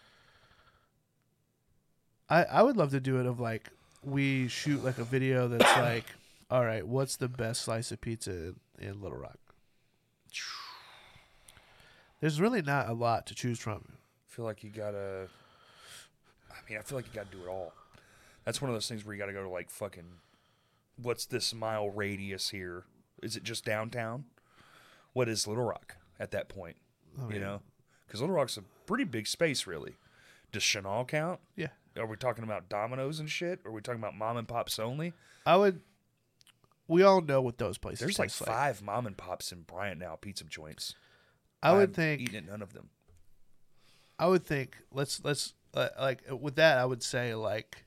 Speaker 2: I, I would love to do it of like we shoot like a video that's like, all right, what's the best slice of pizza in, in Little Rock? There's really not a lot to choose from.
Speaker 1: I feel like you gotta. I mean, I feel like you gotta do it all. That's one of those things where you gotta go to like fucking. What's this mile radius here? Is it just downtown? What is Little Rock at that point? you know, because Little Rock's a pretty big space, really. Does Chanel count?
Speaker 2: Yeah,
Speaker 1: Are we talking about Domino's and shit? Are we talking about mom and pops only?
Speaker 2: I would. We all know what those places.
Speaker 1: There's like
Speaker 2: taste
Speaker 1: five mom and pops in Bryant now, pizza joints.
Speaker 2: I would
Speaker 1: I've
Speaker 2: think
Speaker 1: eaten at none of them.
Speaker 2: I would think let's let's uh, like with that I would say like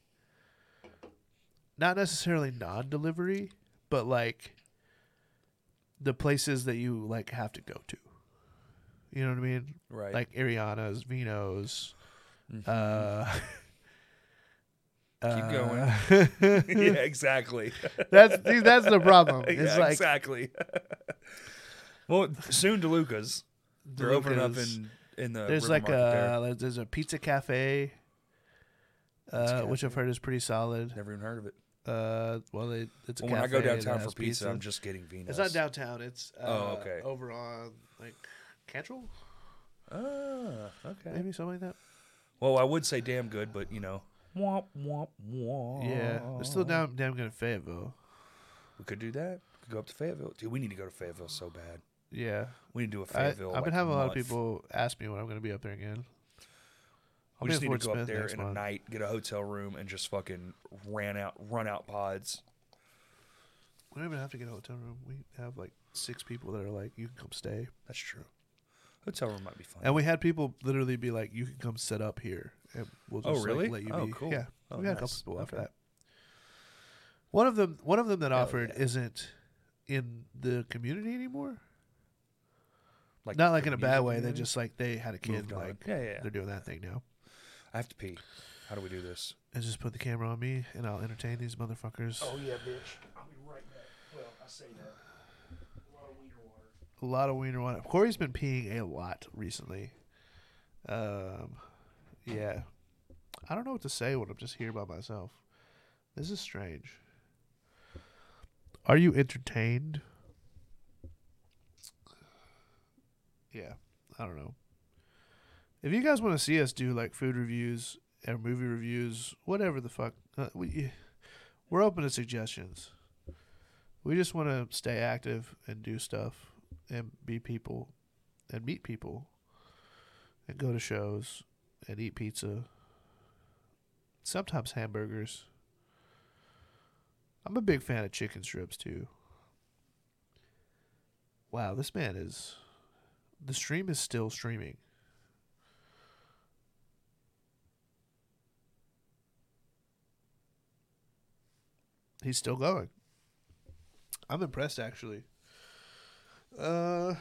Speaker 2: not necessarily non-delivery, but like the places that you like have to go to. You know what I mean?
Speaker 1: Right. Mm-hmm.
Speaker 2: Like Ariana's, Vino's.
Speaker 1: Keep going.
Speaker 2: Uh,
Speaker 1: yeah, exactly.
Speaker 2: that's dude, that's the problem. It's
Speaker 1: yeah,
Speaker 2: like
Speaker 1: exactly. well, soon DeLuca's. They're opening up
Speaker 2: DeLuca's.
Speaker 1: in in the
Speaker 2: there's
Speaker 1: River
Speaker 2: like
Speaker 1: Market there.
Speaker 2: a like, there's a pizza cafe, uh, which I've heard is pretty solid.
Speaker 1: Never even heard of it.
Speaker 2: Uh, well, they, it's a
Speaker 1: Well, when I go
Speaker 2: cafe that
Speaker 1: downtown
Speaker 2: has
Speaker 1: for pizza, I'm just getting Venus.
Speaker 2: It's not downtown. It's uh,
Speaker 1: Oh, okay.
Speaker 2: over on like Cantrell,
Speaker 1: Ah, okay.
Speaker 2: maybe something like that.
Speaker 1: Well, I would say damn good, but you know, womp womp womp.
Speaker 2: Yeah, it's still down damn good in Fayetteville.
Speaker 1: we could do that. We could go up to Fayetteville, dude. We need to go to Fayetteville so bad.
Speaker 2: Yeah,
Speaker 1: We need to do a
Speaker 2: I,
Speaker 1: Fayetteville.
Speaker 2: I've
Speaker 1: like,
Speaker 2: been having a lot of
Speaker 1: month.
Speaker 2: people ask me when I'm going to be up there again.
Speaker 1: We
Speaker 2: I'll be
Speaker 1: just
Speaker 2: in
Speaker 1: need to
Speaker 2: Fort
Speaker 1: go up
Speaker 2: Smith
Speaker 1: there
Speaker 2: next
Speaker 1: in a
Speaker 2: month.
Speaker 1: night, get a hotel room, and just fucking ran out, run out pods.
Speaker 2: We don't even have to get a hotel room. We have like six people that are like, you can come stay,
Speaker 1: That's true. Hotel room might be fun.
Speaker 2: and we had people literally be like, you can come set up here, and we'll
Speaker 1: Oh,
Speaker 2: just like,
Speaker 1: really?
Speaker 2: let you
Speaker 1: Oh,
Speaker 2: be.
Speaker 1: cool.
Speaker 2: Yeah,
Speaker 1: Oh,
Speaker 2: we had a couple
Speaker 1: nice.
Speaker 2: people after
Speaker 1: Okay.
Speaker 2: that. One of them, one of them that
Speaker 1: Hell
Speaker 2: offered
Speaker 1: yeah.
Speaker 2: isn't in the community anymore.
Speaker 1: like
Speaker 2: Not like
Speaker 1: the
Speaker 2: in a
Speaker 1: music
Speaker 2: bad way. They
Speaker 1: community?
Speaker 2: just like they had a kid.
Speaker 1: Moved on.
Speaker 2: Like
Speaker 1: Yeah, yeah, yeah.
Speaker 2: they're doing that thing now.
Speaker 1: I have to pee. How do we do this?
Speaker 2: And just put the camera on me, and I'll entertain these motherfuckers.
Speaker 1: Oh, yeah, bitch. I'll be right back. Well, I say that.
Speaker 2: A lot of wiener water. Corey's been peeing a lot recently. Um, yeah, I don't know what to say when I'm just here by myself. This is strange. Are you entertained? Yeah, I don't know. If you guys want to see us do like food reviews or movie reviews, whatever the fuck, uh, we we're open to suggestions. We just want to stay active and do stuff and be people and meet people and go to shows and eat pizza. Sometimes hamburgers. I'm a big fan of chicken strips too. Wow, this man is. The stream is still streaming. He's still going. I'm impressed actually. Uh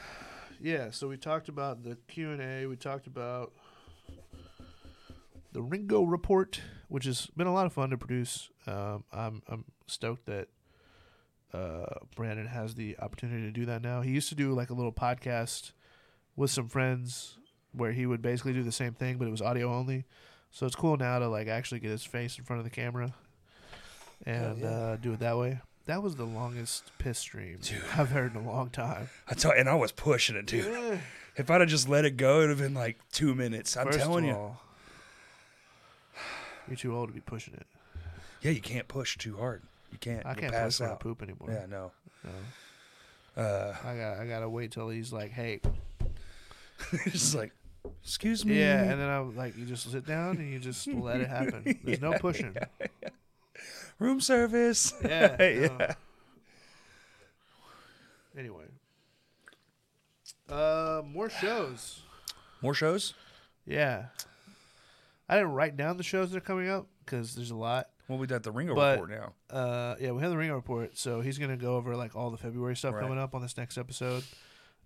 Speaker 2: yeah, so we talked about the Q&A, we talked about the Ringo report, which has been a lot of fun to produce. Um, I'm I'm stoked that uh, Brandon has the opportunity to do that now. He used to do like a little podcast with some friends where he would basically do the same thing, but it was audio only. So it's cool now to like actually get his face in front of the camera and
Speaker 1: yeah.
Speaker 2: uh, do it that way. That was the longest piss stream I've heard in a long time.
Speaker 1: I tell, and I was pushing it, dude. If I'd have just let it go, it'd have been like two minutes. I'm
Speaker 2: First
Speaker 1: telling
Speaker 2: of
Speaker 1: you.
Speaker 2: all, you're too old to be pushing it.
Speaker 1: Yeah, you can't push too hard. You can't.
Speaker 2: I
Speaker 1: You'll
Speaker 2: can't
Speaker 1: pass
Speaker 2: push when I
Speaker 1: out.
Speaker 2: poop anymore.
Speaker 1: Yeah, no.
Speaker 2: No.
Speaker 1: Uh,
Speaker 2: I got I gotta wait till he's like, hey,
Speaker 1: it's just like, excuse me.
Speaker 2: yeah, and then I'm like, you just sit down and you just let it happen. There's no pushing.
Speaker 1: room service.
Speaker 2: Yeah.
Speaker 1: Yeah.
Speaker 2: no. Anyway, uh, more shows.
Speaker 1: More shows.
Speaker 2: Yeah, I didn't write down the shows that are coming up because there's a lot.
Speaker 1: Well, we got the Ringo
Speaker 2: But-
Speaker 1: report now.
Speaker 2: uh yeah we have the ring report so he's gonna go over like all the february stuff
Speaker 1: Right.
Speaker 2: coming up on this next episode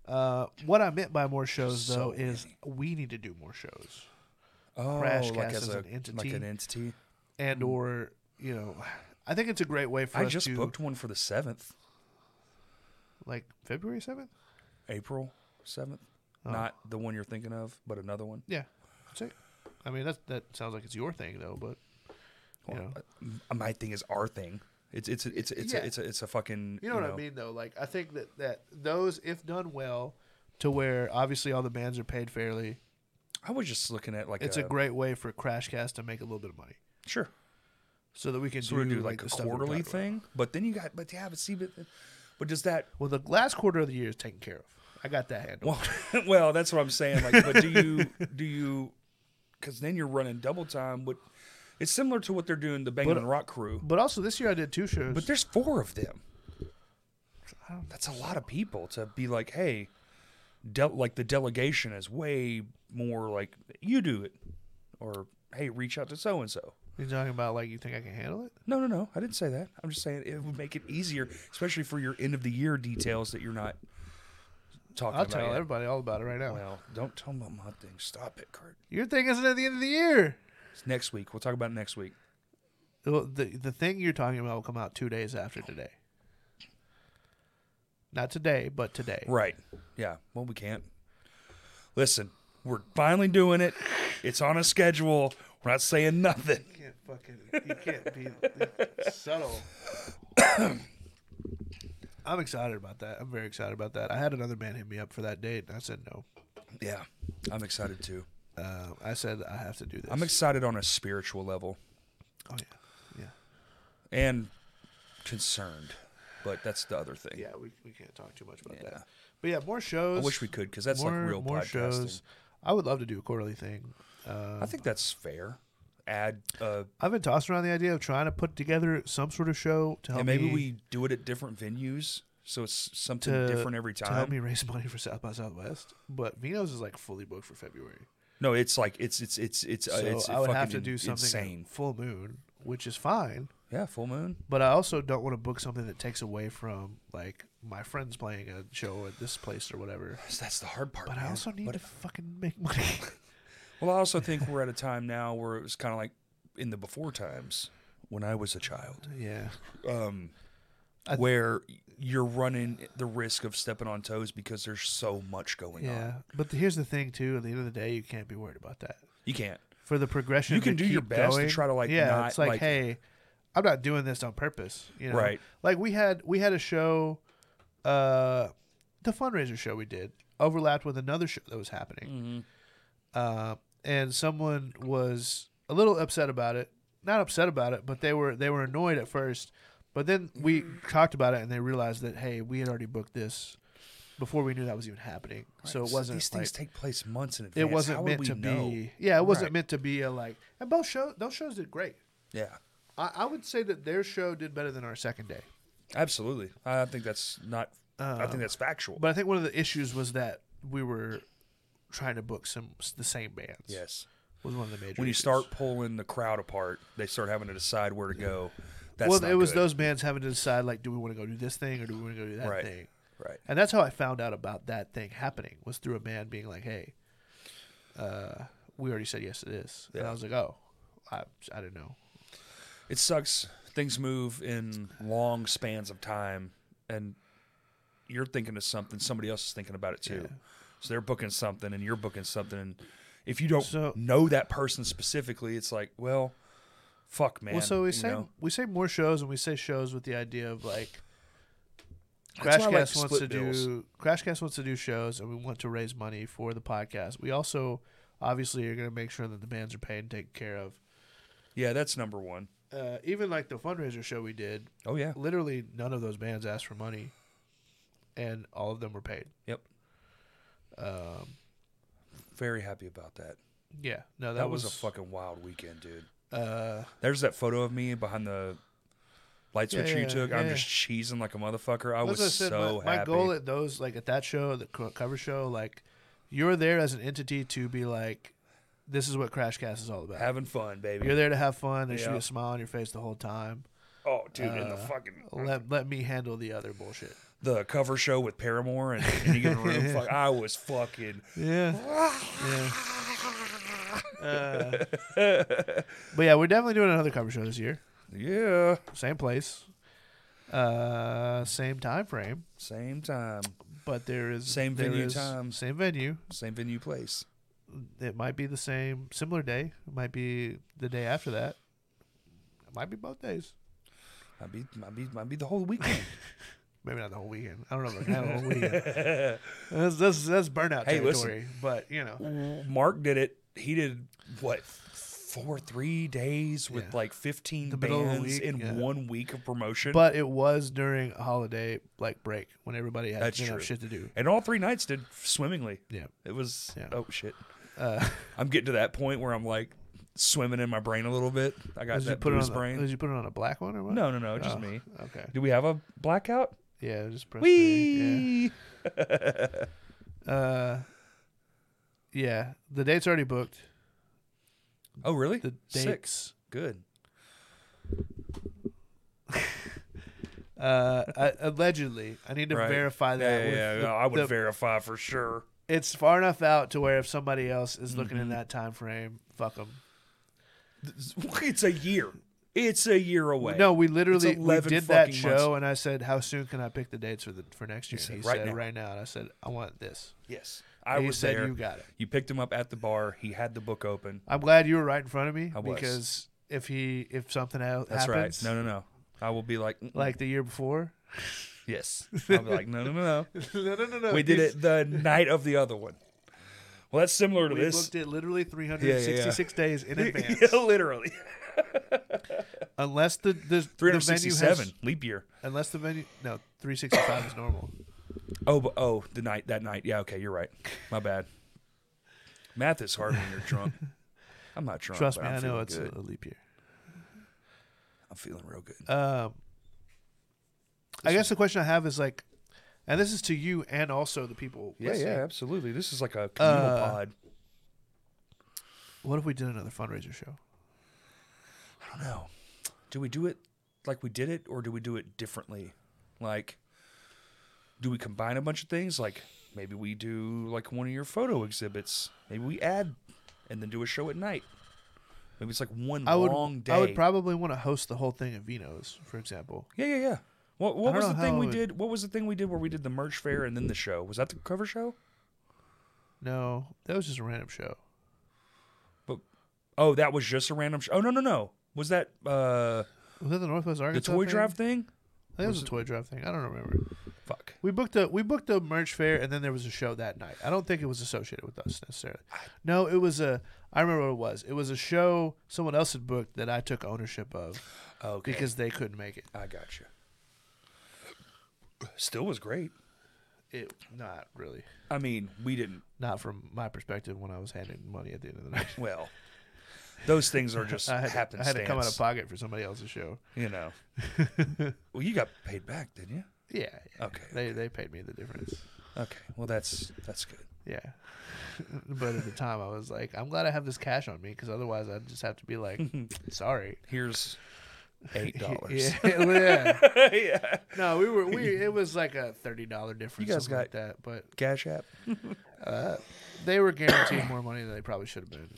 Speaker 2: uh what i meant by more shows
Speaker 1: So
Speaker 2: though is we need to do more shows
Speaker 1: Oh,
Speaker 2: Crash
Speaker 1: like
Speaker 2: Cast
Speaker 1: as,
Speaker 2: as
Speaker 1: a,
Speaker 2: an entity.
Speaker 1: like an entity.
Speaker 2: and or you know Mm. i think it's a great way for
Speaker 1: I
Speaker 2: us
Speaker 1: just
Speaker 2: to
Speaker 1: booked one for the seventh,
Speaker 2: like february 7th
Speaker 1: April seventh.
Speaker 2: Oh.
Speaker 1: Not the one you're thinking of, but another one.
Speaker 2: yeah that's it i mean that's that sounds like it's your thing though but you know
Speaker 1: Uh, My thing is our thing. It's it's it's it's
Speaker 2: Yeah.
Speaker 1: a, it's, a, it's a fucking.
Speaker 2: You know what I mean, though. Like, I think that that those, if done well, to where obviously all the bands are paid fairly,
Speaker 1: I was just looking at like
Speaker 2: it's a great way for Crashcast to make a little bit of money,
Speaker 1: sure.
Speaker 2: so that we can
Speaker 1: So we
Speaker 2: do,
Speaker 1: do
Speaker 2: like,
Speaker 1: like
Speaker 2: the
Speaker 1: a
Speaker 2: stuff we're
Speaker 1: quarterly
Speaker 2: talking about.
Speaker 1: thing, but then you got but yeah, but see, but but does that
Speaker 2: Well, the last quarter of the year is taken care of. I got that handled.
Speaker 1: Well, well, that's what I'm saying. Like, but do you do you? Because then you're running double time. What? It's similar to what they're doing the Bang and Rock crew,
Speaker 2: but also this year I did two shows.
Speaker 1: but there's four of them. That's a lot of people to be like, hey, de- like the delegation is way more like you do it, or hey, reach out to so and so.
Speaker 2: You're talking about like you think I can handle it?
Speaker 1: No, no, no. I didn't say that. I'm just saying it would make it easier, especially for your end of the year details that you're not talking
Speaker 2: I'll
Speaker 1: about.
Speaker 2: tell
Speaker 1: yet.
Speaker 2: everybody all about it right now.
Speaker 1: Well, don't tell them about my thing. Stop it, Kurt.
Speaker 2: Your thing isn't at the end of the year.
Speaker 1: It's next week. We'll talk about it next week.
Speaker 2: Well, the the thing you're talking about will come out two days after today. Not today, but today.
Speaker 1: Right. Yeah. Well, we can't. Listen, we're finally doing it. It's on a schedule. We're not saying nothing.
Speaker 2: You can't fucking. You can't be subtle. I'm excited about that. I'm very excited about that. I had another man hit me up for that date, and I said no.
Speaker 1: Yeah. I'm excited too.
Speaker 2: Uh, I said I have to do this.
Speaker 1: I'm excited on a spiritual level
Speaker 2: oh yeah, yeah,
Speaker 1: and concerned, but that's the other thing.
Speaker 2: yeah. We, we can't talk too much about
Speaker 1: Yeah.
Speaker 2: that. But yeah, more shows.
Speaker 1: I wish we could because that's
Speaker 2: more,
Speaker 1: like real
Speaker 2: more
Speaker 1: podcasting.
Speaker 2: shows. I would love to do a quarterly thing. Uh,
Speaker 1: I think that's fair. Add, uh,
Speaker 2: I've been tossing around the idea of trying to put together some sort of show to help
Speaker 1: and maybe
Speaker 2: me
Speaker 1: we do it at different venues, so it's something
Speaker 2: to,
Speaker 1: different every
Speaker 2: to help
Speaker 1: time.
Speaker 2: me raise money for South by Southwest. But Vino's is like fully booked for February,
Speaker 1: No, it's like it's it's it's it's
Speaker 2: so
Speaker 1: uh, it's
Speaker 2: I would
Speaker 1: fucking
Speaker 2: have to
Speaker 1: in-
Speaker 2: do something
Speaker 1: insane.
Speaker 2: full moon, which is fine.
Speaker 1: Yeah, full moon.
Speaker 2: But I also don't want to book something that takes away from like my friends playing a show at this place or whatever.
Speaker 1: So that's the hard part.
Speaker 2: But I
Speaker 1: man.
Speaker 2: also need
Speaker 1: But-
Speaker 2: to fucking make money.
Speaker 1: Well, I also think we're at a time now where it was kind of like in the before times when I was a child,
Speaker 2: yeah,
Speaker 1: um,
Speaker 2: I-
Speaker 1: where you're running the risk of stepping on toes because there's so much going
Speaker 2: yeah.
Speaker 1: on.
Speaker 2: But the- here's the thing too. At the end of the day, you can't be worried about that.
Speaker 1: You can't.
Speaker 2: for the progression.
Speaker 1: You can
Speaker 2: to
Speaker 1: do your
Speaker 2: keep
Speaker 1: best to
Speaker 2: going.
Speaker 1: try to, like,
Speaker 2: yeah,
Speaker 1: not,
Speaker 2: it's like,
Speaker 1: like-
Speaker 2: hey, I'm not doing this on purpose, you know?
Speaker 1: Right.
Speaker 2: Like we had we had a show, uh, the fundraiser show we did overlapped with another show that was
Speaker 1: Mm-hmm.
Speaker 2: happening, uh, and someone was a little upset about it. Not upset about it, but they were they were annoyed at first. But then we
Speaker 1: Mm.
Speaker 2: talked about it, and they realized that hey, we had already booked this before we knew that was even happening. So it wasn't
Speaker 1: These things
Speaker 2: like-
Speaker 1: take place months in advance.
Speaker 2: it wasn't
Speaker 1: How would
Speaker 2: meant
Speaker 1: we
Speaker 2: to
Speaker 1: know?
Speaker 2: be. Yeah, it wasn't
Speaker 1: Right.
Speaker 2: meant to be a like. And both shows, those shows did great.
Speaker 1: Yeah,
Speaker 2: I, I would say that their show did better than our second day.
Speaker 1: absolutely. I think that's not. I think that's factual.
Speaker 2: Uh, But I think one of the issues was that we were trying to book some the same bands.
Speaker 1: yes.
Speaker 2: was one of the major.
Speaker 1: When you
Speaker 2: issues.
Speaker 1: start pulling the crowd apart, they start having to decide where to go. That's
Speaker 2: well,
Speaker 1: not
Speaker 2: it was
Speaker 1: good.
Speaker 2: those bands having to decide like, do we want to go do this thing or do we want to go do that
Speaker 1: Right.
Speaker 2: thing?
Speaker 1: right.
Speaker 2: And that's how I found out about that thing happening was through a band being like, "Hey, uh, we already said yes to this," and I was like, "Oh, I, I don't know."
Speaker 1: it sucks. Things move in long spans of time, and you're thinking of something. Somebody else is thinking about it too. So they're booking something, and you're booking something. And if you don't
Speaker 2: So-
Speaker 1: know that person specifically, it's like, well, fuck, man.
Speaker 2: Well, so we
Speaker 1: you
Speaker 2: say
Speaker 1: know?
Speaker 2: we say more shows, and we say shows with the idea of like
Speaker 1: That's why I
Speaker 2: Crashcast
Speaker 1: like
Speaker 2: wants to
Speaker 1: split bills.
Speaker 2: do Crashcast wants to do shows, and we want to raise money for the podcast. We also obviously are going to make sure that the bands are paid and taken care of.
Speaker 1: yeah, that's number one.
Speaker 2: Uh, even like the fundraiser show we did,
Speaker 1: Oh yeah,
Speaker 2: literally none of those bands asked for money, and all of them were paid.
Speaker 1: yep.
Speaker 2: Um,
Speaker 1: Very happy about that.
Speaker 2: yeah, no, that,
Speaker 1: That, was, a fucking wild weekend, dude.
Speaker 2: Uh,
Speaker 1: There's that photo of me behind the light
Speaker 2: Yeah,
Speaker 1: switch you
Speaker 2: yeah,
Speaker 1: took. I'm
Speaker 2: yeah.
Speaker 1: just cheesing like a motherfucker. I was
Speaker 2: That's what I said,
Speaker 1: so
Speaker 2: my,
Speaker 1: happy.
Speaker 2: my goal at those like at that show, the co- cover show, like you're there as an entity to be like, this is what Crashcast is all about.
Speaker 1: having fun, baby.
Speaker 2: you're there to have fun. There should be
Speaker 1: Yeah.
Speaker 2: a smile on your face the whole time.
Speaker 1: Oh, dude, in the
Speaker 2: Uh,
Speaker 1: fucking
Speaker 2: Let let me handle the other bullshit.
Speaker 1: the cover show with Paramore and any given room. Fuck, I was fucking.
Speaker 2: Yeah.
Speaker 1: Uh.
Speaker 2: but yeah, we're definitely doing another cover show this year.
Speaker 1: Yeah.
Speaker 2: Same place, uh, same time frame,
Speaker 1: Same time,
Speaker 2: but there is
Speaker 1: Same
Speaker 2: there
Speaker 1: venue
Speaker 2: is-
Speaker 1: time.
Speaker 2: same venue.
Speaker 1: same venue, place.
Speaker 2: It might be the same, similar day. It might be the day after that. It might be both days.
Speaker 1: Might be, might be, might be the whole weekend.
Speaker 2: Maybe not the whole weekend. I don't know if I can have the whole weekend. That's, that's, that's burnout
Speaker 1: Hey, listen.
Speaker 2: territory. but you know,
Speaker 1: Mark did it. He did what four, three days with
Speaker 2: Yeah.
Speaker 1: like fifteen
Speaker 2: The middle of the
Speaker 1: bands
Speaker 2: week,
Speaker 1: in
Speaker 2: yeah.
Speaker 1: one week of promotion.
Speaker 2: but it was during a holiday like break when everybody had
Speaker 1: That's
Speaker 2: you know,
Speaker 1: true.
Speaker 2: shit to do.
Speaker 1: and all three nights did swimmingly.
Speaker 2: Yeah.
Speaker 1: It was
Speaker 2: Yeah.
Speaker 1: oh shit.
Speaker 2: Uh,
Speaker 1: I'm getting to that point where I'm like swimming in my brain a little bit. I got
Speaker 2: did you
Speaker 1: that
Speaker 2: put it
Speaker 1: booze
Speaker 2: on?
Speaker 1: brain.
Speaker 2: A, did you put it on a black one or what?
Speaker 1: no, no, no, just
Speaker 2: Oh,
Speaker 1: me.
Speaker 2: Okay.
Speaker 1: Do we have a blackout?
Speaker 2: Yeah, just press. play,
Speaker 1: Wee.
Speaker 2: Yeah. Uh, yeah, the date's already booked.
Speaker 1: Oh, really?
Speaker 2: The dates.
Speaker 1: Six. Good.
Speaker 2: Uh, I, allegedly, I need to
Speaker 1: Right.
Speaker 2: verify
Speaker 1: Yeah,
Speaker 2: that.
Speaker 1: yeah,
Speaker 2: with
Speaker 1: yeah.
Speaker 2: the-
Speaker 1: No, I would
Speaker 2: the-
Speaker 1: verify for sure.
Speaker 2: it's far enough out to where if somebody else is looking
Speaker 1: Mm-hmm.
Speaker 2: in that time frame, fuck them.
Speaker 1: It's a year. It's a year away.
Speaker 2: No, we literally we
Speaker 1: 11
Speaker 2: did that
Speaker 1: fucking
Speaker 2: show,
Speaker 1: months.
Speaker 2: and I said, "How soon can I pick the dates for the for next year?"
Speaker 1: said,
Speaker 2: he
Speaker 1: "Right
Speaker 2: said,
Speaker 1: now."
Speaker 2: "Right now." And I said, "I want this."
Speaker 1: Yes, I
Speaker 2: He
Speaker 1: was
Speaker 2: said,
Speaker 1: there.
Speaker 2: "You got it."
Speaker 1: You picked him up at the bar. He had the book open.
Speaker 2: I'm glad you were right in front of me
Speaker 1: I was.
Speaker 2: because if he if something else
Speaker 1: That's
Speaker 2: happens,
Speaker 1: right. No, no, no. I will be like, mm,
Speaker 2: like the year before,
Speaker 1: yes. I'll be like, no, no, no,
Speaker 2: no, no, no, no.
Speaker 1: no. We did it the night of the other one. Well, that's similar to
Speaker 2: We
Speaker 1: this.
Speaker 2: booked it literally 366 days in advance,
Speaker 1: yeah, literally.
Speaker 2: unless the the, the venue has-
Speaker 1: 367 leap year.
Speaker 2: unless the venue no 365 is normal.
Speaker 1: Oh, but, oh, the night that night. Yeah, okay, you're right. My bad. Math is hard when you're drunk. I'm not drunk.
Speaker 2: Trust
Speaker 1: but
Speaker 2: me,
Speaker 1: I'm
Speaker 2: i know
Speaker 1: feeling
Speaker 2: it's
Speaker 1: good.
Speaker 2: a leap year.
Speaker 1: I'm feeling real good.
Speaker 2: Um, I guess the question I have is like, and this is to you and also the people.
Speaker 1: Yeah,
Speaker 2: listening.
Speaker 1: yeah, absolutely. This is like a communal
Speaker 2: Uh,
Speaker 1: pod.
Speaker 2: What if we did another fundraiser show?
Speaker 1: I don't know. Do we do it like we did it, or do we do it differently? Like, do we combine a bunch of things? Like, maybe we do like one of your photo exhibits. Maybe we add, and then do a show at night. Maybe it's like one
Speaker 2: I would.
Speaker 1: long day.
Speaker 2: I would probably want to host the whole thing at Vino's, for example.
Speaker 1: yeah, yeah, yeah. What, what
Speaker 2: I
Speaker 1: was
Speaker 2: don't
Speaker 1: the
Speaker 2: know
Speaker 1: thing
Speaker 2: how
Speaker 1: we
Speaker 2: it would-
Speaker 1: did? What was the thing we did where we did the merch fair and then the show? Was that the cover show?
Speaker 2: No, that was just a random show.
Speaker 1: But oh, that was just a random show. Oh no, no, no. Was that uh,
Speaker 2: Was that the Northwest
Speaker 1: the
Speaker 2: Arkansas?
Speaker 1: toy
Speaker 2: thing?
Speaker 1: drive thing?
Speaker 2: I think it was a toy drive thing. I don't remember.
Speaker 1: Fuck.
Speaker 2: We booked a we booked a merch fair and then there was a show that night. I don't think it was associated with us necessarily. No, it was a I remember what it was. It was a show someone else had booked that I took ownership of
Speaker 1: Okay.
Speaker 2: because they couldn't make it.
Speaker 1: I got you. Still was great.
Speaker 2: It not really.
Speaker 1: I mean, we didn't.
Speaker 2: Not from my perspective when I was handing money at the end of the night.
Speaker 1: Well, those things are just
Speaker 2: I had, to, I
Speaker 1: happenstance.
Speaker 2: had to come out of pocket for somebody else's show.
Speaker 1: you know. well, you got paid back, didn't you?
Speaker 2: Yeah. yeah.
Speaker 1: Okay,
Speaker 2: They they paid me the difference.
Speaker 1: Okay. Well, that's that's good.
Speaker 2: Yeah. but at the time I was like, I'm glad I have this cash on me because otherwise I'd just have to be like, sorry.
Speaker 1: Here's eight dollars.
Speaker 2: Yeah, yeah.
Speaker 1: yeah.
Speaker 2: No, we were we. It was like a thirty dollar difference.
Speaker 1: You guys
Speaker 2: something like that, but
Speaker 1: Cash app.
Speaker 2: they were guaranteed more money than they probably should have been.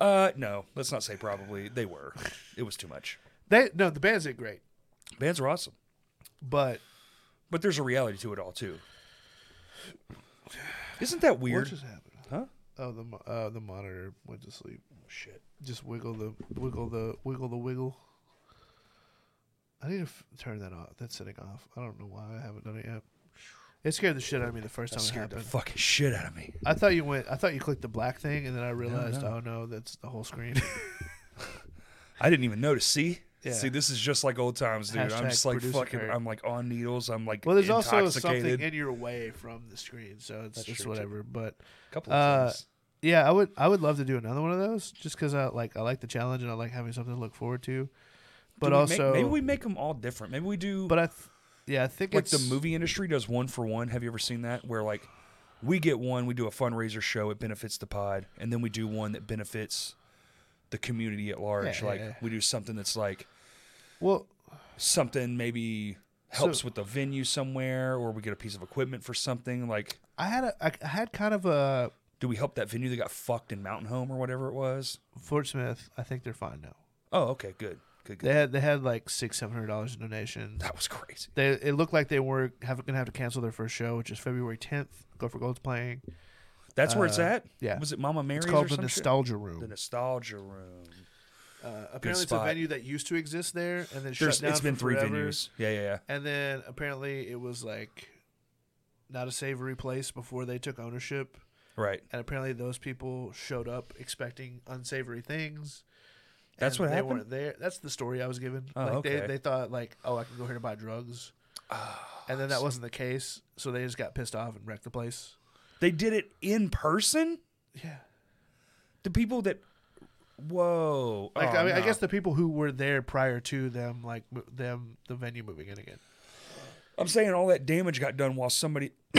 Speaker 1: Uh, no. Let's not say probably. They were. It was too much.
Speaker 2: They no, the bands did great,
Speaker 1: Bands are awesome,
Speaker 2: but
Speaker 1: but there's a reality to it all too. Isn't that
Speaker 2: what
Speaker 1: weird?
Speaker 2: just happened?
Speaker 1: Huh?
Speaker 2: Oh, the mo- uh, the monitor went to sleep.
Speaker 1: Shit.
Speaker 2: Just wiggle the wiggle the wiggle the wiggle. I need to f- turn that off. That's sitting off. I don't know why I haven't done it yet. It scared the shit out of me the first
Speaker 1: That
Speaker 2: time it
Speaker 1: scared the
Speaker 2: happened.
Speaker 1: fucking shit out of me.
Speaker 2: I thought you went. I thought you clicked the black thing, and then I realized,
Speaker 1: no.
Speaker 2: oh no, that's the whole screen.
Speaker 1: I didn't even notice. See,
Speaker 2: Yeah.
Speaker 1: see, this is just like old times, dude. I'm
Speaker 2: Hashtag
Speaker 1: just like
Speaker 2: producer
Speaker 1: fucking.
Speaker 2: Kurt.
Speaker 1: I'm like on needles. I'm like
Speaker 2: Well, there's also
Speaker 1: intoxicated.
Speaker 2: something in your way from the screen, so it's
Speaker 1: That's
Speaker 2: just
Speaker 1: true, too.
Speaker 2: whatever. But
Speaker 1: couple of
Speaker 2: uh,
Speaker 1: things.
Speaker 2: yeah, I would I would love to do another one of those just because I like I like the challenge and I like having something to look forward to. But
Speaker 1: Do we make-
Speaker 2: also,
Speaker 1: maybe we make them all different. Maybe we do
Speaker 2: but I th- yeah I think
Speaker 1: like
Speaker 2: it's
Speaker 1: the movie industry does one for one. Have you ever seen that? Where like we get one, we do a fundraiser show, it benefits the pod, and then we do one that benefits the community at large.
Speaker 2: yeah,
Speaker 1: like
Speaker 2: yeah.
Speaker 1: we do something that's like
Speaker 2: Well,
Speaker 1: something maybe helps
Speaker 2: So-
Speaker 1: with the venue somewhere, or we get a piece of equipment for something like.
Speaker 2: I had a I I had kind of a
Speaker 1: Do we help that venue that got fucked in Mountain Home or whatever it was?
Speaker 2: Fort Smith. I think they're fine now.
Speaker 1: Oh, okay, good, good, good.
Speaker 2: They had they had like six seven hundred dollars in donations.
Speaker 1: that was crazy.
Speaker 2: They it looked like they were have, gonna have to cancel their first show, which is February tenth. Go for Gold's playing.
Speaker 1: That's where it's
Speaker 2: Uh,
Speaker 1: at.
Speaker 2: yeah.
Speaker 1: was it Mama Mary's?
Speaker 2: It's called
Speaker 1: or
Speaker 2: the
Speaker 1: some shit?
Speaker 2: Nostalgia Room.
Speaker 1: The nostalgia room.
Speaker 2: Uh, apparently, it's a
Speaker 1: spot.
Speaker 2: venue that used to exist there, and then
Speaker 1: There's,
Speaker 2: shut down.
Speaker 1: it's been
Speaker 2: for
Speaker 1: three
Speaker 2: forever.
Speaker 1: venues. Yeah, yeah, yeah.
Speaker 2: and then apparently it was like not a savory place before they took ownership,
Speaker 1: Right.
Speaker 2: and apparently those people showed up expecting unsavory things.
Speaker 1: That's
Speaker 2: and
Speaker 1: what
Speaker 2: they
Speaker 1: happened?
Speaker 2: Weren't there. That's the story I was given.
Speaker 1: Oh,
Speaker 2: like
Speaker 1: okay. Ah,
Speaker 2: they, they thought like, oh, I can go here to buy drugs, and then that wasn't the case, so they just got pissed off and wrecked the place.
Speaker 1: They did it in person.
Speaker 2: Yeah.
Speaker 1: The people that. Whoa.
Speaker 2: Like
Speaker 1: Oh,
Speaker 2: I, mean, I
Speaker 1: no.
Speaker 2: guess the people who were there prior to them, like mo- them, the venue moving in again.
Speaker 1: I'm saying all that damage got done while somebody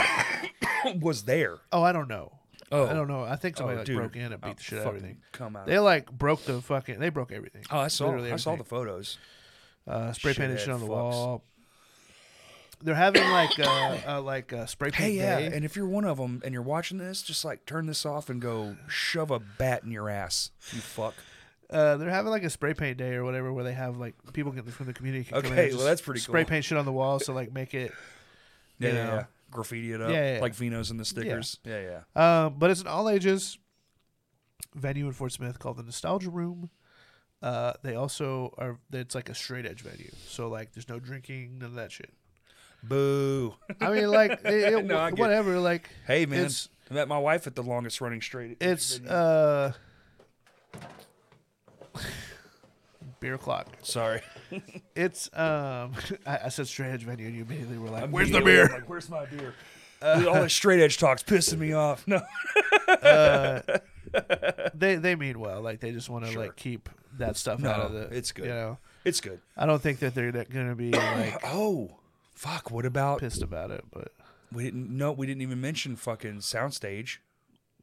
Speaker 1: was there.
Speaker 2: Oh, I don't know.
Speaker 1: Oh.
Speaker 2: I don't know. I think somebody
Speaker 1: Oh,
Speaker 2: like
Speaker 1: dude.
Speaker 2: broke in and beat
Speaker 1: Oh,
Speaker 2: the shit out of
Speaker 1: fucking
Speaker 2: everything.
Speaker 1: come out.
Speaker 2: They like broke the fucking. They broke everything.
Speaker 1: Oh, I saw.
Speaker 2: Literally
Speaker 1: I saw the
Speaker 2: everything.
Speaker 1: photos.
Speaker 2: uh, spray painted
Speaker 1: shithead
Speaker 2: shit on the
Speaker 1: fucks.
Speaker 2: wall. They're having like uh, uh like uh, spray paint
Speaker 1: Hey, yeah,
Speaker 2: day.
Speaker 1: and if you're one of them and you're watching this, just like turn this off and go shove a bat in your ass, you fuck.
Speaker 2: Uh, they're having like a spray paint day or whatever where they have like people get from the community. Can come in
Speaker 1: Okay,
Speaker 2: and
Speaker 1: well,
Speaker 2: just
Speaker 1: that's pretty
Speaker 2: Spray
Speaker 1: cool.
Speaker 2: paint shit on the wall so like make it.
Speaker 1: Yeah,
Speaker 2: you
Speaker 1: yeah,
Speaker 2: know.
Speaker 1: yeah. graffiti it up
Speaker 2: Yeah, yeah,
Speaker 1: like Vino's and the stickers. Yeah, yeah.
Speaker 2: Um, but it's an all ages venue in Fort Smith called the Nostalgia Room. Uh, they also are. It's like a straight edge venue, so like there's no drinking, none of that shit.
Speaker 1: Boo.
Speaker 2: I mean, like it, it-
Speaker 1: No, I get it.
Speaker 2: whatever. Like
Speaker 1: hey man,
Speaker 2: it's
Speaker 1: I met my wife at the longest running straight.
Speaker 2: it's uh, beer clock.
Speaker 1: sorry.
Speaker 2: It's um, I, I said straight edge venue, and you immediately were like, "Where's the
Speaker 1: Immediately,
Speaker 2: beer?"
Speaker 1: I'm Like, Where's my beer? Dude, all this straight edge talks pissing me off. No,
Speaker 2: They they mean well. Like they just want to
Speaker 1: Sure.
Speaker 2: like keep that stuff
Speaker 1: No,
Speaker 2: out of the.
Speaker 1: it's good.
Speaker 2: You know,
Speaker 1: it's good.
Speaker 2: I don't think that they're going to be like
Speaker 1: Oh, fuck. What about
Speaker 2: pissed about it, but.
Speaker 1: we didn't? No, we didn't even mention fucking soundstage.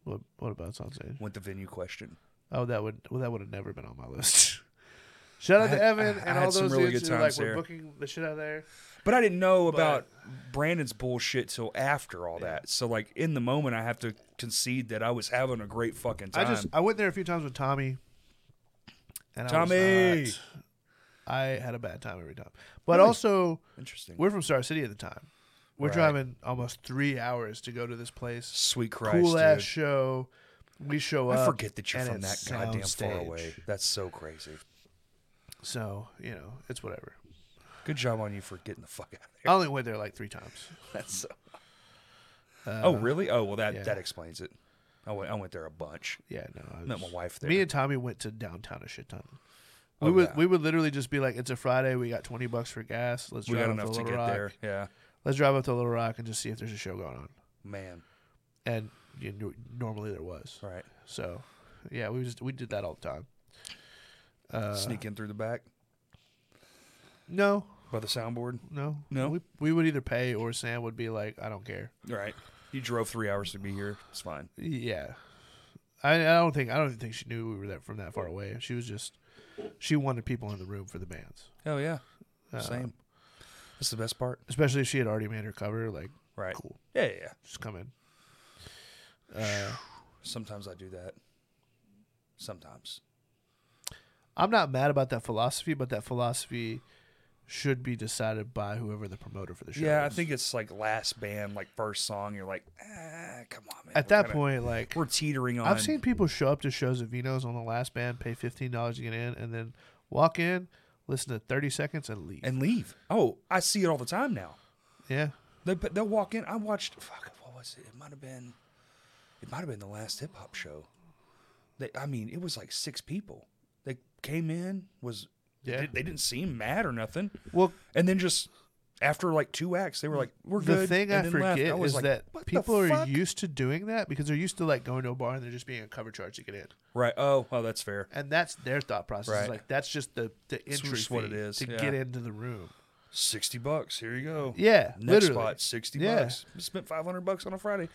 Speaker 2: What what about Soundstage?
Speaker 1: Went the venue question.
Speaker 2: Oh, that would well, that would have never been on my list. Shout out
Speaker 1: I
Speaker 2: to
Speaker 1: had-
Speaker 2: Evan
Speaker 1: I- I
Speaker 2: and
Speaker 1: had
Speaker 2: all
Speaker 1: some
Speaker 2: those
Speaker 1: really
Speaker 2: dudes
Speaker 1: good
Speaker 2: who like
Speaker 1: times
Speaker 2: were
Speaker 1: there.
Speaker 2: booking the shit out of there.
Speaker 1: But I didn't know
Speaker 2: But-
Speaker 1: about Brandon's bullshit till after all that. So like in the moment, I have to concede that I was having a great fucking
Speaker 2: I
Speaker 1: time.
Speaker 2: just I went there a few times with Tommy. And I,
Speaker 1: Tommy!
Speaker 2: was not- I had a bad time every time. But also,
Speaker 1: Interesting.
Speaker 2: we're from Star City at the time. We're
Speaker 1: Right.
Speaker 2: driving almost three hours to go to this place.
Speaker 1: Sweet Christ,
Speaker 2: Cool ass
Speaker 1: dude.
Speaker 2: show. We show up.
Speaker 1: I forget that you're
Speaker 2: and
Speaker 1: from that
Speaker 2: it's
Speaker 1: goddamn far
Speaker 2: soundstage.
Speaker 1: away. That's so crazy.
Speaker 2: So you know it's whatever.
Speaker 1: Good job on you for getting the fuck out of
Speaker 2: I only went there like three times.
Speaker 1: there. That's so. oh really? Oh well, that
Speaker 2: Uh, yeah.
Speaker 1: that explains it. I went, I went there a bunch.
Speaker 2: Yeah, no. I
Speaker 1: Met
Speaker 2: was-
Speaker 1: my wife there.
Speaker 2: Me and Tommy went to downtown a shit ton. We
Speaker 1: Oh,
Speaker 2: would
Speaker 1: yeah.
Speaker 2: we would literally just be like, it's a Friday, we got twenty bucks for gas. Let's
Speaker 1: we
Speaker 2: drive
Speaker 1: got
Speaker 2: up
Speaker 1: enough
Speaker 2: to
Speaker 1: to
Speaker 2: Little
Speaker 1: get
Speaker 2: Rock.
Speaker 1: there. Yeah,
Speaker 2: Let's drive up to Little Rock and just see if there's a show going on.
Speaker 1: man.
Speaker 2: And you knew, normally there was.
Speaker 1: Right.
Speaker 2: So, yeah, we just we did that all the time. Uh,
Speaker 1: Sneak in through the back
Speaker 2: No,
Speaker 1: by the soundboard.
Speaker 2: no,
Speaker 1: No?
Speaker 2: We we would either pay or Sam would be like, I don't care.
Speaker 1: Right. You drove three hours to be here. It's fine.
Speaker 2: Yeah, I I don't think I don't even think she knew we were that from that far away. She was just she wanted people in the room for the bands, Uh,
Speaker 1: Hell yeah. Uh, Same. That's the best part.
Speaker 2: especially if she had already made her cover. Like,
Speaker 1: Right.
Speaker 2: cool,
Speaker 1: Yeah, yeah. yeah.
Speaker 2: just come in. Uh,
Speaker 1: Sometimes I do that. Sometimes.
Speaker 2: I'm not mad about that philosophy, but that philosophy should be decided by whoever the promoter for the show.
Speaker 1: Yeah, I
Speaker 2: is.
Speaker 1: think it's like last band, like first song. You're like, ah, come on, man.
Speaker 2: at
Speaker 1: We're
Speaker 2: that
Speaker 1: kinda-
Speaker 2: point, like
Speaker 1: we're teetering on.
Speaker 2: I've seen people show up to shows at Vino's on the last band, pay fifteen dollars to get in, and then walk in, listen to thirty seconds, and leave.
Speaker 1: and leave. Oh, I see it all the time now.
Speaker 2: yeah,
Speaker 1: They but they'll walk in. I watched. Fuck, what was it? It might have been. It might have been the last hip hop show. They, I mean, it was like six people. They came in. Was
Speaker 2: Yeah.
Speaker 1: They, they didn't seem mad or nothing.
Speaker 2: well,
Speaker 1: And then just after like two acts, they were like, "We're
Speaker 2: the
Speaker 1: good."
Speaker 2: thing
Speaker 1: and
Speaker 2: I
Speaker 1: then left.
Speaker 2: forget
Speaker 1: was
Speaker 2: is
Speaker 1: like, "What the
Speaker 2: that people are
Speaker 1: fuck?"
Speaker 2: used to doing that because they're used to like going to a bar and they're just being a cover charge to get in,
Speaker 1: right. Oh, well, that's fair.
Speaker 2: and that's their thought process. It's
Speaker 1: Right.
Speaker 2: Like that's just the the entry
Speaker 1: just what
Speaker 2: fee
Speaker 1: it is,
Speaker 2: to
Speaker 1: yeah.
Speaker 2: get into the room.
Speaker 1: Sixty bucks. Here you go.
Speaker 2: Yeah,
Speaker 1: Next
Speaker 2: literally.
Speaker 1: spot, sixty
Speaker 2: Yeah.
Speaker 1: bucks. Spent five hundred bucks on a Friday.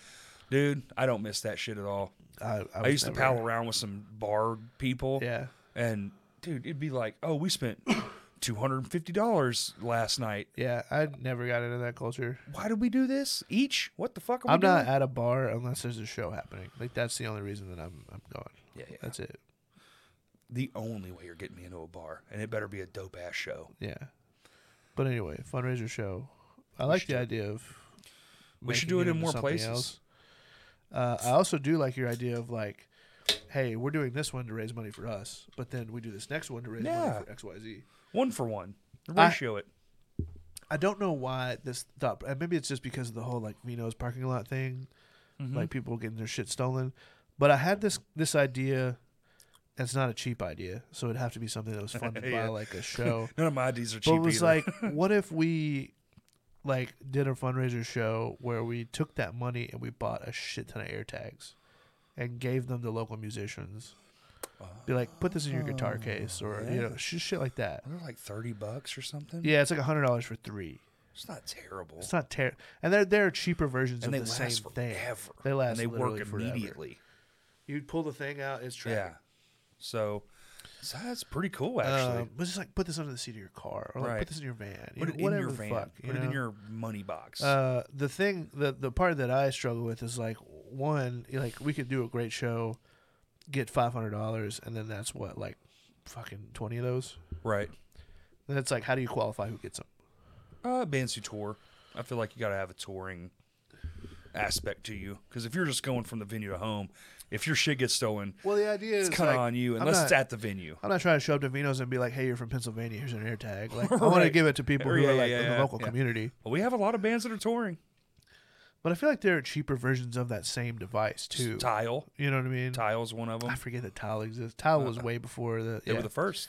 Speaker 1: Dude, I don't miss that shit at all.
Speaker 2: I,
Speaker 1: I, used to pal around with some bar people.
Speaker 2: Yeah.
Speaker 1: And dude, it'd be like, oh, we spent two hundred and fifty dollars last night.
Speaker 2: Yeah, I never got into that culture.
Speaker 1: Why did we do this each? What the fuck? Are we
Speaker 2: I'm not
Speaker 1: doing?
Speaker 2: at a bar unless there's a show happening. Like that's the only reason that I'm I'm going.
Speaker 1: Yeah, yeah.
Speaker 2: That's it.
Speaker 1: the only way you're getting me into a bar, and it better be a dope ass show.
Speaker 2: Yeah. But anyway, fundraiser show. I like the idea of.
Speaker 1: We should
Speaker 2: making
Speaker 1: do it in
Speaker 2: into
Speaker 1: more
Speaker 2: something
Speaker 1: places.
Speaker 2: Uh, I also do like your idea of like, hey, we're doing this one to raise money for us, but then we do this next one to raise
Speaker 1: Yeah.
Speaker 2: money for X Y Z.
Speaker 1: One for one.
Speaker 2: I-
Speaker 1: Ratio it.
Speaker 2: I don't know why this thought. And maybe it's just because of the whole like Vino's parking lot thing,
Speaker 1: Mm-hmm.
Speaker 2: like people getting their shit stolen. But I had this this idea. and It's not a cheap idea, so it'd have to be something that was funded
Speaker 1: Yeah.
Speaker 2: by like a show.
Speaker 1: None of my IDs are cheap.
Speaker 2: but it was
Speaker 1: either.
Speaker 2: like, what if we like did a fundraiser show where we took that money and we bought a shit ton of air tags and gave them to local musicians. Be like, put this in your guitar
Speaker 1: Ah.
Speaker 2: case or you know, sh- shit like that.
Speaker 1: They're like thirty bucks or something.
Speaker 2: Yeah, it's like a hundred dollars for three.
Speaker 1: It's not terrible.
Speaker 2: It's not terrible, and there there are cheaper versions
Speaker 1: and
Speaker 2: of
Speaker 1: they
Speaker 2: the
Speaker 1: last
Speaker 2: same thing.
Speaker 1: forever.
Speaker 2: They last
Speaker 1: and they work
Speaker 2: literally forever.
Speaker 1: immediately.
Speaker 2: You pull the thing out, it's trash.
Speaker 1: Yeah. So, so that's pretty cool actually.
Speaker 2: Actually, Um, but just like put this under the seat of your car, or like
Speaker 1: Right.
Speaker 2: put this in your van, you
Speaker 1: Put
Speaker 2: know,
Speaker 1: it in
Speaker 2: whatever
Speaker 1: your
Speaker 2: the
Speaker 1: van.
Speaker 2: fuck, you
Speaker 1: Put it in
Speaker 2: know?
Speaker 1: your money box.
Speaker 2: Uh, the thing the the part that I struggle with is like one like we could do a great show, get five hundred dollars, and then that's what like fucking twenty of those.
Speaker 1: right.
Speaker 2: Then it's like how do you qualify who gets them?
Speaker 1: Uh, bands who tour. I feel like you got to have a touring aspect to you because if you're just going from the venue to home, if your shit gets stolen,
Speaker 2: Well, the idea
Speaker 1: it's kind of on you unless it's at the venue.
Speaker 2: I'm not trying to show up to Vino's and be like, "Hey, you're from Pennsylvania. Here's an air tag." Like, I want to give it to people
Speaker 1: Or
Speaker 2: who
Speaker 1: yeah,
Speaker 2: are like
Speaker 1: yeah,
Speaker 2: in the
Speaker 1: yeah,
Speaker 2: local
Speaker 1: yeah.
Speaker 2: community.
Speaker 1: Well, we have a lot of bands that are touring.
Speaker 2: But I feel like there are cheaper versions of that same device too.
Speaker 1: Tile,
Speaker 2: You know what I mean?
Speaker 1: Tile's one of them.
Speaker 2: I forget that tile exists. Tile was way before the.
Speaker 1: They
Speaker 2: Yeah.
Speaker 1: were the first,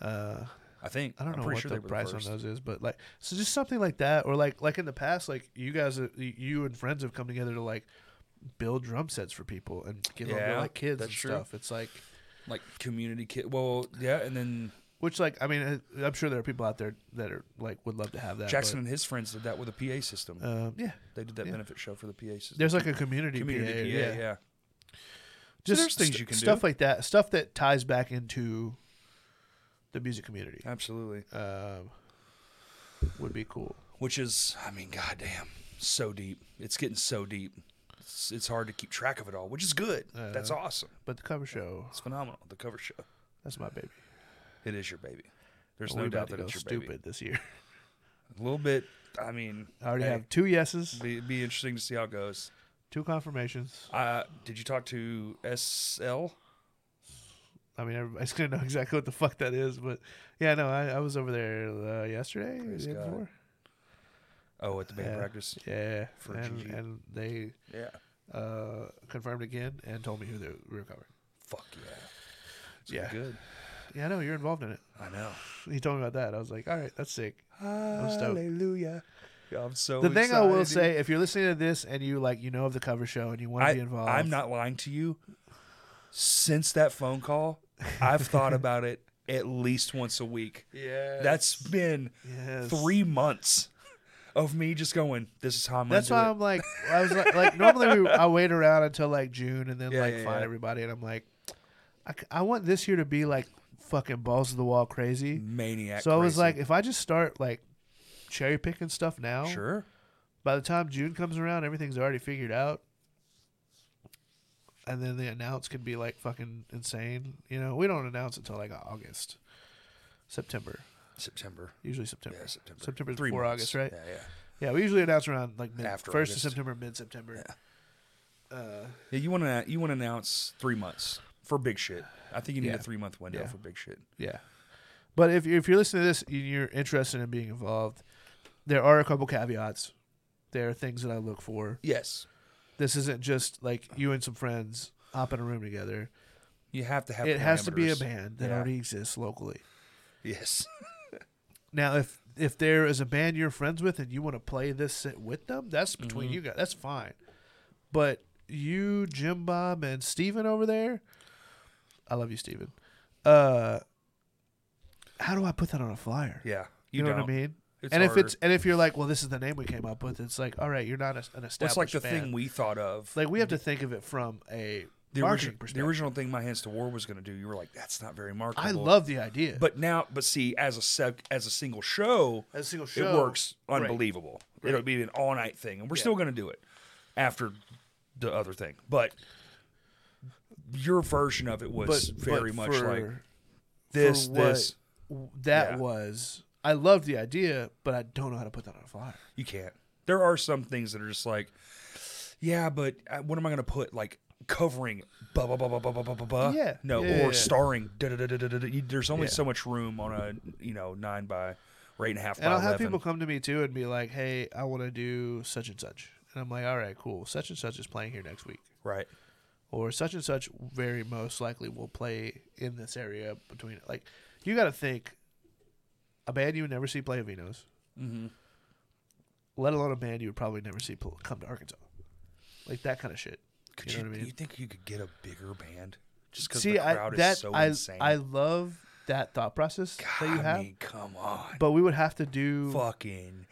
Speaker 2: uh,
Speaker 1: I think.
Speaker 2: I don't
Speaker 1: I'm
Speaker 2: know
Speaker 1: pretty
Speaker 2: what
Speaker 1: sure
Speaker 2: the
Speaker 1: they were
Speaker 2: price
Speaker 1: the
Speaker 2: on
Speaker 1: first.
Speaker 2: those is, but like, so just something like that, or like, like in the past, like you guys, uh, y- you and friends have come together to like build drum sets for people and give them
Speaker 1: Yeah,
Speaker 2: to like kids and
Speaker 1: that's true.
Speaker 2: stuff. It's like,
Speaker 1: Like community kit. Well, yeah, and then
Speaker 2: which like, I mean, I- I'm sure there are people out there that are like would love to have that.
Speaker 1: Jackson and his friends did that with a PA system.
Speaker 2: But, um, yeah.
Speaker 1: they did that
Speaker 2: yeah.
Speaker 1: benefit show for the PA system.
Speaker 2: There's like a community,
Speaker 1: community
Speaker 2: PA,
Speaker 1: PA,
Speaker 2: yeah.
Speaker 1: yeah. yeah.
Speaker 2: Just
Speaker 1: there's things
Speaker 2: st-
Speaker 1: you can
Speaker 2: stuff
Speaker 1: do.
Speaker 2: like that, stuff that ties back into the music community.
Speaker 1: Absolutely.
Speaker 2: Um, would be cool.
Speaker 1: which is I mean, goddamn, so deep. It's getting so deep. It's, it's hard to keep track of it all, which is good. That's awesome.
Speaker 2: But the cover show,
Speaker 1: It's phenomenal. The cover show.
Speaker 2: that's my baby.
Speaker 1: It is your baby. There's
Speaker 2: We're
Speaker 1: no doubt
Speaker 2: about to
Speaker 1: that
Speaker 2: go
Speaker 1: it's your
Speaker 2: stupid
Speaker 1: baby.
Speaker 2: this year.
Speaker 1: A little bit. I mean,
Speaker 2: I already
Speaker 1: hey,
Speaker 2: have two yeses,
Speaker 1: Be, be interesting to see how it goes.
Speaker 2: two confirmations.
Speaker 1: Uh, did you talk to SL?
Speaker 2: I mean, everybody's gonna know exactly what the fuck that is, but yeah, no, I, I was over there uh, yesterday,
Speaker 1: Praise
Speaker 2: the day
Speaker 1: God.
Speaker 2: before.
Speaker 1: Oh, at the band
Speaker 2: Yeah.
Speaker 1: practice.
Speaker 2: yeah,
Speaker 1: For
Speaker 2: and,
Speaker 1: GG.
Speaker 2: and they
Speaker 1: Yeah.
Speaker 2: uh, confirmed again and told me who they were covering.
Speaker 1: Fuck yeah. It's
Speaker 2: Yeah.
Speaker 1: yeah. Good.
Speaker 2: Yeah, I know you're involved in it.
Speaker 1: I know.
Speaker 2: He told me about that. I was like, all right, that's sick. stoked.
Speaker 1: Hallelujah. Yeah, I'm so.
Speaker 2: The thing I will
Speaker 1: excited.
Speaker 2: say, if you're listening to this and you like, you know of the cover show and you want to be involved,
Speaker 1: I'm not lying to you. Since that phone call, I've thought about it at least once a week.
Speaker 2: Yeah,
Speaker 1: That's been
Speaker 2: Yes.
Speaker 1: three months of me just going, this is how I'm
Speaker 2: That's
Speaker 1: gonna
Speaker 2: why
Speaker 1: do
Speaker 2: I'm like, I was like, like normally we, I wait around until like June and then
Speaker 1: Yeah,
Speaker 2: like
Speaker 1: yeah,
Speaker 2: find
Speaker 1: yeah.
Speaker 2: everybody, and I'm like, I, c- I want this year to be like fucking balls to the wall crazy.
Speaker 1: it. maniac.
Speaker 2: so I was
Speaker 1: crazy.
Speaker 2: like, if I just start like cherry picking stuff now,
Speaker 1: sure.
Speaker 2: by the time June comes around, everything's already figured out. And then the announce can be like fucking insane. You know, we don't announce until like August, September,
Speaker 1: September.
Speaker 2: usually September.
Speaker 1: Yeah, September.
Speaker 2: September's
Speaker 1: Three
Speaker 2: before
Speaker 1: months.
Speaker 2: August, right?
Speaker 1: Yeah, yeah.
Speaker 2: Yeah, we usually announce around like mid,
Speaker 1: After
Speaker 2: first
Speaker 1: August.
Speaker 2: of September, mid September. Uh,
Speaker 1: Yeah, you want to you want to announce three months for big shit. I think you need
Speaker 2: Yeah.
Speaker 1: a three month window
Speaker 2: Yeah.
Speaker 1: for big shit.
Speaker 2: yeah, but if you're, if you're listening to this and you're interested in being involved, there are a couple caveats. There are things that I look for.
Speaker 1: Yes,
Speaker 2: This isn't just like you and some friends hop in a room together.
Speaker 1: you have to have.
Speaker 2: It has to be a
Speaker 1: parameters.
Speaker 2: band that
Speaker 1: Yeah.
Speaker 2: already exists locally.
Speaker 1: Yes,
Speaker 2: Now, if if there is a band you're friends with and you want to play this set with them, that's between
Speaker 1: Mm-hmm.
Speaker 2: you guys. That's fine. But you, Jim Bob, and Steven over there, I love you, Steven. Uh, how do I put that on a flyer?
Speaker 1: yeah.
Speaker 2: you, know
Speaker 1: don't.
Speaker 2: what I mean.
Speaker 1: It's
Speaker 2: and if
Speaker 1: harder.
Speaker 2: it's and if you're like, well, this is the name we came up with. It's like, all right, you're not a, an established.
Speaker 1: That's like the
Speaker 2: band.
Speaker 1: thing we thought of.
Speaker 2: Like we have to think of it from a
Speaker 1: the
Speaker 2: marketing
Speaker 1: original the
Speaker 2: perspective.
Speaker 1: original thing my hands to war was going to do you were like that's not very marketable
Speaker 2: I love the idea,
Speaker 1: but now but see as a sec, as a single show
Speaker 2: as a single show,
Speaker 1: it works
Speaker 2: Right.
Speaker 1: unbelievable it'll be an all night thing and we're still going to do it after the other thing but your version of it was very much like
Speaker 2: for-
Speaker 1: this
Speaker 2: for what
Speaker 1: this
Speaker 2: w- that
Speaker 1: Yeah.
Speaker 2: was. I loved the idea, but I don't know how to put that on a flyer.
Speaker 1: you can't there are some things that are just like yeah but uh, what am i going to put like covering blah blah blah blah blah blah blah blah blah
Speaker 2: Yeah.
Speaker 1: no
Speaker 2: Yeah, yeah,
Speaker 1: or
Speaker 2: yeah.
Speaker 1: starring da da da da da da da. You- there's only
Speaker 2: Yeah.
Speaker 1: so much room on a you know nine by or eight and a half by
Speaker 2: And I'll have
Speaker 1: 11.
Speaker 2: people come to me too and be like, "Hey, I want to do such and such," and I'm like, "All right, cool. Such and such is playing here next week,
Speaker 1: right
Speaker 2: or such and such very most likely will play in this area between." Like, you got to think a band you would never see play at Vino's, mm-hmm. let alone a band you would probably never see pl- come to Arkansas, like that kind of shit.
Speaker 1: could
Speaker 2: you
Speaker 1: you,
Speaker 2: know what I mean?
Speaker 1: you think you could get a bigger band just because
Speaker 2: See,
Speaker 1: the
Speaker 2: I
Speaker 1: crowd
Speaker 2: that
Speaker 1: is so
Speaker 2: I
Speaker 1: insane
Speaker 2: I love that thought process that you
Speaker 1: I
Speaker 2: have.
Speaker 1: mean, come on.
Speaker 2: but we would have to do
Speaker 1: Fucking.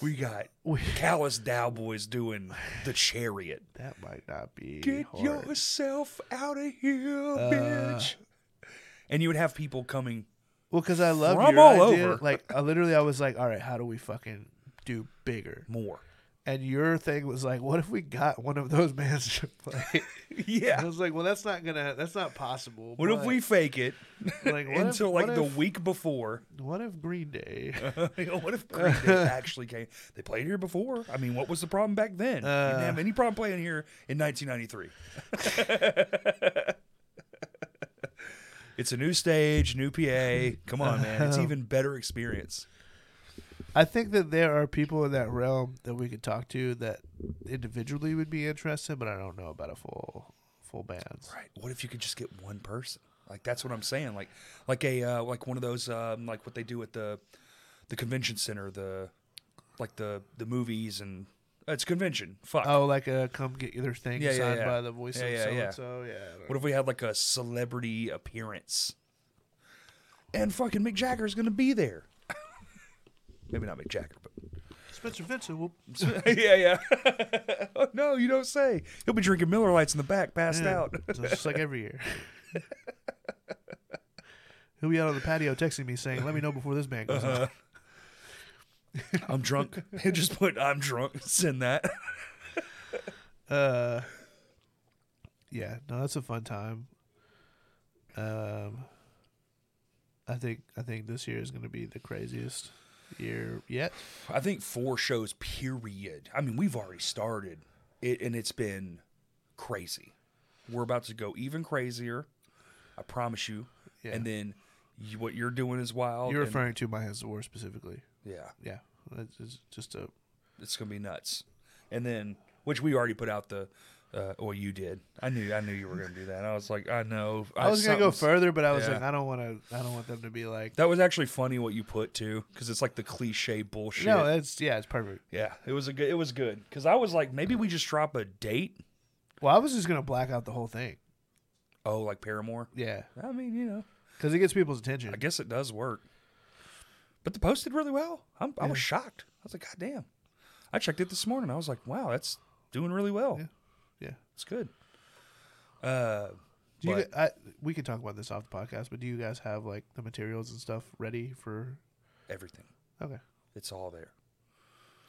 Speaker 1: We got
Speaker 2: We-
Speaker 1: Callous Dowboys doing the chariot.
Speaker 2: that might not be
Speaker 1: Get
Speaker 2: hard.
Speaker 1: yourself out of here, bitch. And you would have people coming.
Speaker 2: well because I love
Speaker 1: from
Speaker 2: your
Speaker 1: all
Speaker 2: idea.
Speaker 1: over.
Speaker 2: Like I literally, I was like, all right, how do we fucking do bigger?
Speaker 1: More.
Speaker 2: And your thing was like, what if we got one of those bands to play? I
Speaker 1: Yeah.
Speaker 2: was like, well, that's not gonna, that's not possible.
Speaker 1: What if
Speaker 2: but,
Speaker 1: we fake it
Speaker 2: like what
Speaker 1: until
Speaker 2: if,
Speaker 1: like
Speaker 2: what
Speaker 1: the
Speaker 2: if-
Speaker 1: week before?
Speaker 2: What if Green Day?
Speaker 1: what if Green Day actually came? They played here before. I mean, what was the problem back then? you didn't have any problem playing here in 1993. it's a new stage, new PA. Come on, man. It's even better experience.
Speaker 2: I think that there are people in that realm that we could talk to that individually would be interested, but I don't know about a full full bands.
Speaker 1: Right. What if you could just get one person? Like that's what I'm saying. Like like a uh, like one of those um, like what they do at the the convention center, the like the the movies and uh, it's a convention. Fuck.
Speaker 2: Oh, like a come get your thing
Speaker 1: Yeah, yeah,
Speaker 2: signed
Speaker 1: yeah.
Speaker 2: by the voice
Speaker 1: Yeah,
Speaker 2: of
Speaker 1: yeah,
Speaker 2: so
Speaker 1: yeah.
Speaker 2: and so. Yeah. I don't
Speaker 1: What if we had like a celebrity appearance? And fucking Mick Jagger's gonna be there. Maybe not Mick Jagger, but
Speaker 2: know. Spencer Vincent will
Speaker 1: yeah, yeah. oh, no, you don't say. He'll be drinking Miller Lights in the back, passed
Speaker 2: Yeah.
Speaker 1: out.
Speaker 2: So it's just like every year. He'll be out on the patio texting me saying, "Let me know before this band goes
Speaker 1: Uh-huh.
Speaker 2: on."
Speaker 1: I'm drunk. He'll just put I'm drunk. Send that.
Speaker 2: Uh, yeah, no, that's a fun time. Um, I think I think this year is going to be the craziest year yet.
Speaker 1: I think four shows, period. I mean, we've already started it, and it's been crazy. We're about to go even crazier. I promise you.
Speaker 2: Yeah.
Speaker 1: And then you, what you're doing is wild.
Speaker 2: You're
Speaker 1: and-
Speaker 2: referring to My Hands to War specifically.
Speaker 1: yeah.
Speaker 2: Yeah, it's it's just a
Speaker 1: It's gonna be nuts. And then, which we already put out the, uh, or you did. I knew, I knew you were gonna do that. I was like, I know.
Speaker 2: I was gonna go
Speaker 1: something's-
Speaker 2: further, but I was
Speaker 1: yeah.
Speaker 2: like, I don't want to. I don't want them to be like,
Speaker 1: That was actually funny what you put too, because it's like the cliche bullshit.
Speaker 2: no, that's yeah, it's perfect.
Speaker 1: yeah, it was a good. It was good because I was like, maybe we just drop a date.
Speaker 2: Well, I was just gonna black out the whole thing.
Speaker 1: Oh, like Paramore.
Speaker 2: Yeah,
Speaker 1: I mean, you know,
Speaker 2: because it gets people's attention.
Speaker 1: I guess it does work. But the post did really well. I'm, I was shocked. I was like, God damn. I checked it this morning. I was like, wow, that's doing really well.
Speaker 2: yeah.
Speaker 1: It's good. Uh,
Speaker 2: Do you?
Speaker 1: but-
Speaker 2: gu- I, we can talk about this off the podcast, but do you guys have like the materials and stuff ready for?
Speaker 1: everything.
Speaker 2: Okay,
Speaker 1: It's all there.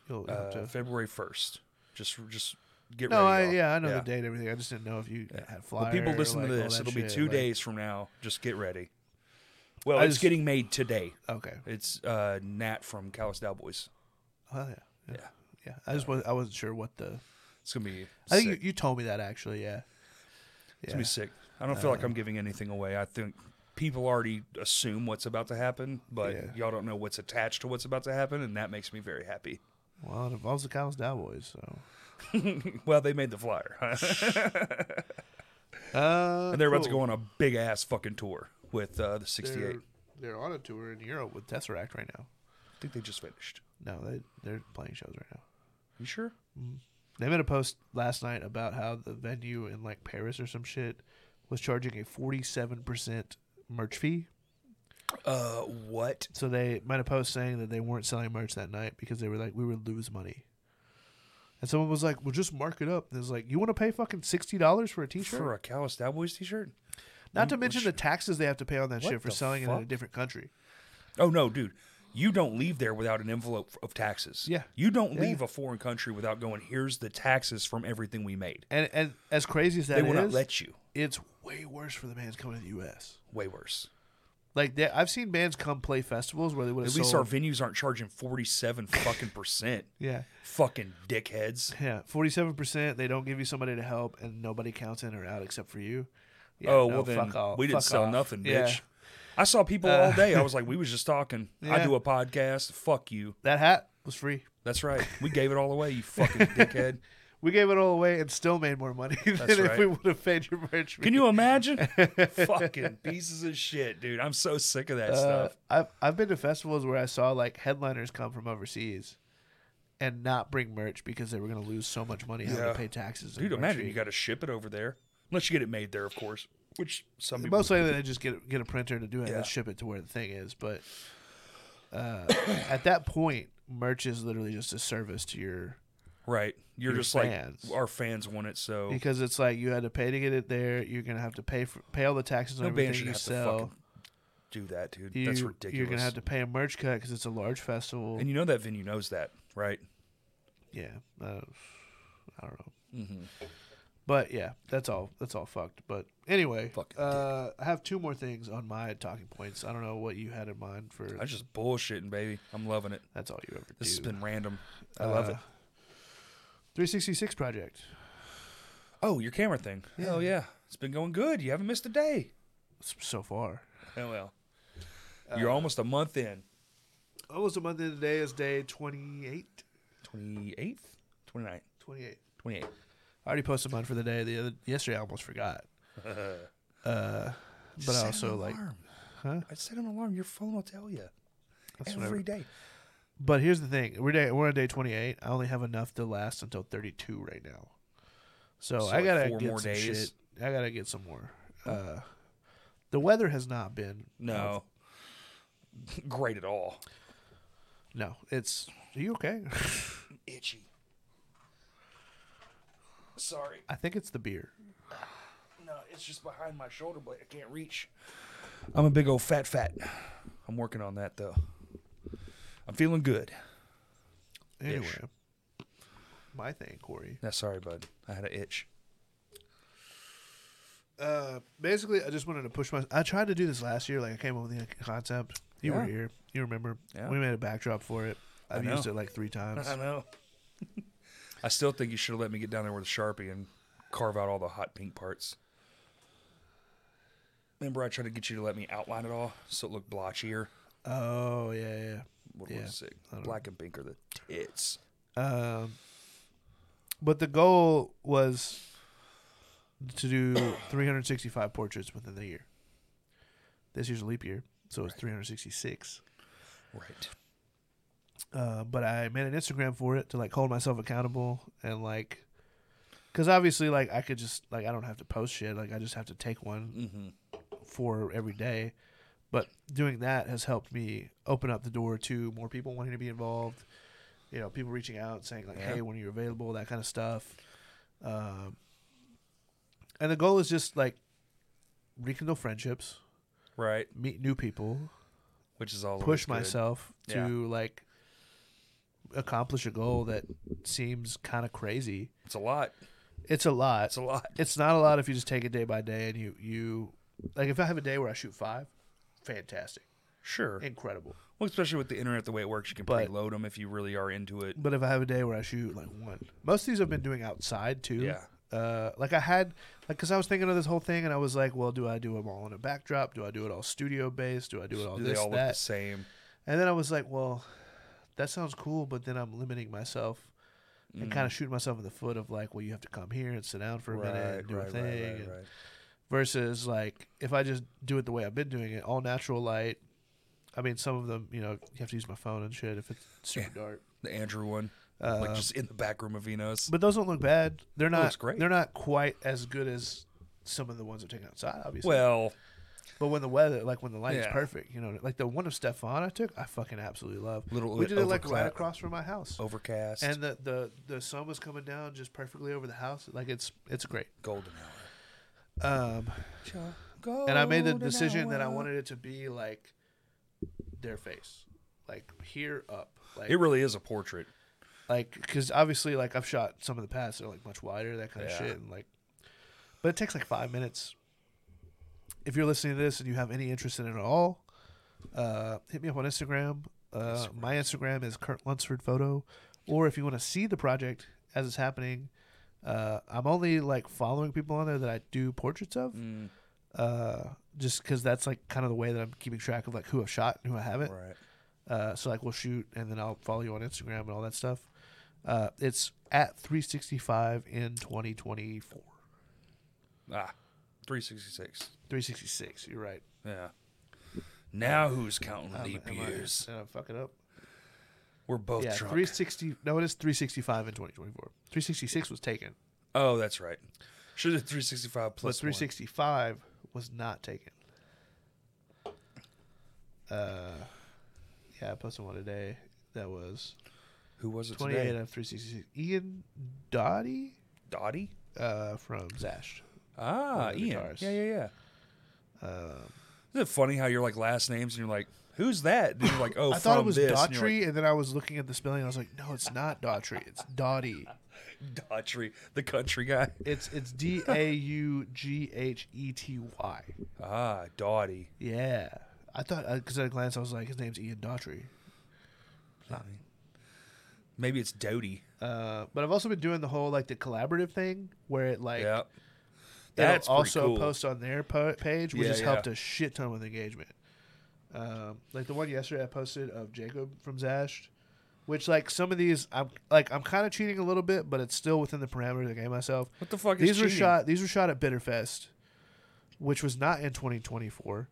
Speaker 2: you'll you'll
Speaker 1: Uh,
Speaker 2: have to.
Speaker 1: February first. Just just get
Speaker 2: No, I,
Speaker 1: ready. y'all.
Speaker 2: yeah, I know the date, and everything. I just didn't know if you had flyer.
Speaker 1: When people
Speaker 2: or,
Speaker 1: listen
Speaker 2: like,
Speaker 1: to
Speaker 2: all
Speaker 1: this,
Speaker 2: that
Speaker 1: it'll be
Speaker 2: shit,
Speaker 1: two
Speaker 2: like-
Speaker 1: days from now. Just get ready. Well,
Speaker 2: I
Speaker 1: it's
Speaker 2: just-
Speaker 1: getting made today.
Speaker 2: Okay.
Speaker 1: It's uh, Nat from Callous Cowboys.
Speaker 2: Oh yeah, yeah,
Speaker 1: Yeah. Uh,
Speaker 2: yeah. I just was I wasn't sure what the.
Speaker 1: It's gonna be.
Speaker 2: I
Speaker 1: sick.
Speaker 2: think you, you told me that actually. Yeah.
Speaker 1: It's gonna be sick. I don't feel like I'm
Speaker 2: Uh-huh.
Speaker 1: giving anything away. I think people already assume what's about to happen, but
Speaker 2: Yeah.
Speaker 1: y'all don't know what's attached to what's about to happen, and that makes me very happy.
Speaker 2: Well, it involves the Cowboys, Cowboys. So.
Speaker 1: well, they made the flyer,
Speaker 2: Uh,
Speaker 1: and they're about to go on a big ass fucking tour with uh, the '68.
Speaker 2: They're, they're on a tour in Europe with Tesseract right now.
Speaker 1: I think they just finished.
Speaker 2: No, they they're playing shows right now.
Speaker 1: You sure?
Speaker 2: They made a post last night about how the venue in like Paris or some shit was charging a forty seven percent merch fee.
Speaker 1: Uh, what?
Speaker 2: So they made a post saying that they weren't selling merch that night because they were like, we would lose money. And someone was like, well, just mark it up. And it was like, you want to pay fucking sixty dollars for a t shirt?
Speaker 1: For a Callous Cowboys t-shirt?
Speaker 2: Not to mention the taxes they have to pay on that
Speaker 1: What
Speaker 2: shit for
Speaker 1: the
Speaker 2: selling it in a
Speaker 1: fuck?
Speaker 2: different country.
Speaker 1: Oh no, dude. You don't leave there without an envelope of taxes.
Speaker 2: Yeah.
Speaker 1: You don't
Speaker 2: Yeah.
Speaker 1: leave a foreign country without going, here's the taxes from everything we made.
Speaker 2: And and as crazy as that
Speaker 1: They
Speaker 2: is,
Speaker 1: will not let you.
Speaker 2: it's way worse for the bands coming to the U.S.
Speaker 1: Way worse.
Speaker 2: Like they, I've seen bands come play festivals where they would
Speaker 1: At
Speaker 2: have
Speaker 1: least
Speaker 2: sold.
Speaker 1: our venues aren't charging 47 fucking percent.
Speaker 2: yeah,
Speaker 1: Fucking dickheads.
Speaker 2: yeah, forty-seven percent. They don't give you somebody to help, and nobody counts in or out except for you. Yeah,
Speaker 1: oh,
Speaker 2: no,
Speaker 1: well then
Speaker 2: fuck off,
Speaker 1: we didn't
Speaker 2: fuck
Speaker 1: sell
Speaker 2: off.
Speaker 1: nothing,
Speaker 2: Yeah. Uh,
Speaker 1: bitch. I saw people all day. I was like, we was just talking. I
Speaker 2: Yeah.
Speaker 1: do a podcast. Fuck you.
Speaker 2: That hat was free.
Speaker 1: That's right. We gave it all away, you fucking dickhead.
Speaker 2: We gave it all away and still made more money than if
Speaker 1: right.
Speaker 2: we would have paid your merch.
Speaker 1: Can you imagine? fucking pieces of shit, dude. I'm so sick of that
Speaker 2: Uh,
Speaker 1: stuff.
Speaker 2: I've I've been to festivals where I saw like headliners come from overseas, and not bring merch because they were going to lose so much money having
Speaker 1: Yeah.
Speaker 2: to pay taxes. and
Speaker 1: Dude,
Speaker 2: merch
Speaker 1: imagine
Speaker 2: fee.
Speaker 1: you got to ship it over there. Unless you get it made there, of course. Which some people
Speaker 2: Most likely, they just get a- get a printer to do it
Speaker 1: Yeah.
Speaker 2: and then ship it to where the thing is. But uh, at that point, merch is literally just a service to your
Speaker 1: right. You're
Speaker 2: your
Speaker 1: just
Speaker 2: fans.
Speaker 1: like our fans want it, so
Speaker 2: because it's like you had to pay to get it there. You're gonna have to pay for pay all the taxes on
Speaker 1: no band
Speaker 2: everything
Speaker 1: should
Speaker 2: you
Speaker 1: have to
Speaker 2: sell.
Speaker 1: fucking do that, dude.
Speaker 2: You,
Speaker 1: That's ridiculous.
Speaker 2: You're gonna have to pay a merch cut because it's a large festival.
Speaker 1: and you know that venue knows that, right?
Speaker 2: yeah, uh, I don't know.
Speaker 1: Mm-hmm.
Speaker 2: But yeah, that's all. That's all fucked. But anyway,
Speaker 1: Fucking
Speaker 2: uh, I have two more things on my talking points. I don't know what you had in mind for.
Speaker 1: I just bullshitting, baby. I'm loving it.
Speaker 2: that's all you ever do.
Speaker 1: This has been random. Uh, I love it.
Speaker 2: 366 project.
Speaker 1: Oh, your camera thing. Hell yeah. It's been going good. You haven't missed a day.
Speaker 2: s- So far,
Speaker 1: Oh well. Uh, You're almost a month in.
Speaker 2: almost a month in today is day 28.
Speaker 1: 28th? 29th.
Speaker 2: 28.
Speaker 1: 28th.
Speaker 2: I already posted mine for the day. The other yesterday, I almost forgot. uh, but I also like.
Speaker 1: huh?
Speaker 2: Huh?
Speaker 1: I set an alarm. Your phone will tell you
Speaker 2: That's what I-
Speaker 1: every day.
Speaker 2: But here's the thing: we're day we're on day 28. I only have enough to last until 32 right now. So,
Speaker 1: So,
Speaker 2: I
Speaker 1: like,
Speaker 2: gotta
Speaker 1: four
Speaker 2: get
Speaker 1: more
Speaker 2: some
Speaker 1: days?
Speaker 2: shit. I gotta get some more. Uh, the weather has not been
Speaker 1: No, great at all.
Speaker 2: no. It's are you okay?
Speaker 1: Itchy. Sorry.
Speaker 2: I think it's the beer.
Speaker 1: No, it's just behind my shoulder blade. I can't reach. I'm a big old fat fat. I'm working on that though. I'm feeling good.
Speaker 2: Anyway,
Speaker 1: Ish.
Speaker 2: my thing, Corey.
Speaker 1: Yeah, sorry, bud. I had an itch.
Speaker 2: Uh, basically, I just wanted to push my. I tried to do this last year. Like I came up with the concept. You were
Speaker 1: Yeah.
Speaker 2: here. You remember?
Speaker 1: Yeah.
Speaker 2: We made a backdrop for it.
Speaker 1: I
Speaker 2: I've used
Speaker 1: know.
Speaker 2: it like three times.
Speaker 1: I know. I still think you should have let me get down there with a sharpie and carve out all the hot pink parts. Remember, I tried to get you to let me outline it all so it looked blotchier.
Speaker 2: oh yeah, yeah.
Speaker 1: What
Speaker 2: Yeah,
Speaker 1: was it?
Speaker 2: I don't know.
Speaker 1: Black and pink are the tits.
Speaker 2: Um, but the goal was to do 365 portraits within the year. This year's a leap year, so it's 366.
Speaker 1: Right.
Speaker 2: Uh, but I made an Instagram for it to like hold myself accountable and like, because obviously like I could just like I don't have to post shit. Like I just have to take one
Speaker 1: Mm-hmm.
Speaker 2: for every day. But doing that has helped me open up the door to more people wanting to be involved. You know, people reaching out saying like,
Speaker 1: Yeah.
Speaker 2: "Hey, when are you available?" That kind of stuff. Um, and the goal is just like rekindle friendships,
Speaker 1: Right.
Speaker 2: meet new people,
Speaker 1: Which is all always
Speaker 2: push
Speaker 1: good.
Speaker 2: myself to
Speaker 1: Yeah.
Speaker 2: like accomplish a goal that seems kind of crazy.
Speaker 1: It's a lot.
Speaker 2: It's a lot.
Speaker 1: It's a lot.
Speaker 2: it's not a lot if you just take it day by day and you you like if I have a day where I shoot five, fantastic,
Speaker 1: Sure.
Speaker 2: incredible.
Speaker 1: Well, especially with the internet, the way it works, you can
Speaker 2: But-
Speaker 1: preload them if you really are into it.
Speaker 2: But if I have a day where I shoot like one, most of these I've been doing outside too.
Speaker 1: Yeah.
Speaker 2: Uh, like I had, like, cause I was thinking of this whole thing, and I was like, well, do I do them all in a backdrop? Do I do it all studio based? Do I do it all
Speaker 1: Do
Speaker 2: this
Speaker 1: they all look the
Speaker 2: that?
Speaker 1: same?
Speaker 2: And then I was like, well, that sounds cool, but then I'm limiting myself and
Speaker 1: Mm.
Speaker 2: kind of shooting myself in the foot of like, well, you have to come here and sit down for a minute and do a thing.
Speaker 1: right,
Speaker 2: and-
Speaker 1: right.
Speaker 2: versus like if I just do it the way I've been doing it, all natural light. I mean, some of them, you know, you have to use my phone and shit if it's super
Speaker 1: Yeah.
Speaker 2: dark.
Speaker 1: The Andrew one,
Speaker 2: Uh,
Speaker 1: like just in the back room of Venus.
Speaker 2: but those don't look bad. They're not.
Speaker 1: looks great.
Speaker 2: They're not quite as good as some of the ones I've taken outside, obviously.
Speaker 1: Well,
Speaker 2: but when the weather, like when the light is
Speaker 1: Yeah.
Speaker 2: perfect, you know, like the one of Stefan I took, I fucking absolutely love.
Speaker 1: Little
Speaker 2: we did it like right
Speaker 1: overclap.
Speaker 2: across from my house,
Speaker 1: overcast
Speaker 2: and the the the sun was coming down just perfectly over the house. Like it's it's great.
Speaker 1: golden hour.
Speaker 2: Um, and I made the
Speaker 1: Golden
Speaker 2: decision that I
Speaker 1: hour.
Speaker 2: wanted it to be like their face, like here up, like
Speaker 1: It really is a portrait.
Speaker 2: like because obviously like I've shot some of the paths that are like much wider, that kind
Speaker 1: Yeah.
Speaker 2: of shit, and like, but it takes like five minutes. If you're listening to this and you have any interest in it at all, uh, hit me up on Instagram. Uh, my Instagram is Kurt Lunsford Photo, or if you want to see the project as it's happening, uh, I'm only like following people on there that I do portraits of
Speaker 1: Mm,
Speaker 2: uh, just because that's like kind of the way that I'm keeping track of like who I've shot and who I haven't.
Speaker 1: right.
Speaker 2: Uh, so like we'll shoot and then I'll follow you on Instagram and all that stuff. Uh, it's at 365 in 2024.
Speaker 1: Ah, 366.
Speaker 2: 366. You're right.
Speaker 1: Yeah. Now who's counting
Speaker 2: Um,
Speaker 1: leap
Speaker 2: am I-
Speaker 1: years?
Speaker 2: did I fuck it up?
Speaker 1: We're both
Speaker 2: yeah,
Speaker 1: drunk.
Speaker 2: 360. No, it is 365 in 2024. 366 was taken,
Speaker 1: Oh, that's right. Should have 365
Speaker 2: but
Speaker 1: plus one.
Speaker 2: 365 was not taken. Uh, yeah, I posted one today that was
Speaker 1: Who was it
Speaker 2: 28
Speaker 1: today?
Speaker 2: of 366. Ian Dottie
Speaker 1: Dottie?
Speaker 2: uh, from Zash.
Speaker 1: Ah,
Speaker 2: the
Speaker 1: Ian.
Speaker 2: guitars.
Speaker 1: Yeah, yeah, yeah.
Speaker 2: Um,
Speaker 1: Isn't it funny how you're like last names and you're like, who's that? And you're like, oh,
Speaker 2: I thought it
Speaker 1: from
Speaker 2: was
Speaker 1: this. And you're
Speaker 2: Daughtry, and then I was looking at the spelling. and I was like, no, it's not Daughtry. It's Dottie.
Speaker 1: Like, Daughtry, the country guy.
Speaker 2: It's it's D A U G H E T Y.
Speaker 1: Ah, Dottie.
Speaker 2: Yeah, I thought because at a glance I was like, his name's Ian Daughtry.
Speaker 1: Maybe it's Doty.
Speaker 2: Uh, but I've also been doing the whole like the collaborative thing where it like
Speaker 1: Yeah.
Speaker 2: it'll
Speaker 1: That's pretty
Speaker 2: also
Speaker 1: cool.
Speaker 2: post on their po- page, which
Speaker 1: Yeah,
Speaker 2: has
Speaker 1: yeah.
Speaker 2: helped a shit ton with engagement. Um, like the one yesterday I posted of Jacob from Zash, which like some of these I'm like I'm kind of cheating a little bit, but it's still within the parameters I gave myself.
Speaker 1: What the fuck
Speaker 2: these
Speaker 1: is
Speaker 2: were
Speaker 1: cheating?
Speaker 2: shot. These were shot at Bitterfest, which was not in 2024,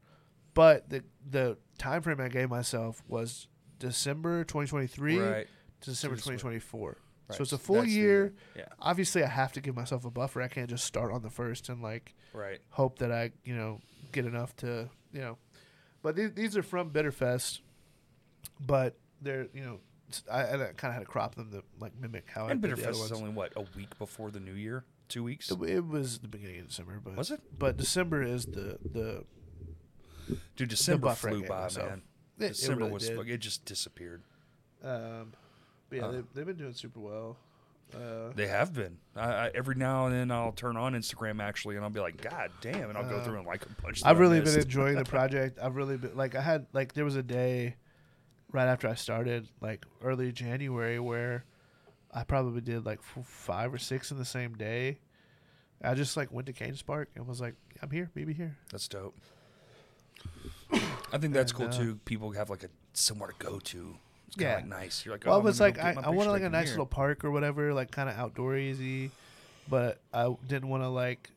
Speaker 2: but the the time frame I gave myself was December 2023
Speaker 1: Right.
Speaker 2: to December
Speaker 1: December.
Speaker 2: 2024.
Speaker 1: Right.
Speaker 2: So it's a full
Speaker 1: That's the-
Speaker 2: year.
Speaker 1: yeah.
Speaker 2: Obviously, I have to give myself a buffer. I can't just start on the first and like
Speaker 1: Right.
Speaker 2: hope that I you know get enough to you know. But these, these are from Bitterfest, but they're you know s- I, kind of had to crop them to like mimic how
Speaker 1: And
Speaker 2: I did the other
Speaker 1: Bitterfest is
Speaker 2: ones.
Speaker 1: only what a week before the new year, two weeks.
Speaker 2: It, it was the beginning of December, but
Speaker 1: Was it?
Speaker 2: But December is the the
Speaker 1: Dude, December
Speaker 2: buffer I
Speaker 1: flew
Speaker 2: gave
Speaker 1: by,
Speaker 2: myself.
Speaker 1: man.
Speaker 2: it, it
Speaker 1: December
Speaker 2: really
Speaker 1: was
Speaker 2: did.
Speaker 1: fuck- it just disappeared.
Speaker 2: Um, but yeah,
Speaker 1: Uh.
Speaker 2: they, they've been doing super well. Uh,
Speaker 1: They have been. I, I, every now and then, I'll turn on Instagram actually, and I'll be like, "God damn!" and I'll go
Speaker 2: Uh,
Speaker 1: through and like a bunch. that
Speaker 2: I've
Speaker 1: I
Speaker 2: really
Speaker 1: missed.
Speaker 2: been enjoying the project. I've really been like I had like there was a day right after I started like early January where I probably did like f- five or six in the same day. I just like went to Canes Park and was like, I'm here, maybe here.
Speaker 1: That's dope. I think that's
Speaker 2: And,
Speaker 1: cool
Speaker 2: uh,
Speaker 1: too. People have like a somewhere to go to. It's kind
Speaker 2: Yeah.
Speaker 1: of like nice. You're like,
Speaker 2: Well,
Speaker 1: oh,
Speaker 2: I was
Speaker 1: I'm
Speaker 2: like,
Speaker 1: gonna
Speaker 2: I,
Speaker 1: go get
Speaker 2: I
Speaker 1: my
Speaker 2: wanted
Speaker 1: picture
Speaker 2: like a
Speaker 1: taken
Speaker 2: nice
Speaker 1: here.
Speaker 2: little park or whatever, like kind of outdoorsy, but I didn't want to like,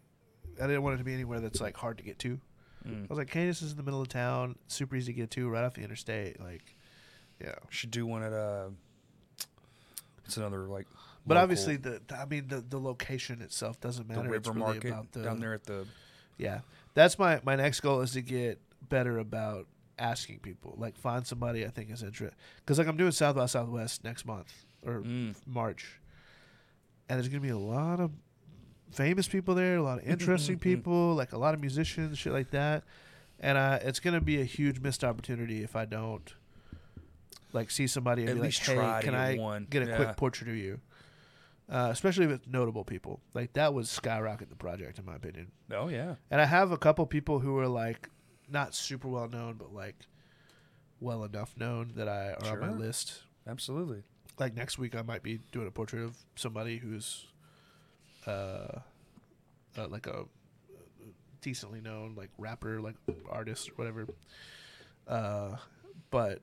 Speaker 2: I didn't want it to be anywhere that's like hard to get to.
Speaker 1: Mm.
Speaker 2: I was like, Canis is in the middle of town, super easy to get to, right off the interstate. Like, yeah.
Speaker 1: Should do one at uh. It's another like.
Speaker 2: But
Speaker 1: local-
Speaker 2: obviously, the, the- I mean, the, the location itself doesn't
Speaker 1: the
Speaker 2: matter. it's
Speaker 1: river
Speaker 2: really
Speaker 1: market
Speaker 2: about the,
Speaker 1: down there at the.
Speaker 2: Yeah, that's my my next goal is to get better about asking people. Like, find somebody I think is interested. Because like I'm doing South by Southwest next month or
Speaker 1: Mm.
Speaker 2: March, and there's gonna be a lot of famous people there, a lot
Speaker 1: Mm-hmm,
Speaker 2: of interesting
Speaker 1: mm.
Speaker 2: people, like a lot of musicians, shit like that. And I, it's gonna be a huge missed opportunity if I don't like see somebody and
Speaker 1: At
Speaker 2: be
Speaker 1: least
Speaker 2: like,
Speaker 1: try
Speaker 2: "Hey,
Speaker 1: to
Speaker 2: can
Speaker 1: get
Speaker 2: I
Speaker 1: one."
Speaker 2: get a
Speaker 1: Yeah.
Speaker 2: quick portrait of you?" Uh, especially with notable people, like that would skyrocket the project, in my opinion.
Speaker 1: Oh yeah.
Speaker 2: And I have a couple people who are like not super well known, but like well enough known that I are on my
Speaker 1: Sure.
Speaker 2: list.
Speaker 1: Absolutely.
Speaker 2: Like next week, I might be doing a portrait of somebody who's, uh, uh like a decently known like rapper, like artist or whatever. Uh, but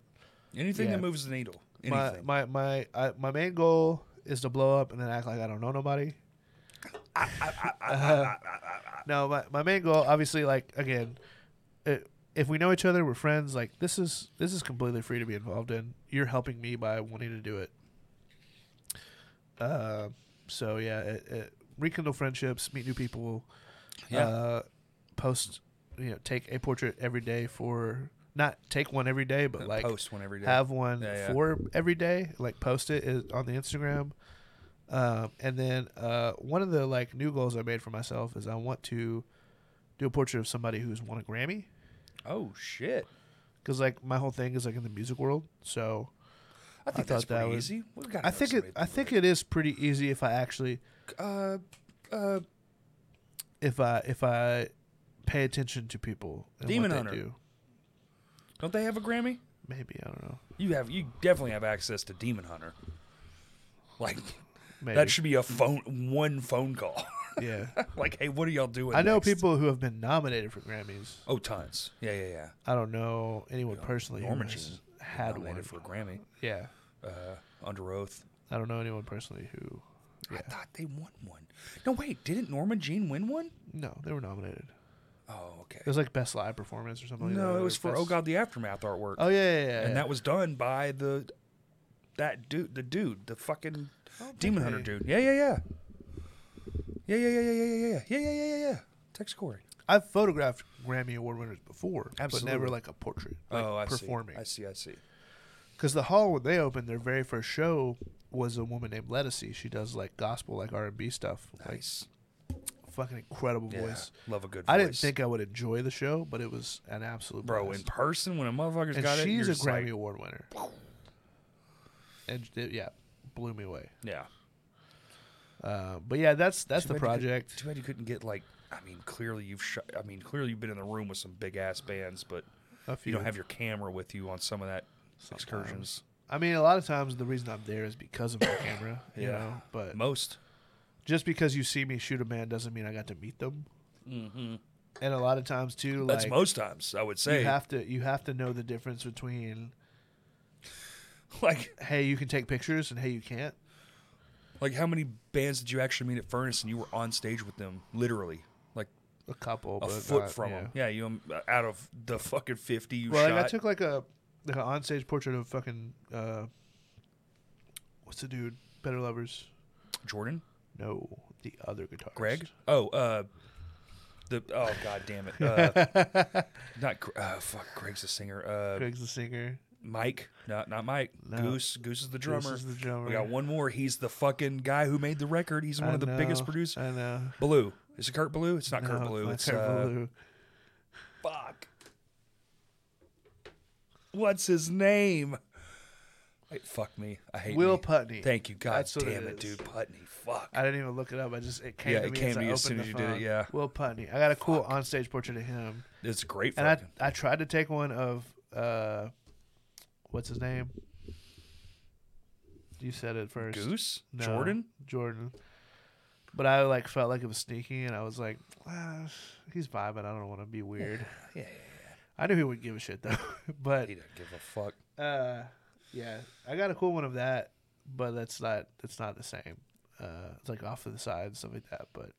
Speaker 1: Anything
Speaker 2: Yeah.
Speaker 1: that moves the needle.
Speaker 2: my
Speaker 1: Anything.
Speaker 2: my my I, my main goal is to blow up and then act like I don't know nobody.
Speaker 1: Ah,
Speaker 2: Uh, No, my, my main goal, obviously, like again, i if we know each other, we're friends. Like this is this is completely free to be involved in. You're helping me by wanting to do it. Uh, so yeah, it, it, rekindle friendships, meet new people.
Speaker 1: Yeah.
Speaker 2: Uh, post, you know, take a portrait every day for not take one every day, but like
Speaker 1: post one every day.
Speaker 2: have one
Speaker 1: Yeah, yeah.
Speaker 2: for every day like post it is- on the instagram um, and then uh, one of the like new goals i made for myself is i want to do a portrait of somebody who's won a grammy
Speaker 1: oh shit.
Speaker 2: because like my whole thing is like in the music world so
Speaker 1: I think
Speaker 2: thought
Speaker 1: that's
Speaker 2: that
Speaker 1: pretty
Speaker 2: was-
Speaker 1: easy. We've got
Speaker 2: i think it i think it is pretty easy if i actually
Speaker 1: Uh, uh,
Speaker 2: if i if i pay attention to people and
Speaker 1: Demon
Speaker 2: what they
Speaker 1: Hunter.
Speaker 2: do
Speaker 1: don't they have a Grammy?
Speaker 2: maybe i don't know
Speaker 1: You have you definitely have access to Demon Hunter. Like
Speaker 2: maybe
Speaker 1: that should be a phone one phone call.
Speaker 2: yeah
Speaker 1: like, hey, what are y'all doing?
Speaker 2: i know
Speaker 1: next?
Speaker 2: people who have been nominated for grammys
Speaker 1: Oh, tons. Yeah, yeah, yeah.
Speaker 2: i don't know anyone personally who
Speaker 1: Norman
Speaker 2: has
Speaker 1: Jean
Speaker 2: had one
Speaker 1: Nominated for a Grammy.
Speaker 2: yeah
Speaker 1: Uh, under oath.
Speaker 2: I don't know anyone personally who.
Speaker 1: I thought they won one. No, wait, didn't Norma Jean win one?
Speaker 2: No, they were nominated.
Speaker 1: Oh, okay.
Speaker 2: It was like best live performance or something. like
Speaker 1: No,
Speaker 2: that,
Speaker 1: it
Speaker 2: or
Speaker 1: was for
Speaker 2: best-
Speaker 1: Oh God the Aftermath artwork.
Speaker 2: Oh yeah, yeah, yeah.
Speaker 1: and
Speaker 2: yeah.
Speaker 1: that was done by the that dude, the dude, the fucking
Speaker 2: I don't think
Speaker 1: demon hunter
Speaker 2: they-
Speaker 1: dude. Yeah, yeah, yeah, yeah, yeah, yeah, yeah, yeah, yeah, yeah, yeah, yeah, yeah, yeah. Text Corey.
Speaker 2: I've photographed Grammy Award winners before, but never
Speaker 1: Absolutely.
Speaker 2: like a portrait. Like
Speaker 1: oh, I
Speaker 2: performing.
Speaker 1: see. I see. I see.
Speaker 2: Because the hall when they opened their very first show was a woman named Lettucey. She does like gospel, like R and B stuff.
Speaker 1: Nice.
Speaker 2: Like fucking incredible
Speaker 1: Yeah.
Speaker 2: voice.
Speaker 1: Love a good.
Speaker 2: I didn't
Speaker 1: voice.
Speaker 2: think I would enjoy the show, but it was an absolute
Speaker 1: bro, in
Speaker 2: blast.
Speaker 1: person when a motherfucker's
Speaker 2: And
Speaker 1: got it,
Speaker 2: she's
Speaker 1: you're
Speaker 2: a
Speaker 1: just like-
Speaker 2: Grammy Award winner. And it, yeah, blew me away.
Speaker 1: yeah,
Speaker 2: Uh, but yeah, that's that's
Speaker 1: Too
Speaker 2: the
Speaker 1: bad you couldn't-
Speaker 2: project.
Speaker 1: too bad you couldn't get like. I mean, clearly you've. Sh- I mean, clearly you've been in the room with some big ass bands, but
Speaker 2: A
Speaker 1: you
Speaker 2: few.
Speaker 1: don't have your camera with you on some of that
Speaker 2: Sometimes.
Speaker 1: excursions.
Speaker 2: I mean, a lot of times the reason I'm there is because of my camera. You
Speaker 1: Yeah.
Speaker 2: know, but
Speaker 1: Most.
Speaker 2: just because you see me shoot a man doesn't mean I got to meet them.
Speaker 1: Mm-hmm.
Speaker 2: And a lot of times too,
Speaker 1: That's
Speaker 2: like
Speaker 1: most times. I would say.
Speaker 2: you have to you have to know the difference between
Speaker 1: like,
Speaker 2: hey you can take pictures and hey you can't.
Speaker 1: like how many bands did you actually meet at Furnace and you were on stage with them, literally, like
Speaker 2: A couple,
Speaker 1: a
Speaker 2: but
Speaker 1: foot
Speaker 2: not-
Speaker 1: from
Speaker 2: Uh, yeah.
Speaker 1: them? Yeah, you um, out of the fucking fifty you
Speaker 2: Well,
Speaker 1: shot.
Speaker 2: like, I took like a like an onstage portrait of fucking uh, what's the dude? Better Lovers?
Speaker 1: Jordan,
Speaker 2: No, the other guitarist.
Speaker 1: Greg. Oh, uh, the oh god damn it. Uh, not Gr- uh, fuck. Greg's the singer. Uh,
Speaker 2: Greg's the singer.
Speaker 1: Mike, not not Mike.
Speaker 2: No.
Speaker 1: Goose, Goose is the
Speaker 2: This
Speaker 1: drummer.
Speaker 2: is the drummer.
Speaker 1: We got one more. He's the fucking guy who made the record. He's one
Speaker 2: I
Speaker 1: of the biggest
Speaker 2: know,
Speaker 1: producers.
Speaker 2: I know.
Speaker 1: Blue. Is it Kurt Blue? It's not Kurt
Speaker 2: No,
Speaker 1: Blue.
Speaker 2: not
Speaker 1: It's
Speaker 2: Kurt
Speaker 1: uh,
Speaker 2: Blue.
Speaker 1: fuck. What's his name? Wait, fuck me. I hate
Speaker 2: Will
Speaker 1: me.
Speaker 2: Putney.
Speaker 1: Thank you. God
Speaker 2: That's what it
Speaker 1: damn it,
Speaker 2: is.
Speaker 1: dude. Putney. Fuck.
Speaker 2: I didn't even look it up. I just it came
Speaker 1: Yeah,
Speaker 2: to
Speaker 1: it
Speaker 2: me
Speaker 1: came
Speaker 2: as,
Speaker 1: to
Speaker 2: I
Speaker 1: you as soon
Speaker 2: opened
Speaker 1: as you
Speaker 2: the
Speaker 1: did it,
Speaker 2: phone.
Speaker 1: yeah.
Speaker 2: Will Putney. I got a cool onstage portrait of him,
Speaker 1: it's great.
Speaker 2: and
Speaker 1: fucking.
Speaker 2: I I tried to take one of uh, what's his name? You said it first.
Speaker 1: Goose?
Speaker 2: No,
Speaker 1: Jordan?
Speaker 2: Jordan. But I like felt like it was sneaky, and I was like, ah, he's vibing. I don't want to be weird.
Speaker 1: Yeah, yeah,
Speaker 2: I knew he wouldn't give a shit though. but
Speaker 1: He doesn't give a fuck.
Speaker 2: uh, yeah, I got a cool one of that, but that's not that's not the same. Uh, it's like off to the side and stuff like that. But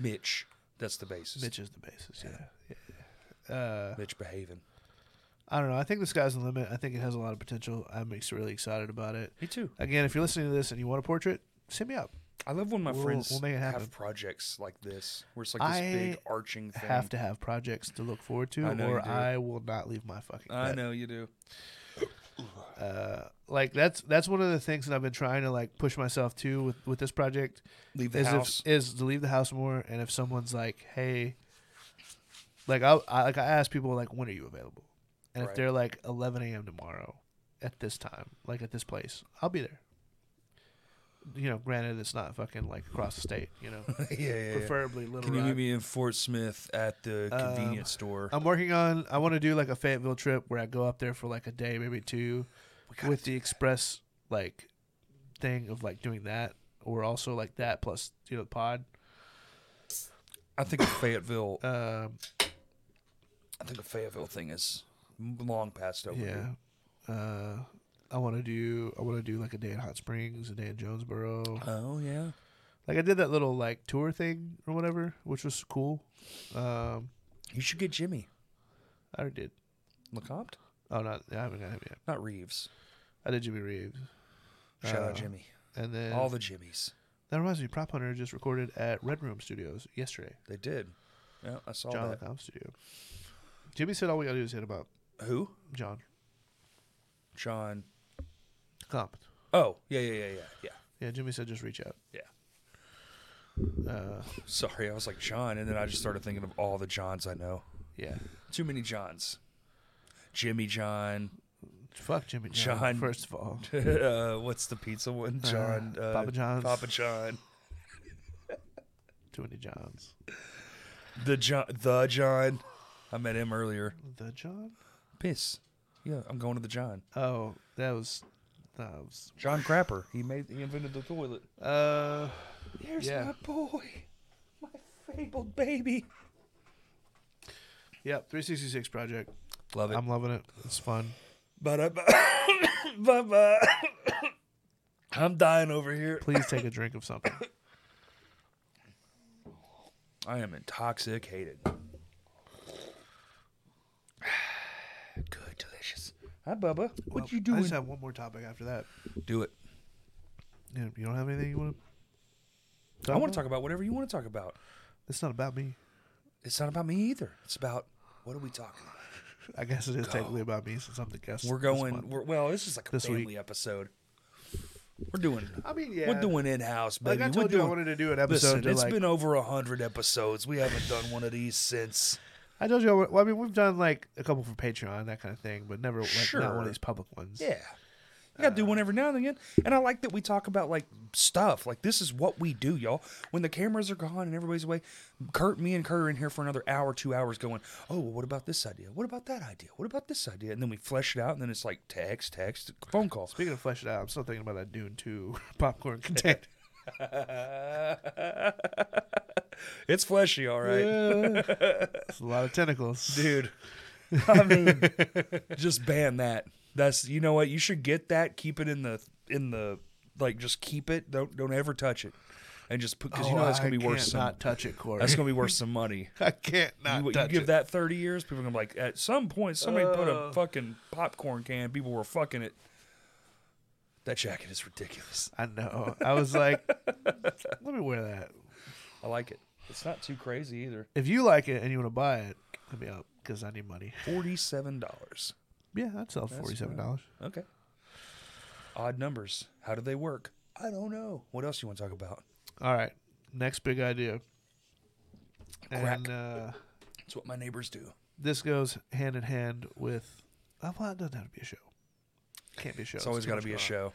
Speaker 1: Mitch. That's the basis. Mitch,
Speaker 2: Mitch is the basis. Yeah. yeah. Uh,
Speaker 1: Mitch behaving.
Speaker 2: I don't know. I think the sky's the limit. I think it has a lot of potential. I'm ex- really excited about it.
Speaker 1: Me too.
Speaker 2: Again, if you're listening to this and you want a portrait, send me up.
Speaker 1: I love when my
Speaker 2: We'll-
Speaker 1: friends
Speaker 2: we'll make it happen.
Speaker 1: have projects like this, where it's like this big
Speaker 2: I
Speaker 1: arching thing.
Speaker 2: Have to have projects to look forward to,
Speaker 1: I know you
Speaker 2: or
Speaker 1: do.
Speaker 2: I will not leave my fucking.
Speaker 1: I
Speaker 2: bed.
Speaker 1: know you do.
Speaker 2: Uh, like that's that's one of the things that I've been trying to like push myself to with with this project
Speaker 1: Leave the
Speaker 2: is
Speaker 1: house.
Speaker 2: if, is to leave the house more, and if someone's like, hey, like I, I like I ask people like, when are you available? And if
Speaker 1: Right.
Speaker 2: they're like 11 a.m. tomorrow at this time, like at this place, I'll be there. You know, granted, it's not fucking like across the state. You know,
Speaker 1: yeah, yeah, yeah.
Speaker 2: preferably Little
Speaker 1: Can you
Speaker 2: Rock.
Speaker 1: meet me in Fort Smith at the
Speaker 2: Um,
Speaker 1: convenience store?
Speaker 2: I'm working on. I want to do like a Fayetteville trip where I go up there for like a day, maybe two,
Speaker 1: We gotta
Speaker 2: with the express like thing of like doing that, or also like that plus you know the pod.
Speaker 1: I think the Fayetteville.
Speaker 2: Um,
Speaker 1: I think the Fayetteville thing is m- long past over.
Speaker 2: yeah.
Speaker 1: dude.
Speaker 2: Uh, I want to do. I want to do like a day in Hot Springs, a day in Jonesboro.
Speaker 1: Oh yeah.
Speaker 2: Like I did that little like tour thing or whatever, which was cool. Um,
Speaker 1: You should get Jimmy
Speaker 2: I already did.
Speaker 1: LeCompte,
Speaker 2: Oh, not. I haven't got him yet.
Speaker 1: not Reeves.
Speaker 2: I did Jimmy Reeves,
Speaker 1: Shout
Speaker 2: Uh,
Speaker 1: out Jimmy.
Speaker 2: and then
Speaker 1: All the Jimmies.
Speaker 2: that reminds me. Prop Hunter just recorded at Red Room Studios yesterday.
Speaker 1: They did. Yeah, I saw
Speaker 2: John
Speaker 1: that.
Speaker 2: Lacombe Studio. Jimmy said all we gotta do is hit him up.
Speaker 1: Who?
Speaker 2: John
Speaker 1: John.
Speaker 2: Comp.
Speaker 1: Oh yeah yeah yeah yeah yeah.
Speaker 2: Yeah, Jimmy said just reach out.
Speaker 1: Yeah.
Speaker 2: Uh,
Speaker 1: Sorry, I was like John, and then I just started thinking of all the Johns I know.
Speaker 2: yeah.
Speaker 1: Too many Johns. Jimmy John.
Speaker 2: Fuck Jimmy John,
Speaker 1: John-
Speaker 2: First of all,
Speaker 1: uh, what's the pizza one? John.
Speaker 2: Uh,
Speaker 1: Uh,
Speaker 2: Papa John's.
Speaker 1: Papa John.
Speaker 2: too many Johns.
Speaker 1: The John. The John. I met him earlier.
Speaker 2: The John?
Speaker 1: Piss. Yeah, I'm going to the John.
Speaker 2: Oh, that was that was.
Speaker 1: John Crapper. He made. He invented the toilet.
Speaker 2: Uh,
Speaker 1: There's
Speaker 2: Yeah.
Speaker 1: my boy, my fabled baby.
Speaker 2: yeah. 366 project.
Speaker 1: Love it.
Speaker 2: I'm loving it. It's fun.
Speaker 1: but uh, but uh, I'm dying over here.
Speaker 2: Please take a drink of something.
Speaker 1: I am intoxicated. Good, delicious. Hi, Bubba. What
Speaker 2: Well,
Speaker 1: you
Speaker 2: I
Speaker 1: doing?
Speaker 2: just have one more topic after that.
Speaker 1: Do it.
Speaker 2: You you don't have anything you want to?
Speaker 1: I want to talk about whatever you want to talk about.
Speaker 2: It's not about me.
Speaker 1: It's not about me either. It's about what are we talking about?
Speaker 2: I guess it is technically about me since I'm the guest.
Speaker 1: We're
Speaker 2: this
Speaker 1: going.
Speaker 2: month.
Speaker 1: We're, well, this is like a
Speaker 2: This
Speaker 1: family
Speaker 2: week.
Speaker 1: episode. We're doing.
Speaker 2: I mean, yeah.
Speaker 1: We're doing in house,
Speaker 2: Like
Speaker 1: baby.
Speaker 2: I
Speaker 1: We're
Speaker 2: told you,
Speaker 1: doing,
Speaker 2: I wanted to do an
Speaker 1: Listen,
Speaker 2: episode. to
Speaker 1: it's
Speaker 2: like,
Speaker 1: been over a hundred episodes. We haven't done one of these since.
Speaker 2: I told you. I, wa- well, I mean, we've done like a couple for Patreon, that kind of thing, but never like not one
Speaker 1: Sure.
Speaker 2: of these public ones.
Speaker 1: Yeah, you gotta do
Speaker 2: Uh.
Speaker 1: one every now and again. And I like that we talk about like stuff. Like this is what we do, y'all. When the cameras are gone and everybody's away, Kurt, me, and Kurt are in here for another hour, two hours, going, "Oh, well, what about this idea? What about that idea? What about this idea?" And then we flesh it out, and then it's like text, text, phone call.
Speaker 2: Speaking of flesh it out, I'm still thinking about that Dune 2 popcorn container.
Speaker 1: It's fleshy, all right.
Speaker 2: It's a lot of tentacles.
Speaker 1: dude. I mean, just ban that. That's you know what you should get that. Keep it in the in the like. Just keep it. Don't don't ever touch it, and just put because you know that's gonna be worth some.
Speaker 2: Oh, Not touch it, Corey.
Speaker 1: That's gonna be worth some money.
Speaker 2: I can't not
Speaker 1: You, you
Speaker 2: touch
Speaker 1: give
Speaker 2: it. Uh.
Speaker 1: that thirty years, people are gonna be like. At some point, somebody put a fucking popcorn can. People were fucking it. That jacket is ridiculous.
Speaker 2: I know. I was like, let me wear that.
Speaker 1: I like it. It's not too crazy either.
Speaker 2: If you like it and you want to buy it, hit me up because I need money.
Speaker 1: Forty-seven dollars.
Speaker 2: Yeah, I'd sell forty-seven dollars.
Speaker 1: Okay. Odd numbers. How do they work? I don't know. What else you want to talk about?
Speaker 2: All right, next big idea.
Speaker 1: Crack.
Speaker 2: And uh,
Speaker 1: It's what my neighbors do.
Speaker 2: this goes hand in hand with. Oh, well, it doesn't have to be a show. Can't be a show.
Speaker 1: It's always got to be a show.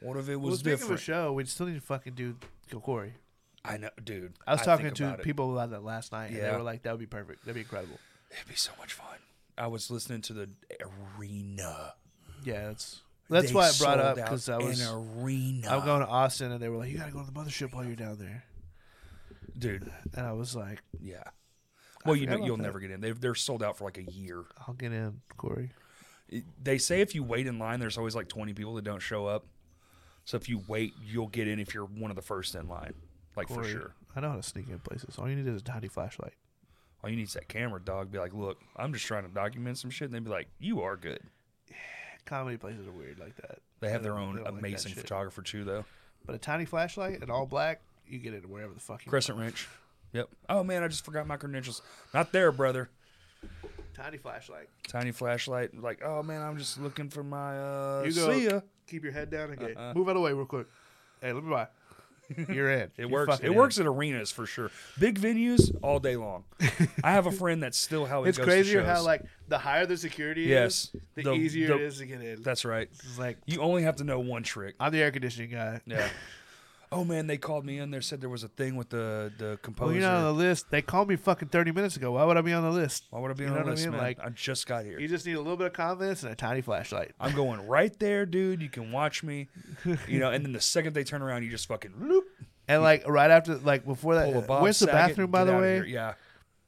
Speaker 1: What if it
Speaker 2: Well,
Speaker 1: was
Speaker 2: speaking of
Speaker 1: different?
Speaker 2: a show, we still need to fucking do Corey.
Speaker 1: I know, dude.
Speaker 2: I was
Speaker 1: think
Speaker 2: talking to
Speaker 1: about it.
Speaker 2: people about that last night, and
Speaker 1: Yeah.
Speaker 2: they were like, "That would be perfect. That'd be incredible."
Speaker 1: It'd be so much fun. I was listening to the arena.
Speaker 2: Yeah, that's that's
Speaker 1: They
Speaker 2: why I
Speaker 1: sold
Speaker 2: brought up
Speaker 1: out
Speaker 2: because I was
Speaker 1: an arena.
Speaker 2: I'm going to Austin, and they were like, "You got to go to the mothership while you're down there,"
Speaker 1: dude.
Speaker 2: and I was like,
Speaker 1: Yeah. Well, you
Speaker 2: forgot
Speaker 1: know,
Speaker 2: about
Speaker 1: you'll
Speaker 2: that.
Speaker 1: never get in. They've, they're sold out for like a year.
Speaker 2: "I'll get in, Corey."
Speaker 1: It- They say if you wait in line, there's always like 20 people that don't show up. So if you wait, you'll get in if you're one of the first in line, like
Speaker 2: Corey,
Speaker 1: for sure.
Speaker 2: I know how to sneak in places. All you need is a tiny flashlight.
Speaker 1: All you need is that camera, dog. Be like, look, I'm just trying to document some shit. And they'd be like, you are good.
Speaker 2: Comedy places are weird like that.
Speaker 1: They have
Speaker 2: I don't-
Speaker 1: their own
Speaker 2: they don't like that
Speaker 1: amazing
Speaker 2: shit.
Speaker 1: photographer too, though.
Speaker 2: But a tiny flashlight and all black, you get it wherever the fuck you.
Speaker 1: Crescent Wrench. Yep. Oh man, I just forgot my credentials. Not there, brother.
Speaker 2: want. Tiny flashlight.
Speaker 1: Tiny flashlight. Like, oh man, I'm just looking for my. uh
Speaker 2: You go.
Speaker 1: See ya.
Speaker 2: Keep your head down and get
Speaker 1: Uh-uh.
Speaker 2: move out of the way real quick. Hey, let me by. You're in. You're
Speaker 1: It works.
Speaker 2: fucking
Speaker 1: It
Speaker 2: in.
Speaker 1: works at arenas for sure. Big venues all day long. I have a friend that's still how he
Speaker 2: It's
Speaker 1: goes
Speaker 2: crazier
Speaker 1: to
Speaker 2: how
Speaker 1: shows.
Speaker 2: like the higher the security
Speaker 1: Yes.
Speaker 2: is, the,
Speaker 1: The-
Speaker 2: easier
Speaker 1: the-
Speaker 2: it is to get in.
Speaker 1: That's right.
Speaker 2: It's like
Speaker 1: You only have to know one trick.
Speaker 2: I'm the air conditioning guy.
Speaker 1: Yeah. oh man, they called me in. There said there was a thing with the the composer.
Speaker 2: Well, you're not on the list. They called me fucking 30 minutes ago. Why would I be on the list?
Speaker 1: Why would I be
Speaker 2: You
Speaker 1: on
Speaker 2: know
Speaker 1: the
Speaker 2: what I
Speaker 1: list,
Speaker 2: mean?
Speaker 1: man?
Speaker 2: Like-
Speaker 1: I just got here.
Speaker 2: You just need a little bit of confidence and a tiny flashlight.
Speaker 1: I'm going right there, dude. You can watch me, you know. And then the second they turn around, you just fucking loop.
Speaker 2: And like right after, like before that,
Speaker 1: Pull a Bob
Speaker 2: where's the
Speaker 1: Saget,
Speaker 2: bathroom? By
Speaker 1: get
Speaker 2: the
Speaker 1: outta
Speaker 2: way,
Speaker 1: here. yeah.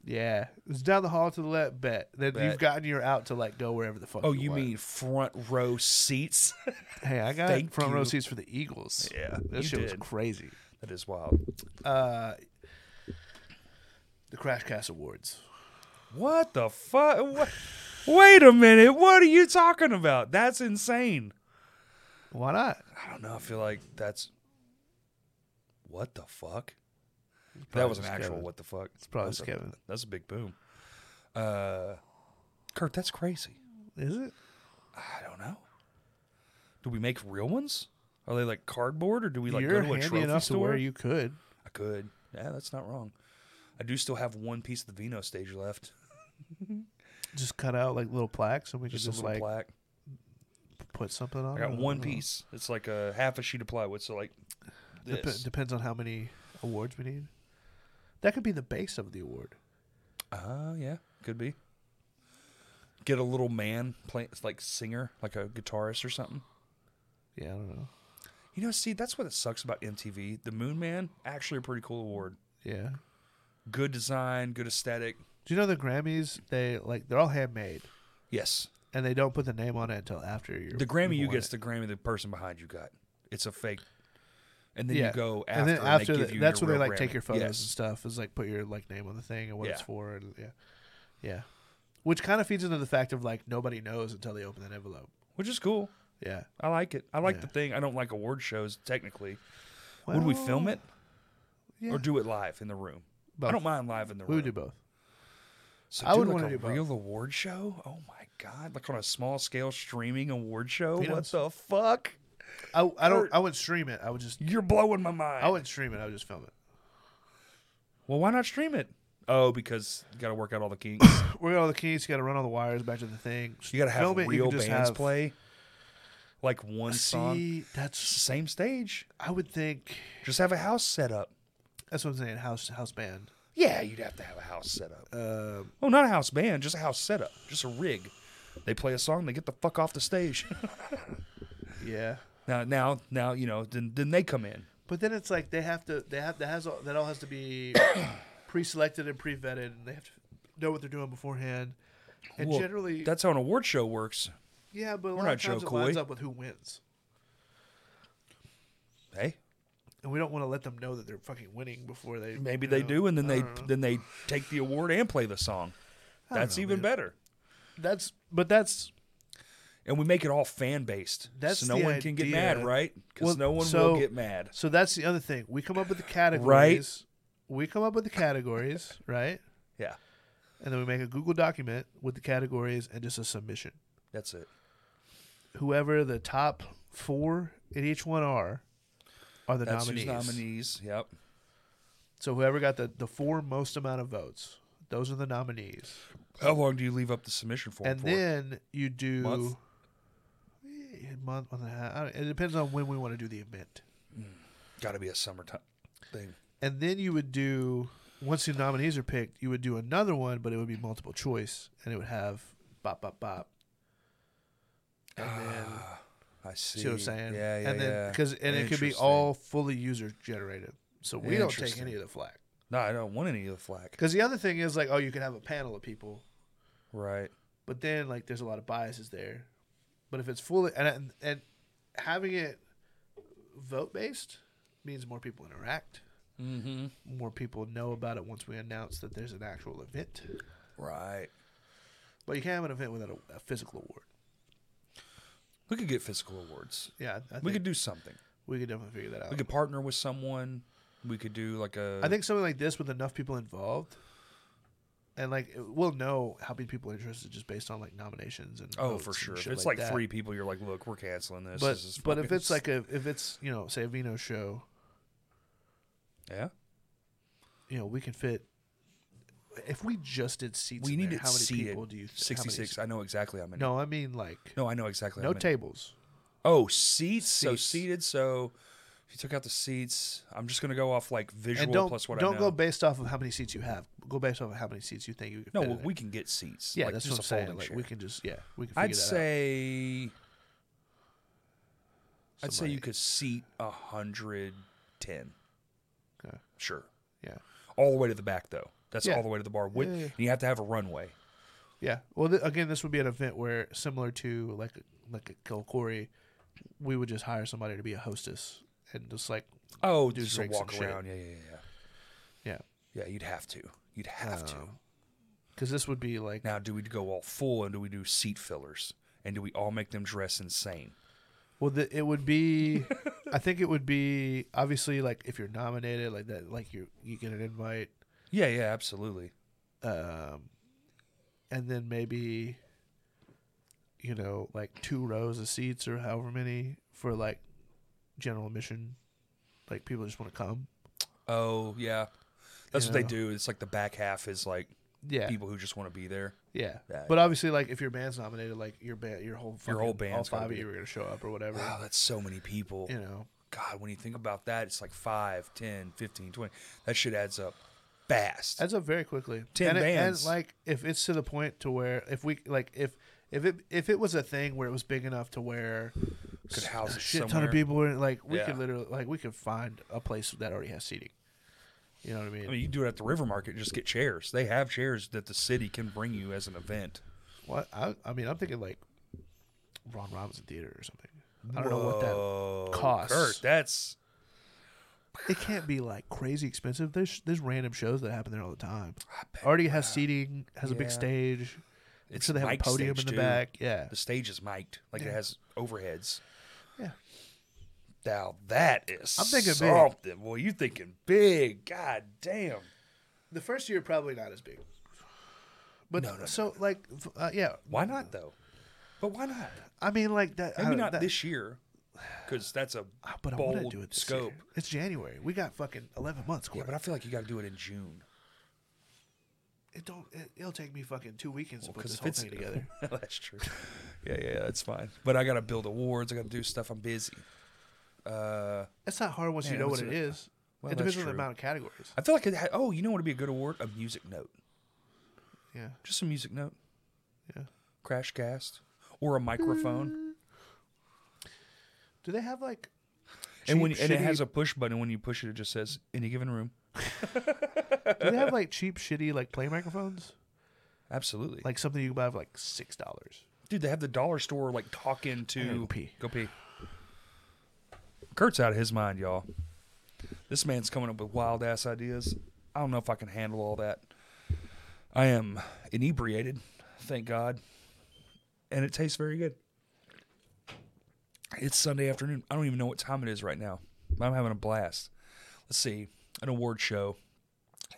Speaker 2: yeah, it's down the hall to the left. Bet that you've
Speaker 1: Bet.
Speaker 2: gotten your out to like go wherever the fuck.
Speaker 1: Oh, you
Speaker 2: want.
Speaker 1: mean front row seats?
Speaker 2: hey, I got
Speaker 1: Thank
Speaker 2: front row
Speaker 1: you.
Speaker 2: seats for the Eagles.
Speaker 1: Yeah, you
Speaker 2: that shit was
Speaker 1: did.
Speaker 2: crazy.
Speaker 1: that is wild.
Speaker 2: Uh, the Crash Cast Awards.
Speaker 1: What the fuck? Wait a minute. What are you talking about? That's insane.
Speaker 2: Why not?
Speaker 1: I don't know. I feel like that's what the fuck. That was an
Speaker 2: just
Speaker 1: actual
Speaker 2: Kevin.
Speaker 1: what the fuck. It's
Speaker 2: probably
Speaker 1: that's
Speaker 2: just
Speaker 1: a,
Speaker 2: Kevin.
Speaker 1: That's a big boom. Uh, Kurt, that's crazy.
Speaker 2: Is it?
Speaker 1: I don't know. Do we make real ones? Are they like cardboard, or do we like go
Speaker 2: You're
Speaker 1: to a
Speaker 2: handy
Speaker 1: trophy
Speaker 2: enough to where
Speaker 1: store?
Speaker 2: you could.
Speaker 1: I could. Yeah, that's not wrong. I do still have one piece of the Vino stage left.
Speaker 2: just cut out like little plaques and we
Speaker 1: Just,
Speaker 2: could just
Speaker 1: a little
Speaker 2: like uh,
Speaker 1: plaque.
Speaker 2: put something on
Speaker 1: I
Speaker 2: it.
Speaker 1: got
Speaker 2: don't
Speaker 1: one
Speaker 2: know.
Speaker 1: piece. It's like a half a sheet of plywood. So like
Speaker 2: Dep-
Speaker 1: this.
Speaker 2: depends on how many awards we need. That could be the base of the award.
Speaker 1: Ah, yeah, could be. Get a little man play like singer, like a guitarist or something.
Speaker 2: Yeah, I don't know.
Speaker 1: You know, see, that's what it sucks about MTV. The Moon Man actually a pretty cool award.
Speaker 2: Yeah.
Speaker 1: Good design, good aesthetic.
Speaker 2: Do you know the Grammys? They like they're all handmade,
Speaker 1: Yes,
Speaker 2: and they don't put the name on it until after you.
Speaker 1: the Grammy you
Speaker 2: won
Speaker 1: get's
Speaker 2: it.
Speaker 1: the Grammy the person behind you got. It's a fake, and then
Speaker 2: Yeah.
Speaker 1: you go after,
Speaker 2: and then after
Speaker 1: they give
Speaker 2: the-
Speaker 1: you
Speaker 2: that's
Speaker 1: your
Speaker 2: when they
Speaker 1: real
Speaker 2: like take
Speaker 1: Grammy.
Speaker 2: your photos and
Speaker 1: Yes.
Speaker 2: stuff. Is like put your like name on the thing and what it's
Speaker 1: Yeah.
Speaker 2: for. And, yeah, yeah. Which kind of feeds into the fact of like nobody knows until they open that envelope.
Speaker 1: which is cool.
Speaker 2: Yeah.
Speaker 1: I like it. I like
Speaker 2: Yeah.
Speaker 1: the thing. I don't like award shows technically. Would we film
Speaker 2: Well,
Speaker 1: it
Speaker 2: Yeah.
Speaker 1: or do it live in the room?
Speaker 2: Both.
Speaker 1: I don't mind live in the room.
Speaker 2: We would do both.
Speaker 1: So
Speaker 2: I
Speaker 1: do
Speaker 2: would
Speaker 1: like
Speaker 2: wanna
Speaker 1: a
Speaker 2: do both.
Speaker 1: real award show. Oh my god! Like on a small scale streaming award show.
Speaker 2: You know-
Speaker 1: What the fuck?
Speaker 2: I, I don't.
Speaker 1: Or-
Speaker 2: I would stream it. I would just.
Speaker 1: You're blowing my mind.
Speaker 2: I would stream it. I would just film it.
Speaker 1: well, why not stream it? Oh, because you got to work out all the kinks.
Speaker 2: We got all the keys. You got to run all the wires back to the thing.
Speaker 1: You got to have
Speaker 2: Film it, you
Speaker 1: real
Speaker 2: can
Speaker 1: bands
Speaker 2: just have-
Speaker 1: play, like one song,
Speaker 2: See, that's.
Speaker 1: same stage.
Speaker 2: I would think.
Speaker 1: Just have a house set up.
Speaker 2: That's what I'm saying. House house band.
Speaker 1: Yeah, you'd have to have a house set up.
Speaker 2: Uh,
Speaker 1: Oh, not a house band, just a house setup, just a rig. They play a song, they get the fuck off the stage.
Speaker 2: yeah.
Speaker 1: now, now, now, you know, then then they come in.
Speaker 2: But then it's like they have to. They have that has all, that all has to be pre-selected and pre-vetted, and they have to know what they're doing beforehand. And
Speaker 1: Well,
Speaker 2: generally,
Speaker 1: that's how an award show works.
Speaker 2: yeah, but a
Speaker 1: we're
Speaker 2: lot
Speaker 1: not
Speaker 2: of times
Speaker 1: Joe
Speaker 2: it lines
Speaker 1: Coy.
Speaker 2: up with who wins,
Speaker 1: Hey,
Speaker 2: and we don't want to let them know that they're fucking winning before they.
Speaker 1: maybe
Speaker 2: you
Speaker 1: they
Speaker 2: know.
Speaker 1: do, and then
Speaker 2: I
Speaker 1: they
Speaker 2: don't know.
Speaker 1: then they take the award and play the song.
Speaker 2: Uh-huh. don't
Speaker 1: That's
Speaker 2: know,
Speaker 1: even
Speaker 2: man.
Speaker 1: better.
Speaker 2: That's but that's
Speaker 1: And we make it all fan based,
Speaker 2: That's
Speaker 1: so no
Speaker 2: the
Speaker 1: one can get mad,
Speaker 2: idea.
Speaker 1: right? Because
Speaker 2: Well,
Speaker 1: no one
Speaker 2: so-
Speaker 1: will get mad.
Speaker 2: So that's the other thing. We come up with the categories. We come up with the categories, right?
Speaker 1: Yeah,
Speaker 2: And then we make a Google document with the categories and just a submission.
Speaker 1: that's it.
Speaker 2: Whoever the top four in each one are, are the
Speaker 1: That's
Speaker 2: nominees.
Speaker 1: who's nominees. Yep.
Speaker 2: So whoever got the, the four most amount of votes, those are the nominees.
Speaker 1: How long do you leave up the submission form
Speaker 2: and
Speaker 1: for?
Speaker 2: then you do
Speaker 1: Month?
Speaker 2: Eh, month, month and a half. I don't- It depends on when we want to do the event.
Speaker 1: Got to be a summertime thing.
Speaker 2: and then you would do once the nominees are picked, you would do another one, but it would be multiple choice, and it would have bop bop bop. And
Speaker 1: Ah.
Speaker 2: then
Speaker 1: I see.
Speaker 2: see what I'm saying?
Speaker 1: Yeah, yeah,
Speaker 2: And then
Speaker 1: yeah.
Speaker 2: because and it could be
Speaker 1: Interesting.
Speaker 2: all fully user generated, so we don't take
Speaker 1: Interesting.
Speaker 2: any of the flack.
Speaker 1: No, I don't want any of the flack.
Speaker 2: Because the other thing is like, oh, you could have a panel of people,
Speaker 1: Right.
Speaker 2: but then like there's a lot of biases there. But if it's fully and and, and having it vote based means more people interact.
Speaker 1: Mm-hmm.
Speaker 2: More people know about it once we announce that there's an actual event.
Speaker 1: Right.
Speaker 2: But you can't have an event without a, a physical award.
Speaker 1: We could get physical awards.
Speaker 2: Yeah, I think
Speaker 1: We
Speaker 2: we
Speaker 1: could
Speaker 2: could
Speaker 1: do something.
Speaker 2: we could definitely figure that out.
Speaker 1: We could partner with someone. We could do like a.
Speaker 2: I think something like this with enough people involved, and like it- we'll know how many people are interested just based on like nominations and
Speaker 1: Oh,
Speaker 2: votes
Speaker 1: for
Speaker 2: and
Speaker 1: sure. If
Speaker 2: shit
Speaker 1: it's like,
Speaker 2: that.
Speaker 1: three people, you're like, look, we're canceling this.
Speaker 2: But
Speaker 1: This is
Speaker 2: but if
Speaker 1: fucking
Speaker 2: it's like a if it's you know say a Vino show,
Speaker 1: yeah,
Speaker 2: you know we can fit. If we just did seats,
Speaker 1: we
Speaker 2: in
Speaker 1: need
Speaker 2: there,
Speaker 1: it
Speaker 2: how many
Speaker 1: seated.
Speaker 2: people do you? Th- how
Speaker 1: Sixty
Speaker 2: many-
Speaker 1: six. I know exactly how many.
Speaker 2: No, I mean like
Speaker 1: no, I know exactly.
Speaker 2: no
Speaker 1: how many.
Speaker 2: tables.
Speaker 1: Oh, seats. So
Speaker 2: Seats.
Speaker 1: seated. So if you took out the seats, I'm just gonna go off like visual
Speaker 2: and don't
Speaker 1: plus what
Speaker 2: don't
Speaker 1: I know.
Speaker 2: go based off of how many seats you have. Go based off of how many seats you think you could.
Speaker 1: no,
Speaker 2: fit
Speaker 1: well,
Speaker 2: in
Speaker 1: we can get seats.
Speaker 2: Yeah,
Speaker 1: like,
Speaker 2: that's
Speaker 1: just
Speaker 2: what I'm
Speaker 1: a
Speaker 2: saying.
Speaker 1: folding
Speaker 2: Like
Speaker 1: chair.
Speaker 2: we can just yeah, we can. Figure
Speaker 1: I'd
Speaker 2: that out.
Speaker 1: say, I'd say
Speaker 2: Somebody-
Speaker 1: you could seat hundred ten.
Speaker 2: Okay.
Speaker 1: Sure,
Speaker 2: yeah,
Speaker 1: all the way to the back though. That's
Speaker 2: Yeah.
Speaker 1: all the way to the bar. With,
Speaker 2: Yeah, yeah, yeah.
Speaker 1: And you have to have a runway.
Speaker 2: yeah. Well, th- again, this would be an event where similar to like a, like a Kilcory, we would just hire somebody to be a hostess and just like
Speaker 1: Oh,
Speaker 2: do
Speaker 1: just a
Speaker 2: drinks and
Speaker 1: walk
Speaker 2: shit.
Speaker 1: around. Yeah, yeah, yeah,
Speaker 2: yeah,
Speaker 1: yeah. Yeah, you'd have to. You'd have to.
Speaker 2: Oh. because this would be like
Speaker 1: Now, do we go all full and do we do seat fillers? And do we all make them dress insane?
Speaker 2: well, th- it would be. I think it would be obviously like if you're nominated like that, like you you get an invite,
Speaker 1: Yeah, yeah, absolutely.
Speaker 2: um, and then maybe. You know, like two rows of seats or however many for like general admission, like people just want to come.
Speaker 1: Oh, yeah. That's what they
Speaker 2: Yeah.
Speaker 1: do. It's like the back half is like
Speaker 2: Yeah,
Speaker 1: people who just want to be there.
Speaker 2: yeah.
Speaker 1: Yeah,
Speaker 2: But obviously, like if your band's nominated, like your band, your whole fucking,
Speaker 1: whole
Speaker 2: all
Speaker 1: band's gotta
Speaker 2: five of
Speaker 1: be
Speaker 2: you are gonna show up or whatever.
Speaker 1: Wow, that's so many people.
Speaker 2: You know,
Speaker 1: God, when you think about that, it's like 5, 10, 15, 20. That shit adds up fast.
Speaker 2: adds up very quickly.
Speaker 1: 10
Speaker 2: and it-
Speaker 1: bands.
Speaker 2: and like if it's to the point to where if we like if if it if it was a thing where it was big enough to where
Speaker 1: Could house
Speaker 2: a
Speaker 1: it
Speaker 2: shit ton
Speaker 1: somewhere.
Speaker 2: of people were like we
Speaker 1: Yeah.
Speaker 2: could literally like we could find a place that already has seating. You know what I mean?
Speaker 1: I mean, you can do it at the river market, just get chairs. They have chairs that the city can bring you as an event.
Speaker 2: what I, I mean, I'm thinking like Ron Robinson Theater or something. I don't know what that.
Speaker 1: Whoa,
Speaker 2: costs.
Speaker 1: Kurt, that's
Speaker 2: It can't be like crazy expensive. There's there's random shows that happen there all the time.
Speaker 1: I bet
Speaker 2: already has seating, has a
Speaker 1: Yeah.
Speaker 2: big stage. I'm
Speaker 1: It's
Speaker 2: sure they have a
Speaker 1: mic
Speaker 2: podium in
Speaker 1: stage,
Speaker 2: the
Speaker 1: too.
Speaker 2: back. Yeah,
Speaker 1: the stage is mic'd, like
Speaker 2: Yeah.
Speaker 1: it has overheads.
Speaker 2: yeah.
Speaker 1: Now that is
Speaker 2: I'm thinking big.
Speaker 1: something. Well, you thinking big? God damn.
Speaker 2: The first year probably not as big. But
Speaker 1: No, no,
Speaker 2: so like f- uh, yeah,
Speaker 1: Why not though? But why not?
Speaker 2: I mean like that. I
Speaker 1: Maybe
Speaker 2: don't-
Speaker 1: not
Speaker 2: Uh, that-
Speaker 1: this year, because that's a
Speaker 2: Ah, But I want to
Speaker 1: bold
Speaker 2: do it this
Speaker 1: scope.
Speaker 2: Year. It's January. We got fucking eleven months.
Speaker 1: Yeah,
Speaker 2: Corey.
Speaker 1: but I feel like you got to do it in June.
Speaker 2: it don't. It, it'll take me fucking two weekends to put
Speaker 1: Because
Speaker 2: this
Speaker 1: if
Speaker 2: whole
Speaker 1: it's
Speaker 2: thing together.
Speaker 1: that's true. Yeah, yeah, that's fine. But I got to build awards. I got to do stuff. I'm busy. Uh,
Speaker 2: It's not hard once
Speaker 1: Yeah,
Speaker 2: you know what
Speaker 1: what's
Speaker 2: it
Speaker 1: it-
Speaker 2: is.
Speaker 1: uh, well,
Speaker 2: it depends
Speaker 1: that's
Speaker 2: on the
Speaker 1: true.
Speaker 2: amount of categories.
Speaker 1: I feel like it. Ha- oh, you know what would be a good award? A music note.
Speaker 2: Yeah,
Speaker 1: Just a music note.
Speaker 2: yeah.
Speaker 1: Crash cast or a
Speaker 2: Mm.
Speaker 1: microphone.
Speaker 2: Do they have like?
Speaker 1: and when
Speaker 2: cheap,
Speaker 1: and it
Speaker 2: shitty-
Speaker 1: has a push button. When you push it, it just says any given room.
Speaker 2: do they have like cheap, shitty like play microphones?
Speaker 1: Absolutely.
Speaker 2: Like something you can buy for like six dollars.
Speaker 1: Dude, they have the dollar store like talking
Speaker 2: gotta
Speaker 1: to
Speaker 2: go pee.
Speaker 1: Go pee. Kurt's out of his mind, y'all. This man's coming up with wild ass ideas. I don't know if I can handle all that. I am inebriated, thank God. And it tastes very good. It's Sunday afternoon. I don't even know what time it is right now. but I'm having a blast. Let's see. An award show.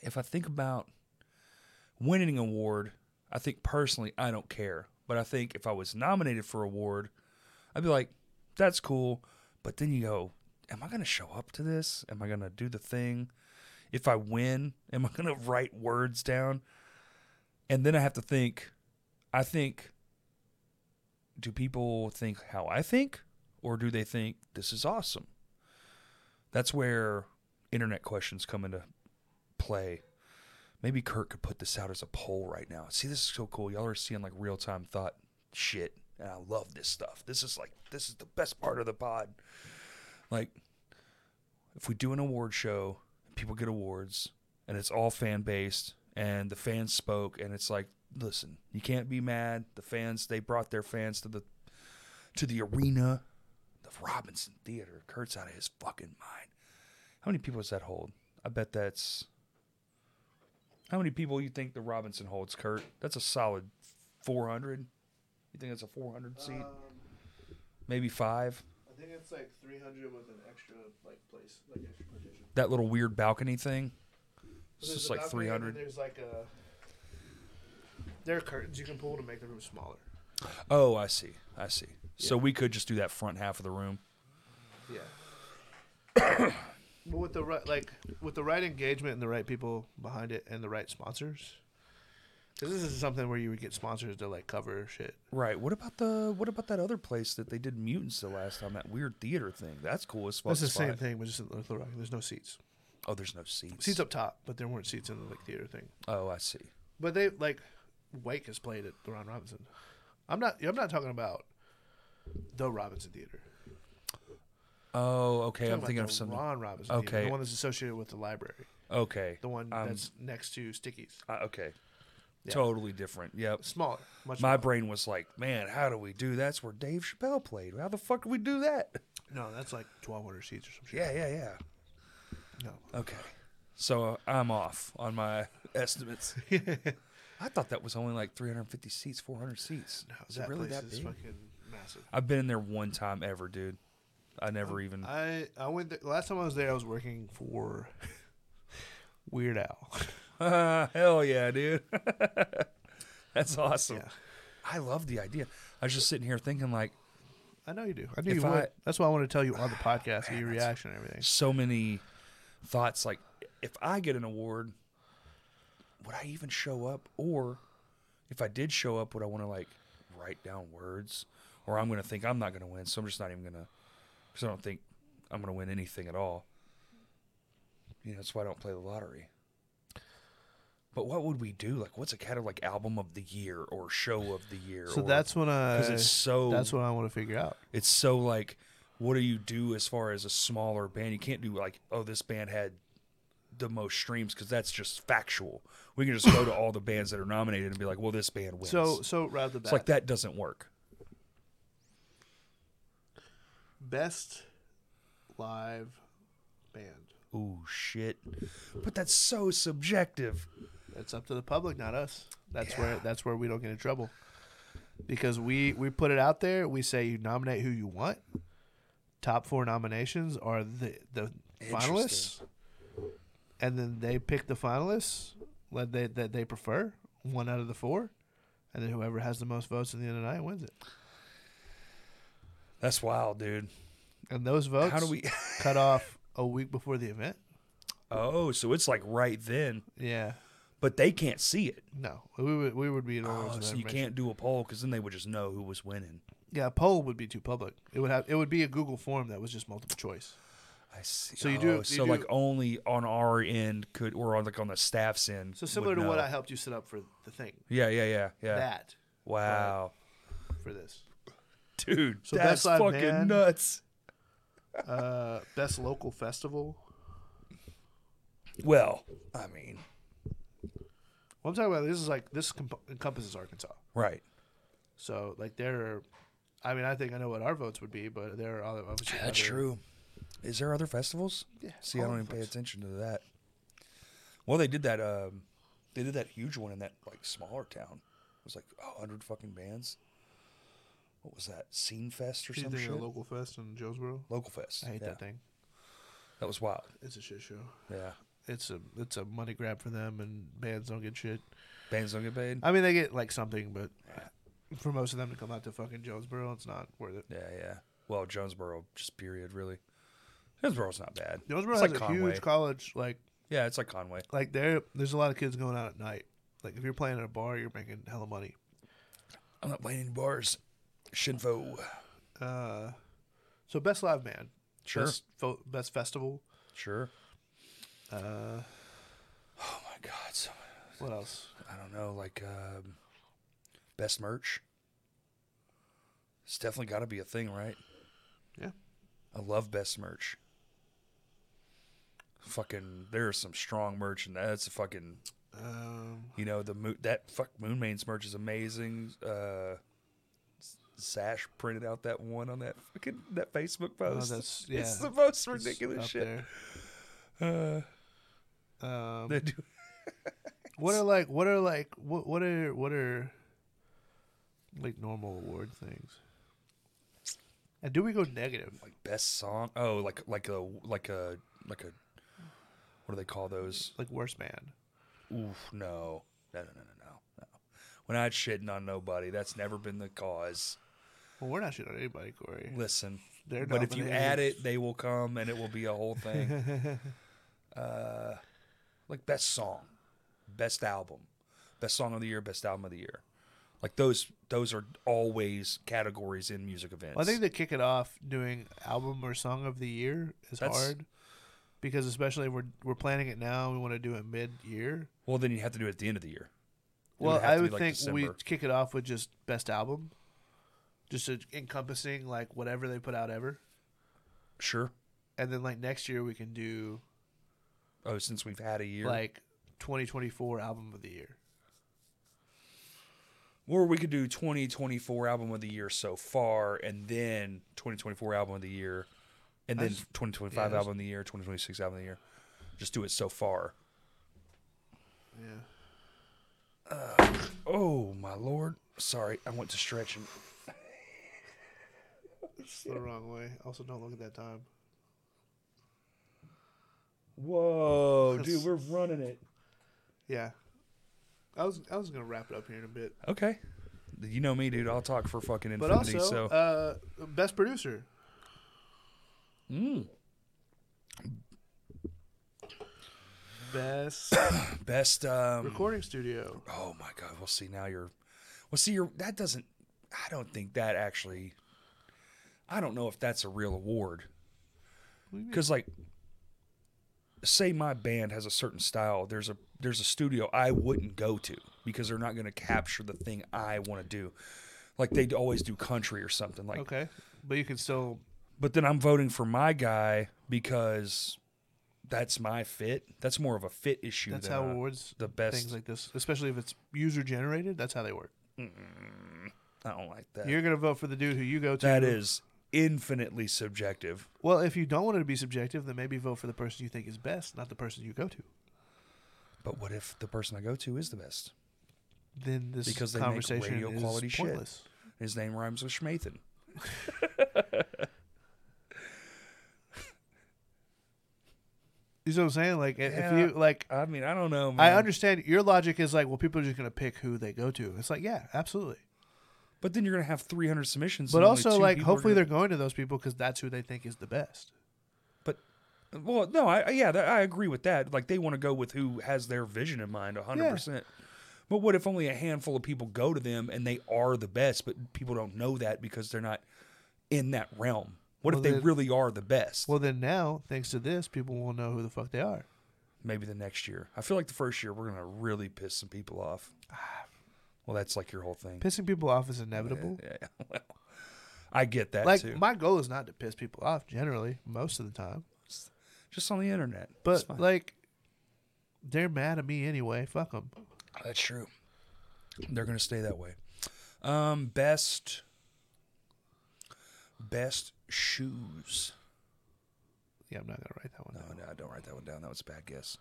Speaker 1: If I think about winning an award, I think personally, I don't care. But I think if I was nominated for an award, I'd be like, that's cool. But then you go, am I going to show up to this? Am I going to do the thing? If I win, am I going to write words down? And then I have to think, I think, do people think how I think? Or do they think this is awesome? That's where internet questions come into play maybe Kurt could put this out as a poll right now. See, this is so cool. Y'all are seeing like real time thought shit, and I love this stuff. This is like this is the best part of the pod. Like, if we do an award show, people get awards, and it's all fan based, and the fans spoke, and it's like, listen, you can't be mad. The fans they brought their fans to the to the arena, the Robinson Theater. Kurt's out of his fucking mind. How many people does that hold? I bet that's how many people you think the Robinson holds, Kurt? That's a solid 400. You think that's a 400 seat? Maybe five.
Speaker 2: Um, I think it's like three hundred with an extra like place, like extra partition.
Speaker 1: That little weird balcony thing. It's just like 300.
Speaker 2: There's like a. There are curtains you can pull to make the room smaller.
Speaker 1: Oh, I see. I see. So we could just do that front half of the room.
Speaker 2: Yeah. but with the right, like with the right engagement and the right people behind it and the right sponsors, 'Cause this is something where you would get sponsors to like cover shit.
Speaker 1: Right. What about the what about that other place that they did mutants the last time? That weird theater thing. That's cool as fuck.
Speaker 2: That's the
Speaker 1: spot.
Speaker 2: same thing, but just in the Little Rock. There's no seats.
Speaker 1: Oh, there's no seats.
Speaker 2: Seats up top, but there weren't seats in the like theater thing.
Speaker 1: Oh, I see.
Speaker 2: But they like Wake has played at the Ron Robinson. I'm not. I'm not talking about the Robinson Theater.
Speaker 1: Oh, okay. I'm
Speaker 2: talking about
Speaker 1: thinking
Speaker 2: the
Speaker 1: of something.
Speaker 2: Ron Robinson. Theater,
Speaker 1: Okay.
Speaker 2: the one that's associated with the library.
Speaker 1: Okay.
Speaker 2: The one
Speaker 1: Um,
Speaker 2: that's next to Sticky's.
Speaker 1: uh, okay.
Speaker 2: Yeah.
Speaker 1: Totally different. Yep.
Speaker 2: Smaller. Much
Speaker 1: My
Speaker 2: smaller.
Speaker 1: brain was like, man, how do we do that's where Dave Chappelle played. How the fuck do we do that?
Speaker 2: No, that's like 1,200 seats or some shit.
Speaker 1: Yeah, yeah, yeah.
Speaker 2: No.
Speaker 1: Okay. So uh, I'm off on my estimates. I thought that was only like 350 seats, 400 seats.
Speaker 2: No,
Speaker 1: is
Speaker 2: that
Speaker 1: it really
Speaker 2: place
Speaker 1: that
Speaker 2: is
Speaker 1: big?
Speaker 2: fucking massive.
Speaker 1: I've been in there one time ever, dude. I
Speaker 2: Oh,
Speaker 1: never even.
Speaker 2: I I went there, last time I was there. I was working for Weird Al.
Speaker 1: hell yeah, dude. that's awesome.
Speaker 2: Yeah.
Speaker 1: I love the idea. I was just sitting here thinking, like,
Speaker 2: I know you do. I knew
Speaker 1: If
Speaker 2: you would.
Speaker 1: I-
Speaker 2: That's why I want to tell you on the podcast, your reaction and everything.
Speaker 1: so many thoughts like if i get an award would i even show up or if i did show up would i want to like write down words or i'm gonna think i'm not gonna win so i'm just not even gonna because i don't think i'm gonna win anything at all you know that's why i don't play the lottery but what would we do like what's a kind of like album of the year or show of the year
Speaker 2: So
Speaker 1: or,
Speaker 2: that's when I.
Speaker 1: because it's so
Speaker 2: that's what I want to figure out.
Speaker 1: it's so like what do you do as far as a smaller band you can't do like oh this band had the most streams because that's just factual we can just go to all the bands that are nominated and be like well this band wins
Speaker 2: So so right off the
Speaker 1: it's
Speaker 2: bat,
Speaker 1: like that doesn't work
Speaker 2: best live band.
Speaker 1: Ooh shit but that's so subjective
Speaker 2: It's up to the public, not us. That's
Speaker 1: Yeah.
Speaker 2: where that's where we don't get in trouble. Because we we put it out there, we say you nominate who you want. Top 4 nominations are the the finalists.
Speaker 1: Interesting.
Speaker 2: And then they pick the finalists that they that they prefer. One out of the four, and then whoever has the most votes in the end of the night wins it.
Speaker 1: That's wild, dude.
Speaker 2: And those votes
Speaker 1: How do we?
Speaker 2: cut off a week before the event.
Speaker 1: Oh, so it's like right then,
Speaker 2: Yeah,
Speaker 1: but they can't see it.
Speaker 2: no, we would we would be in
Speaker 1: Oh, so you can't do a poll because then they would just know who was winning.
Speaker 2: Yeah, a poll would be too public. It would have it would be a Google form that was just multiple choice.
Speaker 1: I see.
Speaker 2: So you do-
Speaker 1: Oh,
Speaker 2: you
Speaker 1: so
Speaker 2: do-
Speaker 1: like only on our end could, or on like on the staff's end.
Speaker 2: So
Speaker 1: would
Speaker 2: similar to what
Speaker 1: know.
Speaker 2: I helped you set up for the thing.
Speaker 1: Yeah, yeah, yeah, yeah.
Speaker 2: That
Speaker 1: wow,
Speaker 2: for this.
Speaker 1: dude,
Speaker 2: So
Speaker 1: that's
Speaker 2: Best Live
Speaker 1: fucking
Speaker 2: Band-
Speaker 1: nuts.
Speaker 2: Uh, best local festival.
Speaker 1: Well, I mean,
Speaker 2: What I'm talking about this is like this comp- encompasses Arkansas.
Speaker 1: right?
Speaker 2: So like there are, I mean I think I know what our votes would be, but there are other obviously
Speaker 1: That's
Speaker 2: other-
Speaker 1: true. Is there other festivals?
Speaker 2: Yeah,
Speaker 1: See, I
Speaker 2: all
Speaker 1: don't even
Speaker 2: over the
Speaker 1: pay
Speaker 2: place.
Speaker 1: attention to that. Well, they did that. Um, they did that huge one in that like smaller town. It was like a hundred fucking bands. What was that? Scene Fest or
Speaker 2: You
Speaker 1: some
Speaker 2: think
Speaker 1: shit?
Speaker 2: of local fest in Jonesboro.
Speaker 1: Local Fest.
Speaker 2: I hate
Speaker 1: yeah.
Speaker 2: that thing.
Speaker 1: That was wild.
Speaker 2: It's a shit show.
Speaker 1: Yeah,
Speaker 2: It's a it's a money grab for them, and bands don't get shit.
Speaker 1: bands don't get paid.
Speaker 2: I mean they get like something, but for most of them to come out to fucking Jonesboro, it's not worth it.
Speaker 1: Yeah, yeah. Well, Jonesboro, just period, really. Jonesboro's not bad.
Speaker 2: Jonesboro
Speaker 1: it's
Speaker 2: has
Speaker 1: like
Speaker 2: a
Speaker 1: Conway.
Speaker 2: huge college like
Speaker 1: yeah, it's like Conway.
Speaker 2: like there. There's a lot of kids going out at night. Like if you're playing at a bar, you're making hella money.
Speaker 1: I'm not playing any bars. Shinfo.
Speaker 2: Uh, so best live band,
Speaker 1: Sure.
Speaker 2: best, fo- best festival.
Speaker 1: Sure.
Speaker 2: Uh,
Speaker 1: Oh my God. So,
Speaker 2: what else?
Speaker 1: I don't know, like um, best merch. It's definitely got to be a thing, right?
Speaker 2: Yeah.
Speaker 1: I love best merch. Fucking, there's some strong merch, and that's a fucking
Speaker 2: Um,
Speaker 1: You know the mo- that fuck Moon Man's merch is amazing. Uh, S- Sash printed out that one on that fucking that Facebook
Speaker 2: oh,
Speaker 1: post.
Speaker 2: that's yeah.
Speaker 1: It's the most
Speaker 2: it's
Speaker 1: ridiculous
Speaker 2: up
Speaker 1: shit.
Speaker 2: there.
Speaker 1: Uh,
Speaker 2: Um,
Speaker 1: they do-
Speaker 2: what are like? What are like? What what are what are like normal award things? And do we go negative?
Speaker 1: like best song. Oh, like like a like a like a what do they call those?
Speaker 2: Like worst band?
Speaker 1: Oof, no, no, no, no, no, no. no. When I shitting on nobody, that's never been the cause.
Speaker 2: Well, we're not shitting on anybody, Corey.
Speaker 1: Listen,
Speaker 2: They're
Speaker 1: but if you
Speaker 2: nominated.
Speaker 1: add it, they will come and it will be a whole thing. uh, like best song, best album, best song of the year, best album of the year. Like those, those are always categories in music events.
Speaker 2: Well, I think to kick it off, doing album or song of the year is
Speaker 1: That's-
Speaker 2: hard because especially we're we're planning it now. We want to do it mid year.
Speaker 1: well, then you have to do it at the end of the year. It
Speaker 2: Well,
Speaker 1: have
Speaker 2: I
Speaker 1: to be,
Speaker 2: would
Speaker 1: like,
Speaker 2: think we
Speaker 1: December.
Speaker 2: kick it off with just best album, just a, encompassing like whatever they put out ever,
Speaker 1: sure.
Speaker 2: and then like next year we can do
Speaker 1: Oh, since we've had a year,
Speaker 2: like 2024 album of the year.
Speaker 1: or we could do 2024 album of the year so far, and then 2024 album of the year, and
Speaker 2: I
Speaker 1: then
Speaker 2: just-
Speaker 1: 2025
Speaker 2: yeah, I just-
Speaker 1: album of the year, 2026 album of the year. Just do it so far.
Speaker 2: Yeah.
Speaker 1: Oh my lord! Sorry, I went to stretch and
Speaker 2: It's the wrong way. Also, don't look at that time.
Speaker 1: Whoa, dude, we're running it.
Speaker 2: Yeah. I was I was gonna wrap it up here in a bit,
Speaker 1: Okay, you know me, dude. I'll talk for fucking
Speaker 2: but
Speaker 1: infinity.
Speaker 2: also
Speaker 1: so
Speaker 2: uh, best producer.
Speaker 1: Mm.
Speaker 2: Best
Speaker 1: best. Um,
Speaker 2: recording studio.
Speaker 1: oh my god. Well, see now you're. Well, see you're. That doesn't. I don't think that actually. I don't know if that's a real award
Speaker 2: What do you mean?
Speaker 1: because, like, say my band has a certain style. There's a there's a studio I wouldn't go to because they're not going to capture the thing I want to do. Like they always do country or something. Like
Speaker 2: Okay, but you can still
Speaker 1: but then I'm voting for my guy because that's my fit. That's more of a fit issue.
Speaker 2: That's
Speaker 1: than
Speaker 2: how
Speaker 1: a-
Speaker 2: awards
Speaker 1: the best.
Speaker 2: things like this, especially if it's user generated. That's how they work.
Speaker 1: I don't like that.
Speaker 2: You're gonna vote for the dude who you go to.
Speaker 1: That is infinitely subjective.
Speaker 2: well. If you don't want it to be subjective, then maybe vote for the person you think is best, not the person you go to.
Speaker 1: But what if the person I go to is the best?
Speaker 2: Then this
Speaker 1: Because they make
Speaker 2: conversation
Speaker 1: radio
Speaker 2: is
Speaker 1: quality shit.
Speaker 2: pointless.
Speaker 1: His name rhymes with Schmathan.
Speaker 2: You see what I'm saying? Like, i-
Speaker 1: Yeah.
Speaker 2: if you like,
Speaker 1: I mean, I don't know. Man.
Speaker 2: I understand your logic is like, well, people are just gonna pick who they go to. It's like, yeah, absolutely.
Speaker 1: But then you're gonna have 300 submissions.
Speaker 2: But
Speaker 1: and only
Speaker 2: also,
Speaker 1: two
Speaker 2: like,
Speaker 1: people are
Speaker 2: hopefully
Speaker 1: gonna-
Speaker 2: they're going to those people because that's who they think is the best.
Speaker 1: Well, no, I I- yeah, that, I agree with that. Like they want to go with who has their vision in mind, hundred
Speaker 2: Yeah.
Speaker 1: percent. But what if only a handful of people go to them and they are the best, but people don't know that because they're not in that realm? What
Speaker 2: Well,
Speaker 1: if they
Speaker 2: then-
Speaker 1: really are the best?
Speaker 2: Well, then now, thanks to this, people will know who the fuck they are.
Speaker 1: Maybe the next year. I feel like the first year we're gonna really piss some people off. Well, that's like your whole thing.
Speaker 2: Pissing people off is inevitable.
Speaker 1: Yeah, well, I get that
Speaker 2: like,
Speaker 1: too.
Speaker 2: my goal is not to piss people off generally, most of the time.
Speaker 1: Just on the internet. It's
Speaker 2: But
Speaker 1: fine.
Speaker 2: like, they're mad at me anyway. Fuck them.
Speaker 1: That's true. They're gonna stay that way. Um, best, best shoes.
Speaker 2: Yeah, I'm not gonna write that one.
Speaker 1: No,
Speaker 2: down.
Speaker 1: no, I don't write that one down. That was a bad guess.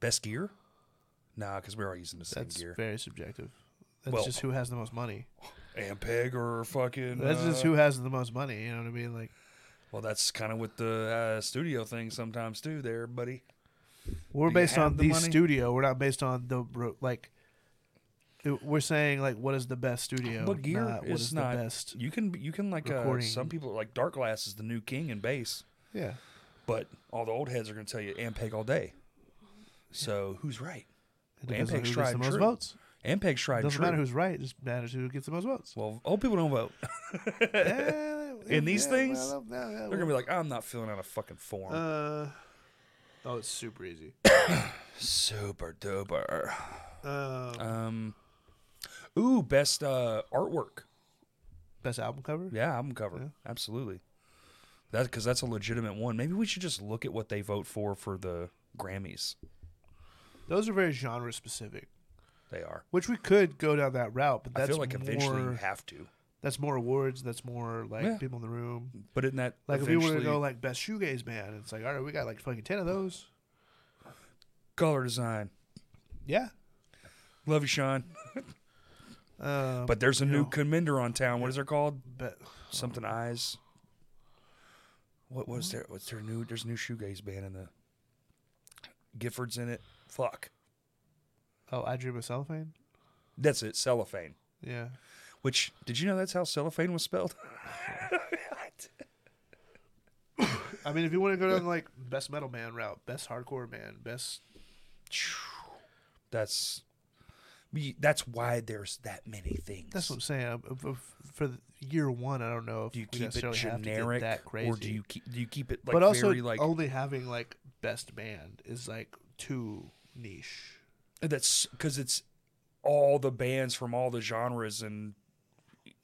Speaker 1: Best gear? Nah, because we're all using the same
Speaker 2: That's
Speaker 1: gear.
Speaker 2: very subjective. That's
Speaker 1: Well-
Speaker 2: just who has the most money.
Speaker 1: Ampeg or fucking.
Speaker 2: That's just
Speaker 1: uh,
Speaker 2: who has the most money. You know what I mean? Like,
Speaker 1: Well, that's kind of with the uh, studio thing sometimes too, there, buddy.
Speaker 2: we're
Speaker 1: you
Speaker 2: based
Speaker 1: have
Speaker 2: on
Speaker 1: the
Speaker 2: the,
Speaker 1: money?
Speaker 2: studio. We're not based on the ro- like. it- We're saying like, what is the best studio?
Speaker 1: But gear
Speaker 2: not what
Speaker 1: is,
Speaker 2: is
Speaker 1: not.
Speaker 2: the best.
Speaker 1: You can you can like uh,
Speaker 2: recording.
Speaker 1: some people like Dark Glass is the new king in bass,
Speaker 2: Yeah,
Speaker 1: but all the old heads are gonna tell you Ampeg all day. So who's right?
Speaker 2: it depends on
Speaker 1: Ampeg's
Speaker 2: who
Speaker 1: tried
Speaker 2: gets the
Speaker 1: and
Speaker 2: most
Speaker 1: true.
Speaker 2: votes.
Speaker 1: Ampeg's tried. and
Speaker 2: Doesn't matter
Speaker 1: true.
Speaker 2: who's right. It just matters who gets the most votes.
Speaker 1: Well, old people don't vote.
Speaker 2: Yeah,
Speaker 1: In these
Speaker 2: yeah,
Speaker 1: things,
Speaker 2: well, yeah, yeah,
Speaker 1: They're gonna be like, I'm not filling out a fucking form.
Speaker 2: well, uh, oh, it's super easy.
Speaker 1: Super duper.
Speaker 2: Um,
Speaker 1: Um, ooh, best uh, artwork.
Speaker 2: best album cover.
Speaker 1: Yeah, album cover. Absolutely. That because that's a legitimate one. Maybe we should just look at what they vote for for the Grammys.
Speaker 2: Those are very genre specific,
Speaker 1: They are.
Speaker 2: which we could go down that route, but
Speaker 1: I
Speaker 2: that's
Speaker 1: feel like eventually you
Speaker 2: more-
Speaker 1: have to.
Speaker 2: that's more awards. That's more like
Speaker 1: Yeah.
Speaker 2: people in the room.
Speaker 1: But isn't that
Speaker 2: Like if we
Speaker 1: eventually
Speaker 2: were to go like best shoegaze band, it's like all right, we got like fucking ten of those.
Speaker 1: color design?
Speaker 2: Yeah,
Speaker 1: Love you, Sean.
Speaker 2: um,
Speaker 1: But there's a new
Speaker 2: know.
Speaker 1: commender on town. What is it called?
Speaker 2: but
Speaker 1: Something eyes. What was there? What's their new? There's a new shoegaze band in the. Gifford's in it. Fuck.
Speaker 2: oh, I dream of cellophane.
Speaker 1: That's it. Cellophane.
Speaker 2: Yeah,
Speaker 1: Which did you know that's how cellophane was spelled?
Speaker 2: I mean if you want to go down like best metal band route, best hardcore band, best
Speaker 1: that's we- that's why there's that many things.
Speaker 2: That's what I'm saying. Um, of- of- For the year one, I don't know if
Speaker 1: do you
Speaker 2: we
Speaker 1: keep it
Speaker 2: necessarily have to get
Speaker 1: generic,
Speaker 2: that crazy.
Speaker 1: or do you keep do you keep it like
Speaker 2: but also,
Speaker 1: very like
Speaker 2: only having like best band is like too niche.
Speaker 1: that's because it's all the bands from all the genres and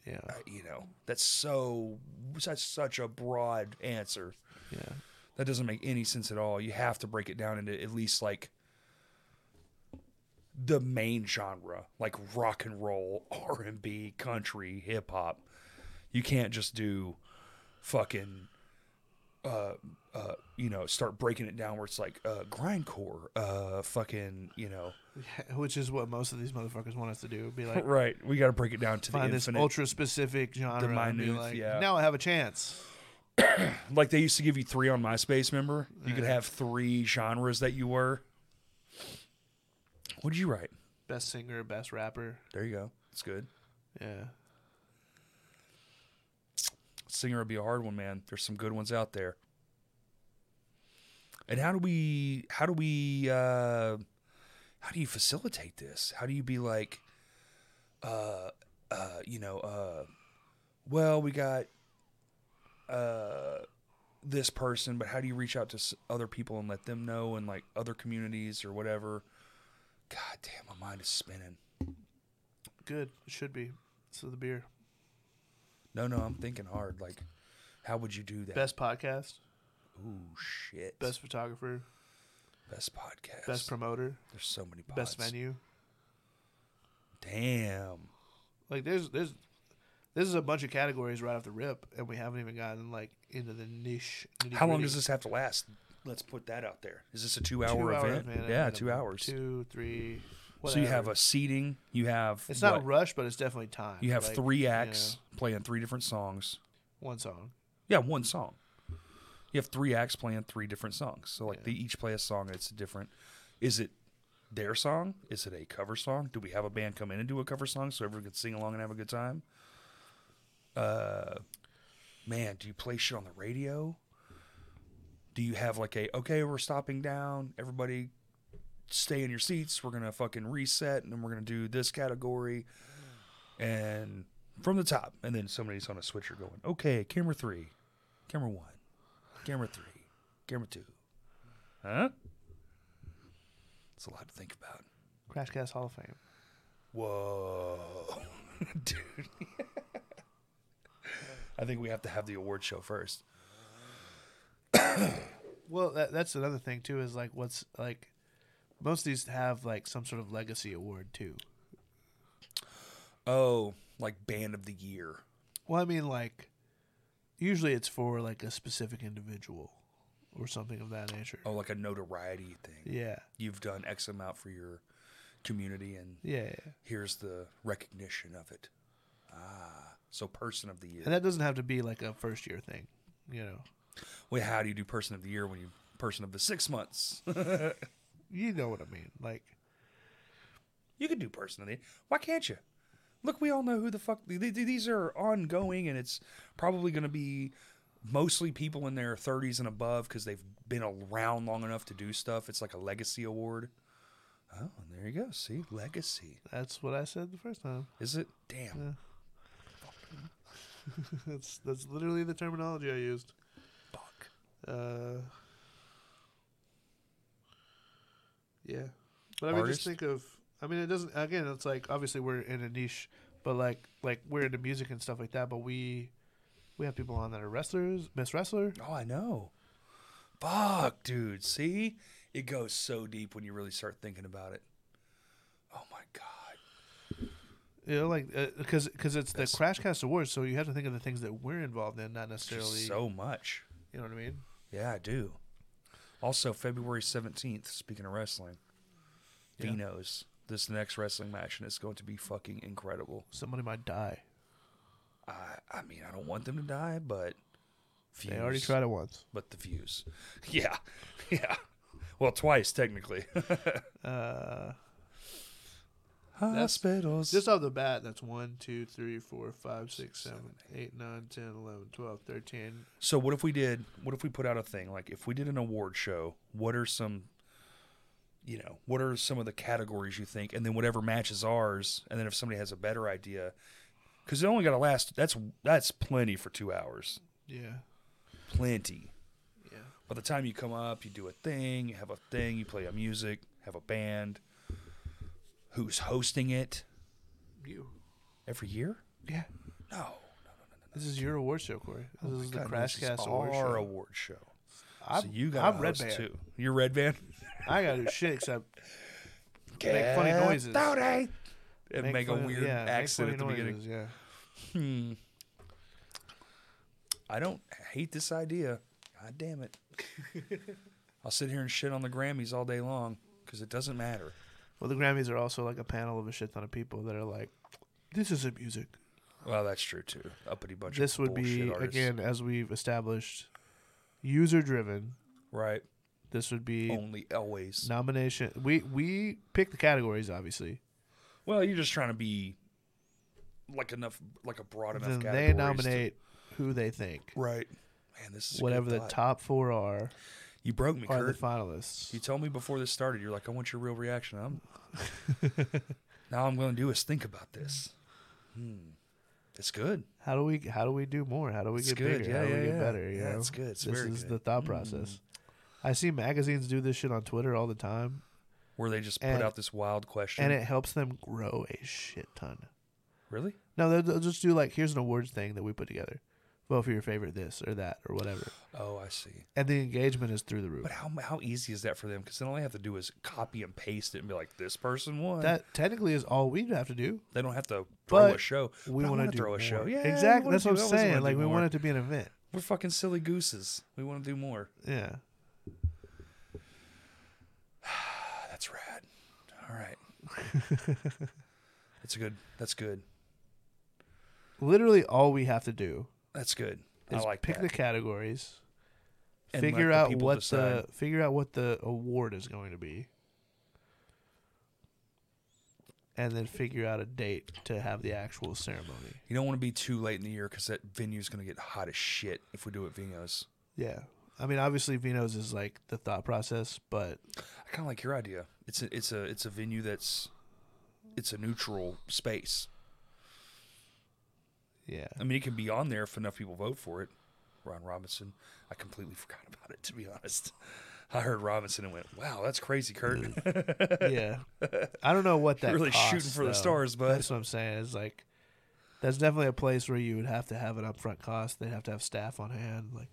Speaker 2: Yeah,
Speaker 1: uh, you know that's so that's such a broad answer
Speaker 2: yeah.
Speaker 1: that doesn't make any sense at all. You have to break it down into at least like the main genre, like rock and roll, R and B, country, hip hop. You can't just do fucking uh uh you know start breaking it down where it's like uh grindcore uh fucking you know
Speaker 2: Yeah, Which is what most of these motherfuckers want us to do. Be like,
Speaker 1: right we got to break it down to the
Speaker 2: find this
Speaker 1: infinite
Speaker 2: ultra specific genre. and be
Speaker 1: minute,
Speaker 2: like,
Speaker 1: yeah.
Speaker 2: Now I have a chance.
Speaker 1: like they used to give you three on myspace remember you could have three genres that you were what did you write
Speaker 2: Best singer, best rapper.
Speaker 1: There you go. It's good.
Speaker 2: Yeah.
Speaker 1: Singer would be a hard one, man. There's some good ones out there. And how do we how do we uh how do you facilitate this? How do you be like uh uh you know uh well we got uh this person but how do you reach out to s- other people and let them know and like other communities or whatever god damn my mind is spinning
Speaker 2: Good. It should be. So the beer.
Speaker 1: no no i'm thinking hard like how would you do that
Speaker 2: Best podcast.
Speaker 1: Ooh shit.
Speaker 2: Best photographer.
Speaker 1: best podcast.
Speaker 2: Best promoter.
Speaker 1: There's so many pods.
Speaker 2: Best venue.
Speaker 1: Damn.
Speaker 2: Like there's there's this is a bunch of categories right off the rip, and we haven't even gotten like into the niche.
Speaker 1: How long does
Speaker 2: nitty-gritty.
Speaker 1: this have to last? Let's put that out there. Is this a two-hour
Speaker 2: Two-hour
Speaker 1: event?
Speaker 2: at
Speaker 1: yeah,
Speaker 2: minimum.
Speaker 1: two hours.
Speaker 2: Two, three.
Speaker 1: so you have
Speaker 2: whatever.
Speaker 1: a seating. You have.
Speaker 2: It's not
Speaker 1: what?
Speaker 2: rushed, but it's definitely time.
Speaker 1: You have
Speaker 2: Like,
Speaker 1: three
Speaker 2: you
Speaker 1: acts playing three different songs.
Speaker 2: know, one song.
Speaker 1: Yeah, one song. you have three acts playing three different songs. So like they each play a song. It's different. Is it their song? Is it a cover song? Do we have a band come in and do a cover song so everyone could sing along and have a good time? Uh, man, do you play shit on the radio? Do you have like a okay, we're stopping down, everybody stay in your seats, we're gonna fucking reset and then we're gonna do this category and from the top, and then somebody's on a switcher going, okay, camera three, camera one, camera three, camera two. Huh? It's a lot to think about.
Speaker 2: Crash Cast Hall of Fame.
Speaker 1: Whoa. Dude. I think we have to have the award show first.
Speaker 2: Well, that, that's another thing too. Is like what's like most of these have like some sort of legacy award too.
Speaker 1: Oh, like band of the year.
Speaker 2: Well, I mean, like usually it's for like a specific individual or something of that nature.
Speaker 1: Oh, like a notoriety thing.
Speaker 2: Yeah,
Speaker 1: You've done X amount for your community and
Speaker 2: yeah, yeah.
Speaker 1: here's the recognition of it. Ah, so person of the year.
Speaker 2: And that doesn't have to be like a first year thing, you know.
Speaker 1: Well, how do you do person of the year when you person of the six months?
Speaker 2: You know what I mean? Like,
Speaker 1: you could do person of the year. Why can't you? Look, we all know who the fuck th- th- these are ongoing, and it's probably going to be mostly people in their 30s and above because they've been around long enough to do stuff. It's like a legacy award. Oh, there you go. See, legacy.
Speaker 2: that's what I said the first time.
Speaker 1: Is it? Damn.
Speaker 2: Yeah. that's that's literally the terminology I used.
Speaker 1: Fuck.
Speaker 2: Uh, yeah, but I mean,
Speaker 1: Artist?
Speaker 2: just think of. I mean, it doesn't. Again, it's like obviously we're in a niche, but like like we're into music and stuff like that. But we we have people on that are wrestlers, Miss Wrestler.
Speaker 1: Oh, I know. Fuck, dude. See? It goes so deep when you really start thinking about it. Oh, my God.
Speaker 2: You know, like because because it's the Crash Cast Awards, so you have to think of the things that we're involved in, not necessarily.
Speaker 1: Just so much.
Speaker 2: you know what I mean?
Speaker 1: Yeah, I do. Also, February 17th, speaking of wrestling,
Speaker 2: Yeah.
Speaker 1: Vino's, this next wrestling match, and it's going to be fucking incredible.
Speaker 2: Somebody might die.
Speaker 1: I, I mean, I don't want them to die, but views.
Speaker 2: They already tried it once.
Speaker 1: But the views. Yeah. Yeah. Well, twice, technically.
Speaker 2: Uh,
Speaker 1: Hospitals.
Speaker 2: Just off the bat, that's 1, 2, 3, 4, 5, 6, 7, 8, 9, 10, 11, 12, 13.
Speaker 1: So what if we did? What if we put out a thing like if we did an award show? What are some, you know, what are some of the categories you think? And then whatever matches ours, and then if somebody has a better idea, because it only got to last. That's that's plenty for two hours.
Speaker 2: Yeah.
Speaker 1: Plenty.
Speaker 2: Yeah.
Speaker 1: By the time you come up, you do a thing, you have a thing, you play a music, have a band. Who's hosting it
Speaker 2: You.
Speaker 1: every year?
Speaker 2: Yeah.
Speaker 1: No.
Speaker 2: This is your award show, Corey. This is the
Speaker 1: Oh God,
Speaker 2: Crash
Speaker 1: this is
Speaker 2: Cast
Speaker 1: our
Speaker 2: award show.
Speaker 1: award show.
Speaker 2: I'm,
Speaker 1: so you got
Speaker 2: I'm
Speaker 1: to
Speaker 2: red
Speaker 1: host
Speaker 2: band.
Speaker 1: too. You're red band.
Speaker 2: I got to do shit except Make funny noises.
Speaker 1: Tony. And
Speaker 2: eh? make,
Speaker 1: make, a
Speaker 2: funny-
Speaker 1: weird
Speaker 2: yeah, make
Speaker 1: accent
Speaker 2: funny
Speaker 1: at the beginning.
Speaker 2: noises, Yeah.
Speaker 1: I don't hate this idea. God damn it. I'll sit here and shit on the Grammys all day long because it doesn't matter.
Speaker 2: Well, the Grammys are also like a panel of a shit ton of people that are like, this isn't music.
Speaker 1: Well, that's true too. Uppity bunch
Speaker 2: This
Speaker 1: of
Speaker 2: would
Speaker 1: bullshit
Speaker 2: be,
Speaker 1: artists.
Speaker 2: again, as we've established, user driven.
Speaker 1: right.
Speaker 2: This would be
Speaker 1: Only always.
Speaker 2: nomination. We we pick the categories, obviously.
Speaker 1: Well, you're just trying to be like enough, like a broad enough.
Speaker 2: Then
Speaker 1: categories
Speaker 2: they
Speaker 1: to-
Speaker 2: nominate who they think.
Speaker 1: right. Man, this is a good
Speaker 2: Whatever the
Speaker 1: thought.
Speaker 2: top four are
Speaker 1: You broke me,
Speaker 2: are the
Speaker 1: Kurt.
Speaker 2: finalists.
Speaker 1: You told me before this started, you're like, I want your real reaction. I'm now I'm going to do is think about this. Hmm. It's good.
Speaker 2: How do we how do we do more? How do we
Speaker 1: It's
Speaker 2: get
Speaker 1: good.
Speaker 2: bigger?
Speaker 1: Yeah,
Speaker 2: how do
Speaker 1: yeah,
Speaker 2: we get
Speaker 1: yeah.
Speaker 2: better? You
Speaker 1: Yeah,
Speaker 2: know?
Speaker 1: it's good. It's
Speaker 2: this
Speaker 1: very
Speaker 2: is
Speaker 1: good. Mm-hmm.
Speaker 2: the thought process. I see magazines do this shit on Twitter all the time,
Speaker 1: Where they just put
Speaker 2: And-
Speaker 1: out this wild question.
Speaker 2: and it helps them grow a shit ton.
Speaker 1: really?
Speaker 2: No, they'll, they'll just do like here's an awards thing that we put together. Vote for your favorite this or that or whatever,
Speaker 1: Oh, I see.
Speaker 2: and the engagement is through the roof.
Speaker 1: But how how easy is that for them? Because then all they have to do is copy and paste it and be like, this person won.
Speaker 2: That technically is all we'd have to do.
Speaker 1: they don't have to throw a
Speaker 2: But
Speaker 1: show.
Speaker 2: We
Speaker 1: But I
Speaker 2: want
Speaker 1: wanna
Speaker 2: to
Speaker 1: throw a show. Yeah, we
Speaker 2: exactly.
Speaker 1: wanna
Speaker 2: That's
Speaker 1: do-
Speaker 2: what
Speaker 1: I always
Speaker 2: I'm
Speaker 1: wanna
Speaker 2: saying.
Speaker 1: do
Speaker 2: Like we
Speaker 1: more.
Speaker 2: want it to be an event.
Speaker 1: We're fucking silly gooses. We want to do more.
Speaker 2: Yeah.
Speaker 1: Ah, that's rad. All right. that's good. That's good.
Speaker 2: Literally, all we have to do
Speaker 1: That's good. I
Speaker 2: is
Speaker 1: like
Speaker 2: pick
Speaker 1: that.
Speaker 2: the categories,
Speaker 1: and let
Speaker 2: figure
Speaker 1: the
Speaker 2: out
Speaker 1: people
Speaker 2: what
Speaker 1: decide.
Speaker 2: the figure out what the award is going to be, and then figure out a date to have the actual ceremony.
Speaker 1: You don't want to be too late in the year because that venue's going to get hot as shit if we do it Vino's.
Speaker 2: Yeah, I mean, obviously Vino's is like the thought process, but
Speaker 1: I kind of like your idea. It's a it's a it's a venue that's it's a neutral space.
Speaker 2: yeah,
Speaker 1: I mean, it can be on there if enough people vote for it. Ron Robinson. I completely forgot about it to be honest. I heard Robinson and went, "Wow, that's crazy, Kurt."
Speaker 2: yeah. I don't know what that
Speaker 1: really shooting
Speaker 2: costs,
Speaker 1: for the
Speaker 2: though.
Speaker 1: stars, bud.
Speaker 2: That's what I'm saying. It's like that's definitely a place where you would have to have an upfront cost. They'd have to have staff on hand. Like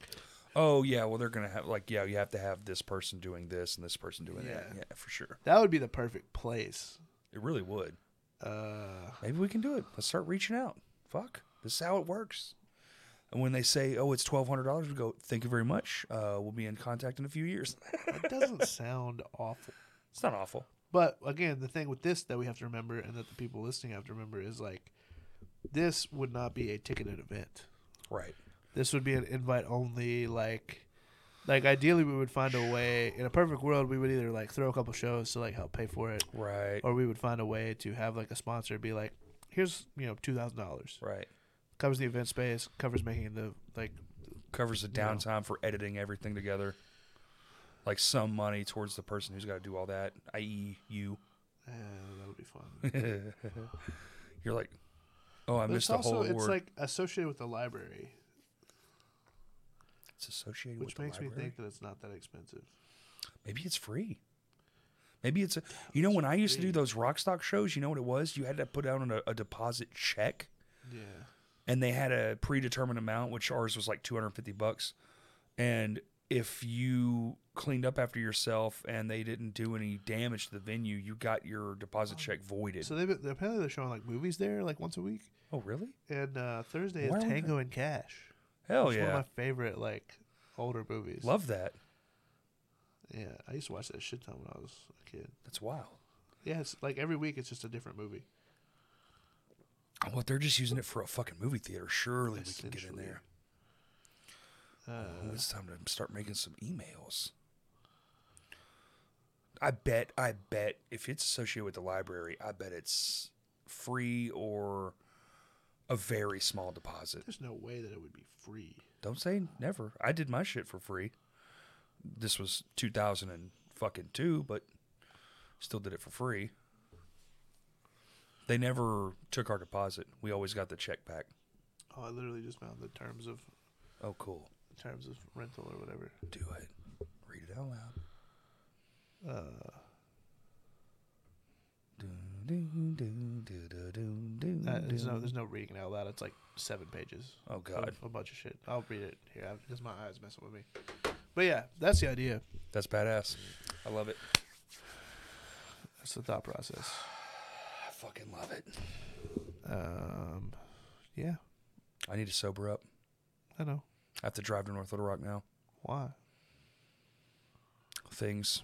Speaker 1: oh yeah, well they're gonna have like yeah, you have to have this person doing this and this person doing that.
Speaker 2: Yeah.
Speaker 1: Yeah, for sure.
Speaker 2: that would be the perfect place.
Speaker 1: It really would.
Speaker 2: Uh,
Speaker 1: Maybe we can do it. Let's start reaching out. Fuck, this is how it works. And when they say, "Oh, it's twelve hundred dollars," we go, "Thank you very much. Uh, we'll be in contact in a few years."
Speaker 2: that doesn't sound awful.
Speaker 1: it's not awful.
Speaker 2: But again, the thing with this that we have to remember, and that the people listening have to remember, is like this would not be a ticketed event.
Speaker 1: Right.
Speaker 2: This would be an invite only. Like, like ideally, we would find a way. In a perfect world, we would either like throw a couple shows to like help pay for it,
Speaker 1: Right.
Speaker 2: or we would find a way to have like a sponsor be like, here's you know two thousand dollars
Speaker 1: Right.
Speaker 2: covers the event space, covers making the like
Speaker 1: Covers the
Speaker 2: No.
Speaker 1: downtime for editing everything together. Like some money towards the person who's got to do all that, i.e., you.
Speaker 2: eh, that'll be fun.
Speaker 1: You're like, oh, I
Speaker 2: But it's
Speaker 1: missed the
Speaker 2: also
Speaker 1: whole award.
Speaker 2: it's like associated with the library,
Speaker 1: it's associated
Speaker 2: which
Speaker 1: with
Speaker 2: makes
Speaker 1: the library.
Speaker 2: me think that it's not that expensive.
Speaker 1: Maybe it's free. Maybe it's a, you know when I used to do those rock stock shows, you know what it was? You had to put down a, a deposit check,
Speaker 2: Yeah,
Speaker 1: and they had a predetermined amount, which ours was like two hundred fifty bucks. And if you cleaned up after yourself and they didn't do any damage to the venue, you got your deposit check voided.
Speaker 2: Oh, so they have apparently they're showing like movies there like once a week,
Speaker 1: oh really?
Speaker 2: and uh, Thursday is
Speaker 1: Why are we
Speaker 2: Tango and Cash.
Speaker 1: Hell
Speaker 2: it's one
Speaker 1: Oh, yeah!
Speaker 2: of my favorite like older movies.
Speaker 1: Love that.
Speaker 2: Yeah, I used to watch that shit ton when I was a kid.
Speaker 1: That's wild.
Speaker 2: Yeah, it's like every week it's just a different movie.
Speaker 1: Well, if they're just using it for a fucking movie theater. Surely we can get in
Speaker 2: Essentially.
Speaker 1: there.
Speaker 2: Uh,
Speaker 1: Ooh, it's time to start making some emails. I bet, I bet if it's associated with the library, I bet it's free or a very small deposit.
Speaker 2: there's no way that it would be free.
Speaker 1: Don't say never. I did my shit for free. This was 2000 and fucking two, but still did it for free. They never took our deposit. We always got the check back.
Speaker 2: Oh, I literally just found the terms of
Speaker 1: Oh, cool.
Speaker 2: the terms of rental or whatever.
Speaker 1: Do it. Read it out loud.
Speaker 2: Uh, uh, there's no there's no reading it out loud. It's like seven pages.
Speaker 1: Oh
Speaker 2: of
Speaker 1: Mm. God,
Speaker 2: a bunch of shit. I'll read it here because my eyes messing with me. But yeah, that's the idea.
Speaker 1: that's badass. I love it.
Speaker 2: That's the thought process.
Speaker 1: I fucking love it.
Speaker 2: Um, yeah,
Speaker 1: I need to sober up.
Speaker 2: I know
Speaker 1: I have to drive to North Little Rock now.
Speaker 2: why.
Speaker 1: Things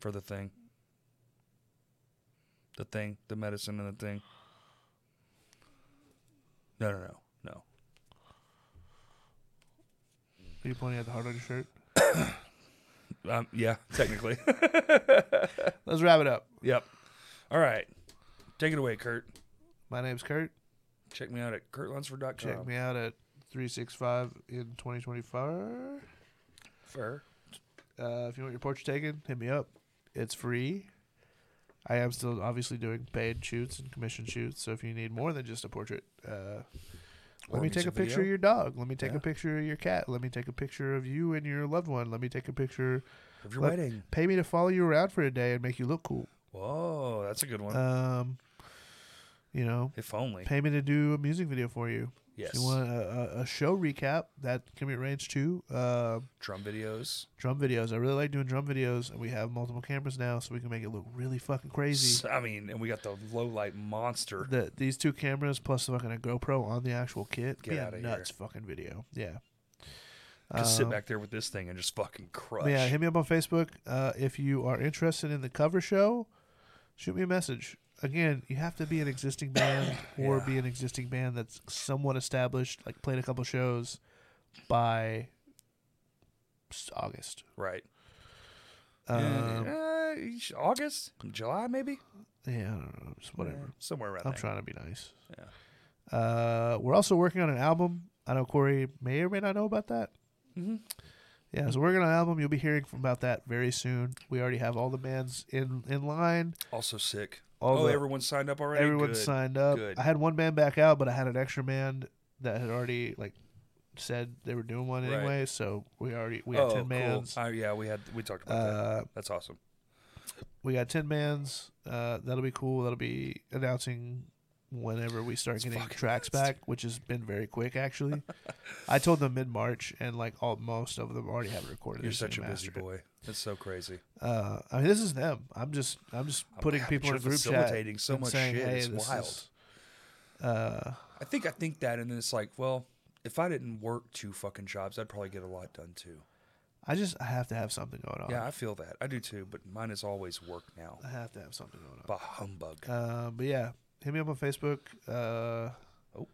Speaker 1: for the thing, the thing, the medicine, and the thing. No, no, no, no.
Speaker 2: Are you pointing at the hard on your shirt?
Speaker 1: Um, yeah, technically.
Speaker 2: Let's wrap it up.
Speaker 1: yep. All right. Take it away, Kurt.
Speaker 2: My name's Kurt.
Speaker 1: Check me out at kurtlunsford.com.
Speaker 2: Check me out at three six five in twenty twenty four.
Speaker 1: Fair.
Speaker 2: Uh, if you want your portrait taken, hit me up. It's free. I am still obviously doing paid shoots and commission shoots. So if you need more than just a portrait, uh,
Speaker 1: Or
Speaker 2: let me take
Speaker 1: music
Speaker 2: a picture
Speaker 1: video.
Speaker 2: of your dog. Let me take
Speaker 1: Yeah.
Speaker 2: a picture of your cat. Let me take a picture of you and your loved one. Let me take a picture.
Speaker 1: of your
Speaker 2: Let-
Speaker 1: wedding.
Speaker 2: Pay me to follow you around for a day and make you look cool.
Speaker 1: Whoa, that's a good one.
Speaker 2: Um, you know,
Speaker 1: if only.
Speaker 2: pay me to do a music video for you.
Speaker 1: Yes.
Speaker 2: If you want a, a, a show recap, that can be arranged too. Um,
Speaker 1: Drum videos.
Speaker 2: drum videos. I really like doing drum videos, and we have multiple cameras now, so we can make it look really fucking crazy.
Speaker 1: S- I mean, and we got the low light monster.
Speaker 2: The, these two cameras plus fucking a GoPro on the actual kit.
Speaker 1: Get
Speaker 2: be a
Speaker 1: outta here.
Speaker 2: nuts fucking video. Yeah.
Speaker 1: Just sit
Speaker 2: Um,
Speaker 1: back there with this thing and just fucking crush.
Speaker 2: but Yeah, hit me up on Facebook uh, if you are interested in the cover show. Shoot me a message. Again, you have to be an existing band or
Speaker 1: Yeah.
Speaker 2: be an existing band that's somewhat established, like played a couple shows by s- August.
Speaker 1: Right.
Speaker 2: Um,
Speaker 1: Uh, August, July, maybe.
Speaker 2: yeah, I don't know, just whatever.
Speaker 1: Yeah, somewhere around
Speaker 2: I'm
Speaker 1: there.
Speaker 2: trying to be nice. Yeah. Uh, we're also working on an album. I know Corey may or may not know about that.
Speaker 1: Mhm.
Speaker 2: Yeah, so we're working on an album. You'll be hearing from about that very soon. We already have all the bands in in line.
Speaker 1: Also sick.
Speaker 2: All
Speaker 1: oh,
Speaker 2: the-
Speaker 1: everyone signed up already.
Speaker 2: Everyone
Speaker 1: Good.
Speaker 2: signed up.
Speaker 1: Good.
Speaker 2: I had one band back out, but I had an extra band that had already like said they were doing one
Speaker 1: Right.
Speaker 2: anyway. So we already we
Speaker 1: oh,
Speaker 2: got ten bands.
Speaker 1: cool. Uh, yeah, we had we talked about that.
Speaker 2: Uh,
Speaker 1: That's awesome.
Speaker 2: we got 10 bands uh, that'll be cool that'll be announcing whenever we start getting
Speaker 1: fucking
Speaker 2: tracks
Speaker 1: nuts,
Speaker 2: back which has been very quick actually i told them mid-march and like all most of them already have it recorded
Speaker 1: You're
Speaker 2: They just
Speaker 1: such a
Speaker 2: didn't
Speaker 1: busy
Speaker 2: master it.
Speaker 1: boy. That's so crazy.
Speaker 2: uh, i mean this is them i'm just i'm just putting
Speaker 1: God, but
Speaker 2: people in
Speaker 1: you're
Speaker 2: a group
Speaker 1: facilitating
Speaker 2: chat
Speaker 1: so
Speaker 2: and
Speaker 1: much
Speaker 2: saying,
Speaker 1: shit.
Speaker 2: hey,
Speaker 1: It's
Speaker 2: this
Speaker 1: wild.
Speaker 2: is- uh,
Speaker 1: I think I think that, and then it's like, well, if I didn't work two fucking jobs, I'd probably get a lot done too.
Speaker 2: i just i have to have something going on
Speaker 1: Yeah, I feel that. I do too, but mine is always work now.
Speaker 2: i have to have something going on
Speaker 1: Bah humbug.
Speaker 2: Uh, but yeah, hit me up on Facebook. Uh,
Speaker 1: Oh.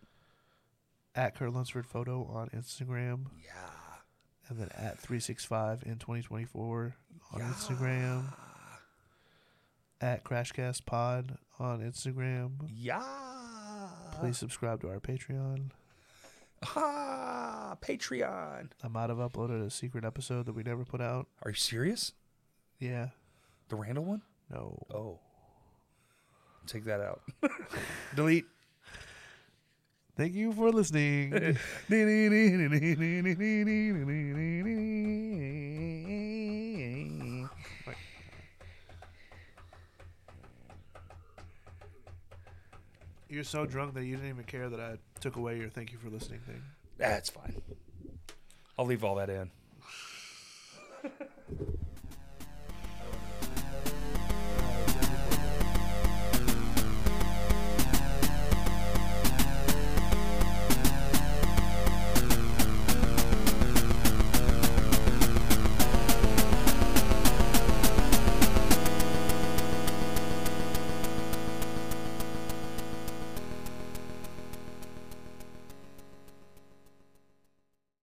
Speaker 2: At Kurt Lunsford Photo on Instagram.
Speaker 1: Yeah.
Speaker 2: And then at 365 in 2024 on Instagram. At Crashcast Pod on Instagram.
Speaker 1: Yeah.
Speaker 2: Please subscribe to our Patreon.
Speaker 1: Ah, Patreon.
Speaker 2: I might have uploaded a secret episode that we never put out.
Speaker 1: Are you serious?
Speaker 2: Yeah.
Speaker 1: The Randall one?
Speaker 2: No.
Speaker 1: Oh. Take that out.
Speaker 2: Delete. Thank you for listening. You're so drunk that you didn't even care that I took away your thank you for listening thing.
Speaker 1: That's fine. I'll leave all that in.